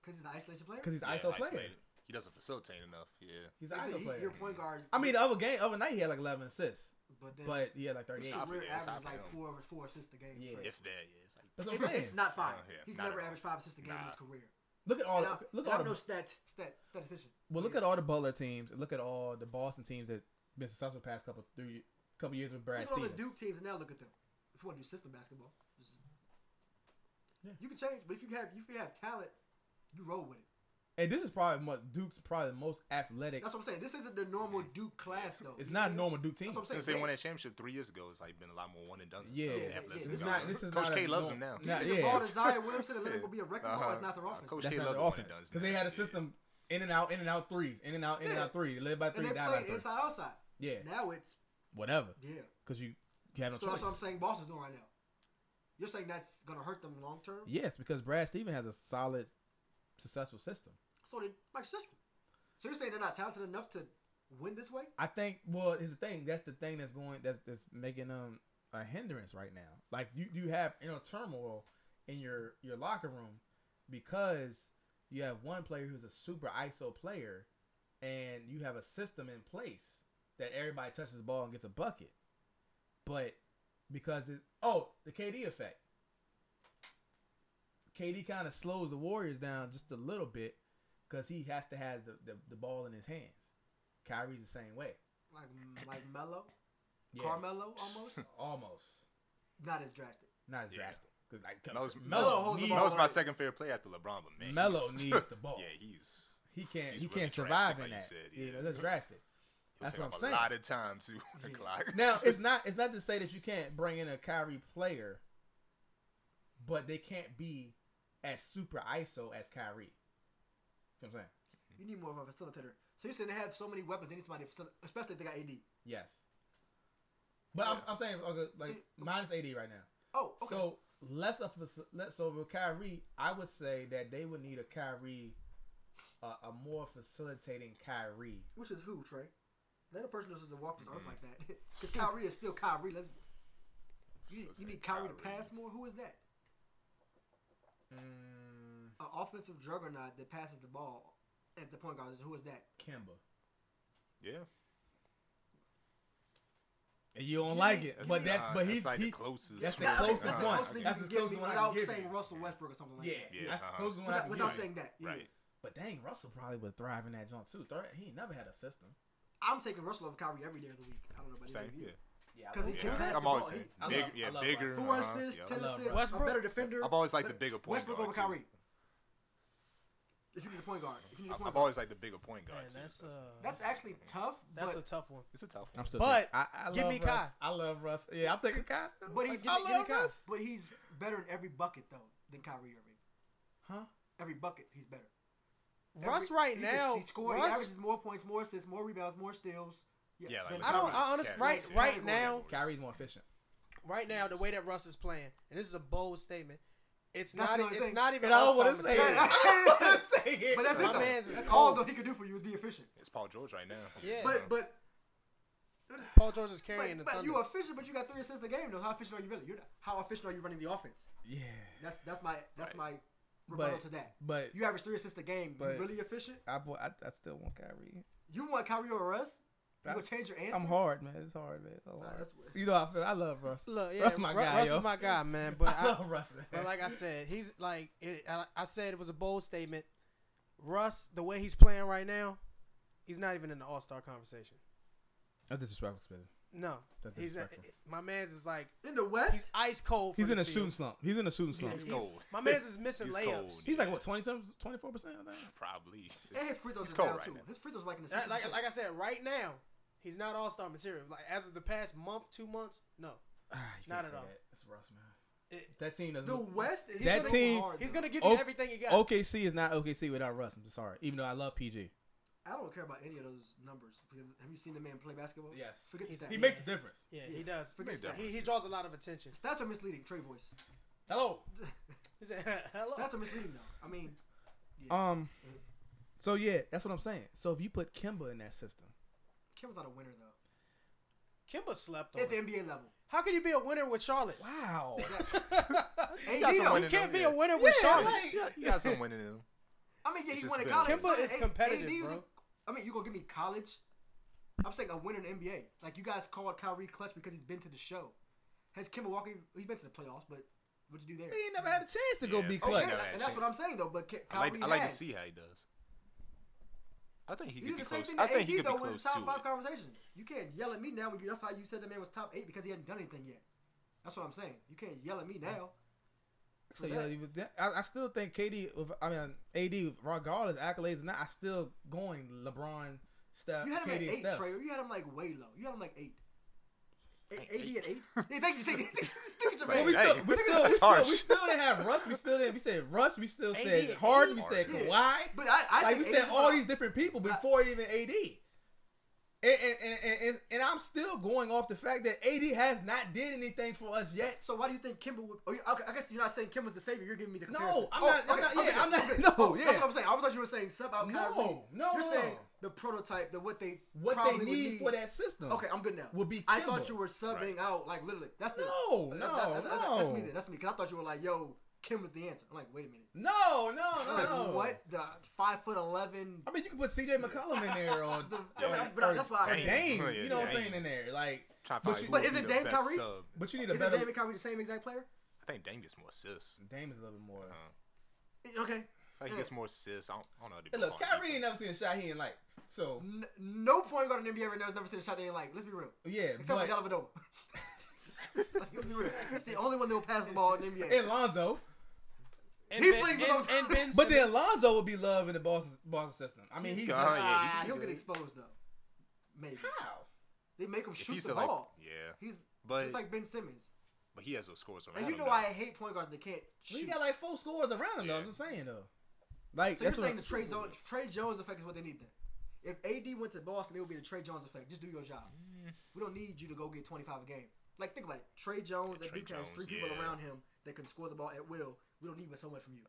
Speaker 2: Because he's an isolation player.
Speaker 4: because he's an
Speaker 5: Yeah,
Speaker 4: ISO player.
Speaker 5: isolated. He doesn't facilitate enough. Yeah.
Speaker 4: He's an
Speaker 2: Like I said,
Speaker 4: ISO
Speaker 2: he-
Speaker 4: player.
Speaker 2: Your point guard.
Speaker 4: I mean, the other game, other night, he had like 11 assists,
Speaker 2: but then
Speaker 4: but he had like
Speaker 2: his
Speaker 4: 38.
Speaker 5: not-
Speaker 2: career
Speaker 5: yeah,
Speaker 2: average
Speaker 5: it's not
Speaker 2: is
Speaker 5: for
Speaker 2: like
Speaker 5: him.
Speaker 2: four or four assists a game.
Speaker 4: Yeah.
Speaker 2: Trey.
Speaker 5: If that, yeah. It's like,
Speaker 4: That's what I'm
Speaker 2: It's,
Speaker 4: saying.
Speaker 2: it's not five.
Speaker 5: Oh, Yeah, yeah,
Speaker 2: He's
Speaker 5: not
Speaker 2: never
Speaker 5: at all.
Speaker 2: averaged five assists a game in his
Speaker 5: Nah.
Speaker 2: career.
Speaker 4: Look at all.
Speaker 2: And I,
Speaker 4: look
Speaker 2: and
Speaker 4: at all.
Speaker 2: I'm no
Speaker 4: The,
Speaker 2: stat stat statistician.
Speaker 4: well, look at all the Butler teams. Look at all the Boston teams that been successful past couple three couple years with Brad
Speaker 2: Look at all the
Speaker 4: Stevens.
Speaker 2: Duke teams and now look at them. If you want to do system basketball, just-
Speaker 4: Yeah.
Speaker 2: you can change. But if you have if you have talent, you roll with it.
Speaker 4: And this is probably what Duke's probably the most athletic.
Speaker 2: That's what I'm saying. This isn't the normal Duke class though.
Speaker 4: It's
Speaker 2: You
Speaker 4: not
Speaker 2: see?
Speaker 4: a normal Duke team.
Speaker 2: That's what I'm
Speaker 5: since
Speaker 2: saying.
Speaker 5: they won that championship three years ago, it's like been a lot more one and done.
Speaker 4: Yeah.
Speaker 5: stuff.
Speaker 4: Yeah,
Speaker 5: athleticism
Speaker 2: yeah, it's
Speaker 5: gone.
Speaker 2: not-
Speaker 4: this is
Speaker 5: Coach
Speaker 4: not
Speaker 5: K
Speaker 4: a
Speaker 5: loves him
Speaker 4: norm-
Speaker 5: now.
Speaker 4: Nah,
Speaker 2: If you
Speaker 4: yeah.
Speaker 2: Call Desire Williamson and let him
Speaker 5: Yeah.
Speaker 2: be a record.
Speaker 5: Uh-huh.
Speaker 2: ball, It's not their
Speaker 5: Uh,
Speaker 2: offense.
Speaker 5: Coach
Speaker 4: That's
Speaker 5: K
Speaker 4: not
Speaker 5: loved
Speaker 4: their
Speaker 5: the one and
Speaker 4: offense
Speaker 5: done's
Speaker 4: because they
Speaker 5: now.
Speaker 4: had a
Speaker 5: Yeah.
Speaker 4: system in and out, in and out threes, in and out, in and
Speaker 2: Yeah.
Speaker 4: out three. Live by
Speaker 2: and
Speaker 4: three,
Speaker 2: they
Speaker 4: die by
Speaker 2: play
Speaker 4: three.
Speaker 2: inside outside.
Speaker 4: Yeah,
Speaker 2: Now it's
Speaker 4: whatever.
Speaker 2: yeah.
Speaker 4: Because you, you have no
Speaker 2: So
Speaker 4: choice.
Speaker 2: that's what I'm saying. Boston's doing right now. You're saying that's gonna hurt them long term.
Speaker 4: Yes, because Brad Stevens has a solid, successful system.
Speaker 2: So did Mike Krzyzewski. So you're saying they're not talented enough to win this way?
Speaker 4: I think. Well, here's the thing. That's the thing that's going. That's that's making them a hindrance right now. Like you, you have inner turmoil in your your locker room because you have one player who's a super ISO player, and you have a system in place that everybody touches the ball and gets a bucket. But because the oh the KD effect, KD kind of slows the Warriors down just a little bit because he has to has the, the the ball in his hands. Kyrie's the same way.
Speaker 2: Like like Mello,
Speaker 4: Yeah,
Speaker 2: Carmelo, almost
Speaker 4: almost
Speaker 2: not as drastic.
Speaker 4: not as
Speaker 5: Yeah.
Speaker 4: drastic. 'Cause, like,
Speaker 5: Melo's,
Speaker 2: Melo
Speaker 4: Melo
Speaker 2: holds the
Speaker 4: needs,
Speaker 2: ball.
Speaker 5: Melo's my second favorite player after LeBron, but man,
Speaker 4: Melo
Speaker 5: he's-
Speaker 4: needs the ball.
Speaker 5: yeah, he's
Speaker 4: he can't
Speaker 5: He's
Speaker 4: he
Speaker 5: really
Speaker 4: can't survive
Speaker 5: drastic,
Speaker 4: in
Speaker 5: like you
Speaker 4: that.
Speaker 5: said,
Speaker 4: You
Speaker 5: yeah.
Speaker 4: know, that's drastic.
Speaker 5: he'll
Speaker 4: That's
Speaker 5: take
Speaker 4: what
Speaker 5: up
Speaker 4: I'm saying.
Speaker 5: a lot of time to clock.
Speaker 4: Now it's not it's not to say that you can't bring in a Kyrie player, but they can't be as super ISO as Kyrie. You know what I'm saying?
Speaker 2: You need more of a facilitator. So you're saying they have so many weapons. They need somebody, to facil- especially if they got AD.
Speaker 4: Yes. But I'm, I'm saying okay, like
Speaker 2: See-
Speaker 4: minus eighty right now.
Speaker 2: Oh, okay.
Speaker 4: So less of a, less over Kyrie, I would say that they would need a Kyrie a, a more facilitating Kyrie.
Speaker 2: Which is who, Trey? Let a person who's walk his earth like that.
Speaker 4: Mm-hmm.
Speaker 2: Because Kyrie is still Kyrie. Let's. You, you need Kyrie, to pass more. Who is that?
Speaker 4: Mm,
Speaker 2: An offensive juggernaut that passes the ball at the point guard. Who is that?
Speaker 4: Kimba.
Speaker 5: Yeah.
Speaker 4: And you don't like it,
Speaker 5: That's-
Speaker 4: but that's
Speaker 5: nah,
Speaker 4: but he's
Speaker 5: like
Speaker 4: he,
Speaker 5: the closest.
Speaker 4: that's the
Speaker 5: one.
Speaker 4: closest
Speaker 5: Nah,
Speaker 4: one.
Speaker 2: thing
Speaker 4: That's
Speaker 2: you
Speaker 4: as
Speaker 2: can
Speaker 4: close
Speaker 2: give
Speaker 4: as
Speaker 2: me
Speaker 4: one I can
Speaker 2: without
Speaker 4: give
Speaker 2: saying
Speaker 4: you.
Speaker 2: Russell Westbrook or something like
Speaker 4: yeah,
Speaker 2: that.
Speaker 5: Yeah,
Speaker 4: that's the
Speaker 5: uh-huh.
Speaker 4: closest one I
Speaker 2: Without,
Speaker 4: can
Speaker 2: without
Speaker 4: give you.
Speaker 2: saying that. yeah.
Speaker 5: Right.
Speaker 4: But dang, Russell probably would thrive in that joint too. Thir- He ain't never had a system.
Speaker 2: I'm taking Russell over Kyrie every day of the week. I don't know about any
Speaker 5: Same.
Speaker 2: of you.
Speaker 5: Yeah.
Speaker 4: Yeah, I
Speaker 2: Because
Speaker 4: love
Speaker 2: he
Speaker 4: it.
Speaker 2: can
Speaker 5: Yeah.
Speaker 2: pass the
Speaker 5: I'm
Speaker 2: ball.
Speaker 5: always saying
Speaker 2: He-
Speaker 4: I
Speaker 5: bigger.
Speaker 4: love- I
Speaker 5: yeah,
Speaker 4: love
Speaker 5: bigger.
Speaker 4: Russell.
Speaker 2: Four
Speaker 5: uh-huh,
Speaker 2: assists,
Speaker 5: yeah.
Speaker 2: ten
Speaker 4: love
Speaker 2: assists,
Speaker 1: Westbrook.
Speaker 2: a better defender.
Speaker 5: I've always liked the
Speaker 2: But
Speaker 5: bigger point
Speaker 2: Westbrook
Speaker 5: guard,
Speaker 2: over
Speaker 5: too.
Speaker 2: Kyrie. If you need a point guard, if you need a
Speaker 5: I-
Speaker 2: point
Speaker 5: I've
Speaker 2: guard.
Speaker 5: always liked the bigger point guard.
Speaker 1: Man,
Speaker 5: too.
Speaker 1: that's uh,
Speaker 2: That's actually tough.
Speaker 1: that's a
Speaker 2: but,
Speaker 1: tough one.
Speaker 5: it's a tough one.
Speaker 4: I'm still
Speaker 1: But,
Speaker 4: taking- I, I
Speaker 1: give
Speaker 4: love
Speaker 1: me
Speaker 4: Russ.
Speaker 1: Kai.
Speaker 4: I love Russ. Yeah, I'm taking Kai.
Speaker 2: but he,
Speaker 4: Like,
Speaker 2: give me- give me Kai.
Speaker 4: Russ.
Speaker 2: But he's better in every bucket though than Kyrie Irving.
Speaker 4: Huh?
Speaker 2: Every bucket, he's better.
Speaker 1: Russ
Speaker 2: Every-
Speaker 1: right
Speaker 2: he just-
Speaker 1: now.
Speaker 2: he scores. He
Speaker 1: Russ-
Speaker 2: averages more points, more assists, more rebounds, more steals.
Speaker 5: Yeah, like
Speaker 2: than
Speaker 5: the
Speaker 1: I don't.
Speaker 5: Kyrie's
Speaker 1: I honestly,
Speaker 5: category,
Speaker 1: right,
Speaker 5: yeah.
Speaker 1: right now,
Speaker 4: Kyrie's more efficient.
Speaker 1: right now, the way that Russ is playing, and this is a bold statement. It's
Speaker 2: That's
Speaker 1: not. e,
Speaker 2: the only
Speaker 1: It's
Speaker 2: thing.
Speaker 1: not even.
Speaker 4: And I don't
Speaker 1: all-star
Speaker 4: want to say it.
Speaker 1: material.
Speaker 4: I don't want to say it.
Speaker 2: But that's
Speaker 1: My
Speaker 2: it though.
Speaker 1: man's is
Speaker 2: That's all
Speaker 1: cold.
Speaker 2: though he could do for you is be efficient.
Speaker 5: It's Paul George right now.
Speaker 1: Yeah.
Speaker 2: But but
Speaker 1: Paul George is carrying
Speaker 2: but,
Speaker 1: the
Speaker 2: but
Speaker 1: thunder.
Speaker 2: you efficient, but you got three assists a game though. How efficient are you really? You're not, how efficient are you running the offense?
Speaker 4: Yeah.
Speaker 2: That's that's my that's my rebuttal
Speaker 4: But
Speaker 2: to that.
Speaker 4: but
Speaker 2: You average three assists a game.
Speaker 4: But-
Speaker 2: you really efficient.
Speaker 4: I, boy, I I still want Kyrie.
Speaker 2: You want Kyrie or Russ? You
Speaker 4: I-
Speaker 2: gonna change your answer?
Speaker 4: I'm hard, man. It's hard, man. It's so hard.
Speaker 2: that's weird.
Speaker 4: you know how I feel. I love Russ.
Speaker 1: Look, yeah,
Speaker 4: Russ my
Speaker 1: Ru-
Speaker 4: guy,
Speaker 1: Russ
Speaker 4: yo.
Speaker 1: is my guy, man. But
Speaker 4: I
Speaker 1: I,
Speaker 4: love Russ, man.
Speaker 1: but like I said, he's like it, I, I said, it was a bold statement. Russ, the way he's playing right now, he's not even in the All Star conversation.
Speaker 4: That's disrespectful, man.
Speaker 1: No,
Speaker 4: That's
Speaker 1: he's not,
Speaker 4: disrespectful.
Speaker 1: my man's is like
Speaker 2: In the
Speaker 1: he's
Speaker 2: West,
Speaker 1: ice cold. for
Speaker 4: He's
Speaker 1: the
Speaker 4: in a
Speaker 1: field.
Speaker 4: shooting slump. He's in a shooting slump.
Speaker 5: He's cold.
Speaker 1: My man's is missing
Speaker 5: He's
Speaker 1: layups.
Speaker 5: cold.
Speaker 4: He's like what 20 24 percent.
Speaker 5: Probably.
Speaker 2: and his free throws
Speaker 5: He's
Speaker 2: are
Speaker 5: cold
Speaker 2: down
Speaker 5: right
Speaker 2: too.
Speaker 5: now.
Speaker 2: His free throws like in the
Speaker 1: Like,
Speaker 2: 60%.
Speaker 1: like, like I said, right now, he's not All Star material. Like as of the past month, two months, no,
Speaker 4: Ah,
Speaker 1: Not at all.
Speaker 4: It's Russ, man.
Speaker 1: It-
Speaker 4: that team doesn't.
Speaker 2: the West is
Speaker 4: That
Speaker 2: so
Speaker 4: team-
Speaker 2: Hard,
Speaker 1: he's
Speaker 2: though.
Speaker 1: gonna give you
Speaker 4: O-
Speaker 1: everything he got.
Speaker 4: OKC is not OKC without Russ. I'm sorry, even though I love PG.
Speaker 2: I don't care about any of those numbers because have you seen the man play basketball? Forget the
Speaker 1: He's-
Speaker 2: stats.
Speaker 4: He makes a difference.
Speaker 1: Yeah, he does.
Speaker 2: Forget
Speaker 5: that.
Speaker 1: He, he draws a lot of attention.
Speaker 2: Stats are misleading. Trey voice.
Speaker 4: Hello.
Speaker 1: He said, "Hello."
Speaker 2: Stats are misleading though. I mean,
Speaker 4: Um.
Speaker 2: Mm-hmm.
Speaker 4: So yeah, that's what I'm saying. So if you put Kimba in that system,
Speaker 2: Kim's not a winner though.
Speaker 1: Kimba slept on.
Speaker 2: At the
Speaker 1: him.
Speaker 2: NBA level,
Speaker 1: How can you be a winner with Charlotte?
Speaker 4: wow.
Speaker 2: and
Speaker 5: got
Speaker 2: he
Speaker 5: some
Speaker 2: don't-
Speaker 5: winning
Speaker 1: You can't
Speaker 5: them,
Speaker 1: be
Speaker 5: yeah.
Speaker 1: a winner with
Speaker 2: Yeah,
Speaker 1: Charlotte.
Speaker 2: like-
Speaker 5: You got some winning in him.
Speaker 2: I mean, yeah,
Speaker 5: It's
Speaker 2: he
Speaker 5: just
Speaker 2: won a
Speaker 5: been-
Speaker 2: college.
Speaker 1: Kimba
Speaker 2: so,
Speaker 1: is
Speaker 2: hey,
Speaker 1: competitive,
Speaker 2: AD was
Speaker 1: bro.
Speaker 2: a- I mean, you gonna give me college? I'm saying a winner in the NBA. Like you guys called Kyrie clutch because he's been to the show. Has Kimba Walker? He's been to the playoffs, but what'd you do there?
Speaker 4: He ain't never had a chance to go
Speaker 5: Yeah,
Speaker 4: be
Speaker 5: so
Speaker 2: Okay,
Speaker 4: clutch.
Speaker 5: never
Speaker 2: and that's what I'm saying though. But Ki-
Speaker 5: I
Speaker 2: Kyrie
Speaker 5: like. I like to
Speaker 2: had.
Speaker 5: see how he does. I think he
Speaker 2: You
Speaker 5: could be
Speaker 2: did the same
Speaker 5: close.
Speaker 2: thing to
Speaker 5: I
Speaker 2: AD
Speaker 5: think he could be
Speaker 2: though in the
Speaker 5: close
Speaker 2: top
Speaker 5: to
Speaker 2: five
Speaker 5: it.
Speaker 2: conversation. You can't yell at me now when you, that's how you said the man was top eight because he hadn't done anything yet. That's what I'm saying. You can't yell at me now.
Speaker 4: So yeah, you- that- I, I still think KD. with- I mean, AD, regardless accolades, or not I still going LeBron, Steph,
Speaker 2: You had him at
Speaker 4: KD, and
Speaker 2: eight,
Speaker 4: Steph.
Speaker 2: Trey. or You had him like way low. You had him like eight. A-
Speaker 5: Like
Speaker 2: AD
Speaker 5: eight?
Speaker 2: at eight. Yeah, thank you. Thank you. Stupid
Speaker 4: But we
Speaker 2: Jermaine.
Speaker 4: still,
Speaker 5: Hey,
Speaker 4: we
Speaker 5: hey,
Speaker 4: still, we
Speaker 5: that's
Speaker 4: still,
Speaker 5: harsh.
Speaker 4: we still didn't have Russ. We still didn't. We said Russ. We still
Speaker 1: AD,
Speaker 4: said Harden. We
Speaker 5: AD.
Speaker 4: said
Speaker 2: Yeah.
Speaker 4: Kawhi.
Speaker 2: But I, I
Speaker 4: like we
Speaker 2: think
Speaker 4: said,
Speaker 2: AD 's
Speaker 4: all
Speaker 2: gonna-
Speaker 4: these different people before even AD. And and, and, and and and I'm still going off the fact that AD has not did anything for us yet.
Speaker 2: So why do you think Kimba would? Oh, you- okay, I guess you're not saying Kimba's the savior. You're giving me the
Speaker 4: No,
Speaker 2: comparison.
Speaker 4: I'm
Speaker 2: Oh,
Speaker 4: not- I'm not- yeah, I'm not- no,
Speaker 2: Oh,
Speaker 4: yeah.
Speaker 2: That's what I'm saying. I was thought you were saying sub out
Speaker 4: No,
Speaker 2: Kyrie.
Speaker 4: no,
Speaker 2: You're
Speaker 4: no,
Speaker 2: saying
Speaker 4: no.
Speaker 2: the prototype that what they
Speaker 4: What
Speaker 2: probably
Speaker 4: they
Speaker 2: would
Speaker 4: need for that system.
Speaker 2: Okay, I'm good now.
Speaker 4: Would be
Speaker 2: I
Speaker 4: Kimba.
Speaker 2: thought you were subbing
Speaker 5: Right.
Speaker 2: out like literally. That's the,
Speaker 4: No,
Speaker 2: that-
Speaker 4: no,
Speaker 2: that- that- that- That's me.
Speaker 4: no.
Speaker 2: Then. That's me. Cause I thought you were like, yo, Kim was the answer. I'm like, wait a minute.
Speaker 4: No, no, no,
Speaker 2: Like,
Speaker 4: no.
Speaker 2: what the five foot eleven?
Speaker 4: I mean, you can put CJ McCollum in there on
Speaker 2: The,
Speaker 4: or,
Speaker 2: but, I- but I- that's why.
Speaker 4: or
Speaker 2: I,
Speaker 5: Dang.
Speaker 4: Dame.
Speaker 5: Yeah,
Speaker 4: you know what I'm
Speaker 5: Dame.
Speaker 4: saying in there, like.
Speaker 5: Try to
Speaker 4: But
Speaker 5: find
Speaker 4: you-
Speaker 5: who
Speaker 4: but
Speaker 5: would
Speaker 2: isn't
Speaker 5: be the
Speaker 2: Dame
Speaker 5: best
Speaker 2: Kyrie?
Speaker 5: sub.
Speaker 4: But you need a
Speaker 2: Isn't
Speaker 4: better.
Speaker 2: David Kyrie the same exact player?
Speaker 5: I think Dame gets more assists.
Speaker 4: Dame is a little bit
Speaker 5: Uh,
Speaker 4: more.
Speaker 2: Okay.
Speaker 5: I think he gets more assists. I don't, I don't know. how they
Speaker 4: Hey, look,
Speaker 5: perform
Speaker 4: Kyrie ain't
Speaker 5: defense.
Speaker 4: never seen a shot he ain't like. So
Speaker 2: N- no point guard in the NBA right now has never seen a shot they ain't like. Let's be real.
Speaker 4: yeah,
Speaker 2: Except
Speaker 4: but
Speaker 2: for Dellavedova. Let's be real. It's the only one that will pass the ball in the NBA.
Speaker 4: and Lonzo.
Speaker 1: And
Speaker 2: He
Speaker 1: ben,
Speaker 2: flings
Speaker 1: and,
Speaker 2: those-
Speaker 1: and ben
Speaker 4: But then
Speaker 1: Simmons.
Speaker 4: Lonzo would be love in the Boston Boston system. I mean, he's
Speaker 5: Uh,
Speaker 4: just,
Speaker 5: yeah, you
Speaker 2: Ah,
Speaker 5: can
Speaker 2: he'll
Speaker 5: do
Speaker 2: get
Speaker 5: it.
Speaker 2: exposed though. Maybe
Speaker 4: how?
Speaker 2: they make him
Speaker 5: If
Speaker 2: shoot
Speaker 5: he's
Speaker 2: the
Speaker 5: like,
Speaker 2: ball.
Speaker 5: yeah,
Speaker 2: He's
Speaker 5: But-
Speaker 2: just like Ben Simmons.
Speaker 5: but he has those scores. So I
Speaker 2: And you
Speaker 5: don't
Speaker 2: know I hate point guards that can't
Speaker 4: He
Speaker 2: shoot.
Speaker 4: got like four scores around him though. I'm
Speaker 5: Yeah.
Speaker 4: just saying though. Like
Speaker 2: so you're
Speaker 4: that's
Speaker 2: saying the
Speaker 4: what,
Speaker 2: Trey Jones, Trey Jones effect is what they need then. If AD went to Boston, it would be the Trey Jones effect. Just do your job.
Speaker 5: Mm.
Speaker 2: We don't need you to go get 25 a game. Like think about it. Trey Jones
Speaker 5: Yeah,
Speaker 2: and
Speaker 5: Trey
Speaker 2: Duke has
Speaker 5: Jones,
Speaker 2: three people
Speaker 5: yeah.
Speaker 2: around him that can score the ball at will. We don't need so much from you.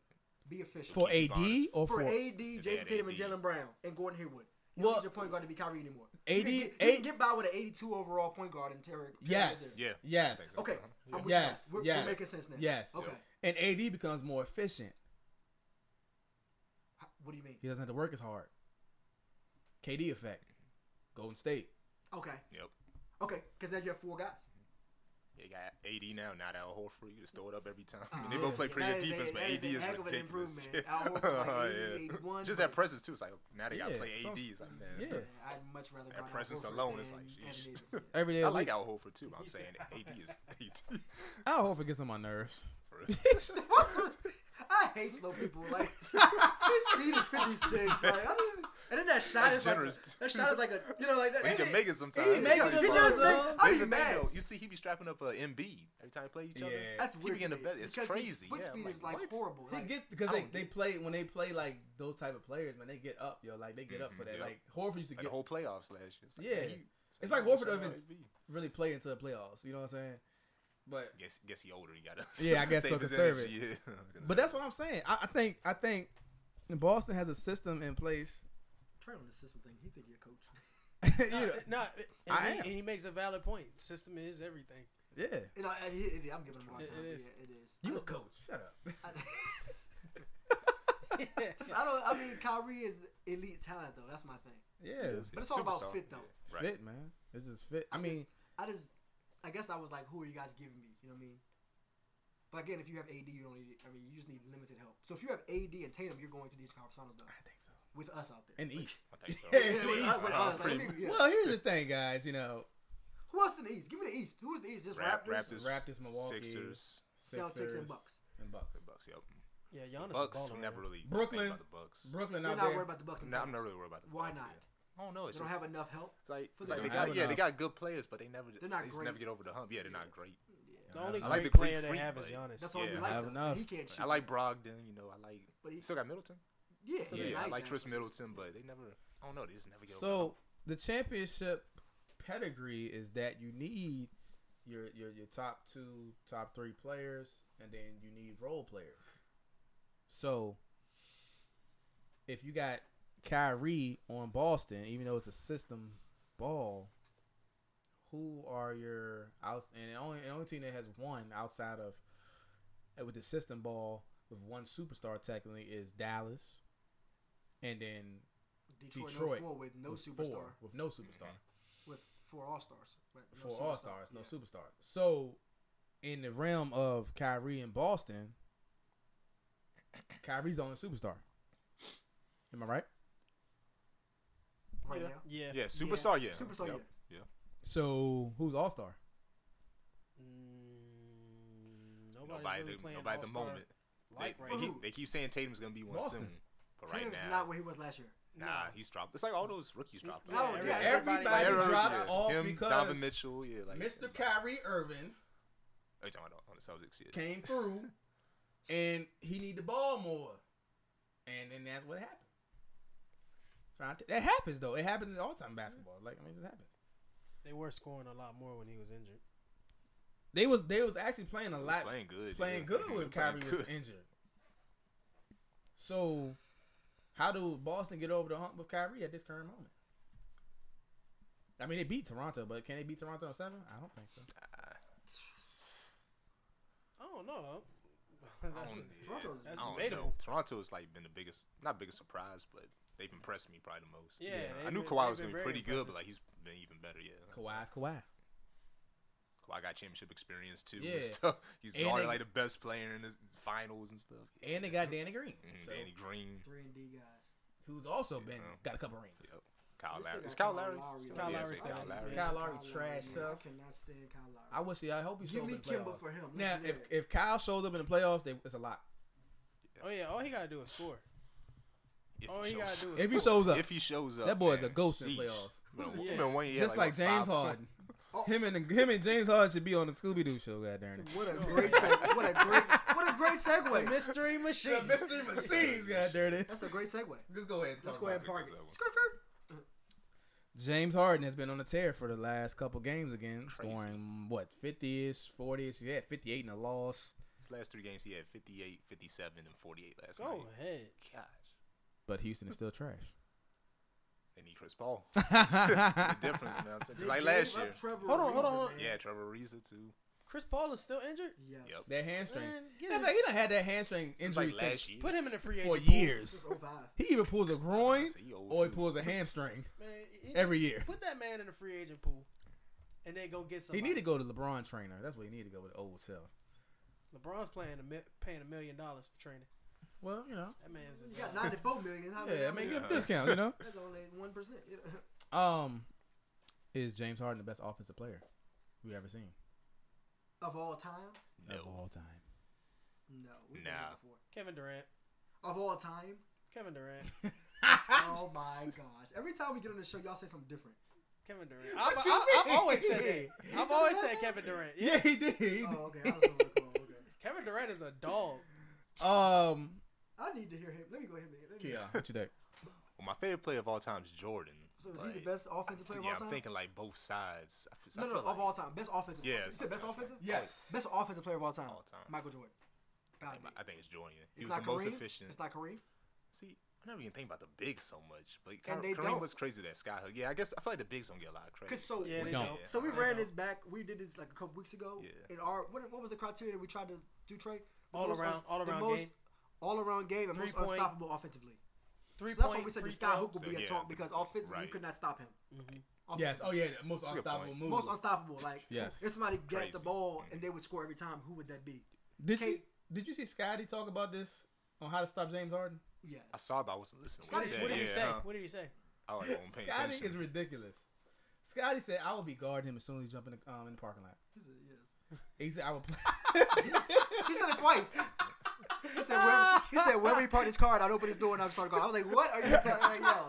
Speaker 2: Be efficient.
Speaker 4: for
Speaker 5: Keep
Speaker 4: AD
Speaker 5: it honest.
Speaker 4: or
Speaker 2: for
Speaker 4: for
Speaker 2: AD,
Speaker 5: add
Speaker 2: Jason Tatum, and
Speaker 5: AD.
Speaker 2: Jalen Brown, and Gordon Hayward. You
Speaker 4: Well,
Speaker 2: don't need your point guard to be Kyrie anymore. you
Speaker 4: AD
Speaker 2: can get, you
Speaker 4: eight-
Speaker 2: can get by with an 82 overall point guard and Terry.
Speaker 4: yes,
Speaker 5: Yeah.
Speaker 4: yes,
Speaker 5: Exactly.
Speaker 2: Okay. I'm with you now.
Speaker 4: yes,
Speaker 2: We're, we're
Speaker 4: yes,
Speaker 2: making sense now.
Speaker 4: yes.
Speaker 2: Okay.
Speaker 4: And AD becomes more efficient.
Speaker 2: H- What do you mean?
Speaker 4: He doesn't have to work as hard. KD effect, Golden State.
Speaker 2: Okay.
Speaker 5: Yep.
Speaker 2: Okay. Because now you have four guys.
Speaker 5: You got AD now, not Al Horford. You just throw it up every time. and
Speaker 2: Ah,
Speaker 5: they both
Speaker 2: yeah.
Speaker 5: play pretty
Speaker 2: That
Speaker 5: good
Speaker 2: is a-
Speaker 5: defense, but
Speaker 2: that is
Speaker 5: AD
Speaker 2: a
Speaker 5: is
Speaker 2: heck of an
Speaker 5: ridiculous.
Speaker 2: improvement. Al Horford, like,
Speaker 5: Yeah.
Speaker 2: 80, 81,
Speaker 5: Just
Speaker 2: but-
Speaker 5: at presence too. It's like now they gotta
Speaker 4: Yeah,
Speaker 5: play
Speaker 4: so-
Speaker 5: AD. It's like man,
Speaker 4: Yeah.
Speaker 2: I'd much rather.
Speaker 5: That
Speaker 2: Brian
Speaker 5: presence
Speaker 2: Horford
Speaker 5: alone is
Speaker 2: than
Speaker 5: like, sheesh.
Speaker 2: Anthony Davis. Yeah.
Speaker 4: Every day,
Speaker 5: I
Speaker 4: of the
Speaker 5: like
Speaker 4: week.
Speaker 5: Al Horford too. but I'm saying AD is AD.
Speaker 4: Al Horford gets on my nerves.
Speaker 5: For real.
Speaker 2: I hate slow people. Like his speed is 56. Like, I just, and then that shot is
Speaker 5: That's
Speaker 2: like a,
Speaker 5: generous.
Speaker 2: that shot is like a you know like that.
Speaker 5: But he
Speaker 2: and
Speaker 5: can
Speaker 2: it-
Speaker 5: make it sometimes.
Speaker 2: He,
Speaker 4: make
Speaker 2: yeah,
Speaker 4: it
Speaker 2: he
Speaker 4: up
Speaker 2: does
Speaker 4: on
Speaker 2: make.
Speaker 4: his own.
Speaker 2: I'd
Speaker 5: Here's
Speaker 2: be
Speaker 5: the thing
Speaker 2: mad.
Speaker 5: though. You see, he be strapping up a MB every time they play each other.
Speaker 4: Yeah.
Speaker 2: That's
Speaker 5: He be
Speaker 2: weird.
Speaker 5: getting
Speaker 2: to
Speaker 5: the
Speaker 2: me,
Speaker 5: best- it's
Speaker 2: because
Speaker 5: crazy.
Speaker 2: His foot
Speaker 5: Yeah,
Speaker 2: speed
Speaker 5: I'm
Speaker 2: is
Speaker 5: like,
Speaker 2: like
Speaker 5: what?
Speaker 2: horrible.
Speaker 4: They
Speaker 2: Like,
Speaker 4: get because
Speaker 2: I
Speaker 4: they,
Speaker 2: don't
Speaker 4: they
Speaker 2: get it.
Speaker 4: play when they play like those type of players, man. They get up, yo. Like they get up for that.
Speaker 5: Mhm, yep.
Speaker 4: Like Horford used to
Speaker 5: Like
Speaker 4: get
Speaker 5: the whole playoffs last year. It's like,
Speaker 4: Yeah.
Speaker 5: man, you-
Speaker 4: It's
Speaker 5: you
Speaker 4: like
Speaker 5: gotta
Speaker 4: Horford
Speaker 5: shout out
Speaker 4: Evans.
Speaker 5: AD.
Speaker 4: really play into the playoffs. You know what I'm saying? But
Speaker 5: Guess guess he older. He got to
Speaker 4: Yeah, I guess so, conservative.
Speaker 5: Yeah.
Speaker 4: but that's what I'm saying. I, I think I think Boston has a system in place.
Speaker 2: Try on the system thing. He think you're a coach.
Speaker 4: you
Speaker 1: No,
Speaker 4: know,
Speaker 1: no, and,
Speaker 4: I
Speaker 1: he,
Speaker 4: am.
Speaker 1: and he makes a valid point. System is everything.
Speaker 4: yeah.
Speaker 2: You know, I, I, I'm giving him a hard
Speaker 1: It-
Speaker 2: time.
Speaker 1: it is.
Speaker 2: Yeah, it is. I
Speaker 4: You a
Speaker 2: just
Speaker 4: coach?
Speaker 2: don't-
Speaker 4: Shut up.
Speaker 2: I, just- I don't. I mean, Kyrie is elite talent, though. That's my thing.
Speaker 4: Yeah,
Speaker 2: But it's all about fit, though.
Speaker 5: Right.
Speaker 4: fit, man. It's just fit. I
Speaker 2: I
Speaker 4: mean,
Speaker 2: just- I just, I guess I was like, who are you guys giving me? You know what I mean? But again, if you have AD, you don't need. it. I mean, you just need limited help. So if you have AD and Tatum, you're going to these conference finals, though,
Speaker 4: I think so.
Speaker 2: with us out there.
Speaker 4: In the East.
Speaker 5: I think so.
Speaker 4: Yeah,
Speaker 2: Yeah,
Speaker 4: in the
Speaker 2: with
Speaker 4: East.
Speaker 2: us, with
Speaker 5: uh,
Speaker 2: us. Like,
Speaker 5: pretty-
Speaker 2: let me- yeah.
Speaker 4: Well, here's the thing, guys. You know,
Speaker 2: who else in the East? Give me the East. Who is the East? Just
Speaker 5: Rap-
Speaker 2: Raptors,
Speaker 5: Raptors,
Speaker 4: Raptors, Milwaukee,
Speaker 5: Sixers,
Speaker 2: Celtics,
Speaker 4: Sixers,
Speaker 2: and Bucks.
Speaker 4: And Bucks.
Speaker 5: the Bucks. Yep.
Speaker 1: Yeah, Giannis.
Speaker 5: Bucks.
Speaker 1: is balling
Speaker 5: Never
Speaker 1: right
Speaker 5: really.
Speaker 4: Brooklyn.
Speaker 5: Think about the Bucks.
Speaker 4: Brooklyn
Speaker 2: You're
Speaker 4: out
Speaker 2: not
Speaker 4: there.
Speaker 2: worried about the Bucks. And
Speaker 5: No, I'm
Speaker 2: Celtics.
Speaker 5: not really worried about the
Speaker 2: Why
Speaker 5: Bucks.
Speaker 2: not?
Speaker 5: Yeah. I don't know.
Speaker 2: They
Speaker 5: It's
Speaker 2: don't
Speaker 5: just,
Speaker 2: have enough help.
Speaker 5: it's like,
Speaker 2: for
Speaker 5: it's
Speaker 2: the
Speaker 5: like they
Speaker 4: Bucks.
Speaker 5: got yeah,
Speaker 4: Enough.
Speaker 5: they got good players, but they never
Speaker 2: They're not
Speaker 5: they just
Speaker 2: great.
Speaker 5: never get over the hump. Yeah, they're not great.
Speaker 1: The only
Speaker 5: I like
Speaker 1: great
Speaker 5: the Greek
Speaker 1: player they
Speaker 5: freak,
Speaker 1: have is
Speaker 5: but-
Speaker 1: Giannis.
Speaker 2: That's all
Speaker 5: Yeah,
Speaker 2: you
Speaker 4: I
Speaker 2: like.
Speaker 4: have
Speaker 2: Though.
Speaker 4: enough.
Speaker 2: He can't shoot.
Speaker 5: I like Brogdon. You know, I like.
Speaker 2: But he-
Speaker 5: You still got Middleton.
Speaker 2: Yeah,
Speaker 5: So
Speaker 2: he's
Speaker 5: yeah, I
Speaker 2: nice,
Speaker 5: like Chris
Speaker 2: actually.
Speaker 5: Middleton, but they never. I don't know. They just never get over.
Speaker 4: So the championship pedigree is that you need your your your top two, top three players, and then you need role players. So if you got Kyrie on Boston, even though it's a system ball, who are your out and the only the only team that has one outside of uh, with the system ball with one superstar technically is Dallas, and then
Speaker 2: Detroit,
Speaker 4: Detroit
Speaker 2: No four with no
Speaker 4: with
Speaker 2: superstar.
Speaker 4: Four, with no superstar.
Speaker 2: With four all stars. Right? No
Speaker 4: for
Speaker 2: superstar.
Speaker 4: all stars, no
Speaker 2: Yeah.
Speaker 4: superstar. So, in the realm of Kyrie and Boston, Kyrie's the only superstar. Am I right?
Speaker 2: Right
Speaker 5: Yeah.
Speaker 2: now.
Speaker 1: Yeah.
Speaker 5: Yeah, superstar. Yeah,
Speaker 2: Superstar.
Speaker 5: Yep.
Speaker 2: Yeah.
Speaker 4: So, who's all star?
Speaker 1: Mm, nobody
Speaker 5: Nobody,
Speaker 1: really
Speaker 5: at the-
Speaker 1: playing
Speaker 5: nobody at the
Speaker 1: all-star
Speaker 5: moment.
Speaker 1: Like
Speaker 5: they,
Speaker 1: right
Speaker 5: they,
Speaker 1: now.
Speaker 5: keep, they keep saying Tatum's gonna be one
Speaker 4: Boston.
Speaker 5: soon, but right
Speaker 2: Tatum's
Speaker 5: now,
Speaker 2: not where he was last year.
Speaker 5: nah, he's dropped. It's like all those rookies dropped.
Speaker 2: No,
Speaker 5: Like,
Speaker 2: yeah,
Speaker 4: Everybody,
Speaker 1: Everybody
Speaker 5: everybody-
Speaker 4: dropped
Speaker 5: yeah,
Speaker 4: off
Speaker 5: him,
Speaker 4: because
Speaker 5: Donovan Mitchell, yeah, like
Speaker 4: Mr.
Speaker 5: everybody-
Speaker 4: Kyrie Irving
Speaker 5: Oh, you talking about on the Celtics? Yeah.
Speaker 4: came through, and he need the ball more, and then that's what happened. Trying to- That happens though. It happens in all time basketball. Like I mean, it happens.
Speaker 1: They were scoring a lot more when he was injured.
Speaker 4: They was they was actually playing a
Speaker 5: He was
Speaker 4: lot
Speaker 5: playing good,
Speaker 4: playing
Speaker 5: yeah.
Speaker 4: good
Speaker 5: He
Speaker 4: when
Speaker 5: playing
Speaker 4: Kyrie was
Speaker 5: good.
Speaker 4: injured. So, how do Boston get over the hump with Kyrie at this current moment? I mean, they beat Toronto, but can they beat Toronto on seven? I don't think so.
Speaker 1: I don't know.
Speaker 5: I
Speaker 1: That's-
Speaker 5: don't,
Speaker 2: Toronto's-
Speaker 5: yeah,
Speaker 1: that's
Speaker 5: I don't
Speaker 1: debatable.
Speaker 5: know. Toronto's like been the biggest, not biggest surprise, but they've impressed me probably the most.
Speaker 1: Yeah,
Speaker 5: I
Speaker 1: they've
Speaker 5: knew
Speaker 1: been-
Speaker 5: Kawhi
Speaker 1: they've
Speaker 5: was gonna
Speaker 1: been
Speaker 5: be pretty
Speaker 1: very
Speaker 5: good, but like he's been even better. Yeah,
Speaker 4: Kawhi's Kawhi.
Speaker 5: Kawhi got championship experience too
Speaker 4: Yeah.
Speaker 5: and stuff. He's
Speaker 4: And
Speaker 5: guarded
Speaker 4: they-
Speaker 5: like the best player in the finals and stuff.
Speaker 4: And they got Danny Green,
Speaker 5: Mhm,
Speaker 4: so-
Speaker 5: Danny Green,
Speaker 2: Three and D guys.
Speaker 4: who's also been
Speaker 5: Yeah. um,
Speaker 4: got a couple rings.
Speaker 5: Yep. Kyle
Speaker 2: We still
Speaker 5: Lowry.
Speaker 2: got
Speaker 5: It's Kyle
Speaker 2: Kyle
Speaker 5: Lowry.
Speaker 2: Lowry.
Speaker 5: Still-
Speaker 1: Kyle
Speaker 5: yeah,
Speaker 1: Lowry's
Speaker 5: it's
Speaker 1: still
Speaker 5: Kyle
Speaker 1: in
Speaker 5: Lowry.
Speaker 1: the
Speaker 4: Kyle Lowry trash
Speaker 2: man. I
Speaker 4: up.
Speaker 2: cannot stand Kyle Lowry.
Speaker 4: I wish he. I hope he
Speaker 2: Give
Speaker 4: shows up
Speaker 2: me
Speaker 4: in the
Speaker 2: Kimba
Speaker 4: playoffs.
Speaker 2: for him. Let's
Speaker 4: Now,
Speaker 2: do
Speaker 4: if
Speaker 2: that.
Speaker 4: if Kyle shows up in the playoffs, they, it's a lot.
Speaker 1: Oh yeah, all he gotta do is score.
Speaker 5: If
Speaker 1: All he gotta
Speaker 5: shows-
Speaker 1: do is
Speaker 4: If he shows up,
Speaker 5: If he shows up,
Speaker 4: that boy is
Speaker 5: man,
Speaker 4: a ghost in
Speaker 5: sheesh.
Speaker 4: the playoffs.
Speaker 5: Been-
Speaker 1: Yeah.
Speaker 5: been one year,
Speaker 4: Just like,
Speaker 5: with
Speaker 4: James
Speaker 5: five
Speaker 4: Harden.
Speaker 2: Oh.
Speaker 4: Him and him and James Harden should be on the Scooby Doo show. God damn it.
Speaker 2: What a great seg- what a great what a great
Speaker 1: The
Speaker 2: segue.
Speaker 1: mystery machine.
Speaker 4: The mystery machines, god damn it.
Speaker 2: That's a great segue.
Speaker 4: Let's go ahead. And
Speaker 2: Let's
Speaker 4: talk
Speaker 2: go ahead and
Speaker 5: about
Speaker 2: park it.
Speaker 5: it. That's a good
Speaker 2: Skirt, skirt.
Speaker 4: James Harden has been on a tear for the last couple games again,
Speaker 5: Crazy.
Speaker 4: scoring what fifty ish, forty ish. Yeah, fifty eight in a loss.
Speaker 5: His last three games, he had 58, 57, and 48 last
Speaker 2: Oh,
Speaker 1: Go
Speaker 5: night.
Speaker 1: ahead.
Speaker 5: Gosh.
Speaker 4: But Houston is still trash.
Speaker 5: They need Chris Paul. the difference, man. I'm saying. Just like last year.
Speaker 1: Hold on, hold on, hold on.
Speaker 5: Yeah, Trevor Ariza, too.
Speaker 1: Chris Paul is still injured.
Speaker 2: Yes.
Speaker 5: Yep.
Speaker 4: That hamstring.
Speaker 1: Man, get
Speaker 4: Yeah,
Speaker 1: him-
Speaker 4: like, he done had that hamstring
Speaker 5: Since
Speaker 4: injury
Speaker 5: like
Speaker 4: since
Speaker 5: last year.
Speaker 1: Put him in a free
Speaker 4: for
Speaker 1: agent pool.
Speaker 4: years.
Speaker 2: This is 05.
Speaker 4: He even pulls a groin
Speaker 5: So he old,
Speaker 4: or he
Speaker 5: too.
Speaker 4: pulls a hamstring
Speaker 1: Man, he-
Speaker 4: every year.
Speaker 1: Put that man in a free agent pool, and then go get
Speaker 4: He
Speaker 1: somebody.
Speaker 4: need to go to LeBron trainer. That's what he need to go with old self.
Speaker 1: LeBron's playing a mi- paying a million dollars for training.
Speaker 4: Well, you know.
Speaker 1: That man's
Speaker 2: He
Speaker 1: is
Speaker 2: got 94 million. How many-
Speaker 4: Yeah, I
Speaker 2: how
Speaker 4: mean,
Speaker 2: many-
Speaker 4: give him a discount, you know?
Speaker 2: That's only 1%.
Speaker 4: Um, is James Harden the best offensive player we ever seen
Speaker 2: Of all time?
Speaker 4: of
Speaker 5: No.
Speaker 4: all time?
Speaker 2: No. we've done
Speaker 5: Nah.
Speaker 2: that before.
Speaker 1: Kevin Durant.
Speaker 2: Of all time?
Speaker 1: Kevin Durant.
Speaker 2: Oh my gosh. Every time we get on the show, y'all say something different.
Speaker 1: Kevin Durant. I've,
Speaker 4: you
Speaker 1: I, have
Speaker 4: mean?
Speaker 1: always said that.
Speaker 2: He
Speaker 1: I've
Speaker 2: said
Speaker 1: always
Speaker 2: that?
Speaker 1: said Kevin Durant. Yeah.
Speaker 4: Yeah, he did. He did.
Speaker 2: Oh, okay. I was on the call. Okay.
Speaker 1: Kevin Durant is a dog.
Speaker 4: um,
Speaker 2: I need to hear him. Let me go ahead and let me-
Speaker 4: yeah. What you think?
Speaker 5: Well, my favorite player of all time is Jordan.
Speaker 2: So is
Speaker 5: but-
Speaker 2: he the best offensive player
Speaker 5: yeah,
Speaker 2: of all time?
Speaker 5: I'm thinking like both sides. I f- I
Speaker 2: no, no,
Speaker 5: feel
Speaker 2: of
Speaker 5: like
Speaker 2: all time. Best offensive.
Speaker 5: Yeah,
Speaker 2: You
Speaker 5: it's
Speaker 2: said best
Speaker 5: okay.
Speaker 2: offensive? Oh,
Speaker 4: Yes.
Speaker 2: Best offensive player of all time.
Speaker 5: All time.
Speaker 2: Michael Jordan.
Speaker 5: I
Speaker 2: Gotta
Speaker 5: think,
Speaker 2: be.
Speaker 5: my- I think it's Jordan. He
Speaker 2: It's
Speaker 5: was the
Speaker 2: not
Speaker 5: most
Speaker 2: Kareem.
Speaker 5: efficient.
Speaker 2: It's not Kareem.
Speaker 5: See, I never even think about the bigs so much. But Ky-
Speaker 2: they
Speaker 5: Kareem
Speaker 2: don't.
Speaker 5: was crazy with that sky hook. Yeah, I guess I feel like the bigs don't get a lot of credit.
Speaker 2: Cause so
Speaker 1: Yeah,
Speaker 2: we-
Speaker 1: they
Speaker 4: don't.
Speaker 1: don't.
Speaker 5: Yeah.
Speaker 2: So we
Speaker 1: They
Speaker 2: ran
Speaker 1: don't.
Speaker 2: this back. We did this like a couple weeks ago.
Speaker 5: Yeah.
Speaker 2: And our what, what was the criteria we tried to do, Trey? The
Speaker 1: All around- all
Speaker 2: the
Speaker 1: around
Speaker 2: most
Speaker 1: game.
Speaker 2: all around game and most
Speaker 1: Three-point.
Speaker 2: unstoppable offensively.
Speaker 1: Three
Speaker 2: So that's
Speaker 1: point. Mm-hmm.
Speaker 2: why we said the
Speaker 1: free
Speaker 2: sky
Speaker 1: throw.
Speaker 2: hook would
Speaker 5: So,
Speaker 2: be a
Speaker 5: yeah,
Speaker 2: talk
Speaker 5: the-
Speaker 2: because offensively you
Speaker 5: right.
Speaker 2: could not stop him.
Speaker 4: Yes.
Speaker 2: Offensively.
Speaker 4: Oh yeah. The most
Speaker 5: a good
Speaker 4: unstoppable
Speaker 5: point.
Speaker 4: move.
Speaker 2: Most unstoppable. Like
Speaker 4: Yes.
Speaker 2: if somebody got the
Speaker 5: Crazy.
Speaker 2: ball and they would score every time, who would that be?
Speaker 4: did you
Speaker 2: Kate-
Speaker 4: Did you see Scotty talk about this on how to stop James Harden?
Speaker 2: Yeah.
Speaker 5: I saw it, but I wasn't listening. to
Speaker 1: What
Speaker 5: What
Speaker 1: did
Speaker 5: he
Speaker 1: you-
Speaker 5: said.
Speaker 1: what did
Speaker 5: yeah,
Speaker 1: you say?
Speaker 5: huh?
Speaker 1: What did you say?
Speaker 5: I wasn't paying
Speaker 4: Scotty
Speaker 5: attention.
Speaker 4: is ridiculous. Scotty said, "I will be guarding him as soon as he jump in the um, in the parking lot."
Speaker 2: He said yes.
Speaker 4: He said, "I will play."
Speaker 2: He said it twice. He said, where, he said, wherever he parked his car, I'd open his door and I'd start going. I was like, what are you saying right now?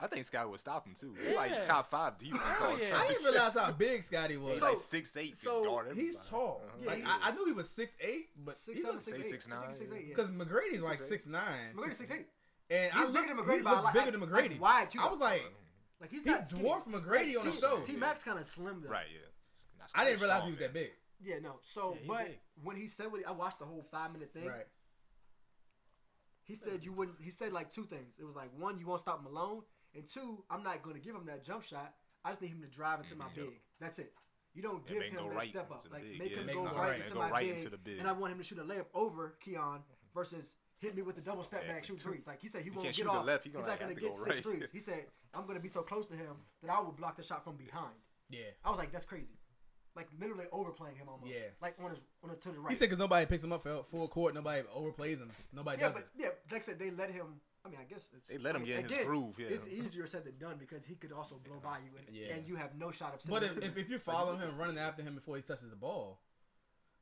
Speaker 5: I think Scotty would stop him too. He
Speaker 1: Yeah.
Speaker 5: like top five defense all
Speaker 1: yeah.
Speaker 4: I
Speaker 5: time.
Speaker 4: didn't realize how big Scotty was.
Speaker 5: He's
Speaker 2: So-
Speaker 5: like six eight.
Speaker 2: so
Speaker 4: he's tall.
Speaker 5: Uh-huh.
Speaker 2: Yeah,
Speaker 4: like
Speaker 2: he's-
Speaker 4: I, I knew he was six eight, but
Speaker 2: Six
Speaker 4: he
Speaker 2: seven,
Speaker 4: was
Speaker 2: six eight.
Speaker 5: say six
Speaker 2: I think
Speaker 5: nine,
Speaker 2: it's six
Speaker 5: yeah.
Speaker 2: eight. Yeah.
Speaker 4: because McGrady's like
Speaker 5: 6'8".
Speaker 4: six nine.
Speaker 2: McGrady's six eight.
Speaker 4: And
Speaker 2: He's
Speaker 4: I
Speaker 2: bigger
Speaker 4: looked,
Speaker 2: than McGrady
Speaker 4: He
Speaker 2: by a
Speaker 4: looks
Speaker 2: lot.
Speaker 4: bigger than
Speaker 2: Like-
Speaker 4: McGrady.
Speaker 2: like wide cube.
Speaker 4: I was like,
Speaker 2: Like he's
Speaker 4: he
Speaker 2: not skinny.
Speaker 4: dwarfed McGrady on the
Speaker 2: T-
Speaker 4: show.
Speaker 2: T Max kind of slim though.
Speaker 5: Right. Yeah. Now,
Speaker 4: I didn't
Speaker 5: Scotty's
Speaker 4: realize
Speaker 5: strong,
Speaker 4: he was that
Speaker 5: man.
Speaker 4: big.
Speaker 2: Yeah. No. So,
Speaker 1: Yeah, he's
Speaker 2: but
Speaker 1: big.
Speaker 2: when he said what he, I watched the whole five minute thing.
Speaker 4: Right.
Speaker 2: He said you wouldn't. He said like two things. It was like one, you won't stop him alone, and two, I'm not going to give him that jump shot. I just need him to drive into my big. That's it. You don't
Speaker 5: Mm-hmm. Yeah,
Speaker 2: give
Speaker 5: make him
Speaker 2: him
Speaker 5: go
Speaker 2: that
Speaker 5: right
Speaker 2: step up.
Speaker 5: into the
Speaker 2: Like
Speaker 5: big,
Speaker 2: make
Speaker 5: yeah.
Speaker 2: him
Speaker 4: Make
Speaker 2: go
Speaker 4: him go
Speaker 2: right,
Speaker 4: right.
Speaker 2: into
Speaker 5: Go
Speaker 2: my
Speaker 5: right
Speaker 2: big,
Speaker 5: into the big.
Speaker 2: and I want him to shoot a layup over Keon versus hit me with the double step back,
Speaker 5: Exactly.
Speaker 2: shoot threes. Like he said, he, won't
Speaker 5: can't
Speaker 2: get
Speaker 5: shoot to
Speaker 2: off.
Speaker 5: left, he
Speaker 2: He's
Speaker 5: gonna
Speaker 2: not
Speaker 5: have
Speaker 2: going
Speaker 5: to
Speaker 2: get
Speaker 5: go
Speaker 2: six
Speaker 5: right.
Speaker 2: threes. He said, I'm going to be so close to him that I will block the shot from behind.
Speaker 4: Yeah.
Speaker 2: I was like, that's crazy. Like literally overplaying him almost.
Speaker 4: Yeah.
Speaker 2: Like on his on his to the right.
Speaker 4: He said because nobody picks him up for full court, nobody overplays him, nobody
Speaker 2: Yeah,
Speaker 4: does
Speaker 2: but yeah, like I said, they let him. I mean, I guess it's,
Speaker 5: They let him get in his
Speaker 2: again,
Speaker 5: groove, yeah.
Speaker 2: it's easier said than done because he could also blow by you, and,
Speaker 4: Yeah.
Speaker 2: and you have no shot of.
Speaker 4: it. But
Speaker 2: sending
Speaker 4: if,
Speaker 2: it.
Speaker 4: if, if you're following him, running after him before he touches the ball,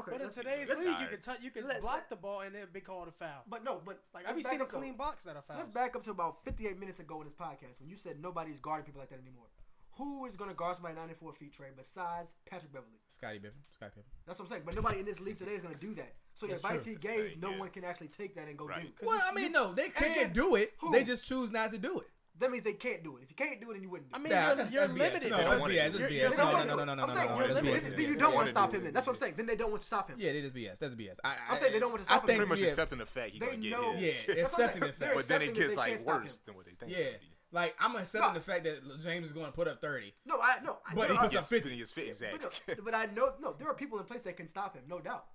Speaker 2: okay,
Speaker 1: But in
Speaker 2: let's-
Speaker 1: today's
Speaker 2: let's-
Speaker 1: league, you
Speaker 5: tired.
Speaker 1: can touch, you can
Speaker 2: Let-
Speaker 1: block
Speaker 2: let-
Speaker 1: the ball and it'd be called a foul.
Speaker 2: but no, but
Speaker 1: Like
Speaker 2: let's
Speaker 1: I've seen
Speaker 2: back
Speaker 1: a
Speaker 2: up, though.
Speaker 1: clean box that I found.
Speaker 2: Let's back up to about 58 minutes ago in this podcast when you said nobody's guarding people like that anymore. Who is going to guard somebody 94 feet, Trey, besides Patrick Beverly?
Speaker 4: Scotty Pippen, Scotty Pippen.
Speaker 2: That's what I'm saying. But nobody in this league today is going to do that. So the
Speaker 4: That's
Speaker 2: advice
Speaker 4: true.
Speaker 2: he gave,
Speaker 5: thing,
Speaker 2: no
Speaker 5: yeah.
Speaker 2: one can actually take that and go
Speaker 5: Right.
Speaker 2: do.
Speaker 4: Well, I mean, no, they can
Speaker 2: again,
Speaker 4: do it.
Speaker 2: who?
Speaker 4: They just choose not to do it.
Speaker 2: That means they can't do it. If you can't do it, then you wouldn't. Do
Speaker 1: I
Speaker 2: it.
Speaker 1: mean,
Speaker 4: Nah,
Speaker 1: you're,
Speaker 4: that's-
Speaker 1: you're
Speaker 4: that's BS.
Speaker 1: limited.
Speaker 4: No,
Speaker 5: They don't
Speaker 4: that's
Speaker 5: wanna
Speaker 4: BS.
Speaker 5: do it.
Speaker 4: That's
Speaker 1: You're-
Speaker 4: BS.
Speaker 1: you're
Speaker 4: No,
Speaker 1: not
Speaker 4: no,
Speaker 1: gonna
Speaker 4: no,
Speaker 1: do
Speaker 4: no,
Speaker 1: it.
Speaker 4: no, no,
Speaker 2: I'm
Speaker 4: no,
Speaker 2: saying
Speaker 4: no.
Speaker 2: you're
Speaker 4: that's
Speaker 2: limited.
Speaker 4: BS.
Speaker 2: Then you
Speaker 5: Yeah,
Speaker 2: don't
Speaker 5: they
Speaker 2: want
Speaker 5: wanna
Speaker 2: to stop
Speaker 5: do
Speaker 2: him.
Speaker 5: it.
Speaker 2: Then that's what I'm saying. Then they don't want to stop him.
Speaker 4: Yeah, they just BS. That's BS. I, I,
Speaker 2: I'm saying they don't want to stop him.
Speaker 4: think-
Speaker 5: Pretty much
Speaker 4: yeah.
Speaker 5: accepting the fact he
Speaker 2: They
Speaker 5: gonna get
Speaker 2: know-
Speaker 5: his.
Speaker 4: Yeah,
Speaker 2: That's what I'm
Speaker 4: accepting the
Speaker 2: saying. They're
Speaker 4: fact.
Speaker 5: But then it
Speaker 2: accepting that they
Speaker 5: gets
Speaker 2: can't
Speaker 5: like
Speaker 2: stop
Speaker 5: worse
Speaker 2: him.
Speaker 5: than what they think.
Speaker 4: Yeah,
Speaker 5: It's gonna be.
Speaker 4: like I'm accepting
Speaker 2: No.
Speaker 4: the fact that James is going to put up thirty.
Speaker 2: No, I no. I-
Speaker 4: But
Speaker 2: there
Speaker 4: he
Speaker 2: are-
Speaker 4: puts up
Speaker 5: Yes, but he is fit.
Speaker 2: but,
Speaker 5: Exactly.
Speaker 2: no, but I know no. There are people in place that can stop him, no doubt.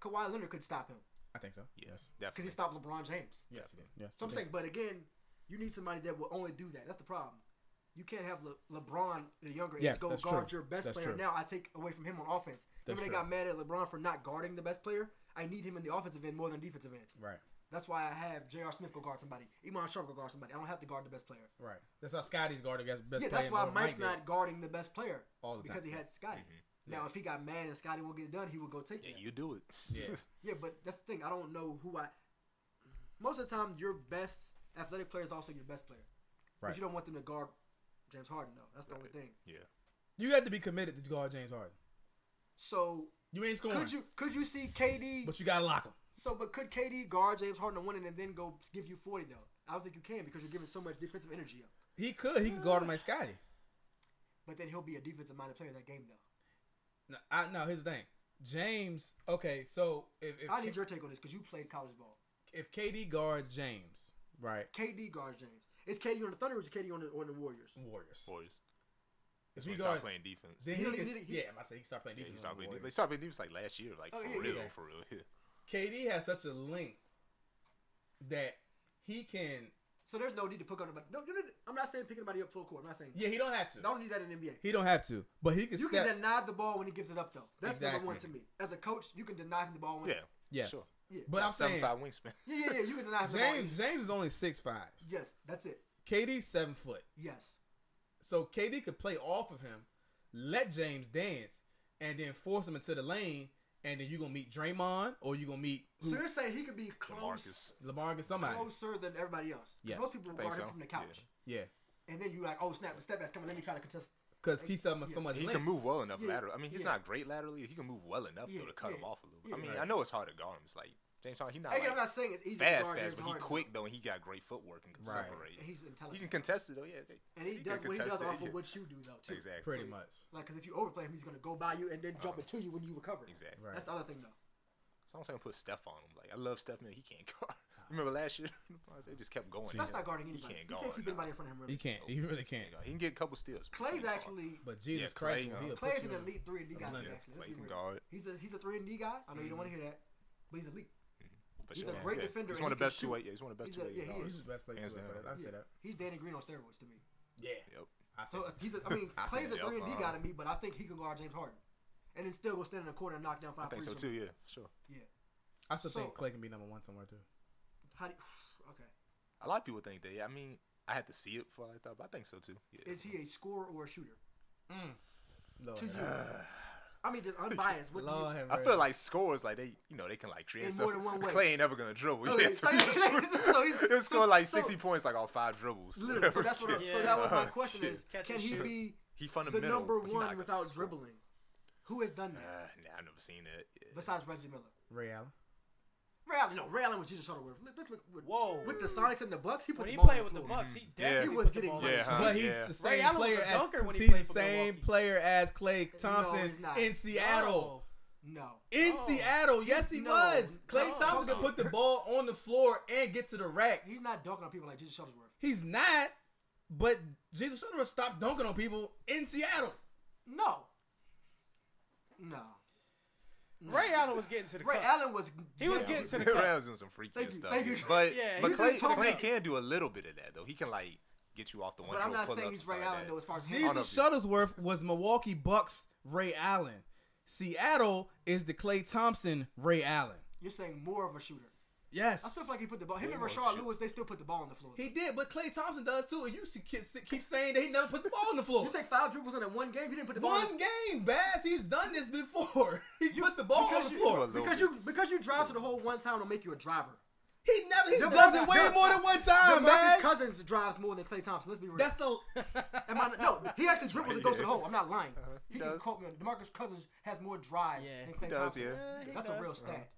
Speaker 2: Kawhi Leonard could stop him
Speaker 4: I think so.
Speaker 2: because
Speaker 5: Yes,
Speaker 2: he
Speaker 5: definitely.
Speaker 2: stopped LeBron James.
Speaker 4: Yes. he did. Yes.
Speaker 2: So I'm
Speaker 4: he did.
Speaker 2: saying, but again, you need somebody that will only do that. That's the problem. You can't have Le- LeBron, the younger
Speaker 4: Yes,
Speaker 2: age, go
Speaker 4: that's
Speaker 2: guard
Speaker 4: true.
Speaker 2: your best
Speaker 4: That's
Speaker 2: player.
Speaker 4: true.
Speaker 2: Now I take away from him on offense.
Speaker 4: That's
Speaker 2: Remember they
Speaker 4: true.
Speaker 2: got mad at LeBron for not guarding the best player. I need him in the offensive end more than defensive end.
Speaker 4: Right.
Speaker 2: That's why I have J.R. Smith go guard somebody. Iman Sharp go guard somebody. I don't have to guard the best player.
Speaker 4: Right. That's how Scotty's guarding against best
Speaker 2: Yeah,
Speaker 4: player.
Speaker 2: that's
Speaker 4: and
Speaker 2: why
Speaker 4: Mike
Speaker 2: Mike's
Speaker 4: did.
Speaker 2: not guarding the best player
Speaker 4: All the time. Mm-hmm.
Speaker 2: because he had Scotty. Now, if he got mad and Scotty won't get it done, he would go take
Speaker 5: Yeah,
Speaker 2: it.
Speaker 5: you do it.
Speaker 4: Yeah.
Speaker 2: Yeah, but that's the thing. I don't know who I. Most of the time, your best athletic player is also your best player. But
Speaker 4: Right.
Speaker 2: you don't want them to guard James Harden, though. That's the only thing.
Speaker 5: Yeah.
Speaker 4: You had to be committed to guard James Harden.
Speaker 2: So
Speaker 4: You ain't scoring,
Speaker 2: could you could you see KD?
Speaker 4: but you gotta lock him.
Speaker 2: So, but could KD guard James Harden and win it and then go give you forty though? I don't think you can because you're giving so much defensive energy up.
Speaker 4: He could. He could guard him like Scotty.
Speaker 2: But then he'll be a defensive minded player that game though.
Speaker 4: No, I, no, here's the thing. James, okay, so if if,
Speaker 2: I need your take on this because you played college ball.
Speaker 4: if KD guards James, right?
Speaker 2: KD guards James. Is KD on the Thunder or is KD on the, on the Warriors?
Speaker 4: Warriors.
Speaker 5: Warriors.
Speaker 4: If
Speaker 5: That's
Speaker 4: he
Speaker 5: when he started
Speaker 4: guards,
Speaker 5: playing defense.
Speaker 4: then
Speaker 2: He
Speaker 4: he
Speaker 2: don't
Speaker 4: can-
Speaker 2: even need it.
Speaker 4: yeah, I'm about to say he can start playing
Speaker 5: yeah, he
Speaker 4: defense.
Speaker 5: started
Speaker 4: on the
Speaker 5: playing defense. They
Speaker 4: Warriors.
Speaker 5: started playing defense like last year, like
Speaker 2: Oh,
Speaker 5: for
Speaker 2: yeah,
Speaker 5: real,
Speaker 4: yeah.
Speaker 5: for real.
Speaker 4: KD has such a link that he can.
Speaker 2: So there's no need to pick on nobody. No, no, no, no. I'm not saying picking anybody up full court. I'm not saying.
Speaker 4: Yeah, he don't have to.
Speaker 2: I don't need that in the NBA.
Speaker 4: He don't have to, but he can
Speaker 2: You
Speaker 4: step.
Speaker 2: can deny the ball when he gives it up, though. That's number one to
Speaker 4: Exactly.
Speaker 2: me. As a coach, you can deny him the ball when.
Speaker 5: Yeah,
Speaker 4: yes,
Speaker 5: sure.
Speaker 2: Yeah.
Speaker 4: but I'm
Speaker 5: seven
Speaker 4: saying
Speaker 5: five wingspan.
Speaker 2: Yeah, yeah, yeah. You can deny him the ball.
Speaker 4: James James is only six five.
Speaker 2: Yes, that's it.
Speaker 4: KD's seven foot,
Speaker 2: Yes.
Speaker 4: so KD could play off of him, let James dance, and then force him into the lane, and then you are gonna meet Draymond or you are gonna meet
Speaker 2: So
Speaker 4: who,
Speaker 2: you're saying he could be close,
Speaker 5: Marcus.
Speaker 4: Lamar and somebody.
Speaker 2: closer than everybody else? 'Cause
Speaker 4: Yeah.
Speaker 2: Most people
Speaker 5: think
Speaker 2: guard him
Speaker 5: so.
Speaker 2: from the couch,
Speaker 4: Yeah,
Speaker 2: and then you like, oh snap, the step back's coming. Let me try to contest.
Speaker 4: because he's so much. so much
Speaker 5: He
Speaker 4: length.
Speaker 5: can move well enough
Speaker 2: Yeah,
Speaker 5: laterally. I mean, he's
Speaker 2: yeah.
Speaker 5: not great laterally. He can move well enough
Speaker 2: Yeah,
Speaker 5: though to cut
Speaker 2: yeah,
Speaker 5: him off a little bit. I
Speaker 2: yeah.
Speaker 5: mean, I know it's hard to guard him. It's like James Harden. He's not
Speaker 2: Again, I'm
Speaker 5: like,
Speaker 2: not saying it's easy. to
Speaker 5: fast,
Speaker 2: guard James
Speaker 5: fast, but he
Speaker 2: Harden.
Speaker 5: quick though, and he got great footwork and can
Speaker 4: Right.
Speaker 5: separate.
Speaker 2: And He's
Speaker 5: You
Speaker 2: intelligent.
Speaker 5: can contest it though, yeah. they-
Speaker 2: and he
Speaker 5: you can
Speaker 2: does what he does
Speaker 5: contest it,
Speaker 2: off
Speaker 5: yeah.
Speaker 2: of what you do, though. Too.
Speaker 5: Exactly.
Speaker 4: pretty much.
Speaker 2: Like, because if you overplay him, he's gonna go by you and then jump into you when you recover.
Speaker 5: Exactly.
Speaker 4: Right.
Speaker 2: That's the other thing, though.
Speaker 5: So I'm saying put Steph on him. Like I love Steph, man. He can't guard. You remember last year? they just kept going.
Speaker 2: Steph's not guarding anybody.
Speaker 5: He
Speaker 2: you
Speaker 5: can't guard.
Speaker 2: can't keep
Speaker 5: nah.
Speaker 2: anybody in front of him. Really.
Speaker 4: He can't. He really can't.
Speaker 5: Can't guard. He can get a couple steals. but he
Speaker 2: Clay's
Speaker 5: can't guard.
Speaker 2: actually
Speaker 4: But Jesus
Speaker 5: Yeah,
Speaker 4: Christ,
Speaker 5: Clay,
Speaker 4: when
Speaker 5: uh,
Speaker 4: he'll put
Speaker 2: Clay's
Speaker 4: you
Speaker 2: an
Speaker 4: in-
Speaker 2: elite three and D guy.
Speaker 4: Yeah,
Speaker 2: Actually,
Speaker 5: Clay
Speaker 2: Let's be
Speaker 5: can
Speaker 2: real.
Speaker 5: guard.
Speaker 2: He's a he's a three and D guy. I know you don't want to hear that, but he's elite.
Speaker 5: For
Speaker 2: He's
Speaker 5: sure.
Speaker 2: a great
Speaker 5: yeah.
Speaker 2: defender
Speaker 5: He's
Speaker 2: and
Speaker 5: one
Speaker 2: he
Speaker 5: of the
Speaker 2: can
Speaker 5: best two
Speaker 2: shoot.
Speaker 5: way. He's one of the best
Speaker 2: He's
Speaker 5: two
Speaker 2: a-
Speaker 5: way.
Speaker 2: yeah, he
Speaker 4: He's
Speaker 2: is.
Speaker 4: the best player
Speaker 5: Hands
Speaker 4: to
Speaker 5: down.
Speaker 4: ever play. I'd say
Speaker 2: Yeah.
Speaker 4: that.
Speaker 2: He's Danny Green on steroids to me.
Speaker 4: Yeah.
Speaker 5: Yep.
Speaker 4: I say
Speaker 2: So
Speaker 4: that.
Speaker 2: uh, he's a, I mean,
Speaker 5: I see
Speaker 2: Clay's a
Speaker 5: that,
Speaker 2: three and D
Speaker 5: uh-huh.
Speaker 2: guy to me, but I think he can guard James Harden, and then still go stand in the corner and knock down
Speaker 5: I
Speaker 2: five
Speaker 5: think so
Speaker 2: threes
Speaker 5: too.
Speaker 2: from-
Speaker 5: Yeah, for sure.
Speaker 2: Yeah.
Speaker 4: I still
Speaker 2: So-
Speaker 4: think Clay can be number one somewhere too.
Speaker 2: How do okay?
Speaker 5: A lot of people think that. Yeah, I mean, I had to see it before I thought, but I think so too. Yeah.
Speaker 2: Is he a scorer or a shooter?
Speaker 4: Lord,
Speaker 2: Mm. To you,
Speaker 4: have-
Speaker 2: I mean, just unbiased. What do you?
Speaker 4: Lord have
Speaker 5: I
Speaker 4: mercy.
Speaker 5: feel like scores like they, you know, they can like create
Speaker 2: In
Speaker 5: stuff.
Speaker 2: more than one way.
Speaker 5: Clay ain't never gonna dribble.
Speaker 2: Oh,
Speaker 5: yeah,
Speaker 2: yeah,
Speaker 5: so
Speaker 2: so
Speaker 5: he
Speaker 2: yeah,
Speaker 5: just-
Speaker 2: so he's-
Speaker 5: he'll score
Speaker 2: so-
Speaker 5: like
Speaker 2: so-
Speaker 5: 60 points like on five dribbles.
Speaker 2: Literally, so that's what. I, so that was my
Speaker 5: Yeah.
Speaker 2: question:
Speaker 5: Shit.
Speaker 2: is
Speaker 1: Catch
Speaker 2: can
Speaker 1: and
Speaker 2: he
Speaker 1: shoot.
Speaker 2: be
Speaker 5: He fundamental.
Speaker 2: the number
Speaker 5: but he not
Speaker 2: one
Speaker 5: gonna
Speaker 2: without
Speaker 5: score.
Speaker 2: dribbling? Who has done
Speaker 5: Uh,
Speaker 2: that
Speaker 5: nah, I've never seen that. Yeah.
Speaker 2: besides Reggie Miller?
Speaker 4: Ray Allen.
Speaker 2: Ray Allen, no, Ray Allen was Jesus Shuttleworth. Let- Let's look with,
Speaker 1: Whoa.
Speaker 2: with the Sonics and the Bucks. He put
Speaker 1: When
Speaker 2: the
Speaker 1: he
Speaker 2: ball
Speaker 1: played
Speaker 2: on
Speaker 1: with
Speaker 2: the
Speaker 1: the
Speaker 2: floor.
Speaker 1: Bucks, he
Speaker 5: Yeah.
Speaker 1: definitely
Speaker 2: He was
Speaker 1: put the
Speaker 2: getting-
Speaker 1: ball
Speaker 5: yeah,
Speaker 1: on
Speaker 5: huh?
Speaker 1: the
Speaker 4: But he's
Speaker 5: Uh, yeah.
Speaker 4: the same
Speaker 1: Allen was
Speaker 4: player
Speaker 1: a
Speaker 4: as
Speaker 1: dunker when he
Speaker 4: he's the
Speaker 1: played for
Speaker 4: same
Speaker 1: Milwaukee.
Speaker 4: player as Clay Thompson
Speaker 2: he's not.
Speaker 4: in Seattle.
Speaker 2: No,
Speaker 4: In
Speaker 1: No.
Speaker 4: Seattle, yes he
Speaker 2: No.
Speaker 4: was. Clay
Speaker 1: No.
Speaker 4: Thompson can put the ball on the floor and get to the rack.
Speaker 2: he's not dunking on people like Jesus Shuttlesworth.
Speaker 4: He's not, but Jesus Shuttlesworth stopped dunking on people in Seattle.
Speaker 2: No, no.
Speaker 1: Ray Allen was getting to the
Speaker 2: Ray
Speaker 1: cup.
Speaker 2: Allen was.
Speaker 1: He was
Speaker 5: Yeah,
Speaker 1: getting
Speaker 5: but
Speaker 1: to the
Speaker 5: Ray
Speaker 1: cup.
Speaker 5: Allen's doing some free
Speaker 2: Thank
Speaker 5: kid
Speaker 2: you,
Speaker 5: stuff.
Speaker 2: thank you.
Speaker 5: But
Speaker 1: Yeah,
Speaker 5: but
Speaker 1: you
Speaker 5: Clay,
Speaker 2: just told
Speaker 5: Clay
Speaker 2: me.
Speaker 5: can do a little bit of that though. He can like get you off the one.
Speaker 2: But I'm
Speaker 5: dribble,
Speaker 2: not saying
Speaker 5: pull-ups,
Speaker 2: he's
Speaker 5: stuff
Speaker 2: Ray
Speaker 5: like
Speaker 2: Allen
Speaker 5: that.
Speaker 2: though. As far as
Speaker 5: Hold
Speaker 4: Jesus
Speaker 5: up,
Speaker 4: Shuttlesworth was Milwaukee Bucks Ray Allen. Seattle is the Clay Thompson Ray Allen.
Speaker 2: you're saying more of a shooter.
Speaker 4: Yes.
Speaker 2: I still feel like he put the ball. Him and
Speaker 5: more
Speaker 2: Rashard
Speaker 5: shit.
Speaker 2: Lewis, they still put the ball on the floor.
Speaker 4: He did, but Clay Thompson does too. And you see- keep keep saying that he never puts the ball on the floor.
Speaker 2: you take five dribbles in a one game. You didn't put the ball. on the
Speaker 4: One game, Bass. He's done this before. He puts the ball on the
Speaker 2: because you,
Speaker 4: floor.
Speaker 5: little
Speaker 2: because
Speaker 5: bit.
Speaker 2: you because you drive to the hole one time will make you a driver.
Speaker 4: He never. He
Speaker 2: Them
Speaker 4: does it
Speaker 2: Bucks-
Speaker 4: way
Speaker 2: them-
Speaker 4: more than one
Speaker 2: DeMarcus
Speaker 4: time, Bass.
Speaker 2: Cousins drives more than Clay Thompson. Let's be real.
Speaker 4: That's a.
Speaker 2: Am I- no, he actually dribbles and goes to the hole. I'm not lying.
Speaker 5: Uh-huh. he
Speaker 2: you can
Speaker 5: does.
Speaker 2: quote me. on it. Demarcus Cousins has more drives
Speaker 1: Yeah,
Speaker 2: than
Speaker 1: he
Speaker 2: Clay
Speaker 5: does,
Speaker 2: Thompson.
Speaker 5: yeah.
Speaker 1: Yeah, he
Speaker 2: That's
Speaker 1: does.
Speaker 2: a
Speaker 1: Uh-huh.
Speaker 2: real stat.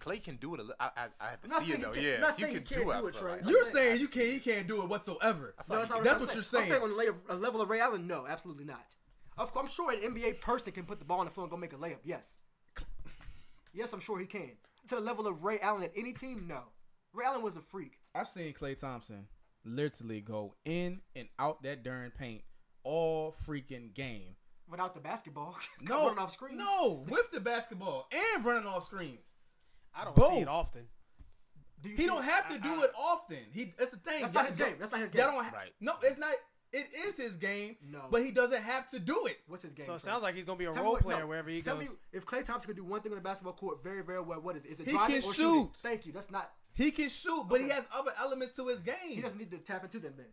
Speaker 5: Clay can do it. A li- I, I, I have to
Speaker 2: Not saying
Speaker 5: see it
Speaker 2: he
Speaker 5: though.
Speaker 2: can't-
Speaker 5: Yeah,
Speaker 2: not
Speaker 5: you
Speaker 2: saying
Speaker 5: can
Speaker 2: he can't
Speaker 5: do it.
Speaker 2: do
Speaker 5: I
Speaker 2: it,
Speaker 5: feel like.
Speaker 2: Trey.
Speaker 4: You're
Speaker 5: I
Speaker 4: saying
Speaker 5: can
Speaker 4: you
Speaker 5: see
Speaker 4: can't. He
Speaker 5: it.
Speaker 4: can't do it whatsoever.
Speaker 5: I feel like
Speaker 2: not
Speaker 5: he
Speaker 2: I'm
Speaker 4: That's what you're
Speaker 2: I'm
Speaker 4: saying.
Speaker 2: saying on the lay- a level of Ray Allen, no, absolutely not. Of course, I'm sure an NBA person can put the ball on the floor and go make a layup. Yes, yes, I'm sure he can. To the level of Ray Allen at any team, no. Ray Allen was a freak.
Speaker 4: I've seen Clay Thompson literally go in and out that darn paint all freaking game.
Speaker 2: Without the basketball,
Speaker 4: No,
Speaker 2: running off screens.
Speaker 4: no, with the basketball and running off screens.
Speaker 1: I don't see
Speaker 4: Both.
Speaker 1: it often.
Speaker 2: Do you
Speaker 4: He
Speaker 2: see-
Speaker 4: don't have to do it often. He that's the thing.
Speaker 2: That's not
Speaker 4: Y'all
Speaker 2: his
Speaker 4: don't-
Speaker 2: game. That's not his
Speaker 4: y'all
Speaker 2: game.
Speaker 4: don't ha-
Speaker 5: Right.
Speaker 4: No, it's not. It is his game.
Speaker 2: No.
Speaker 4: but he doesn't have to do it.
Speaker 2: What's his game?
Speaker 1: So
Speaker 2: Trey?
Speaker 1: it sounds like he's gonna be a
Speaker 2: Tell me
Speaker 1: role
Speaker 2: what-
Speaker 1: player
Speaker 2: no,
Speaker 1: wherever he
Speaker 2: tell
Speaker 1: goes.
Speaker 2: Me if Clay Thompson could do one thing on the basketball court very, very well, what is it? Is it
Speaker 4: He
Speaker 2: driving
Speaker 4: can
Speaker 2: or shooting?
Speaker 4: shoot.
Speaker 2: Thank you. That's not.
Speaker 4: He can shoot, but he
Speaker 2: Okay.
Speaker 4: has other elements to his game.
Speaker 2: He doesn't need to tap into them then.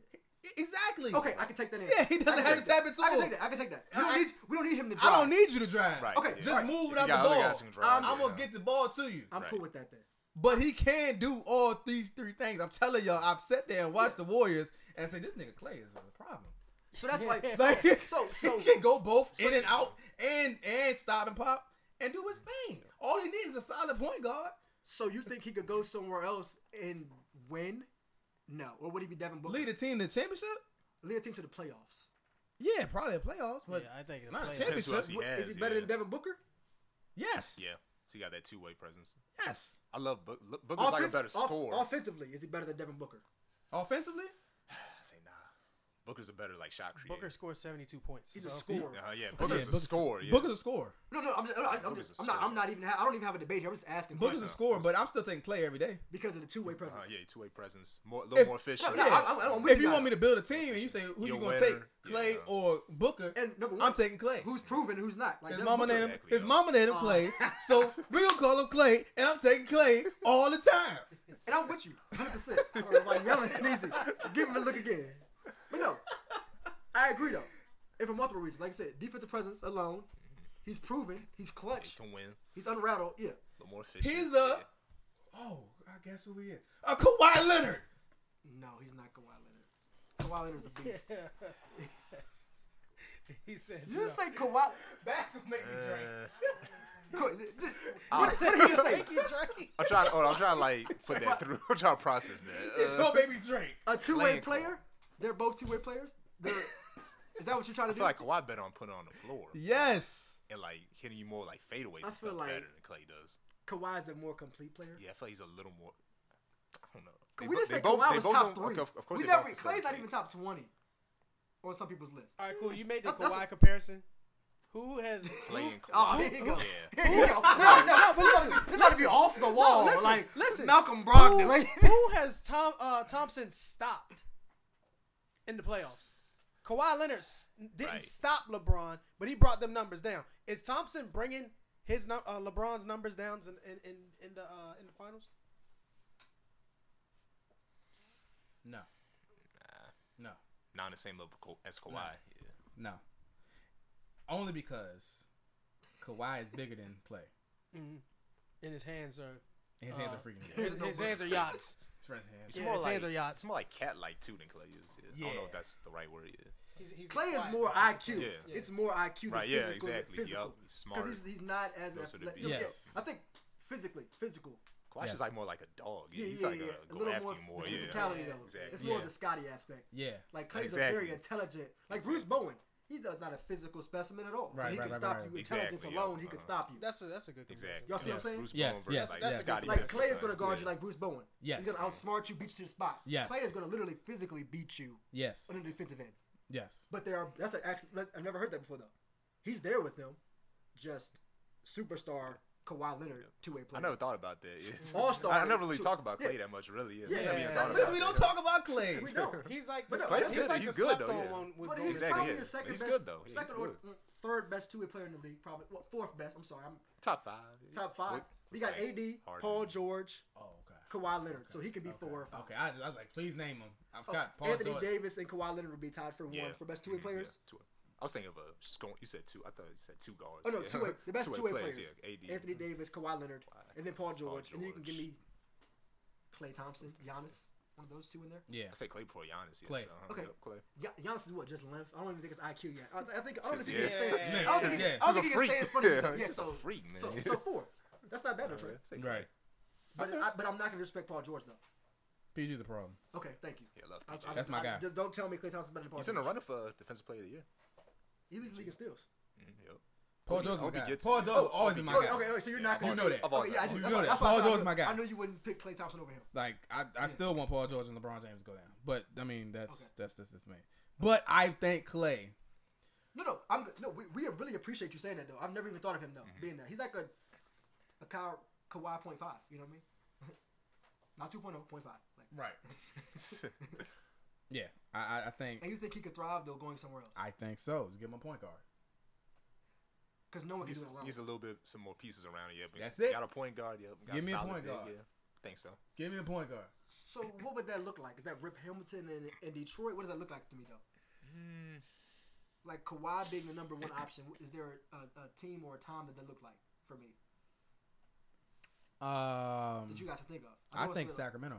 Speaker 4: exactly.
Speaker 2: Okay, I can take that in.
Speaker 4: Yeah, he doesn't
Speaker 2: I can
Speaker 4: have
Speaker 2: take
Speaker 4: to
Speaker 2: that.
Speaker 4: tap into
Speaker 2: I can
Speaker 4: him.
Speaker 2: take that. I can take that. We don't,
Speaker 4: I-
Speaker 2: need, we don't need him to drive.
Speaker 4: I don't need you to drive.
Speaker 5: Right.
Speaker 2: Okay,
Speaker 5: yeah.
Speaker 4: Just
Speaker 2: Right.
Speaker 4: move
Speaker 5: If
Speaker 4: without
Speaker 5: you got
Speaker 4: the
Speaker 5: other
Speaker 4: ball.
Speaker 5: guys who can drive,
Speaker 4: I'm
Speaker 5: yeah.
Speaker 4: gonna get the ball to you.
Speaker 2: I'm cool
Speaker 5: Right.
Speaker 2: with that then.
Speaker 4: But he can do all these three things. I'm telling y'all, I've sat there and watched the Warriors and say this nigga Clay is a problem.
Speaker 2: So that's like.
Speaker 4: Like,
Speaker 2: So, so,
Speaker 4: he can go both in and out and and stop and pop and do his thing. All he needs is a solid point guard.
Speaker 2: so you think he could go somewhere else and win? No. Or would he be Devin Booker?
Speaker 4: Lead a team to the championship?
Speaker 2: Lead a team to the playoffs.
Speaker 4: Yeah, probably the playoffs, but
Speaker 1: Yeah, I think it's
Speaker 4: not a
Speaker 1: playoffs.
Speaker 4: championship.
Speaker 5: Depends who else he
Speaker 2: What-
Speaker 5: has,
Speaker 2: is he better
Speaker 5: yeah.
Speaker 2: than Devin Booker?
Speaker 4: Yes.
Speaker 5: Yeah, so you got that two way presence.
Speaker 4: Yes.
Speaker 5: I love Book. Look, Booker's like a
Speaker 2: Offense-
Speaker 5: better
Speaker 2: off-
Speaker 5: scorer.
Speaker 2: offensively, is he better than Devin Booker?
Speaker 4: Offensively,
Speaker 5: I say nah. Booker's a better like shot creator.
Speaker 1: Booker scored 72 points.
Speaker 2: He's a
Speaker 1: so-
Speaker 2: scorer.
Speaker 5: Uh, yeah, Booker's
Speaker 4: Yeah,
Speaker 5: a scorer. Yeah.
Speaker 4: Booker's a scorer.
Speaker 2: No, no, I'm, just- I'm, I'm,
Speaker 5: Booker's
Speaker 2: just,
Speaker 5: a
Speaker 2: I'm not.
Speaker 5: scorer.
Speaker 2: I'm not even. Ha- I don't even have a debate here. I'm just asking
Speaker 4: Booker's a
Speaker 2: questions
Speaker 4: scorer, but I'm still taking Clay every day.
Speaker 2: because of the two way presence.
Speaker 5: Uh, yeah, two way presence, more, a little
Speaker 4: If-
Speaker 5: more efficient.
Speaker 2: no,
Speaker 4: Yeah.
Speaker 2: I- I'm- I'm with
Speaker 4: if
Speaker 2: you
Speaker 4: you
Speaker 2: guys.
Speaker 4: want me to build a team and you say who
Speaker 5: Your
Speaker 4: you gonna
Speaker 5: winner,
Speaker 4: take, Clay
Speaker 5: yeah.
Speaker 4: or Booker,
Speaker 2: And number one,
Speaker 4: I'm taking Clay.
Speaker 2: Who's proven? Who's not? Like
Speaker 4: his
Speaker 2: Devin
Speaker 4: mama
Speaker 2: Booker-
Speaker 4: named him.
Speaker 5: Exactly,
Speaker 4: His
Speaker 5: yeah.
Speaker 4: mama named him Clay, so we gonna call him Clay, and I'm taking Clay all the time.
Speaker 2: And I'm with you, 100. percent Like yelling needs to give him a look again. But no, I agree though. And for multiple reasons, like I said, defensive presence alone, he's proven. He's
Speaker 5: He
Speaker 2: clutch.
Speaker 5: can win.
Speaker 2: He's unrattled. Yeah.
Speaker 5: A little more efficient.
Speaker 4: He's
Speaker 5: yeah.
Speaker 4: a oh, I guess who he is? A Uh, Kawhi Leonard.
Speaker 2: No, he's not Kawhi Leonard. Kawhi Leonard's a beast.
Speaker 1: He said,
Speaker 2: You just say Kawhi.
Speaker 4: That's what make me drink.
Speaker 5: Uh,
Speaker 2: What, what did he just say?
Speaker 5: I'm trying. Oh, I'm trying to like put that through. I'm trying to process that.
Speaker 4: It's
Speaker 5: Uh,
Speaker 4: gonna make me drink.
Speaker 2: A two-way
Speaker 5: Playing call.
Speaker 2: player? They're both two-way players. They're, is that what you're trying to do?
Speaker 5: I feel like Kawhi better on putting on the floor
Speaker 4: Yes.
Speaker 5: and like hitting you more like fadeaways
Speaker 2: I
Speaker 5: and stuff
Speaker 2: feel like-
Speaker 5: better than Clay does.
Speaker 2: Kawhi is a more complete player.
Speaker 5: Yeah, I feel like he's a little more. I don't know.
Speaker 2: we
Speaker 5: bo-
Speaker 2: just said
Speaker 5: both-
Speaker 2: Kawhi
Speaker 5: they
Speaker 2: was
Speaker 5: both
Speaker 2: top
Speaker 5: don't-
Speaker 2: three.
Speaker 5: okay, Of course,
Speaker 2: we
Speaker 5: they both
Speaker 2: never. Kawhi's not
Speaker 5: facilitate.
Speaker 2: even top twenty on some people's list.
Speaker 1: All right, cool. You made the
Speaker 2: That's- that's
Speaker 1: Kawhi
Speaker 2: what-
Speaker 1: comparison. Who has?
Speaker 5: Clay and
Speaker 2: Oh,
Speaker 5: Kawhi.
Speaker 2: here you go.
Speaker 5: Yeah.
Speaker 2: Here you go. No, no, no. But listen, this got to be off the wall.
Speaker 1: listen,
Speaker 2: like
Speaker 1: listen.
Speaker 2: Malcolm
Speaker 1: Who,
Speaker 2: Brogdon. Like,
Speaker 1: who has Tom uh, Thompson stopped in the playoffs? Kawhi Leonard s- didn't
Speaker 5: Right.
Speaker 1: stop LeBron, but he brought them numbers down. Is Thompson bringing his num- uh, LeBron's numbers down in in, in, in the uh, in the finals?
Speaker 4: No. No.
Speaker 5: Not on the same level co- as Kawhi. Yeah.
Speaker 4: No. Only because Kawhi is bigger than Clay.
Speaker 1: And his hands are
Speaker 4: And his hands are freaking big.
Speaker 1: his, his hands are yachts.
Speaker 4: His friend's hands.
Speaker 5: It's
Speaker 1: Yeah,
Speaker 5: more
Speaker 1: his
Speaker 5: like,
Speaker 1: hands are yachts.
Speaker 5: It's more like cat like too than Clay is. Yeah. I don't know
Speaker 4: Yeah.
Speaker 5: if that's the right word. Yeah.
Speaker 1: He's, he's
Speaker 2: Clay is
Speaker 1: quiet.
Speaker 2: more IQ.
Speaker 5: Yeah.
Speaker 2: It's more IQ than
Speaker 5: Right, yeah,
Speaker 2: physical.
Speaker 5: exactly.
Speaker 2: Physical.
Speaker 5: Yup, he's
Speaker 2: 'Cause
Speaker 5: smarter.
Speaker 2: he's, he's not as
Speaker 5: Those are the
Speaker 2: athletic.
Speaker 5: beats.
Speaker 2: Yeah,
Speaker 4: Yes.
Speaker 2: I think physically, physical.
Speaker 5: Kawhi's
Speaker 4: Yes.
Speaker 5: just like more like a dog. Yeah,
Speaker 2: Yeah,
Speaker 5: he's
Speaker 2: yeah,
Speaker 5: like
Speaker 2: yeah.
Speaker 5: a,
Speaker 2: A
Speaker 5: go
Speaker 2: little
Speaker 5: after
Speaker 2: more
Speaker 5: you more.
Speaker 2: the
Speaker 5: Yeah,
Speaker 2: physicality
Speaker 5: yeah,
Speaker 2: though.
Speaker 5: exactly.
Speaker 2: It's more
Speaker 4: Yeah.
Speaker 2: of the Scotty aspect.
Speaker 4: Yeah.
Speaker 2: Like Clay's a very
Speaker 5: Exactly.
Speaker 2: intelligent. Like Bruce Bowen, he's a, not a physical specimen at all. but
Speaker 4: Right,
Speaker 2: he
Speaker 4: right,
Speaker 2: can
Speaker 4: right,
Speaker 2: stop
Speaker 4: right.
Speaker 2: you. Intelligence
Speaker 5: Exactly, yeah.
Speaker 2: alone, he can
Speaker 5: Uh-huh.
Speaker 2: stop you.
Speaker 1: That's a that's a good comparison.
Speaker 5: Exactly.
Speaker 2: Y'all see what I'm saying?
Speaker 5: Bruce
Speaker 4: Yes,
Speaker 5: Bowen versus
Speaker 4: yes,
Speaker 5: like
Speaker 4: yes.
Speaker 5: Scotty.
Speaker 2: Like
Speaker 5: Pippen,
Speaker 2: Clay is
Speaker 5: son.
Speaker 2: gonna guard
Speaker 5: Yeah.
Speaker 2: you like Bruce Bowen.
Speaker 4: Yes.
Speaker 2: He's gonna outsmart you, beat you to the spot.
Speaker 4: Yes.
Speaker 2: Clay is gonna literally physically beat you
Speaker 4: Yes.
Speaker 2: on the defensive end.
Speaker 4: Yes.
Speaker 2: But there are that's a, actually I've never heard that before though. He's there with them, just superstar Kawhi Leonard two way player.
Speaker 5: I never thought about that. Yeah.
Speaker 2: All-star
Speaker 5: I I never really
Speaker 2: too.
Speaker 5: talk about Clay
Speaker 2: Yeah.
Speaker 5: that much, really. Yeah.
Speaker 2: Yeah,
Speaker 5: I never
Speaker 1: yeah,
Speaker 5: even
Speaker 1: yeah.
Speaker 5: thought
Speaker 4: Because
Speaker 5: about
Speaker 4: we
Speaker 5: that.
Speaker 4: don't talk about Clay.
Speaker 2: We don't.
Speaker 1: He's like
Speaker 2: But
Speaker 1: the,
Speaker 2: no,
Speaker 1: he's
Speaker 2: Clay's good.
Speaker 1: like
Speaker 5: He's
Speaker 1: the
Speaker 5: good,
Speaker 1: slept
Speaker 5: though,
Speaker 1: on
Speaker 5: yeah.
Speaker 1: one with
Speaker 2: But
Speaker 1: Golden
Speaker 2: he's
Speaker 5: Exactly,
Speaker 2: probably
Speaker 5: yeah.
Speaker 2: the second
Speaker 5: He's
Speaker 2: best,
Speaker 5: good, though. Yeah,
Speaker 2: second
Speaker 5: he's
Speaker 2: or
Speaker 5: good.
Speaker 2: mm, third best two way player in the league. Probably well, fourth best. I'm sorry, I'm
Speaker 5: Top five.
Speaker 2: top five.
Speaker 5: What-
Speaker 2: we
Speaker 5: what's
Speaker 2: got
Speaker 5: that?
Speaker 2: AD,
Speaker 5: Harden.
Speaker 2: Paul George,
Speaker 4: Oh, okay.
Speaker 2: Kawhi Leonard, so he could be four or five.
Speaker 4: Okay, I, just, I was like, please name him. I
Speaker 2: Oh,
Speaker 4: forgot Paul
Speaker 2: Anthony
Speaker 4: George.
Speaker 2: Davis and Kawhi Leonard would be tied for one
Speaker 5: Yeah.
Speaker 2: for best two way
Speaker 5: Mhm,
Speaker 2: players.
Speaker 5: yeah, two-way. I was thinking of a scoring. You said two. I thought you said two guards.
Speaker 2: Oh no,
Speaker 5: Yeah.
Speaker 2: two way the best two way players.
Speaker 5: Yeah, AD.
Speaker 2: Anthony Davis, Kawhi Leonard, and then Paul George, and then you can give
Speaker 5: George.
Speaker 2: me Clay Thompson, Giannis, one of those two in there.
Speaker 4: Yeah.
Speaker 5: I say Clay before Giannis. Yeah,
Speaker 4: Clay.
Speaker 5: So, uh-huh,
Speaker 2: Okay.
Speaker 5: yeah, Clay.
Speaker 2: Ya- Giannis is what just length. I don't even think it's IQ yet. I, I think I don't think he
Speaker 5: Yeah.
Speaker 2: can stand.
Speaker 4: Yeah.
Speaker 2: I don't think, he-
Speaker 4: Yeah.
Speaker 2: I
Speaker 5: He's
Speaker 2: don't
Speaker 5: a
Speaker 2: think he
Speaker 5: freak.
Speaker 2: can stand in front of
Speaker 5: Yeah,
Speaker 2: you. Yeah,
Speaker 5: he's
Speaker 2: so,
Speaker 5: a freak, man.
Speaker 2: So, so four. That's not bad, Detroit.
Speaker 5: Yeah, say Clay.
Speaker 4: Right.
Speaker 2: But I, but I'm not gonna respect Paul George though.
Speaker 4: PG's a problem.
Speaker 2: Okay, thank you.
Speaker 5: Yeah, I love
Speaker 2: I-
Speaker 5: PG.
Speaker 2: I-
Speaker 4: That's my
Speaker 2: I-
Speaker 4: guy.
Speaker 2: d- Don't tell me Clay Thompson's better than Paul
Speaker 5: He's in
Speaker 2: George.
Speaker 5: the running for Defensive Player of the Year.
Speaker 2: He leads the league in steals.
Speaker 4: Mm-hmm.
Speaker 5: Mhm, Yep.
Speaker 4: Paul
Speaker 5: Hope he-
Speaker 4: George's my
Speaker 5: hope he
Speaker 4: guy.
Speaker 5: gets
Speaker 4: Paul
Speaker 5: it.
Speaker 4: George
Speaker 2: Oh,
Speaker 4: will always be my
Speaker 2: Okay,
Speaker 4: guy.
Speaker 2: okay, okay, so you're not
Speaker 5: I've
Speaker 2: gonna
Speaker 4: You know
Speaker 5: always-
Speaker 4: that.
Speaker 5: I've always
Speaker 2: Okay, yeah, I
Speaker 5: liked
Speaker 2: do.
Speaker 5: him.
Speaker 4: You
Speaker 2: That's
Speaker 4: know
Speaker 2: why-
Speaker 4: that.
Speaker 2: that's why I
Speaker 4: Paul
Speaker 2: said
Speaker 4: George's
Speaker 2: I
Speaker 4: my
Speaker 2: knew-
Speaker 4: guy.
Speaker 2: I knew you wouldn't pick Clay Thompson over him.
Speaker 4: Like I, I still want Paul George and LeBron James to go down, but I mean that's
Speaker 2: Okay.
Speaker 4: that's that's that's me. But I think Clay.
Speaker 2: No, no, I'm no. We, we really appreciate you saying that though. I've never even thought of him though
Speaker 4: Mm-hmm.
Speaker 2: being there. He's like a a Kyle, Kawhi point five. You know what I mean? Not 2.0, point five. Like,
Speaker 4: Right. Yeah, I I, I think
Speaker 2: and you think he could thrive though going somewhere else?
Speaker 4: I think so. Just give him a point guard.
Speaker 2: Because no one can do
Speaker 5: He's,
Speaker 2: it alone.
Speaker 5: he's a little bit some more pieces around here. But
Speaker 4: That's it.
Speaker 5: Got a point guard. Yep. Got
Speaker 4: Give me a
Speaker 5: solid
Speaker 4: point
Speaker 5: big,
Speaker 4: guard.
Speaker 5: Yeah. Think so.
Speaker 4: Give me a point guard.
Speaker 2: so what would that look like? Is that Rip Hamilton in, in Detroit? What does that look like to me though?
Speaker 4: Mm.
Speaker 2: Like Kawhi being the number one option. Is there a, a team or a time that that looked like for me
Speaker 4: Um,
Speaker 2: that you guys can think of?
Speaker 4: I
Speaker 2: know it's
Speaker 4: think
Speaker 2: been-
Speaker 4: Sacramento.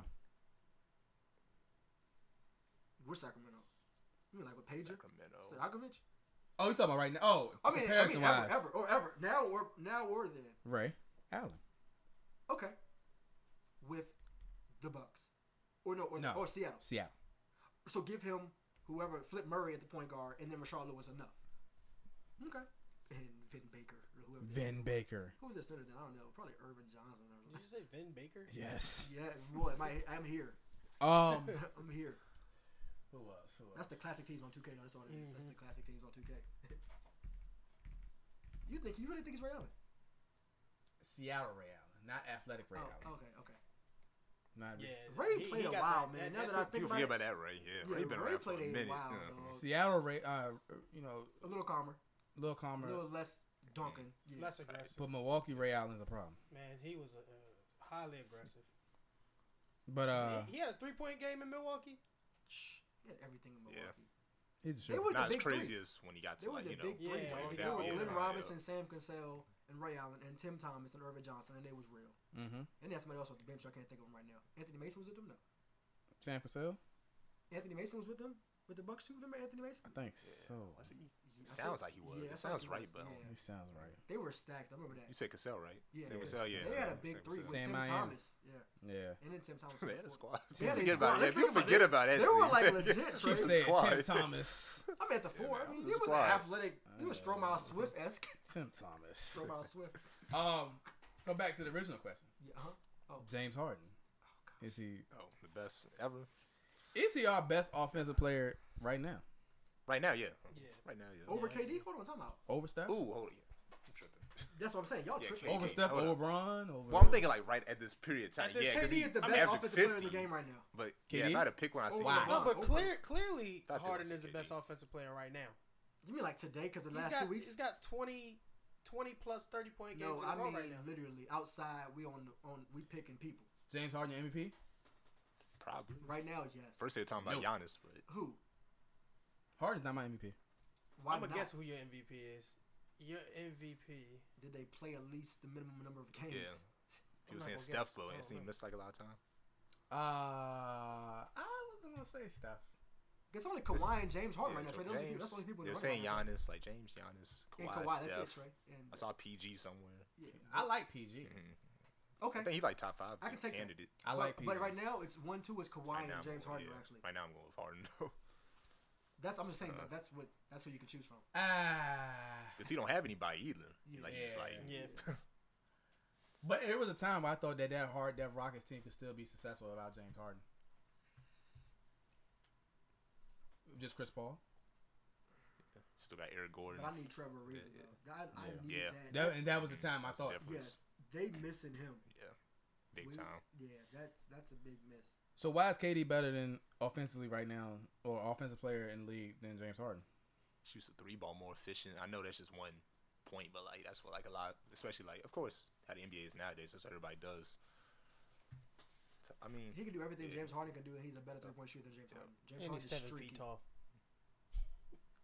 Speaker 2: We're Sacramento. You mean like with Pager?
Speaker 5: Sacramento.
Speaker 2: Sacramento.
Speaker 4: Oh, you talking about right now? Oh,
Speaker 2: I mean, I
Speaker 4: comparison
Speaker 2: mean
Speaker 4: wise,
Speaker 2: ever, ever, or ever now or now or then.
Speaker 4: Ray Allen.
Speaker 2: Okay, with the Bucks, or no, or,
Speaker 4: No.
Speaker 2: or Seattle.
Speaker 4: Seattle.
Speaker 2: So give him whoever Flip Murray at the point guard, and then Rashard Lewis enough. Okay, and Vin Baker or whoever. this
Speaker 4: Vin
Speaker 2: was.
Speaker 4: Baker.
Speaker 2: Who was that center? Then I don't know. Probably Irvin Johnson. Or
Speaker 1: Did you say Vin Baker?
Speaker 4: Yes.
Speaker 2: yeah, boy, my, I'm here.
Speaker 4: Um.
Speaker 2: I'm here.
Speaker 4: who else? Who else?
Speaker 2: That's the classic teams on 2K. though. That's all it is. That's the classic teams on 2K. you think you really think it's Ray Allen?
Speaker 4: Seattle Ray Allen, not Athletic Ray
Speaker 2: Oh,
Speaker 4: Allen.
Speaker 2: okay, okay.
Speaker 4: Not
Speaker 1: Yeah.
Speaker 4: Reese.
Speaker 2: Ray
Speaker 1: He- he
Speaker 2: played a
Speaker 1: got
Speaker 2: while,
Speaker 1: that- that-
Speaker 2: man.
Speaker 1: that's
Speaker 2: now that I think
Speaker 5: People
Speaker 2: about
Speaker 5: forget
Speaker 2: it,
Speaker 5: about that, Ray. Yeah,
Speaker 2: Yeah,
Speaker 5: Ray been
Speaker 2: Ray
Speaker 5: around for a
Speaker 2: played a
Speaker 5: minute.
Speaker 2: while,
Speaker 5: uh,
Speaker 2: dog.
Speaker 4: Seattle Ray. Uh, you know,
Speaker 2: a little calmer, a
Speaker 4: Lil Comer,
Speaker 2: little less dunking. Yeah.
Speaker 1: Less aggressive.
Speaker 4: but Milwaukee Ray Allen's a problem.
Speaker 1: Man, he was uh, uh, highly aggressive.
Speaker 4: But uh,
Speaker 1: he, he had a three point game in Milwaukee.
Speaker 2: Shh. He had everything in Milwaukee.
Speaker 5: Yeah.
Speaker 4: he's a
Speaker 2: They
Speaker 4: shooter.
Speaker 2: were the
Speaker 5: not as
Speaker 2: big three.
Speaker 5: crazy as when he got
Speaker 2: They
Speaker 5: to
Speaker 2: were
Speaker 5: like
Speaker 2: the
Speaker 5: you know
Speaker 2: big three.
Speaker 1: Yeah,
Speaker 2: basically.
Speaker 1: yeah,
Speaker 2: They were
Speaker 1: yeah.
Speaker 2: Lynn
Speaker 1: Yeah.
Speaker 2: Robinson, Sam Cassell, and Ray Allen, and Tim Thomas, and Irvin Johnson, and they was real.
Speaker 4: Mm-hmm.
Speaker 2: And they had somebody else off the bench. I can't think of him right now. Anthony Mason was with them. No,
Speaker 4: Sam Cassell.
Speaker 2: Anthony Mason was with them with the Bucks too. Remember Anthony Mason?
Speaker 4: I think so.
Speaker 5: Was he?
Speaker 2: Yeah, I think-
Speaker 5: Sounds like he was.
Speaker 2: yeah, I
Speaker 5: It sounds
Speaker 2: think he
Speaker 5: right,
Speaker 2: was,
Speaker 5: but-
Speaker 2: yeah.
Speaker 4: He sounds right.
Speaker 2: They were stacked. I remember that.
Speaker 5: You said Cassell, right?
Speaker 2: Yeah,
Speaker 5: Sam Cassell, yeah.
Speaker 2: They had a big
Speaker 5: Sam
Speaker 2: three with
Speaker 4: Sam
Speaker 5: Cassell.
Speaker 2: Tim
Speaker 4: Miami.
Speaker 2: Thomas. Yeah,
Speaker 4: Yeah.
Speaker 2: and then Tim Thomas.
Speaker 5: They
Speaker 2: was
Speaker 5: had a
Speaker 2: fourth.
Speaker 5: squad.
Speaker 2: They had a
Speaker 5: forget
Speaker 2: squad.
Speaker 5: about
Speaker 2: Let's
Speaker 5: that. People
Speaker 2: think about
Speaker 5: forget
Speaker 2: it.
Speaker 5: about that.
Speaker 2: They were
Speaker 5: team.
Speaker 2: like legit.
Speaker 4: He
Speaker 5: He's a
Speaker 2: Trey.
Speaker 4: said
Speaker 5: squad.
Speaker 4: Tim Thomas.
Speaker 2: I'm at the four. I
Speaker 5: man,
Speaker 2: mean,
Speaker 5: it
Speaker 2: it
Speaker 5: was a
Speaker 2: was an
Speaker 5: squad.
Speaker 2: athletic. It was Stromile Swift esque.
Speaker 4: Tim Thomas.
Speaker 2: Stromile Swift.
Speaker 4: Um. So back to the original question.
Speaker 2: Yeah. uh-huh. huh
Speaker 4: James Harden. Is he
Speaker 5: Oh, the best ever.
Speaker 4: is he our best offensive player right now?
Speaker 5: Right now, yeah.
Speaker 1: Yeah.
Speaker 5: Right now, yeah.
Speaker 2: Over KD. Hold on, time out.
Speaker 4: Over Steph?
Speaker 5: Ooh, hold it. I'm tripping.
Speaker 2: That's what I'm saying. Y'all
Speaker 5: Yeah,
Speaker 2: tripping.
Speaker 5: KD.
Speaker 4: Over Steph?
Speaker 5: hold
Speaker 4: Over
Speaker 5: up.
Speaker 4: Bron? Over
Speaker 5: Well, I'm thinking like right at this period of time.
Speaker 1: At this
Speaker 5: yeah, because
Speaker 1: KD
Speaker 5: he
Speaker 2: is the
Speaker 5: I'm
Speaker 2: best
Speaker 5: averaging
Speaker 2: offensive player in
Speaker 5: 50,
Speaker 2: the game right now.
Speaker 5: But
Speaker 4: KD?
Speaker 5: yeah, if I had to pick one, I see.
Speaker 4: Wow.
Speaker 1: No, but
Speaker 2: Over.
Speaker 1: clear, clearly
Speaker 5: Thought they
Speaker 1: Harden
Speaker 5: was
Speaker 1: is the
Speaker 5: KD.
Speaker 1: best offensive player right now.
Speaker 2: You mean like today? Because the
Speaker 1: He's
Speaker 2: last
Speaker 1: got,
Speaker 2: two weeks.
Speaker 1: he's got 20, 20 plus thirty point games
Speaker 2: No,
Speaker 1: in
Speaker 2: I
Speaker 1: a row
Speaker 2: mean
Speaker 1: right now.
Speaker 2: literally outside. We on the- on we picking people
Speaker 4: James Harden your MVP?
Speaker 5: Probably.
Speaker 2: right now. Yes.
Speaker 5: First they were talking about
Speaker 4: No.
Speaker 5: Giannis, but
Speaker 2: Who?
Speaker 4: Harden's not my MVP.
Speaker 2: Why
Speaker 1: I'm gonna
Speaker 2: not?
Speaker 1: guess who your MVP is. Your MVP.
Speaker 2: Did they play at least the minimum number of games?
Speaker 5: Yeah.
Speaker 1: I'm
Speaker 5: he
Speaker 1: not
Speaker 5: was saying
Speaker 1: gonna
Speaker 5: Steph
Speaker 1: guess.
Speaker 5: though, and
Speaker 1: Oh,
Speaker 5: so he
Speaker 1: man.
Speaker 5: missed like a lot of time.
Speaker 4: Uh I wasn't gonna say Steph.
Speaker 2: It's only
Speaker 5: This-
Speaker 2: Kawhi and James Harden
Speaker 5: Yeah,
Speaker 2: right now.
Speaker 5: Joe
Speaker 2: Trey. Those are the people- That's the only people. in
Speaker 5: they were
Speaker 2: the
Speaker 5: saying
Speaker 2: running right
Speaker 5: Giannis, like James, Giannis,
Speaker 2: now.
Speaker 5: Kawhi,
Speaker 2: and Kawhi.
Speaker 5: Steph.
Speaker 2: That's it, Trey. And,
Speaker 5: I saw PG somewhere.
Speaker 2: yeah.
Speaker 4: I like PG.
Speaker 5: I think
Speaker 2: Okay.
Speaker 5: he like top five.
Speaker 2: I can take that.
Speaker 5: candidate.
Speaker 4: I like
Speaker 2: but,
Speaker 4: PG.
Speaker 2: but right now it's one two is Kawhi
Speaker 5: now,
Speaker 2: and
Speaker 5: I'm
Speaker 2: James
Speaker 5: going-
Speaker 2: Harden
Speaker 5: yeah.
Speaker 2: actually.
Speaker 5: Right now I'm going with Harden though,
Speaker 2: That's I'm just saying that that's what that's who you can choose from.
Speaker 4: Ah
Speaker 5: because he don't have anybody either.
Speaker 2: Yeah.
Speaker 5: Like he's
Speaker 4: Yeah.
Speaker 5: like
Speaker 1: Yeah.
Speaker 4: But there was a time where I thought that that hard that Rockets team could still be successful without James Harden. Just Chris Paul.
Speaker 5: still got Eric Gordon.
Speaker 2: But I need Trevor Ariza
Speaker 5: Yeah,
Speaker 2: though. I, I
Speaker 4: Yeah.
Speaker 2: need
Speaker 5: Yeah.
Speaker 4: That and that was the time I
Speaker 5: That's
Speaker 4: thought.
Speaker 5: different.
Speaker 2: Yes, they missing him.
Speaker 5: Yeah, big
Speaker 2: We-
Speaker 5: time.
Speaker 2: Yeah, that's that's a big miss.
Speaker 4: So why is KD better than offensively right now or offensive player in the league than James Harden?
Speaker 5: Shoots the three ball more efficient. I know that's just one point, but like that's what like a lot, especially like of course how the NBA is nowadays. That's what everybody does. So, I mean,
Speaker 2: He can do everything
Speaker 5: Yeah.
Speaker 2: James Harden can do, and he's a better three point shooter than James Harden. James
Speaker 1: And
Speaker 2: Harden
Speaker 1: he's
Speaker 2: is
Speaker 1: seven
Speaker 2: streaky.
Speaker 1: feet tall.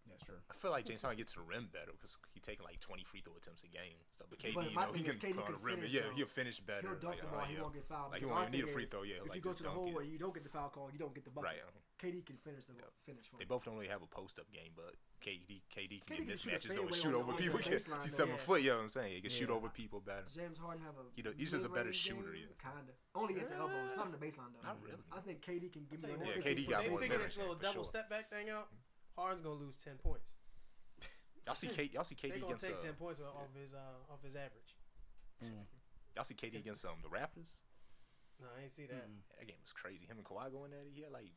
Speaker 4: That's true.
Speaker 5: I feel like James Harden gets to the rim better because he taking like twenty free throw attempts a game. So, but KD,
Speaker 2: But
Speaker 5: you
Speaker 2: my
Speaker 5: know,
Speaker 2: thing
Speaker 5: he can,
Speaker 2: is KD
Speaker 5: go on
Speaker 2: can
Speaker 5: the rim. and
Speaker 2: finish,
Speaker 5: yeah,
Speaker 2: though.
Speaker 5: he'll finish better.
Speaker 2: He'll dunk
Speaker 5: like,
Speaker 2: the
Speaker 5: oh,
Speaker 2: ball. he
Speaker 5: yeah.
Speaker 2: won't get fouled.
Speaker 5: Like he
Speaker 2: because
Speaker 5: won't
Speaker 2: our
Speaker 5: even need a
Speaker 2: thing
Speaker 5: free
Speaker 2: is,
Speaker 5: throw. Yeah,
Speaker 2: if
Speaker 5: like
Speaker 2: you go
Speaker 5: just
Speaker 2: to the
Speaker 5: dunk
Speaker 2: hole
Speaker 5: it.
Speaker 2: where you don't get the foul call, you don't get the bucket.
Speaker 5: Right.
Speaker 2: KD can finish the finish. For
Speaker 5: They
Speaker 2: him.
Speaker 5: both don't really have a post up game, but KD KD
Speaker 2: KD
Speaker 5: can get
Speaker 2: can shoot a
Speaker 5: mismatches though and
Speaker 2: fadeaway
Speaker 5: shoot
Speaker 2: on
Speaker 5: over
Speaker 2: the- on
Speaker 5: people.
Speaker 2: the
Speaker 5: He can-
Speaker 2: baseline,
Speaker 5: He's
Speaker 2: though,
Speaker 5: seven
Speaker 2: yeah.
Speaker 5: foot. You know what I'm saying? He can shoot
Speaker 4: Yeah.
Speaker 5: over people better.
Speaker 2: James Harden have a.
Speaker 5: He do- he's just a better
Speaker 2: mid-range
Speaker 5: shooter,
Speaker 2: game?
Speaker 5: yeah.
Speaker 2: Kinda. Only at the elbow. It's not on the baseline though.
Speaker 5: Not really.
Speaker 2: I think KD can give me.
Speaker 1: Yeah,
Speaker 2: more
Speaker 5: KD
Speaker 2: 15
Speaker 5: got
Speaker 1: They
Speaker 5: more
Speaker 1: figure
Speaker 5: than
Speaker 1: this
Speaker 5: that,
Speaker 1: little
Speaker 5: for
Speaker 1: double
Speaker 5: sure.
Speaker 1: step back thing out. Harden's gonna lose ten points.
Speaker 5: Y'all see K, y'all see KD
Speaker 1: They're gonna
Speaker 5: against
Speaker 1: take
Speaker 5: uh,
Speaker 1: ten points off off his uh, off his average.
Speaker 5: y'all see KD against um the Raptors.
Speaker 1: No, I ain't see that.
Speaker 2: Hmm.
Speaker 4: Mm.
Speaker 5: Yeah, that game was crazy. Him and Kawhi going at it. He had like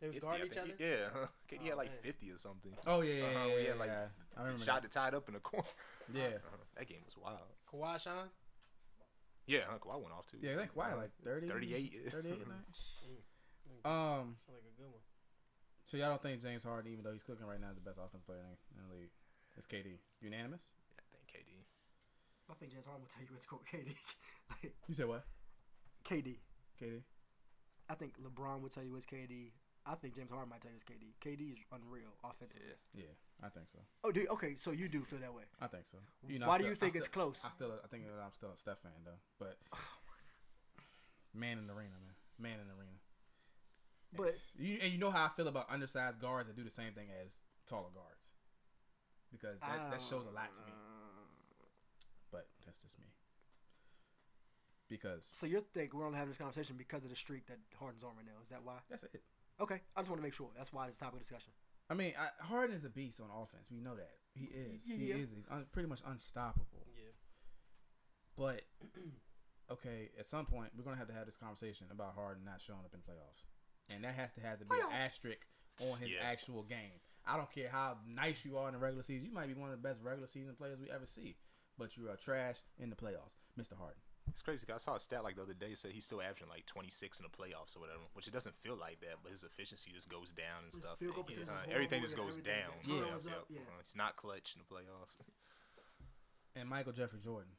Speaker 1: They was
Speaker 5: 50,
Speaker 1: guarding
Speaker 5: I
Speaker 1: each other.
Speaker 5: think. Yeah, huh. KD
Speaker 1: Oh,
Speaker 5: had like
Speaker 1: man.
Speaker 5: fifty or something.
Speaker 4: Oh yeah, yeah,
Speaker 5: Uh-huh,
Speaker 4: yeah,
Speaker 5: we
Speaker 4: yeah,
Speaker 5: had, like,
Speaker 4: yeah. I remember. that.
Speaker 5: Shot that tied up in the corner.
Speaker 4: Yeah,
Speaker 5: Uh-huh. That game was wild.
Speaker 1: Kawhi Sean.
Speaker 5: Yeah, huh, Kawhi went off too.
Speaker 4: yeah. I think why like 30,
Speaker 5: 38.
Speaker 4: 38 Um.
Speaker 1: Sound like a good one.
Speaker 4: So y'all don't think James Harden, even though he's cooking right now, is the best offensive player in in the league? It's KD. Unanimous.
Speaker 5: I think KD.
Speaker 2: I think James Harden will tell you what's called KD. Like,
Speaker 4: You said what?
Speaker 2: KD.
Speaker 4: KD.
Speaker 2: I think LeBron will tell you it's KD. I think James Harden might tell you it's KD. KD is unreal offensively.
Speaker 4: Yeah, I think so.
Speaker 2: Oh, do you, okay. So you do feel that way.
Speaker 4: I think so.
Speaker 2: Why
Speaker 4: I
Speaker 2: do you think
Speaker 4: I
Speaker 2: it's close? Oh
Speaker 4: I still, I think that I'm still a Steph fan though. But man in the arena, man, man in the arena.
Speaker 2: But
Speaker 4: It's- you and you know how I feel about undersized guards that do the same thing as taller guards, because that,
Speaker 2: Ah.
Speaker 4: that shows a lot to me. But that's just me. Because
Speaker 2: so you think we're only having this conversation because of the streak that Harden's on right now? Is that why?
Speaker 4: that's it.
Speaker 2: Okay, I just want to make sure. That's why this topic of discussion.
Speaker 4: I mean, I, Harden is a beast on offense. We know that he is. He
Speaker 2: Yeah.
Speaker 4: is. He's un, pretty much unstoppable.
Speaker 1: Yeah.
Speaker 4: But okay, at some point we're gonna have to have this conversation about Harden not showing up in playoffs, and that has to have to be an
Speaker 2: Playoffs?
Speaker 4: asterisk on his
Speaker 5: Yeah.
Speaker 4: actual game. I don't care how nice you are in the regular season. You might be one of the best regular season players we ever see, but you are trash in the playoffs, Mister Harden.
Speaker 5: It's crazy. 'cause I saw a stat like the other day it said he's still averaging like 26 in the playoffs or whatever, which it doesn't feel like that, but his efficiency just goes down and
Speaker 2: His
Speaker 5: stuff.
Speaker 2: field goal
Speaker 5: and, yeah,
Speaker 2: percentage is
Speaker 5: uh,
Speaker 2: horrible,
Speaker 5: everything just
Speaker 2: yeah,
Speaker 5: goes
Speaker 2: everything.
Speaker 5: down.
Speaker 2: Yeah.
Speaker 5: Yeah,
Speaker 2: Turnovers
Speaker 5: yeah,
Speaker 2: up, yeah.
Speaker 5: Uh, It's not clutch in the playoffs.
Speaker 4: And Michael Jeffrey Jordan.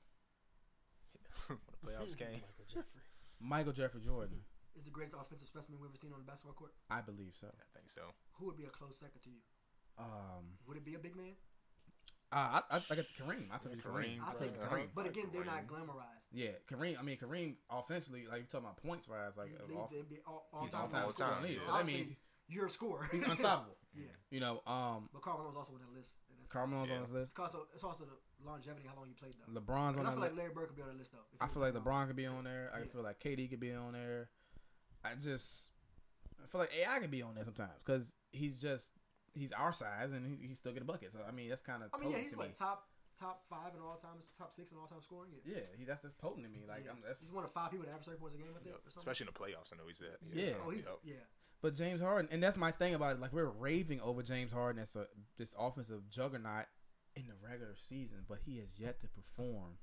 Speaker 5: when the playoffs came,
Speaker 2: Oh
Speaker 1: Michael Jeffrey.
Speaker 4: Michael Jeffrey Jordan.
Speaker 2: Is the greatest offensive specimen we've ever seen on the basketball court.
Speaker 4: I believe so.
Speaker 5: I think so.
Speaker 2: Who would be a close second to you?
Speaker 4: Um,
Speaker 2: Would it be a big man?
Speaker 4: I, I, I got Kareem. I took Kareem.
Speaker 5: Yeah, Kareem.
Speaker 2: I
Speaker 5: Right.
Speaker 2: think
Speaker 5: Uh-huh.
Speaker 2: Kareem. But again, they're not
Speaker 5: Kareem.
Speaker 2: glamorized.
Speaker 4: Yeah, Kareem. I mean, Kareem offensively, like you talking about points wise, like uh,
Speaker 2: He
Speaker 4: off,
Speaker 2: leads the NBA all, all
Speaker 4: he's
Speaker 2: time.
Speaker 4: all time
Speaker 5: all
Speaker 2: scorer.
Speaker 4: scorer. in the
Speaker 5: time,
Speaker 4: league,
Speaker 5: yeah.
Speaker 4: So that
Speaker 2: obviously,
Speaker 4: means
Speaker 2: you're a scorer.
Speaker 4: he's unstoppable.
Speaker 2: yeah,
Speaker 4: You know, um,
Speaker 2: but Carl Malone's also on that list. And it's,
Speaker 4: Carmelo's
Speaker 5: Yeah.
Speaker 4: on his
Speaker 2: it's
Speaker 4: list.
Speaker 2: also it's also the longevity, how long you played though.
Speaker 4: LeBron's on
Speaker 2: And I
Speaker 4: that
Speaker 2: feel
Speaker 4: list.
Speaker 2: like Larry Bird could be on that list though. if
Speaker 4: I
Speaker 2: he
Speaker 4: feel
Speaker 2: was
Speaker 4: like LeBron could be on there. I
Speaker 2: Yeah.
Speaker 4: feel like KD could be on there. I just, I feel like AI could be on there sometimes because he's just he's our size and he, he still get a bucket. So I mean, that's kind of
Speaker 2: I mean, yeah,
Speaker 4: potent
Speaker 2: he's
Speaker 4: to me.
Speaker 2: what top top five in all time, top six in all time scoring. Yeah,
Speaker 4: Yeah, he, that's that's potent to me. Like
Speaker 2: yeah.
Speaker 4: I'm, that's
Speaker 2: he's one of five people that average thirty points a game. I think,
Speaker 5: Yep.
Speaker 2: or something.
Speaker 5: Especially in the playoffs, I know he's that.
Speaker 4: Yeah.
Speaker 2: Oh, he's
Speaker 5: Yep.
Speaker 2: yeah.
Speaker 4: But James Harden, and that's my thing about it. Like we're raving over James Harden as a, this offensive juggernaut in the regular season, but he has yet to perform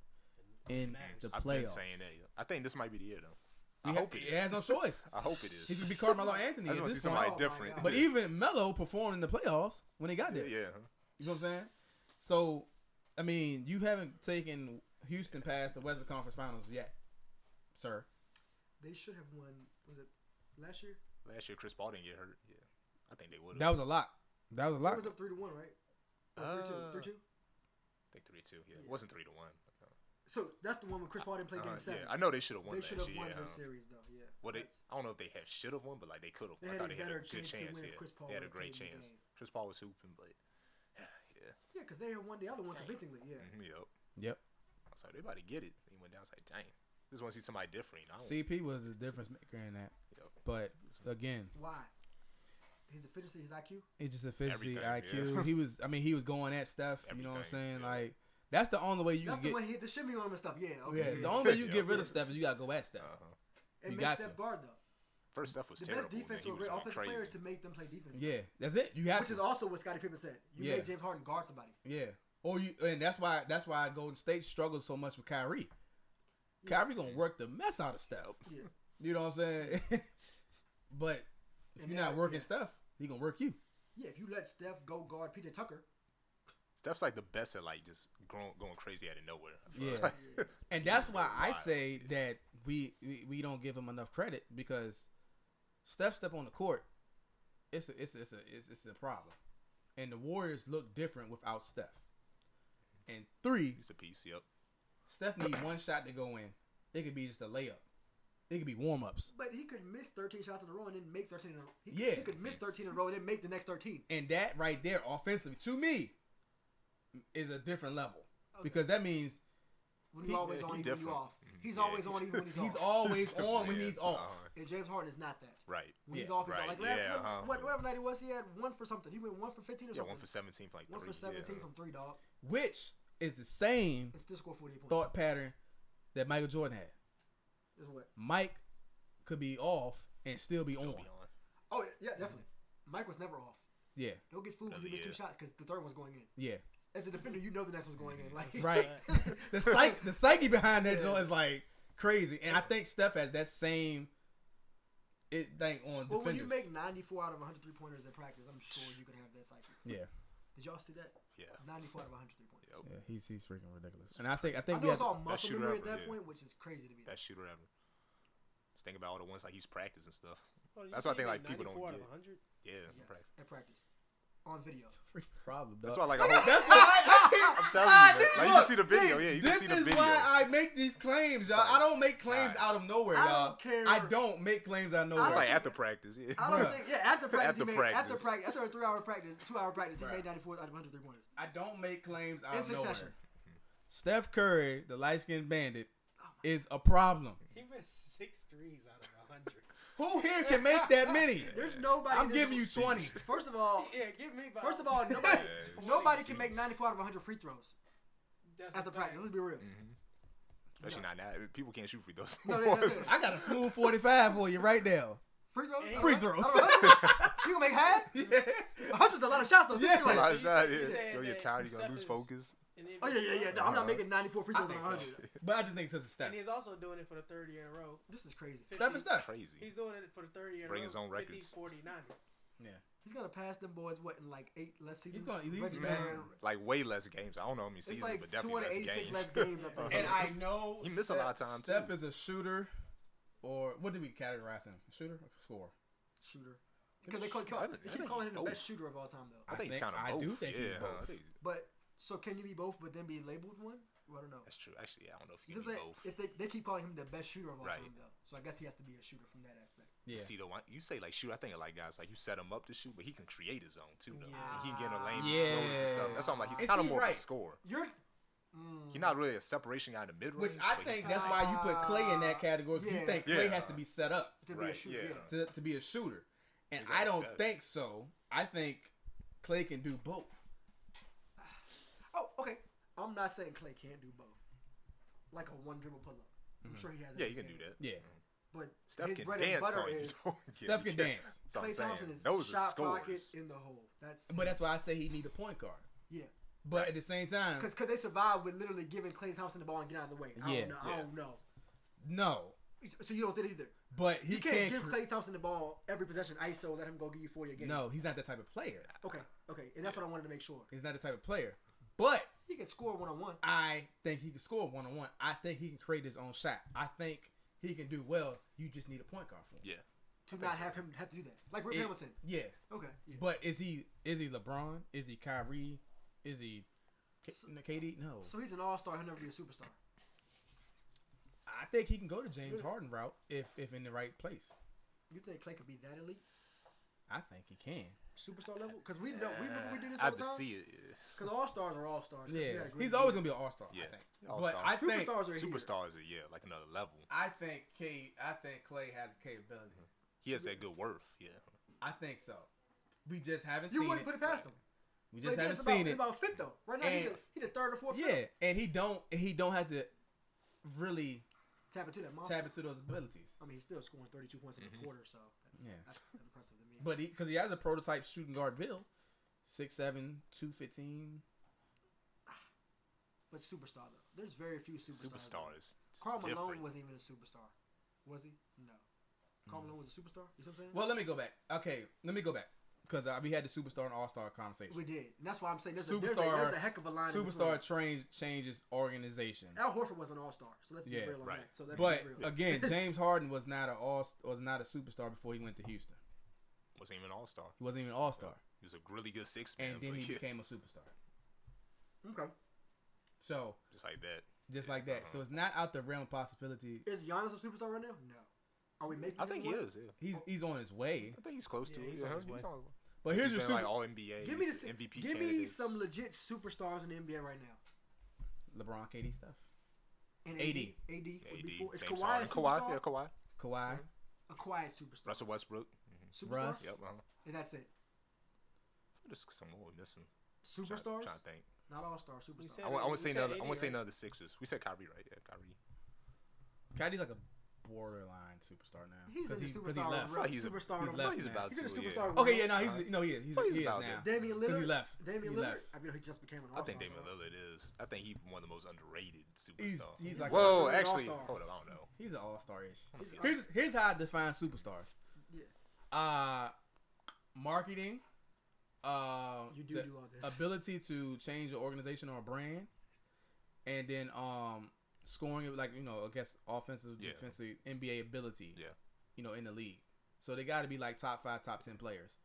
Speaker 4: in the
Speaker 5: I've
Speaker 4: playoffs.
Speaker 5: been saying that. yeah. I think this might be the year though.
Speaker 4: He
Speaker 5: I
Speaker 4: ha-
Speaker 5: hope it
Speaker 4: he
Speaker 5: is.
Speaker 4: has no choice.
Speaker 5: I hope it
Speaker 4: He's
Speaker 5: is.
Speaker 4: gonna be Carmelo Anthony.
Speaker 5: I just
Speaker 4: at
Speaker 5: want to see
Speaker 4: this
Speaker 5: somebody
Speaker 4: point.
Speaker 2: Oh my
Speaker 5: different.
Speaker 2: God.
Speaker 4: But
Speaker 5: Yeah.
Speaker 4: even Melo performed in the playoffs when he got
Speaker 5: yeah,
Speaker 4: there.
Speaker 5: yeah. huh?
Speaker 4: You know what I'm saying? So, I mean, you haven't taken Houston past the Western Conference Finals yet, sir.
Speaker 2: They should have won. Was it last year?
Speaker 5: Last year Chris Paul didn't get hurt. Yeah, I think they would.
Speaker 4: That was a lot. That was a
Speaker 2: It
Speaker 4: lot.
Speaker 2: was up three to one, right? Or three two,
Speaker 5: Uh,
Speaker 2: three two.
Speaker 5: I think three two. Yeah,
Speaker 2: Yeah.
Speaker 5: it wasn't three to one.
Speaker 2: So that's the one when Chris Paul didn't play
Speaker 5: Uh,
Speaker 2: Game
Speaker 5: yeah,
Speaker 2: Seven.
Speaker 5: I know they should have won
Speaker 2: they
Speaker 5: last
Speaker 2: should have
Speaker 5: year.
Speaker 2: won
Speaker 5: yeah,
Speaker 2: this
Speaker 5: huh?
Speaker 2: series though. Yeah.
Speaker 5: Well, they,
Speaker 2: That's-
Speaker 5: I don't know if they have should have won, but like they could have.
Speaker 2: They
Speaker 5: I
Speaker 2: had
Speaker 5: thought
Speaker 2: a
Speaker 5: they had
Speaker 2: better
Speaker 5: a good
Speaker 2: chance
Speaker 5: chance.
Speaker 2: to win
Speaker 5: yeah.
Speaker 2: if Chris Paul
Speaker 5: they had a
Speaker 2: would've
Speaker 5: great
Speaker 2: played in the
Speaker 5: chance.
Speaker 2: game.
Speaker 5: Chris Pall was hooping, but yeah,
Speaker 2: yeah, because they had won the other one convincingly. Yeah.
Speaker 4: Mm-hmm.
Speaker 5: mhm, yep.
Speaker 4: Yep.
Speaker 5: I was like, they about to get it. He went down. I was like, dang, just want to see somebody different. I don't,
Speaker 4: CP was the difference maker in that.
Speaker 5: you know,
Speaker 4: But again,
Speaker 2: Why? His efficiency, his IQ.
Speaker 4: It's just efficiency,
Speaker 5: Everything,
Speaker 4: IQ.
Speaker 5: yeah.
Speaker 4: he was, I mean, he was going at stuff. You know what I'm
Speaker 5: Everything,
Speaker 4: saying?
Speaker 5: yeah.
Speaker 4: Like that's the only way you
Speaker 2: That's
Speaker 4: can
Speaker 2: the
Speaker 4: get.
Speaker 2: one he hit the shimmy on him and stuff. Yeah. Okay.
Speaker 4: yeah,
Speaker 2: yeah.
Speaker 4: the only way you
Speaker 5: Yeah.
Speaker 4: get rid of stuff is you gotta go at stuff.
Speaker 5: uh-huh.
Speaker 2: It
Speaker 4: you
Speaker 2: makes
Speaker 4: got
Speaker 2: Steph
Speaker 4: to.
Speaker 2: guard though.
Speaker 5: First stuff was
Speaker 2: The
Speaker 5: terrible.
Speaker 2: best defense
Speaker 5: man. He
Speaker 2: to a
Speaker 5: was
Speaker 2: great
Speaker 5: going
Speaker 2: offensive player is
Speaker 5: crazy.
Speaker 2: to make them play defense.
Speaker 4: Yeah, that's it. You have
Speaker 2: Which
Speaker 4: to.
Speaker 2: is also what Scottie Pippen said. You
Speaker 4: Yeah.
Speaker 2: make James Harden guard somebody.
Speaker 4: yeah, or you, and that's why that's why Golden State struggles so much with Kyrie. Kyrie gonna work the mess out of stuff.
Speaker 2: Yeah.
Speaker 4: You know what I'm saying? but if
Speaker 2: And
Speaker 4: you're
Speaker 2: now-
Speaker 4: not working
Speaker 2: yeah.
Speaker 4: stuff, he gonna work you.
Speaker 2: Yeah, if you let Steph go guard PJ Tucker,
Speaker 5: Steph's like the best at like just growing, going crazy out of nowhere. I feel
Speaker 4: Yeah.
Speaker 5: like.
Speaker 4: And that's
Speaker 5: Yeah,
Speaker 4: why I
Speaker 5: wild.
Speaker 4: say that we, we we don't give him enough credit because Steph step on the court, it's a, it's a, it's a, it's, it's a problem, and the Warriors look different without Steph. And three,
Speaker 5: he's a piece. Yep.
Speaker 4: Steph need one shot to go in. It could be just a layup. It could be warm ups,
Speaker 2: but he could miss 13 shots in a row and then make 13 in a row. He,
Speaker 4: Yeah.
Speaker 2: he could miss 13 in a row and then make the next 13.
Speaker 4: and that right there, offensively, to me, is a different level
Speaker 2: Okay.
Speaker 4: because that means
Speaker 2: When you
Speaker 4: He-
Speaker 2: always
Speaker 5: yeah,
Speaker 2: on,
Speaker 5: he
Speaker 2: even when you
Speaker 5: different.
Speaker 2: off.
Speaker 5: Mhm.
Speaker 2: He's
Speaker 5: Yeah,
Speaker 2: always
Speaker 5: he's-
Speaker 2: on, even when he's,
Speaker 4: he's
Speaker 2: off.
Speaker 4: always
Speaker 5: He's
Speaker 4: on when
Speaker 5: different,
Speaker 4: he's
Speaker 5: yeah.
Speaker 4: off.
Speaker 5: Uh-huh.
Speaker 2: And James Harden is not that.
Speaker 5: Right.
Speaker 2: When he's
Speaker 4: Yeah,
Speaker 2: off, he's
Speaker 5: right,
Speaker 2: on. Like last
Speaker 5: yeah,
Speaker 2: what-
Speaker 5: uh-huh.
Speaker 2: what, whatever night it was, he had one for something. He went one for 15 or
Speaker 5: Yeah,
Speaker 2: something.
Speaker 5: one for seventeen for like
Speaker 2: One
Speaker 5: three.
Speaker 2: for 17
Speaker 5: yeah.
Speaker 2: from three, dog.
Speaker 4: which is the same
Speaker 2: And still scored 48 points.
Speaker 4: thought pattern that Michael Jordan had.
Speaker 2: Is what?
Speaker 4: Mike could be off and still be on.
Speaker 5: Still be on.
Speaker 2: Oh, yeah, definitely. Mike was never off.
Speaker 4: Yeah,
Speaker 2: Don't get fooled because he
Speaker 5: Yeah.
Speaker 2: missed two shots because the third one's going in.
Speaker 4: yeah,
Speaker 2: As a defender, you know the next one's going in. Like
Speaker 4: right. the psyche, the psyche behind that joint is like crazy, and I think Steph has that same it thing on
Speaker 2: Well, when you
Speaker 4: defenders.
Speaker 2: make 94 out of 100 three pointers in practice, I'm sure you can have that psyche.
Speaker 4: yeah,
Speaker 2: Did y'all see that?
Speaker 5: Yeah.
Speaker 2: 94 out of 100 three pointers.
Speaker 5: Yep.
Speaker 4: yeah, he's he's freaking ridiculous. And I say I
Speaker 2: I,
Speaker 4: think we
Speaker 2: know
Speaker 4: have
Speaker 2: it's all
Speaker 5: Best
Speaker 2: muscle
Speaker 5: shooter
Speaker 2: memory at
Speaker 5: ever,
Speaker 2: that
Speaker 5: yeah.
Speaker 2: point, which is crazy to me.
Speaker 5: Best shooter ever. Just think about all the ones like he's practiced and stuff.
Speaker 1: Oh, you
Speaker 5: That's why I
Speaker 1: say
Speaker 5: think,
Speaker 1: he
Speaker 5: like,
Speaker 1: made
Speaker 5: people don't
Speaker 1: 94 out of
Speaker 5: get-
Speaker 1: 100?
Speaker 5: Yeah.
Speaker 2: Yes,
Speaker 5: practice.
Speaker 2: at practice, on video.
Speaker 4: a freaking problem. Dog.
Speaker 5: That's why like I hope.
Speaker 4: That's why
Speaker 5: I'm telling you, man.
Speaker 4: I-
Speaker 5: Like you
Speaker 4: look,
Speaker 5: can see the video. Yeah, you can
Speaker 4: this
Speaker 5: see the
Speaker 4: is
Speaker 5: video.
Speaker 4: why I make these claims, y'all. I don't make claims
Speaker 5: Alright.
Speaker 4: out of nowhere,
Speaker 2: I
Speaker 4: y'all.
Speaker 2: don't care.
Speaker 4: I don't make claims out of nowhere.
Speaker 5: It's like
Speaker 2: think-
Speaker 5: after practice. Yeah.
Speaker 2: I don't
Speaker 4: Bruh.
Speaker 2: think. Yeah, after practice,
Speaker 5: After
Speaker 2: he made,
Speaker 5: practice.
Speaker 2: after practice, after a three-hour practice, two-hour practice,
Speaker 4: Bruh.
Speaker 2: he made 94 out of 100 three pointers.
Speaker 4: I don't make claims out
Speaker 2: In
Speaker 4: of nowhere.
Speaker 2: succession.
Speaker 4: Steph Curry, the light skinned bandit, is a problem.
Speaker 1: He missed six threes out of a 100.
Speaker 4: Who here can make that many?
Speaker 2: There's nobody.
Speaker 4: I'm
Speaker 2: that-
Speaker 4: giving you 20.
Speaker 2: First of all,
Speaker 1: Yeah, give me.
Speaker 2: first of all, nobody,
Speaker 5: Yeah.
Speaker 2: nobody can make 94 out of 100 free throws
Speaker 1: that's
Speaker 2: after practice. Let's be real.
Speaker 5: Mm-hmm. Especially not now. People can't shoot free throws.
Speaker 2: No,
Speaker 5: No,
Speaker 2: they- they-
Speaker 4: I got a smooth 45 for you right now.
Speaker 2: Free throws.
Speaker 4: Free
Speaker 2: I don't
Speaker 4: throws.
Speaker 2: know. you gonna make half? Hundreds a lot of shots though.
Speaker 4: Yeah.
Speaker 2: Yeah. Like,
Speaker 1: you said- you said
Speaker 5: Yo, you're
Speaker 1: that
Speaker 5: tired. You're
Speaker 1: Steph
Speaker 5: gonna lose
Speaker 1: is-
Speaker 5: focus.
Speaker 2: oh yeah, yeah, yeah. No,
Speaker 5: Uh-huh.
Speaker 2: I'm not making 94 free throws out of 100.
Speaker 4: But I just think it's just a step.
Speaker 1: And he's also doing it for the third year in a row.
Speaker 2: This is crazy.
Speaker 4: Step is step.
Speaker 5: Crazy.
Speaker 1: He's doing it for the third year in a row.
Speaker 5: Bring his own
Speaker 1: 50,
Speaker 5: records.
Speaker 1: 40, 90.
Speaker 2: He's gonna pass them boys what in like eight less seasons.
Speaker 4: gonna- he's
Speaker 2: Reggie
Speaker 4: gonna-
Speaker 2: Miller.
Speaker 5: Like way less games. I don't know how many seasons,
Speaker 2: like
Speaker 5: but definitely less
Speaker 2: 286
Speaker 5: games.
Speaker 2: less games, I think.
Speaker 4: And I know
Speaker 5: He missed a lot of
Speaker 4: Steph-
Speaker 5: time, too.
Speaker 4: Steph is a shooter, or what did we categorize him? Shooter, or scorer.
Speaker 2: shooter. Because they, call,
Speaker 5: I
Speaker 2: call,
Speaker 5: think-
Speaker 2: they
Speaker 5: I
Speaker 2: keep
Speaker 5: think
Speaker 2: calling him the
Speaker 5: both.
Speaker 2: best shooter of all time though.
Speaker 5: I think he's
Speaker 4: think-
Speaker 5: kind of
Speaker 4: I
Speaker 5: both.
Speaker 4: do think
Speaker 5: yeah,
Speaker 4: he's both.
Speaker 5: I think-
Speaker 2: But so can you be both but then be labeled one? Well, I don't know.
Speaker 5: that's true. Actually, I don't know if
Speaker 2: You
Speaker 5: you
Speaker 2: know
Speaker 5: can
Speaker 2: what I'm
Speaker 5: do
Speaker 2: saying?
Speaker 5: both.
Speaker 2: If they, they keep calling him the best shooter of all
Speaker 5: Right.
Speaker 2: time though. So I guess he has to be a shooter from that aspect.
Speaker 4: Yeah.
Speaker 5: See though, I- you say like shoot. I think of like guys like you set him up to shoot, but he can create his own too. Though And he can get in a lane,
Speaker 4: Yeah.
Speaker 5: yeah. and stuff. That's why I'm like he's
Speaker 4: And
Speaker 5: kind of
Speaker 4: see,
Speaker 5: more of
Speaker 4: right.
Speaker 5: a scorer.
Speaker 2: You're Mm-hmm.
Speaker 5: He's not really a separation guy in the mid
Speaker 4: Which
Speaker 5: range.
Speaker 4: I think that's why you put Clay in that category. 'cause
Speaker 2: Yeah.
Speaker 4: You think Clay
Speaker 5: Yeah.
Speaker 4: has to be set up
Speaker 2: to be a
Speaker 5: Right,
Speaker 2: shooter.
Speaker 5: yeah.
Speaker 2: Yeah.
Speaker 4: to, to be a shooter, and
Speaker 5: He's at
Speaker 4: I
Speaker 5: his
Speaker 4: don't
Speaker 5: best.
Speaker 4: think so. I think Clay can do both.
Speaker 2: Oh, okay. I'm not saying Clay can't do both. Like a one dribble pull up. I'm sure he has.
Speaker 5: Mm-hmm. yeah,
Speaker 2: in
Speaker 5: you
Speaker 2: his
Speaker 5: can do
Speaker 2: game.
Speaker 5: that.
Speaker 4: Yeah,
Speaker 2: But
Speaker 5: Steph
Speaker 2: his
Speaker 5: can
Speaker 2: bread and
Speaker 5: dance
Speaker 2: butter
Speaker 5: on you.
Speaker 2: is
Speaker 5: though. Yeah,
Speaker 4: Steph can
Speaker 5: yeah.
Speaker 4: dance.
Speaker 5: That's what
Speaker 2: Clay
Speaker 5: I'm saying.
Speaker 2: Thompson is
Speaker 5: Those are
Speaker 2: shot pocket
Speaker 5: scores.
Speaker 2: in the hole. That's
Speaker 4: but that's why I say he need a point guard.
Speaker 2: yeah.
Speaker 4: But at the same time,
Speaker 2: Because could they survive with literally giving Clay Thompson the ball and get out of the way? I
Speaker 4: Yeah.
Speaker 2: don't know. I
Speaker 5: Yeah.
Speaker 2: don't know.
Speaker 4: no.
Speaker 2: So you don't think either?
Speaker 4: But he
Speaker 2: You can't,
Speaker 4: can't.
Speaker 2: give
Speaker 4: cre-
Speaker 2: Clay Thompson the ball every possession. ISO, let him go give you forty a game.
Speaker 4: no, he's not that type of player.
Speaker 2: Okay. Okay. And that's what I wanted to make sure.
Speaker 4: He's not the type of player. But
Speaker 2: He can score one on one.
Speaker 4: I think he can score one on one. I think he can create his own shot. I think he can do well. You just need a point guard for him.
Speaker 5: Yeah.
Speaker 2: To not have him have to do that, like Rick
Speaker 4: It-
Speaker 2: Hamilton.
Speaker 4: yeah.
Speaker 2: Okay. Yeah.
Speaker 4: But is he is he LeBron? Is he Kyrie? Is he K- KD? No.
Speaker 2: So he's an all star. He'll never be a superstar.
Speaker 4: I think he can go the James Harden route if if in the right place.
Speaker 2: You think Clay could be that elite,
Speaker 4: I think he can.
Speaker 2: superstar level? Because we know we remember we do this
Speaker 5: I
Speaker 2: all
Speaker 5: have
Speaker 2: the
Speaker 5: to
Speaker 2: time.
Speaker 5: see it. yeah.
Speaker 2: Because all stars are all stars.
Speaker 4: Yeah. He's always gonna be an all star.
Speaker 5: Yeah.
Speaker 4: I think.
Speaker 5: All-star.
Speaker 4: But I think
Speaker 2: superstars are here.
Speaker 5: Superstars are yeah, like another level.
Speaker 4: I think K. I think Clay has the capability.
Speaker 5: He has that good worth. Yeah.
Speaker 4: I think so. We just haven't
Speaker 2: You
Speaker 4: seen
Speaker 2: wouldn't
Speaker 4: it.
Speaker 2: put it past him.
Speaker 4: we just
Speaker 2: Like,
Speaker 4: haven't
Speaker 2: it's about,
Speaker 4: seen
Speaker 2: it's
Speaker 4: it.
Speaker 2: about fifth though. Right now he's,
Speaker 4: And-
Speaker 2: the, he's the third or fourth.
Speaker 4: Yeah,
Speaker 2: fifth.
Speaker 4: and he don't he don't have to really
Speaker 2: Tap into that. Monster.
Speaker 4: tap into those abilities.
Speaker 2: I mean, he's still scoring 32 points in a quarter, so that's,
Speaker 4: Yeah.
Speaker 2: that's impressive to me.
Speaker 4: But he because he has a prototype shooting guard build, six seven, two fifteen.
Speaker 2: but superstar though, there's very few superstars.
Speaker 5: Superstars. It's
Speaker 2: Carl Malone
Speaker 5: different.
Speaker 2: wasn't even a superstar, was he? No. Carl Malone was a superstar. You see what I'm saying?
Speaker 4: Mm. Well, let me go back. Okay, let me go back because uh, we had the superstar and all star conversation.
Speaker 2: we did. And that's why I'm saying there's, a, there's, a,
Speaker 4: superstar,
Speaker 2: there's a heck of a line. in between.
Speaker 4: superstar trains changes organization.
Speaker 2: Al Horford was an all star, so let's be
Speaker 4: Yeah,
Speaker 2: real on
Speaker 5: right.
Speaker 2: that. So that's
Speaker 4: But
Speaker 2: real.
Speaker 4: again, James Harden was not a all was not a superstar before he went to Houston.
Speaker 5: Wasn't even an all star.
Speaker 4: He wasn't even all star,
Speaker 5: He was a really good six man.
Speaker 4: and then
Speaker 5: but
Speaker 4: he
Speaker 5: yeah,
Speaker 4: became a superstar.
Speaker 2: okay.
Speaker 4: So
Speaker 5: just like that.
Speaker 4: just like that.
Speaker 5: Uh-huh.
Speaker 4: So it's not out the realm of possibility.
Speaker 2: Is Giannis a superstar right now? No. Are we making?
Speaker 5: I think he
Speaker 2: him one?
Speaker 5: is. Yeah.
Speaker 4: He's he's on his way.
Speaker 5: I think he's close to
Speaker 1: Yeah,
Speaker 5: it.
Speaker 1: he's
Speaker 5: yeah,
Speaker 1: on his
Speaker 5: he's
Speaker 1: way.
Speaker 5: on his way.
Speaker 4: But here's your
Speaker 5: He's
Speaker 4: super,
Speaker 5: been, like all NBA.
Speaker 2: Give me
Speaker 5: he's
Speaker 2: the,
Speaker 5: MVP.
Speaker 2: Give me
Speaker 5: candidates.
Speaker 2: some legit superstars in the NBA right now.
Speaker 4: LeBron, KD stuff.
Speaker 2: And AD,
Speaker 4: AD.
Speaker 2: AD, would be
Speaker 5: AD,
Speaker 2: four. Is
Speaker 5: James
Speaker 2: Kawhi a
Speaker 5: Harden. Kawhi, yeah,
Speaker 2: superstar?
Speaker 5: Kawhi.
Speaker 4: Kawhi,
Speaker 2: A quiet superstar.
Speaker 5: Russell Westbrook.
Speaker 2: Superstar.
Speaker 4: Russ.
Speaker 5: Yep. Uh-huh.
Speaker 2: And that's it.
Speaker 5: There's some more we're missing. Trying,
Speaker 2: Superstars,
Speaker 5: trying to think. Oh,
Speaker 2: not all star
Speaker 1: said-
Speaker 2: superstars.
Speaker 5: I want, I
Speaker 1: we
Speaker 5: want to say
Speaker 1: said
Speaker 5: another. I
Speaker 1: AD,
Speaker 5: want to say
Speaker 1: right?
Speaker 5: another Sixers. We said Kyrie, right? Yeah, Kyrie.
Speaker 4: KD's like a borderline superstar now.
Speaker 2: He's in
Speaker 4: 'Cause
Speaker 2: the
Speaker 4: he- 'cause he
Speaker 2: superstar
Speaker 4: left.
Speaker 2: realm.
Speaker 5: He's a-
Speaker 2: superstar
Speaker 4: he's
Speaker 2: realm.
Speaker 4: left
Speaker 5: he's
Speaker 4: now.
Speaker 5: about
Speaker 2: He's in the
Speaker 5: to, yeah.
Speaker 2: superstar realm.
Speaker 4: Okay, yeah, no, he's no, he is. He's,
Speaker 5: Oh, he's
Speaker 4: he is
Speaker 5: about
Speaker 4: now.
Speaker 5: there.
Speaker 2: Damian
Speaker 4: 'Cause
Speaker 2: Lillard.
Speaker 4: he left.
Speaker 2: Damian
Speaker 4: He
Speaker 2: Lillard.
Speaker 4: left.
Speaker 2: I mean, he just became an
Speaker 5: I
Speaker 2: all-star.
Speaker 5: think Damian
Speaker 2: so-
Speaker 5: Lillard is. I think he's one of the most underrated
Speaker 4: He's-
Speaker 5: superstars.
Speaker 4: he's like-
Speaker 5: Whoa,
Speaker 2: He's an
Speaker 5: actually,
Speaker 2: all-star.
Speaker 5: hold up. I don't know.
Speaker 4: He's an all star ish.
Speaker 2: He's an
Speaker 4: Here's, here's how I define superstars.
Speaker 2: Yeah.
Speaker 4: Uh marketing. Uh,
Speaker 2: You do
Speaker 4: the
Speaker 2: do all this.
Speaker 4: Ability to change an organization or a brand, and then um scoring it like you know I guess offensive,
Speaker 5: Yeah.
Speaker 4: defensive, NBA ability.
Speaker 5: Yeah.
Speaker 4: You know in the league, so they got to be like top five, top ten players,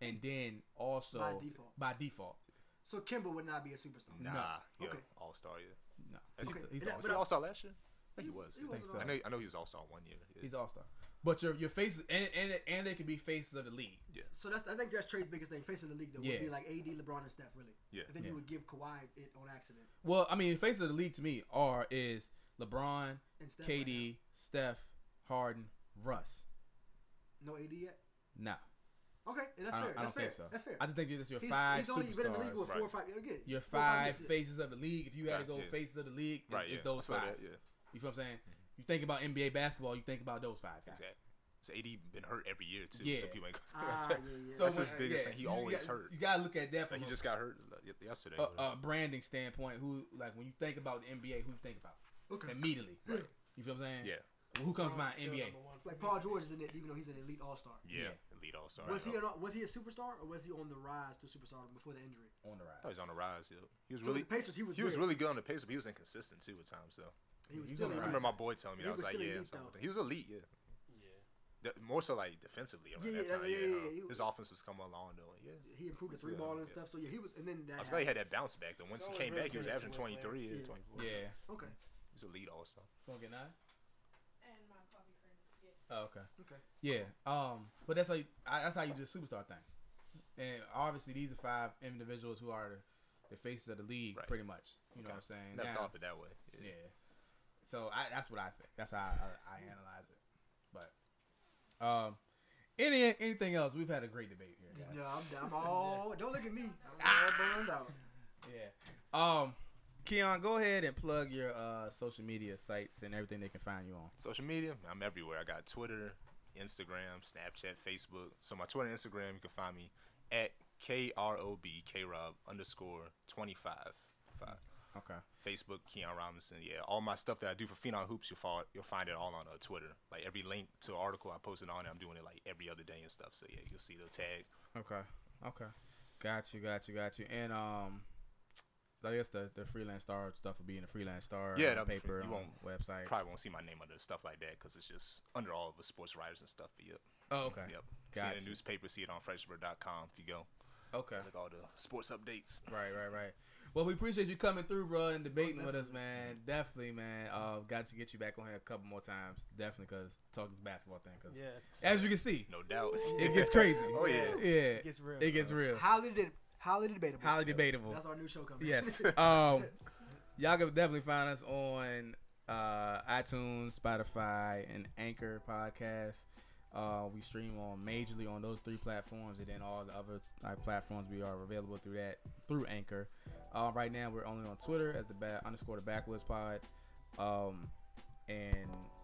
Speaker 4: and then also
Speaker 2: By default.
Speaker 4: by default,
Speaker 2: So Kimba would not be a superstar.
Speaker 5: Nah, yeah,
Speaker 2: Okay.
Speaker 5: all star. Yeah,
Speaker 4: no,
Speaker 5: That's-
Speaker 4: he's,
Speaker 2: Okay.
Speaker 4: he's
Speaker 2: And that- uh,
Speaker 4: all
Speaker 5: was he
Speaker 4: star.
Speaker 5: all star last year? I think he was.
Speaker 2: he was
Speaker 4: Think an so.
Speaker 5: I know. I know he was all star one year. Yeah.
Speaker 4: He's all star. But your your faces and and and they can be faces of the league.
Speaker 2: So that's I think that's Trey's biggest thing facing the league though
Speaker 4: Yeah.
Speaker 2: would be like AD, LeBron, and Steph really.
Speaker 5: Yeah.
Speaker 2: And then
Speaker 4: Yeah.
Speaker 2: you would give Kawhi it on accident.
Speaker 4: Well, I mean, faces of the league to me are is LeBron,
Speaker 2: And Steph right
Speaker 4: KD, Steph, Harden, Russ.
Speaker 2: No AD yet.
Speaker 4: No,
Speaker 2: Okay, and that's fair.
Speaker 4: I don't, I
Speaker 2: That's
Speaker 4: don't
Speaker 2: fair.
Speaker 4: think so.
Speaker 2: That's fair.
Speaker 4: I just think you're just your
Speaker 2: he's,
Speaker 4: five
Speaker 2: he's only
Speaker 4: superstars.
Speaker 2: been in the league with four or
Speaker 5: Right.
Speaker 2: five. Yeah,
Speaker 4: your
Speaker 2: four or
Speaker 4: five
Speaker 2: years.
Speaker 4: faces of the league. If you had to
Speaker 5: Right,
Speaker 4: go
Speaker 5: yeah.
Speaker 4: faces of the league, it's,
Speaker 5: Right,
Speaker 4: it's
Speaker 5: yeah.
Speaker 4: those
Speaker 5: I
Speaker 4: five.
Speaker 5: feel that, yeah.
Speaker 4: You feel what I'm saying? You think about NBA basketball, you think about those five guys.
Speaker 5: Exactly. So AD been hurt every year too.
Speaker 4: Yeah.
Speaker 5: So people ain't.
Speaker 2: Ah, yeah, yeah.
Speaker 5: That's his
Speaker 4: when-
Speaker 5: biggest thing. He
Speaker 4: you
Speaker 5: always
Speaker 4: got- Oh,
Speaker 5: hurt.
Speaker 4: You gotta look at that from
Speaker 5: Like, he
Speaker 4: a-
Speaker 5: just got hurt like, y- yesterday.
Speaker 4: a, a branding standpoint. Who like when you think about the NBA, who you think about
Speaker 2: Okay.
Speaker 4: immediately? You feel what I'm saying?
Speaker 5: yeah,
Speaker 4: Who comes to mind?
Speaker 1: Still
Speaker 4: NBA.
Speaker 1: number one for
Speaker 2: Like
Speaker 1: me.
Speaker 2: Paul George is in it, even though he's an elite All Star.
Speaker 5: yeah,
Speaker 4: Yeah.
Speaker 5: Elite All Star.
Speaker 2: Was he an, was he a superstar or was he on the rise to superstar before the injury?
Speaker 4: On the
Speaker 5: I thought
Speaker 4: rise.
Speaker 5: he was on the rise. Yeah. He was
Speaker 2: So
Speaker 5: really
Speaker 2: the Patriots, he was
Speaker 5: he was
Speaker 2: good.
Speaker 5: really good on the pace, but he was inconsistent too at times. So
Speaker 2: He was
Speaker 4: He's
Speaker 2: still
Speaker 4: on the
Speaker 5: I
Speaker 2: elite.
Speaker 5: remember my boy telling
Speaker 2: He
Speaker 5: me that I was,
Speaker 2: was
Speaker 5: like,
Speaker 2: still
Speaker 5: yeah,
Speaker 2: elite,
Speaker 5: something like
Speaker 2: though.
Speaker 5: that. he was elite. Yeah, That- more so like defensively around
Speaker 2: Yeah,
Speaker 5: that time.
Speaker 2: yeah,
Speaker 5: Yeah,
Speaker 2: yeah,
Speaker 5: huh?
Speaker 2: yeah, he-
Speaker 5: his offense was coming along though. Yeah,
Speaker 2: He improved the
Speaker 5: He's
Speaker 2: three
Speaker 5: good,
Speaker 2: ball and
Speaker 5: yeah.
Speaker 2: stuff. So yeah, he was, and then that.
Speaker 5: I
Speaker 4: Oh,
Speaker 5: was glad he
Speaker 2: happened.
Speaker 5: had that bounce back. Though
Speaker 1: It's
Speaker 5: once he
Speaker 1: always
Speaker 5: came
Speaker 1: really
Speaker 5: back, he was
Speaker 1: good
Speaker 5: averaging
Speaker 1: to win,
Speaker 5: twenty three, yeah,
Speaker 2: Yeah.
Speaker 5: twenty four.
Speaker 4: Yeah.
Speaker 2: Okay,
Speaker 5: he's elite All Star.
Speaker 4: Gonna get nine?
Speaker 3: And my coffee cream. Yeah.
Speaker 4: Oh, okay.
Speaker 2: okay.
Speaker 4: Yeah. Um. But that's how you, I, that's how you do the superstar thing. And obviously, these are five individuals who are the, the faces of the league,
Speaker 5: Right.
Speaker 4: pretty much. You know what I'm saying?
Speaker 5: Never
Speaker 4: Now-
Speaker 5: thought of it that way.
Speaker 4: Yeah. So I, that's what I think. That's how I, I, I analyze it. But um, any anything else? We've had a great debate here. Guys.
Speaker 2: No, I'm, I'm all. Don't look at me.
Speaker 4: Ah!
Speaker 2: I'm all burned out.
Speaker 4: Yeah. Um, Keon, go ahead and plug your uh, social media sites and everything they can find you on.
Speaker 5: Social media, I'm everywhere. I got Twitter, Instagram, Snapchat, Facebook. So my Twitter and Instagram, you can find me at K R O B K Rob underscore twenty five five.
Speaker 4: Okay.
Speaker 5: Facebook, Keon Robinson. Yeah, all my stuff that I do for Phenom Hoops, you'll, follow, you'll find it all on uh, Twitter. Like every link to an article I posted on it, I'm doing it like every other day and stuff. So yeah, you'll see the tag.
Speaker 4: Okay. Okay. Got you. Got you. Got you. And um. I guess the, the freelance star stuff will be in the freelance star on
Speaker 5: Yeah, that'll be
Speaker 4: paper
Speaker 5: free. You
Speaker 4: on
Speaker 5: won't-
Speaker 4: website.
Speaker 5: Probably won't see my name under stuff like that because it's just under all of the sports writers and stuff. But yep.
Speaker 4: oh, okay.
Speaker 5: Yep. see it
Speaker 4: Got
Speaker 5: in the
Speaker 4: you.
Speaker 5: newspaper, see it on freshbird.com if you go.
Speaker 4: Okay.
Speaker 5: Look at all the sports updates.
Speaker 4: Right, right, right. Well, we appreciate you coming through, bro, and debating with us, man. Definitely, man. Uh, got to get you back on here a couple more times, definitely, cause talk this basketball thing, cause
Speaker 1: Yeah,
Speaker 4: as you can see,
Speaker 5: No doubt.
Speaker 4: it gets crazy.
Speaker 5: Oh, yeah.
Speaker 4: yeah, it
Speaker 1: gets real,
Speaker 4: It gets real.
Speaker 2: Highly, de- highly debatable.
Speaker 4: Highly debatable.
Speaker 2: That's our new show coming.
Speaker 4: Yes. Um, y'all can definitely find us on uh, iTunes, Spotify, and Anchor podcast. Uh, we stream on majorly on those three platforms, and then all the other uh, platforms we are available through that through Anchor. Uh, right now, we're only on Twitter as the ba- underscore the Backwoods Pod, um, and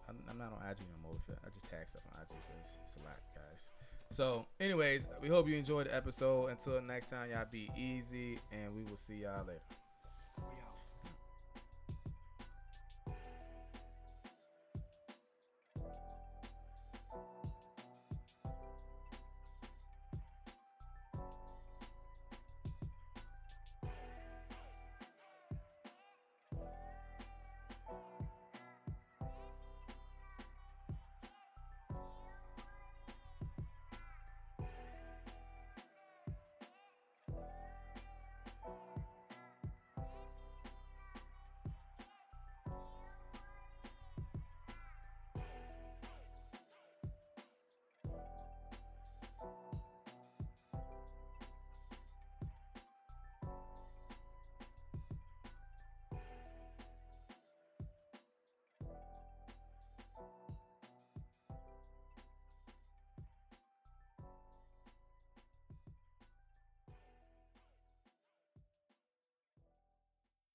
Speaker 4: I'm, I'm not on IG no more. I just tag stuff on IG because it's a lot, guys. So, anyways, we hope you enjoyed the episode. Until next time, y'all be easy, and we will see y'all later.
Speaker 2: We out.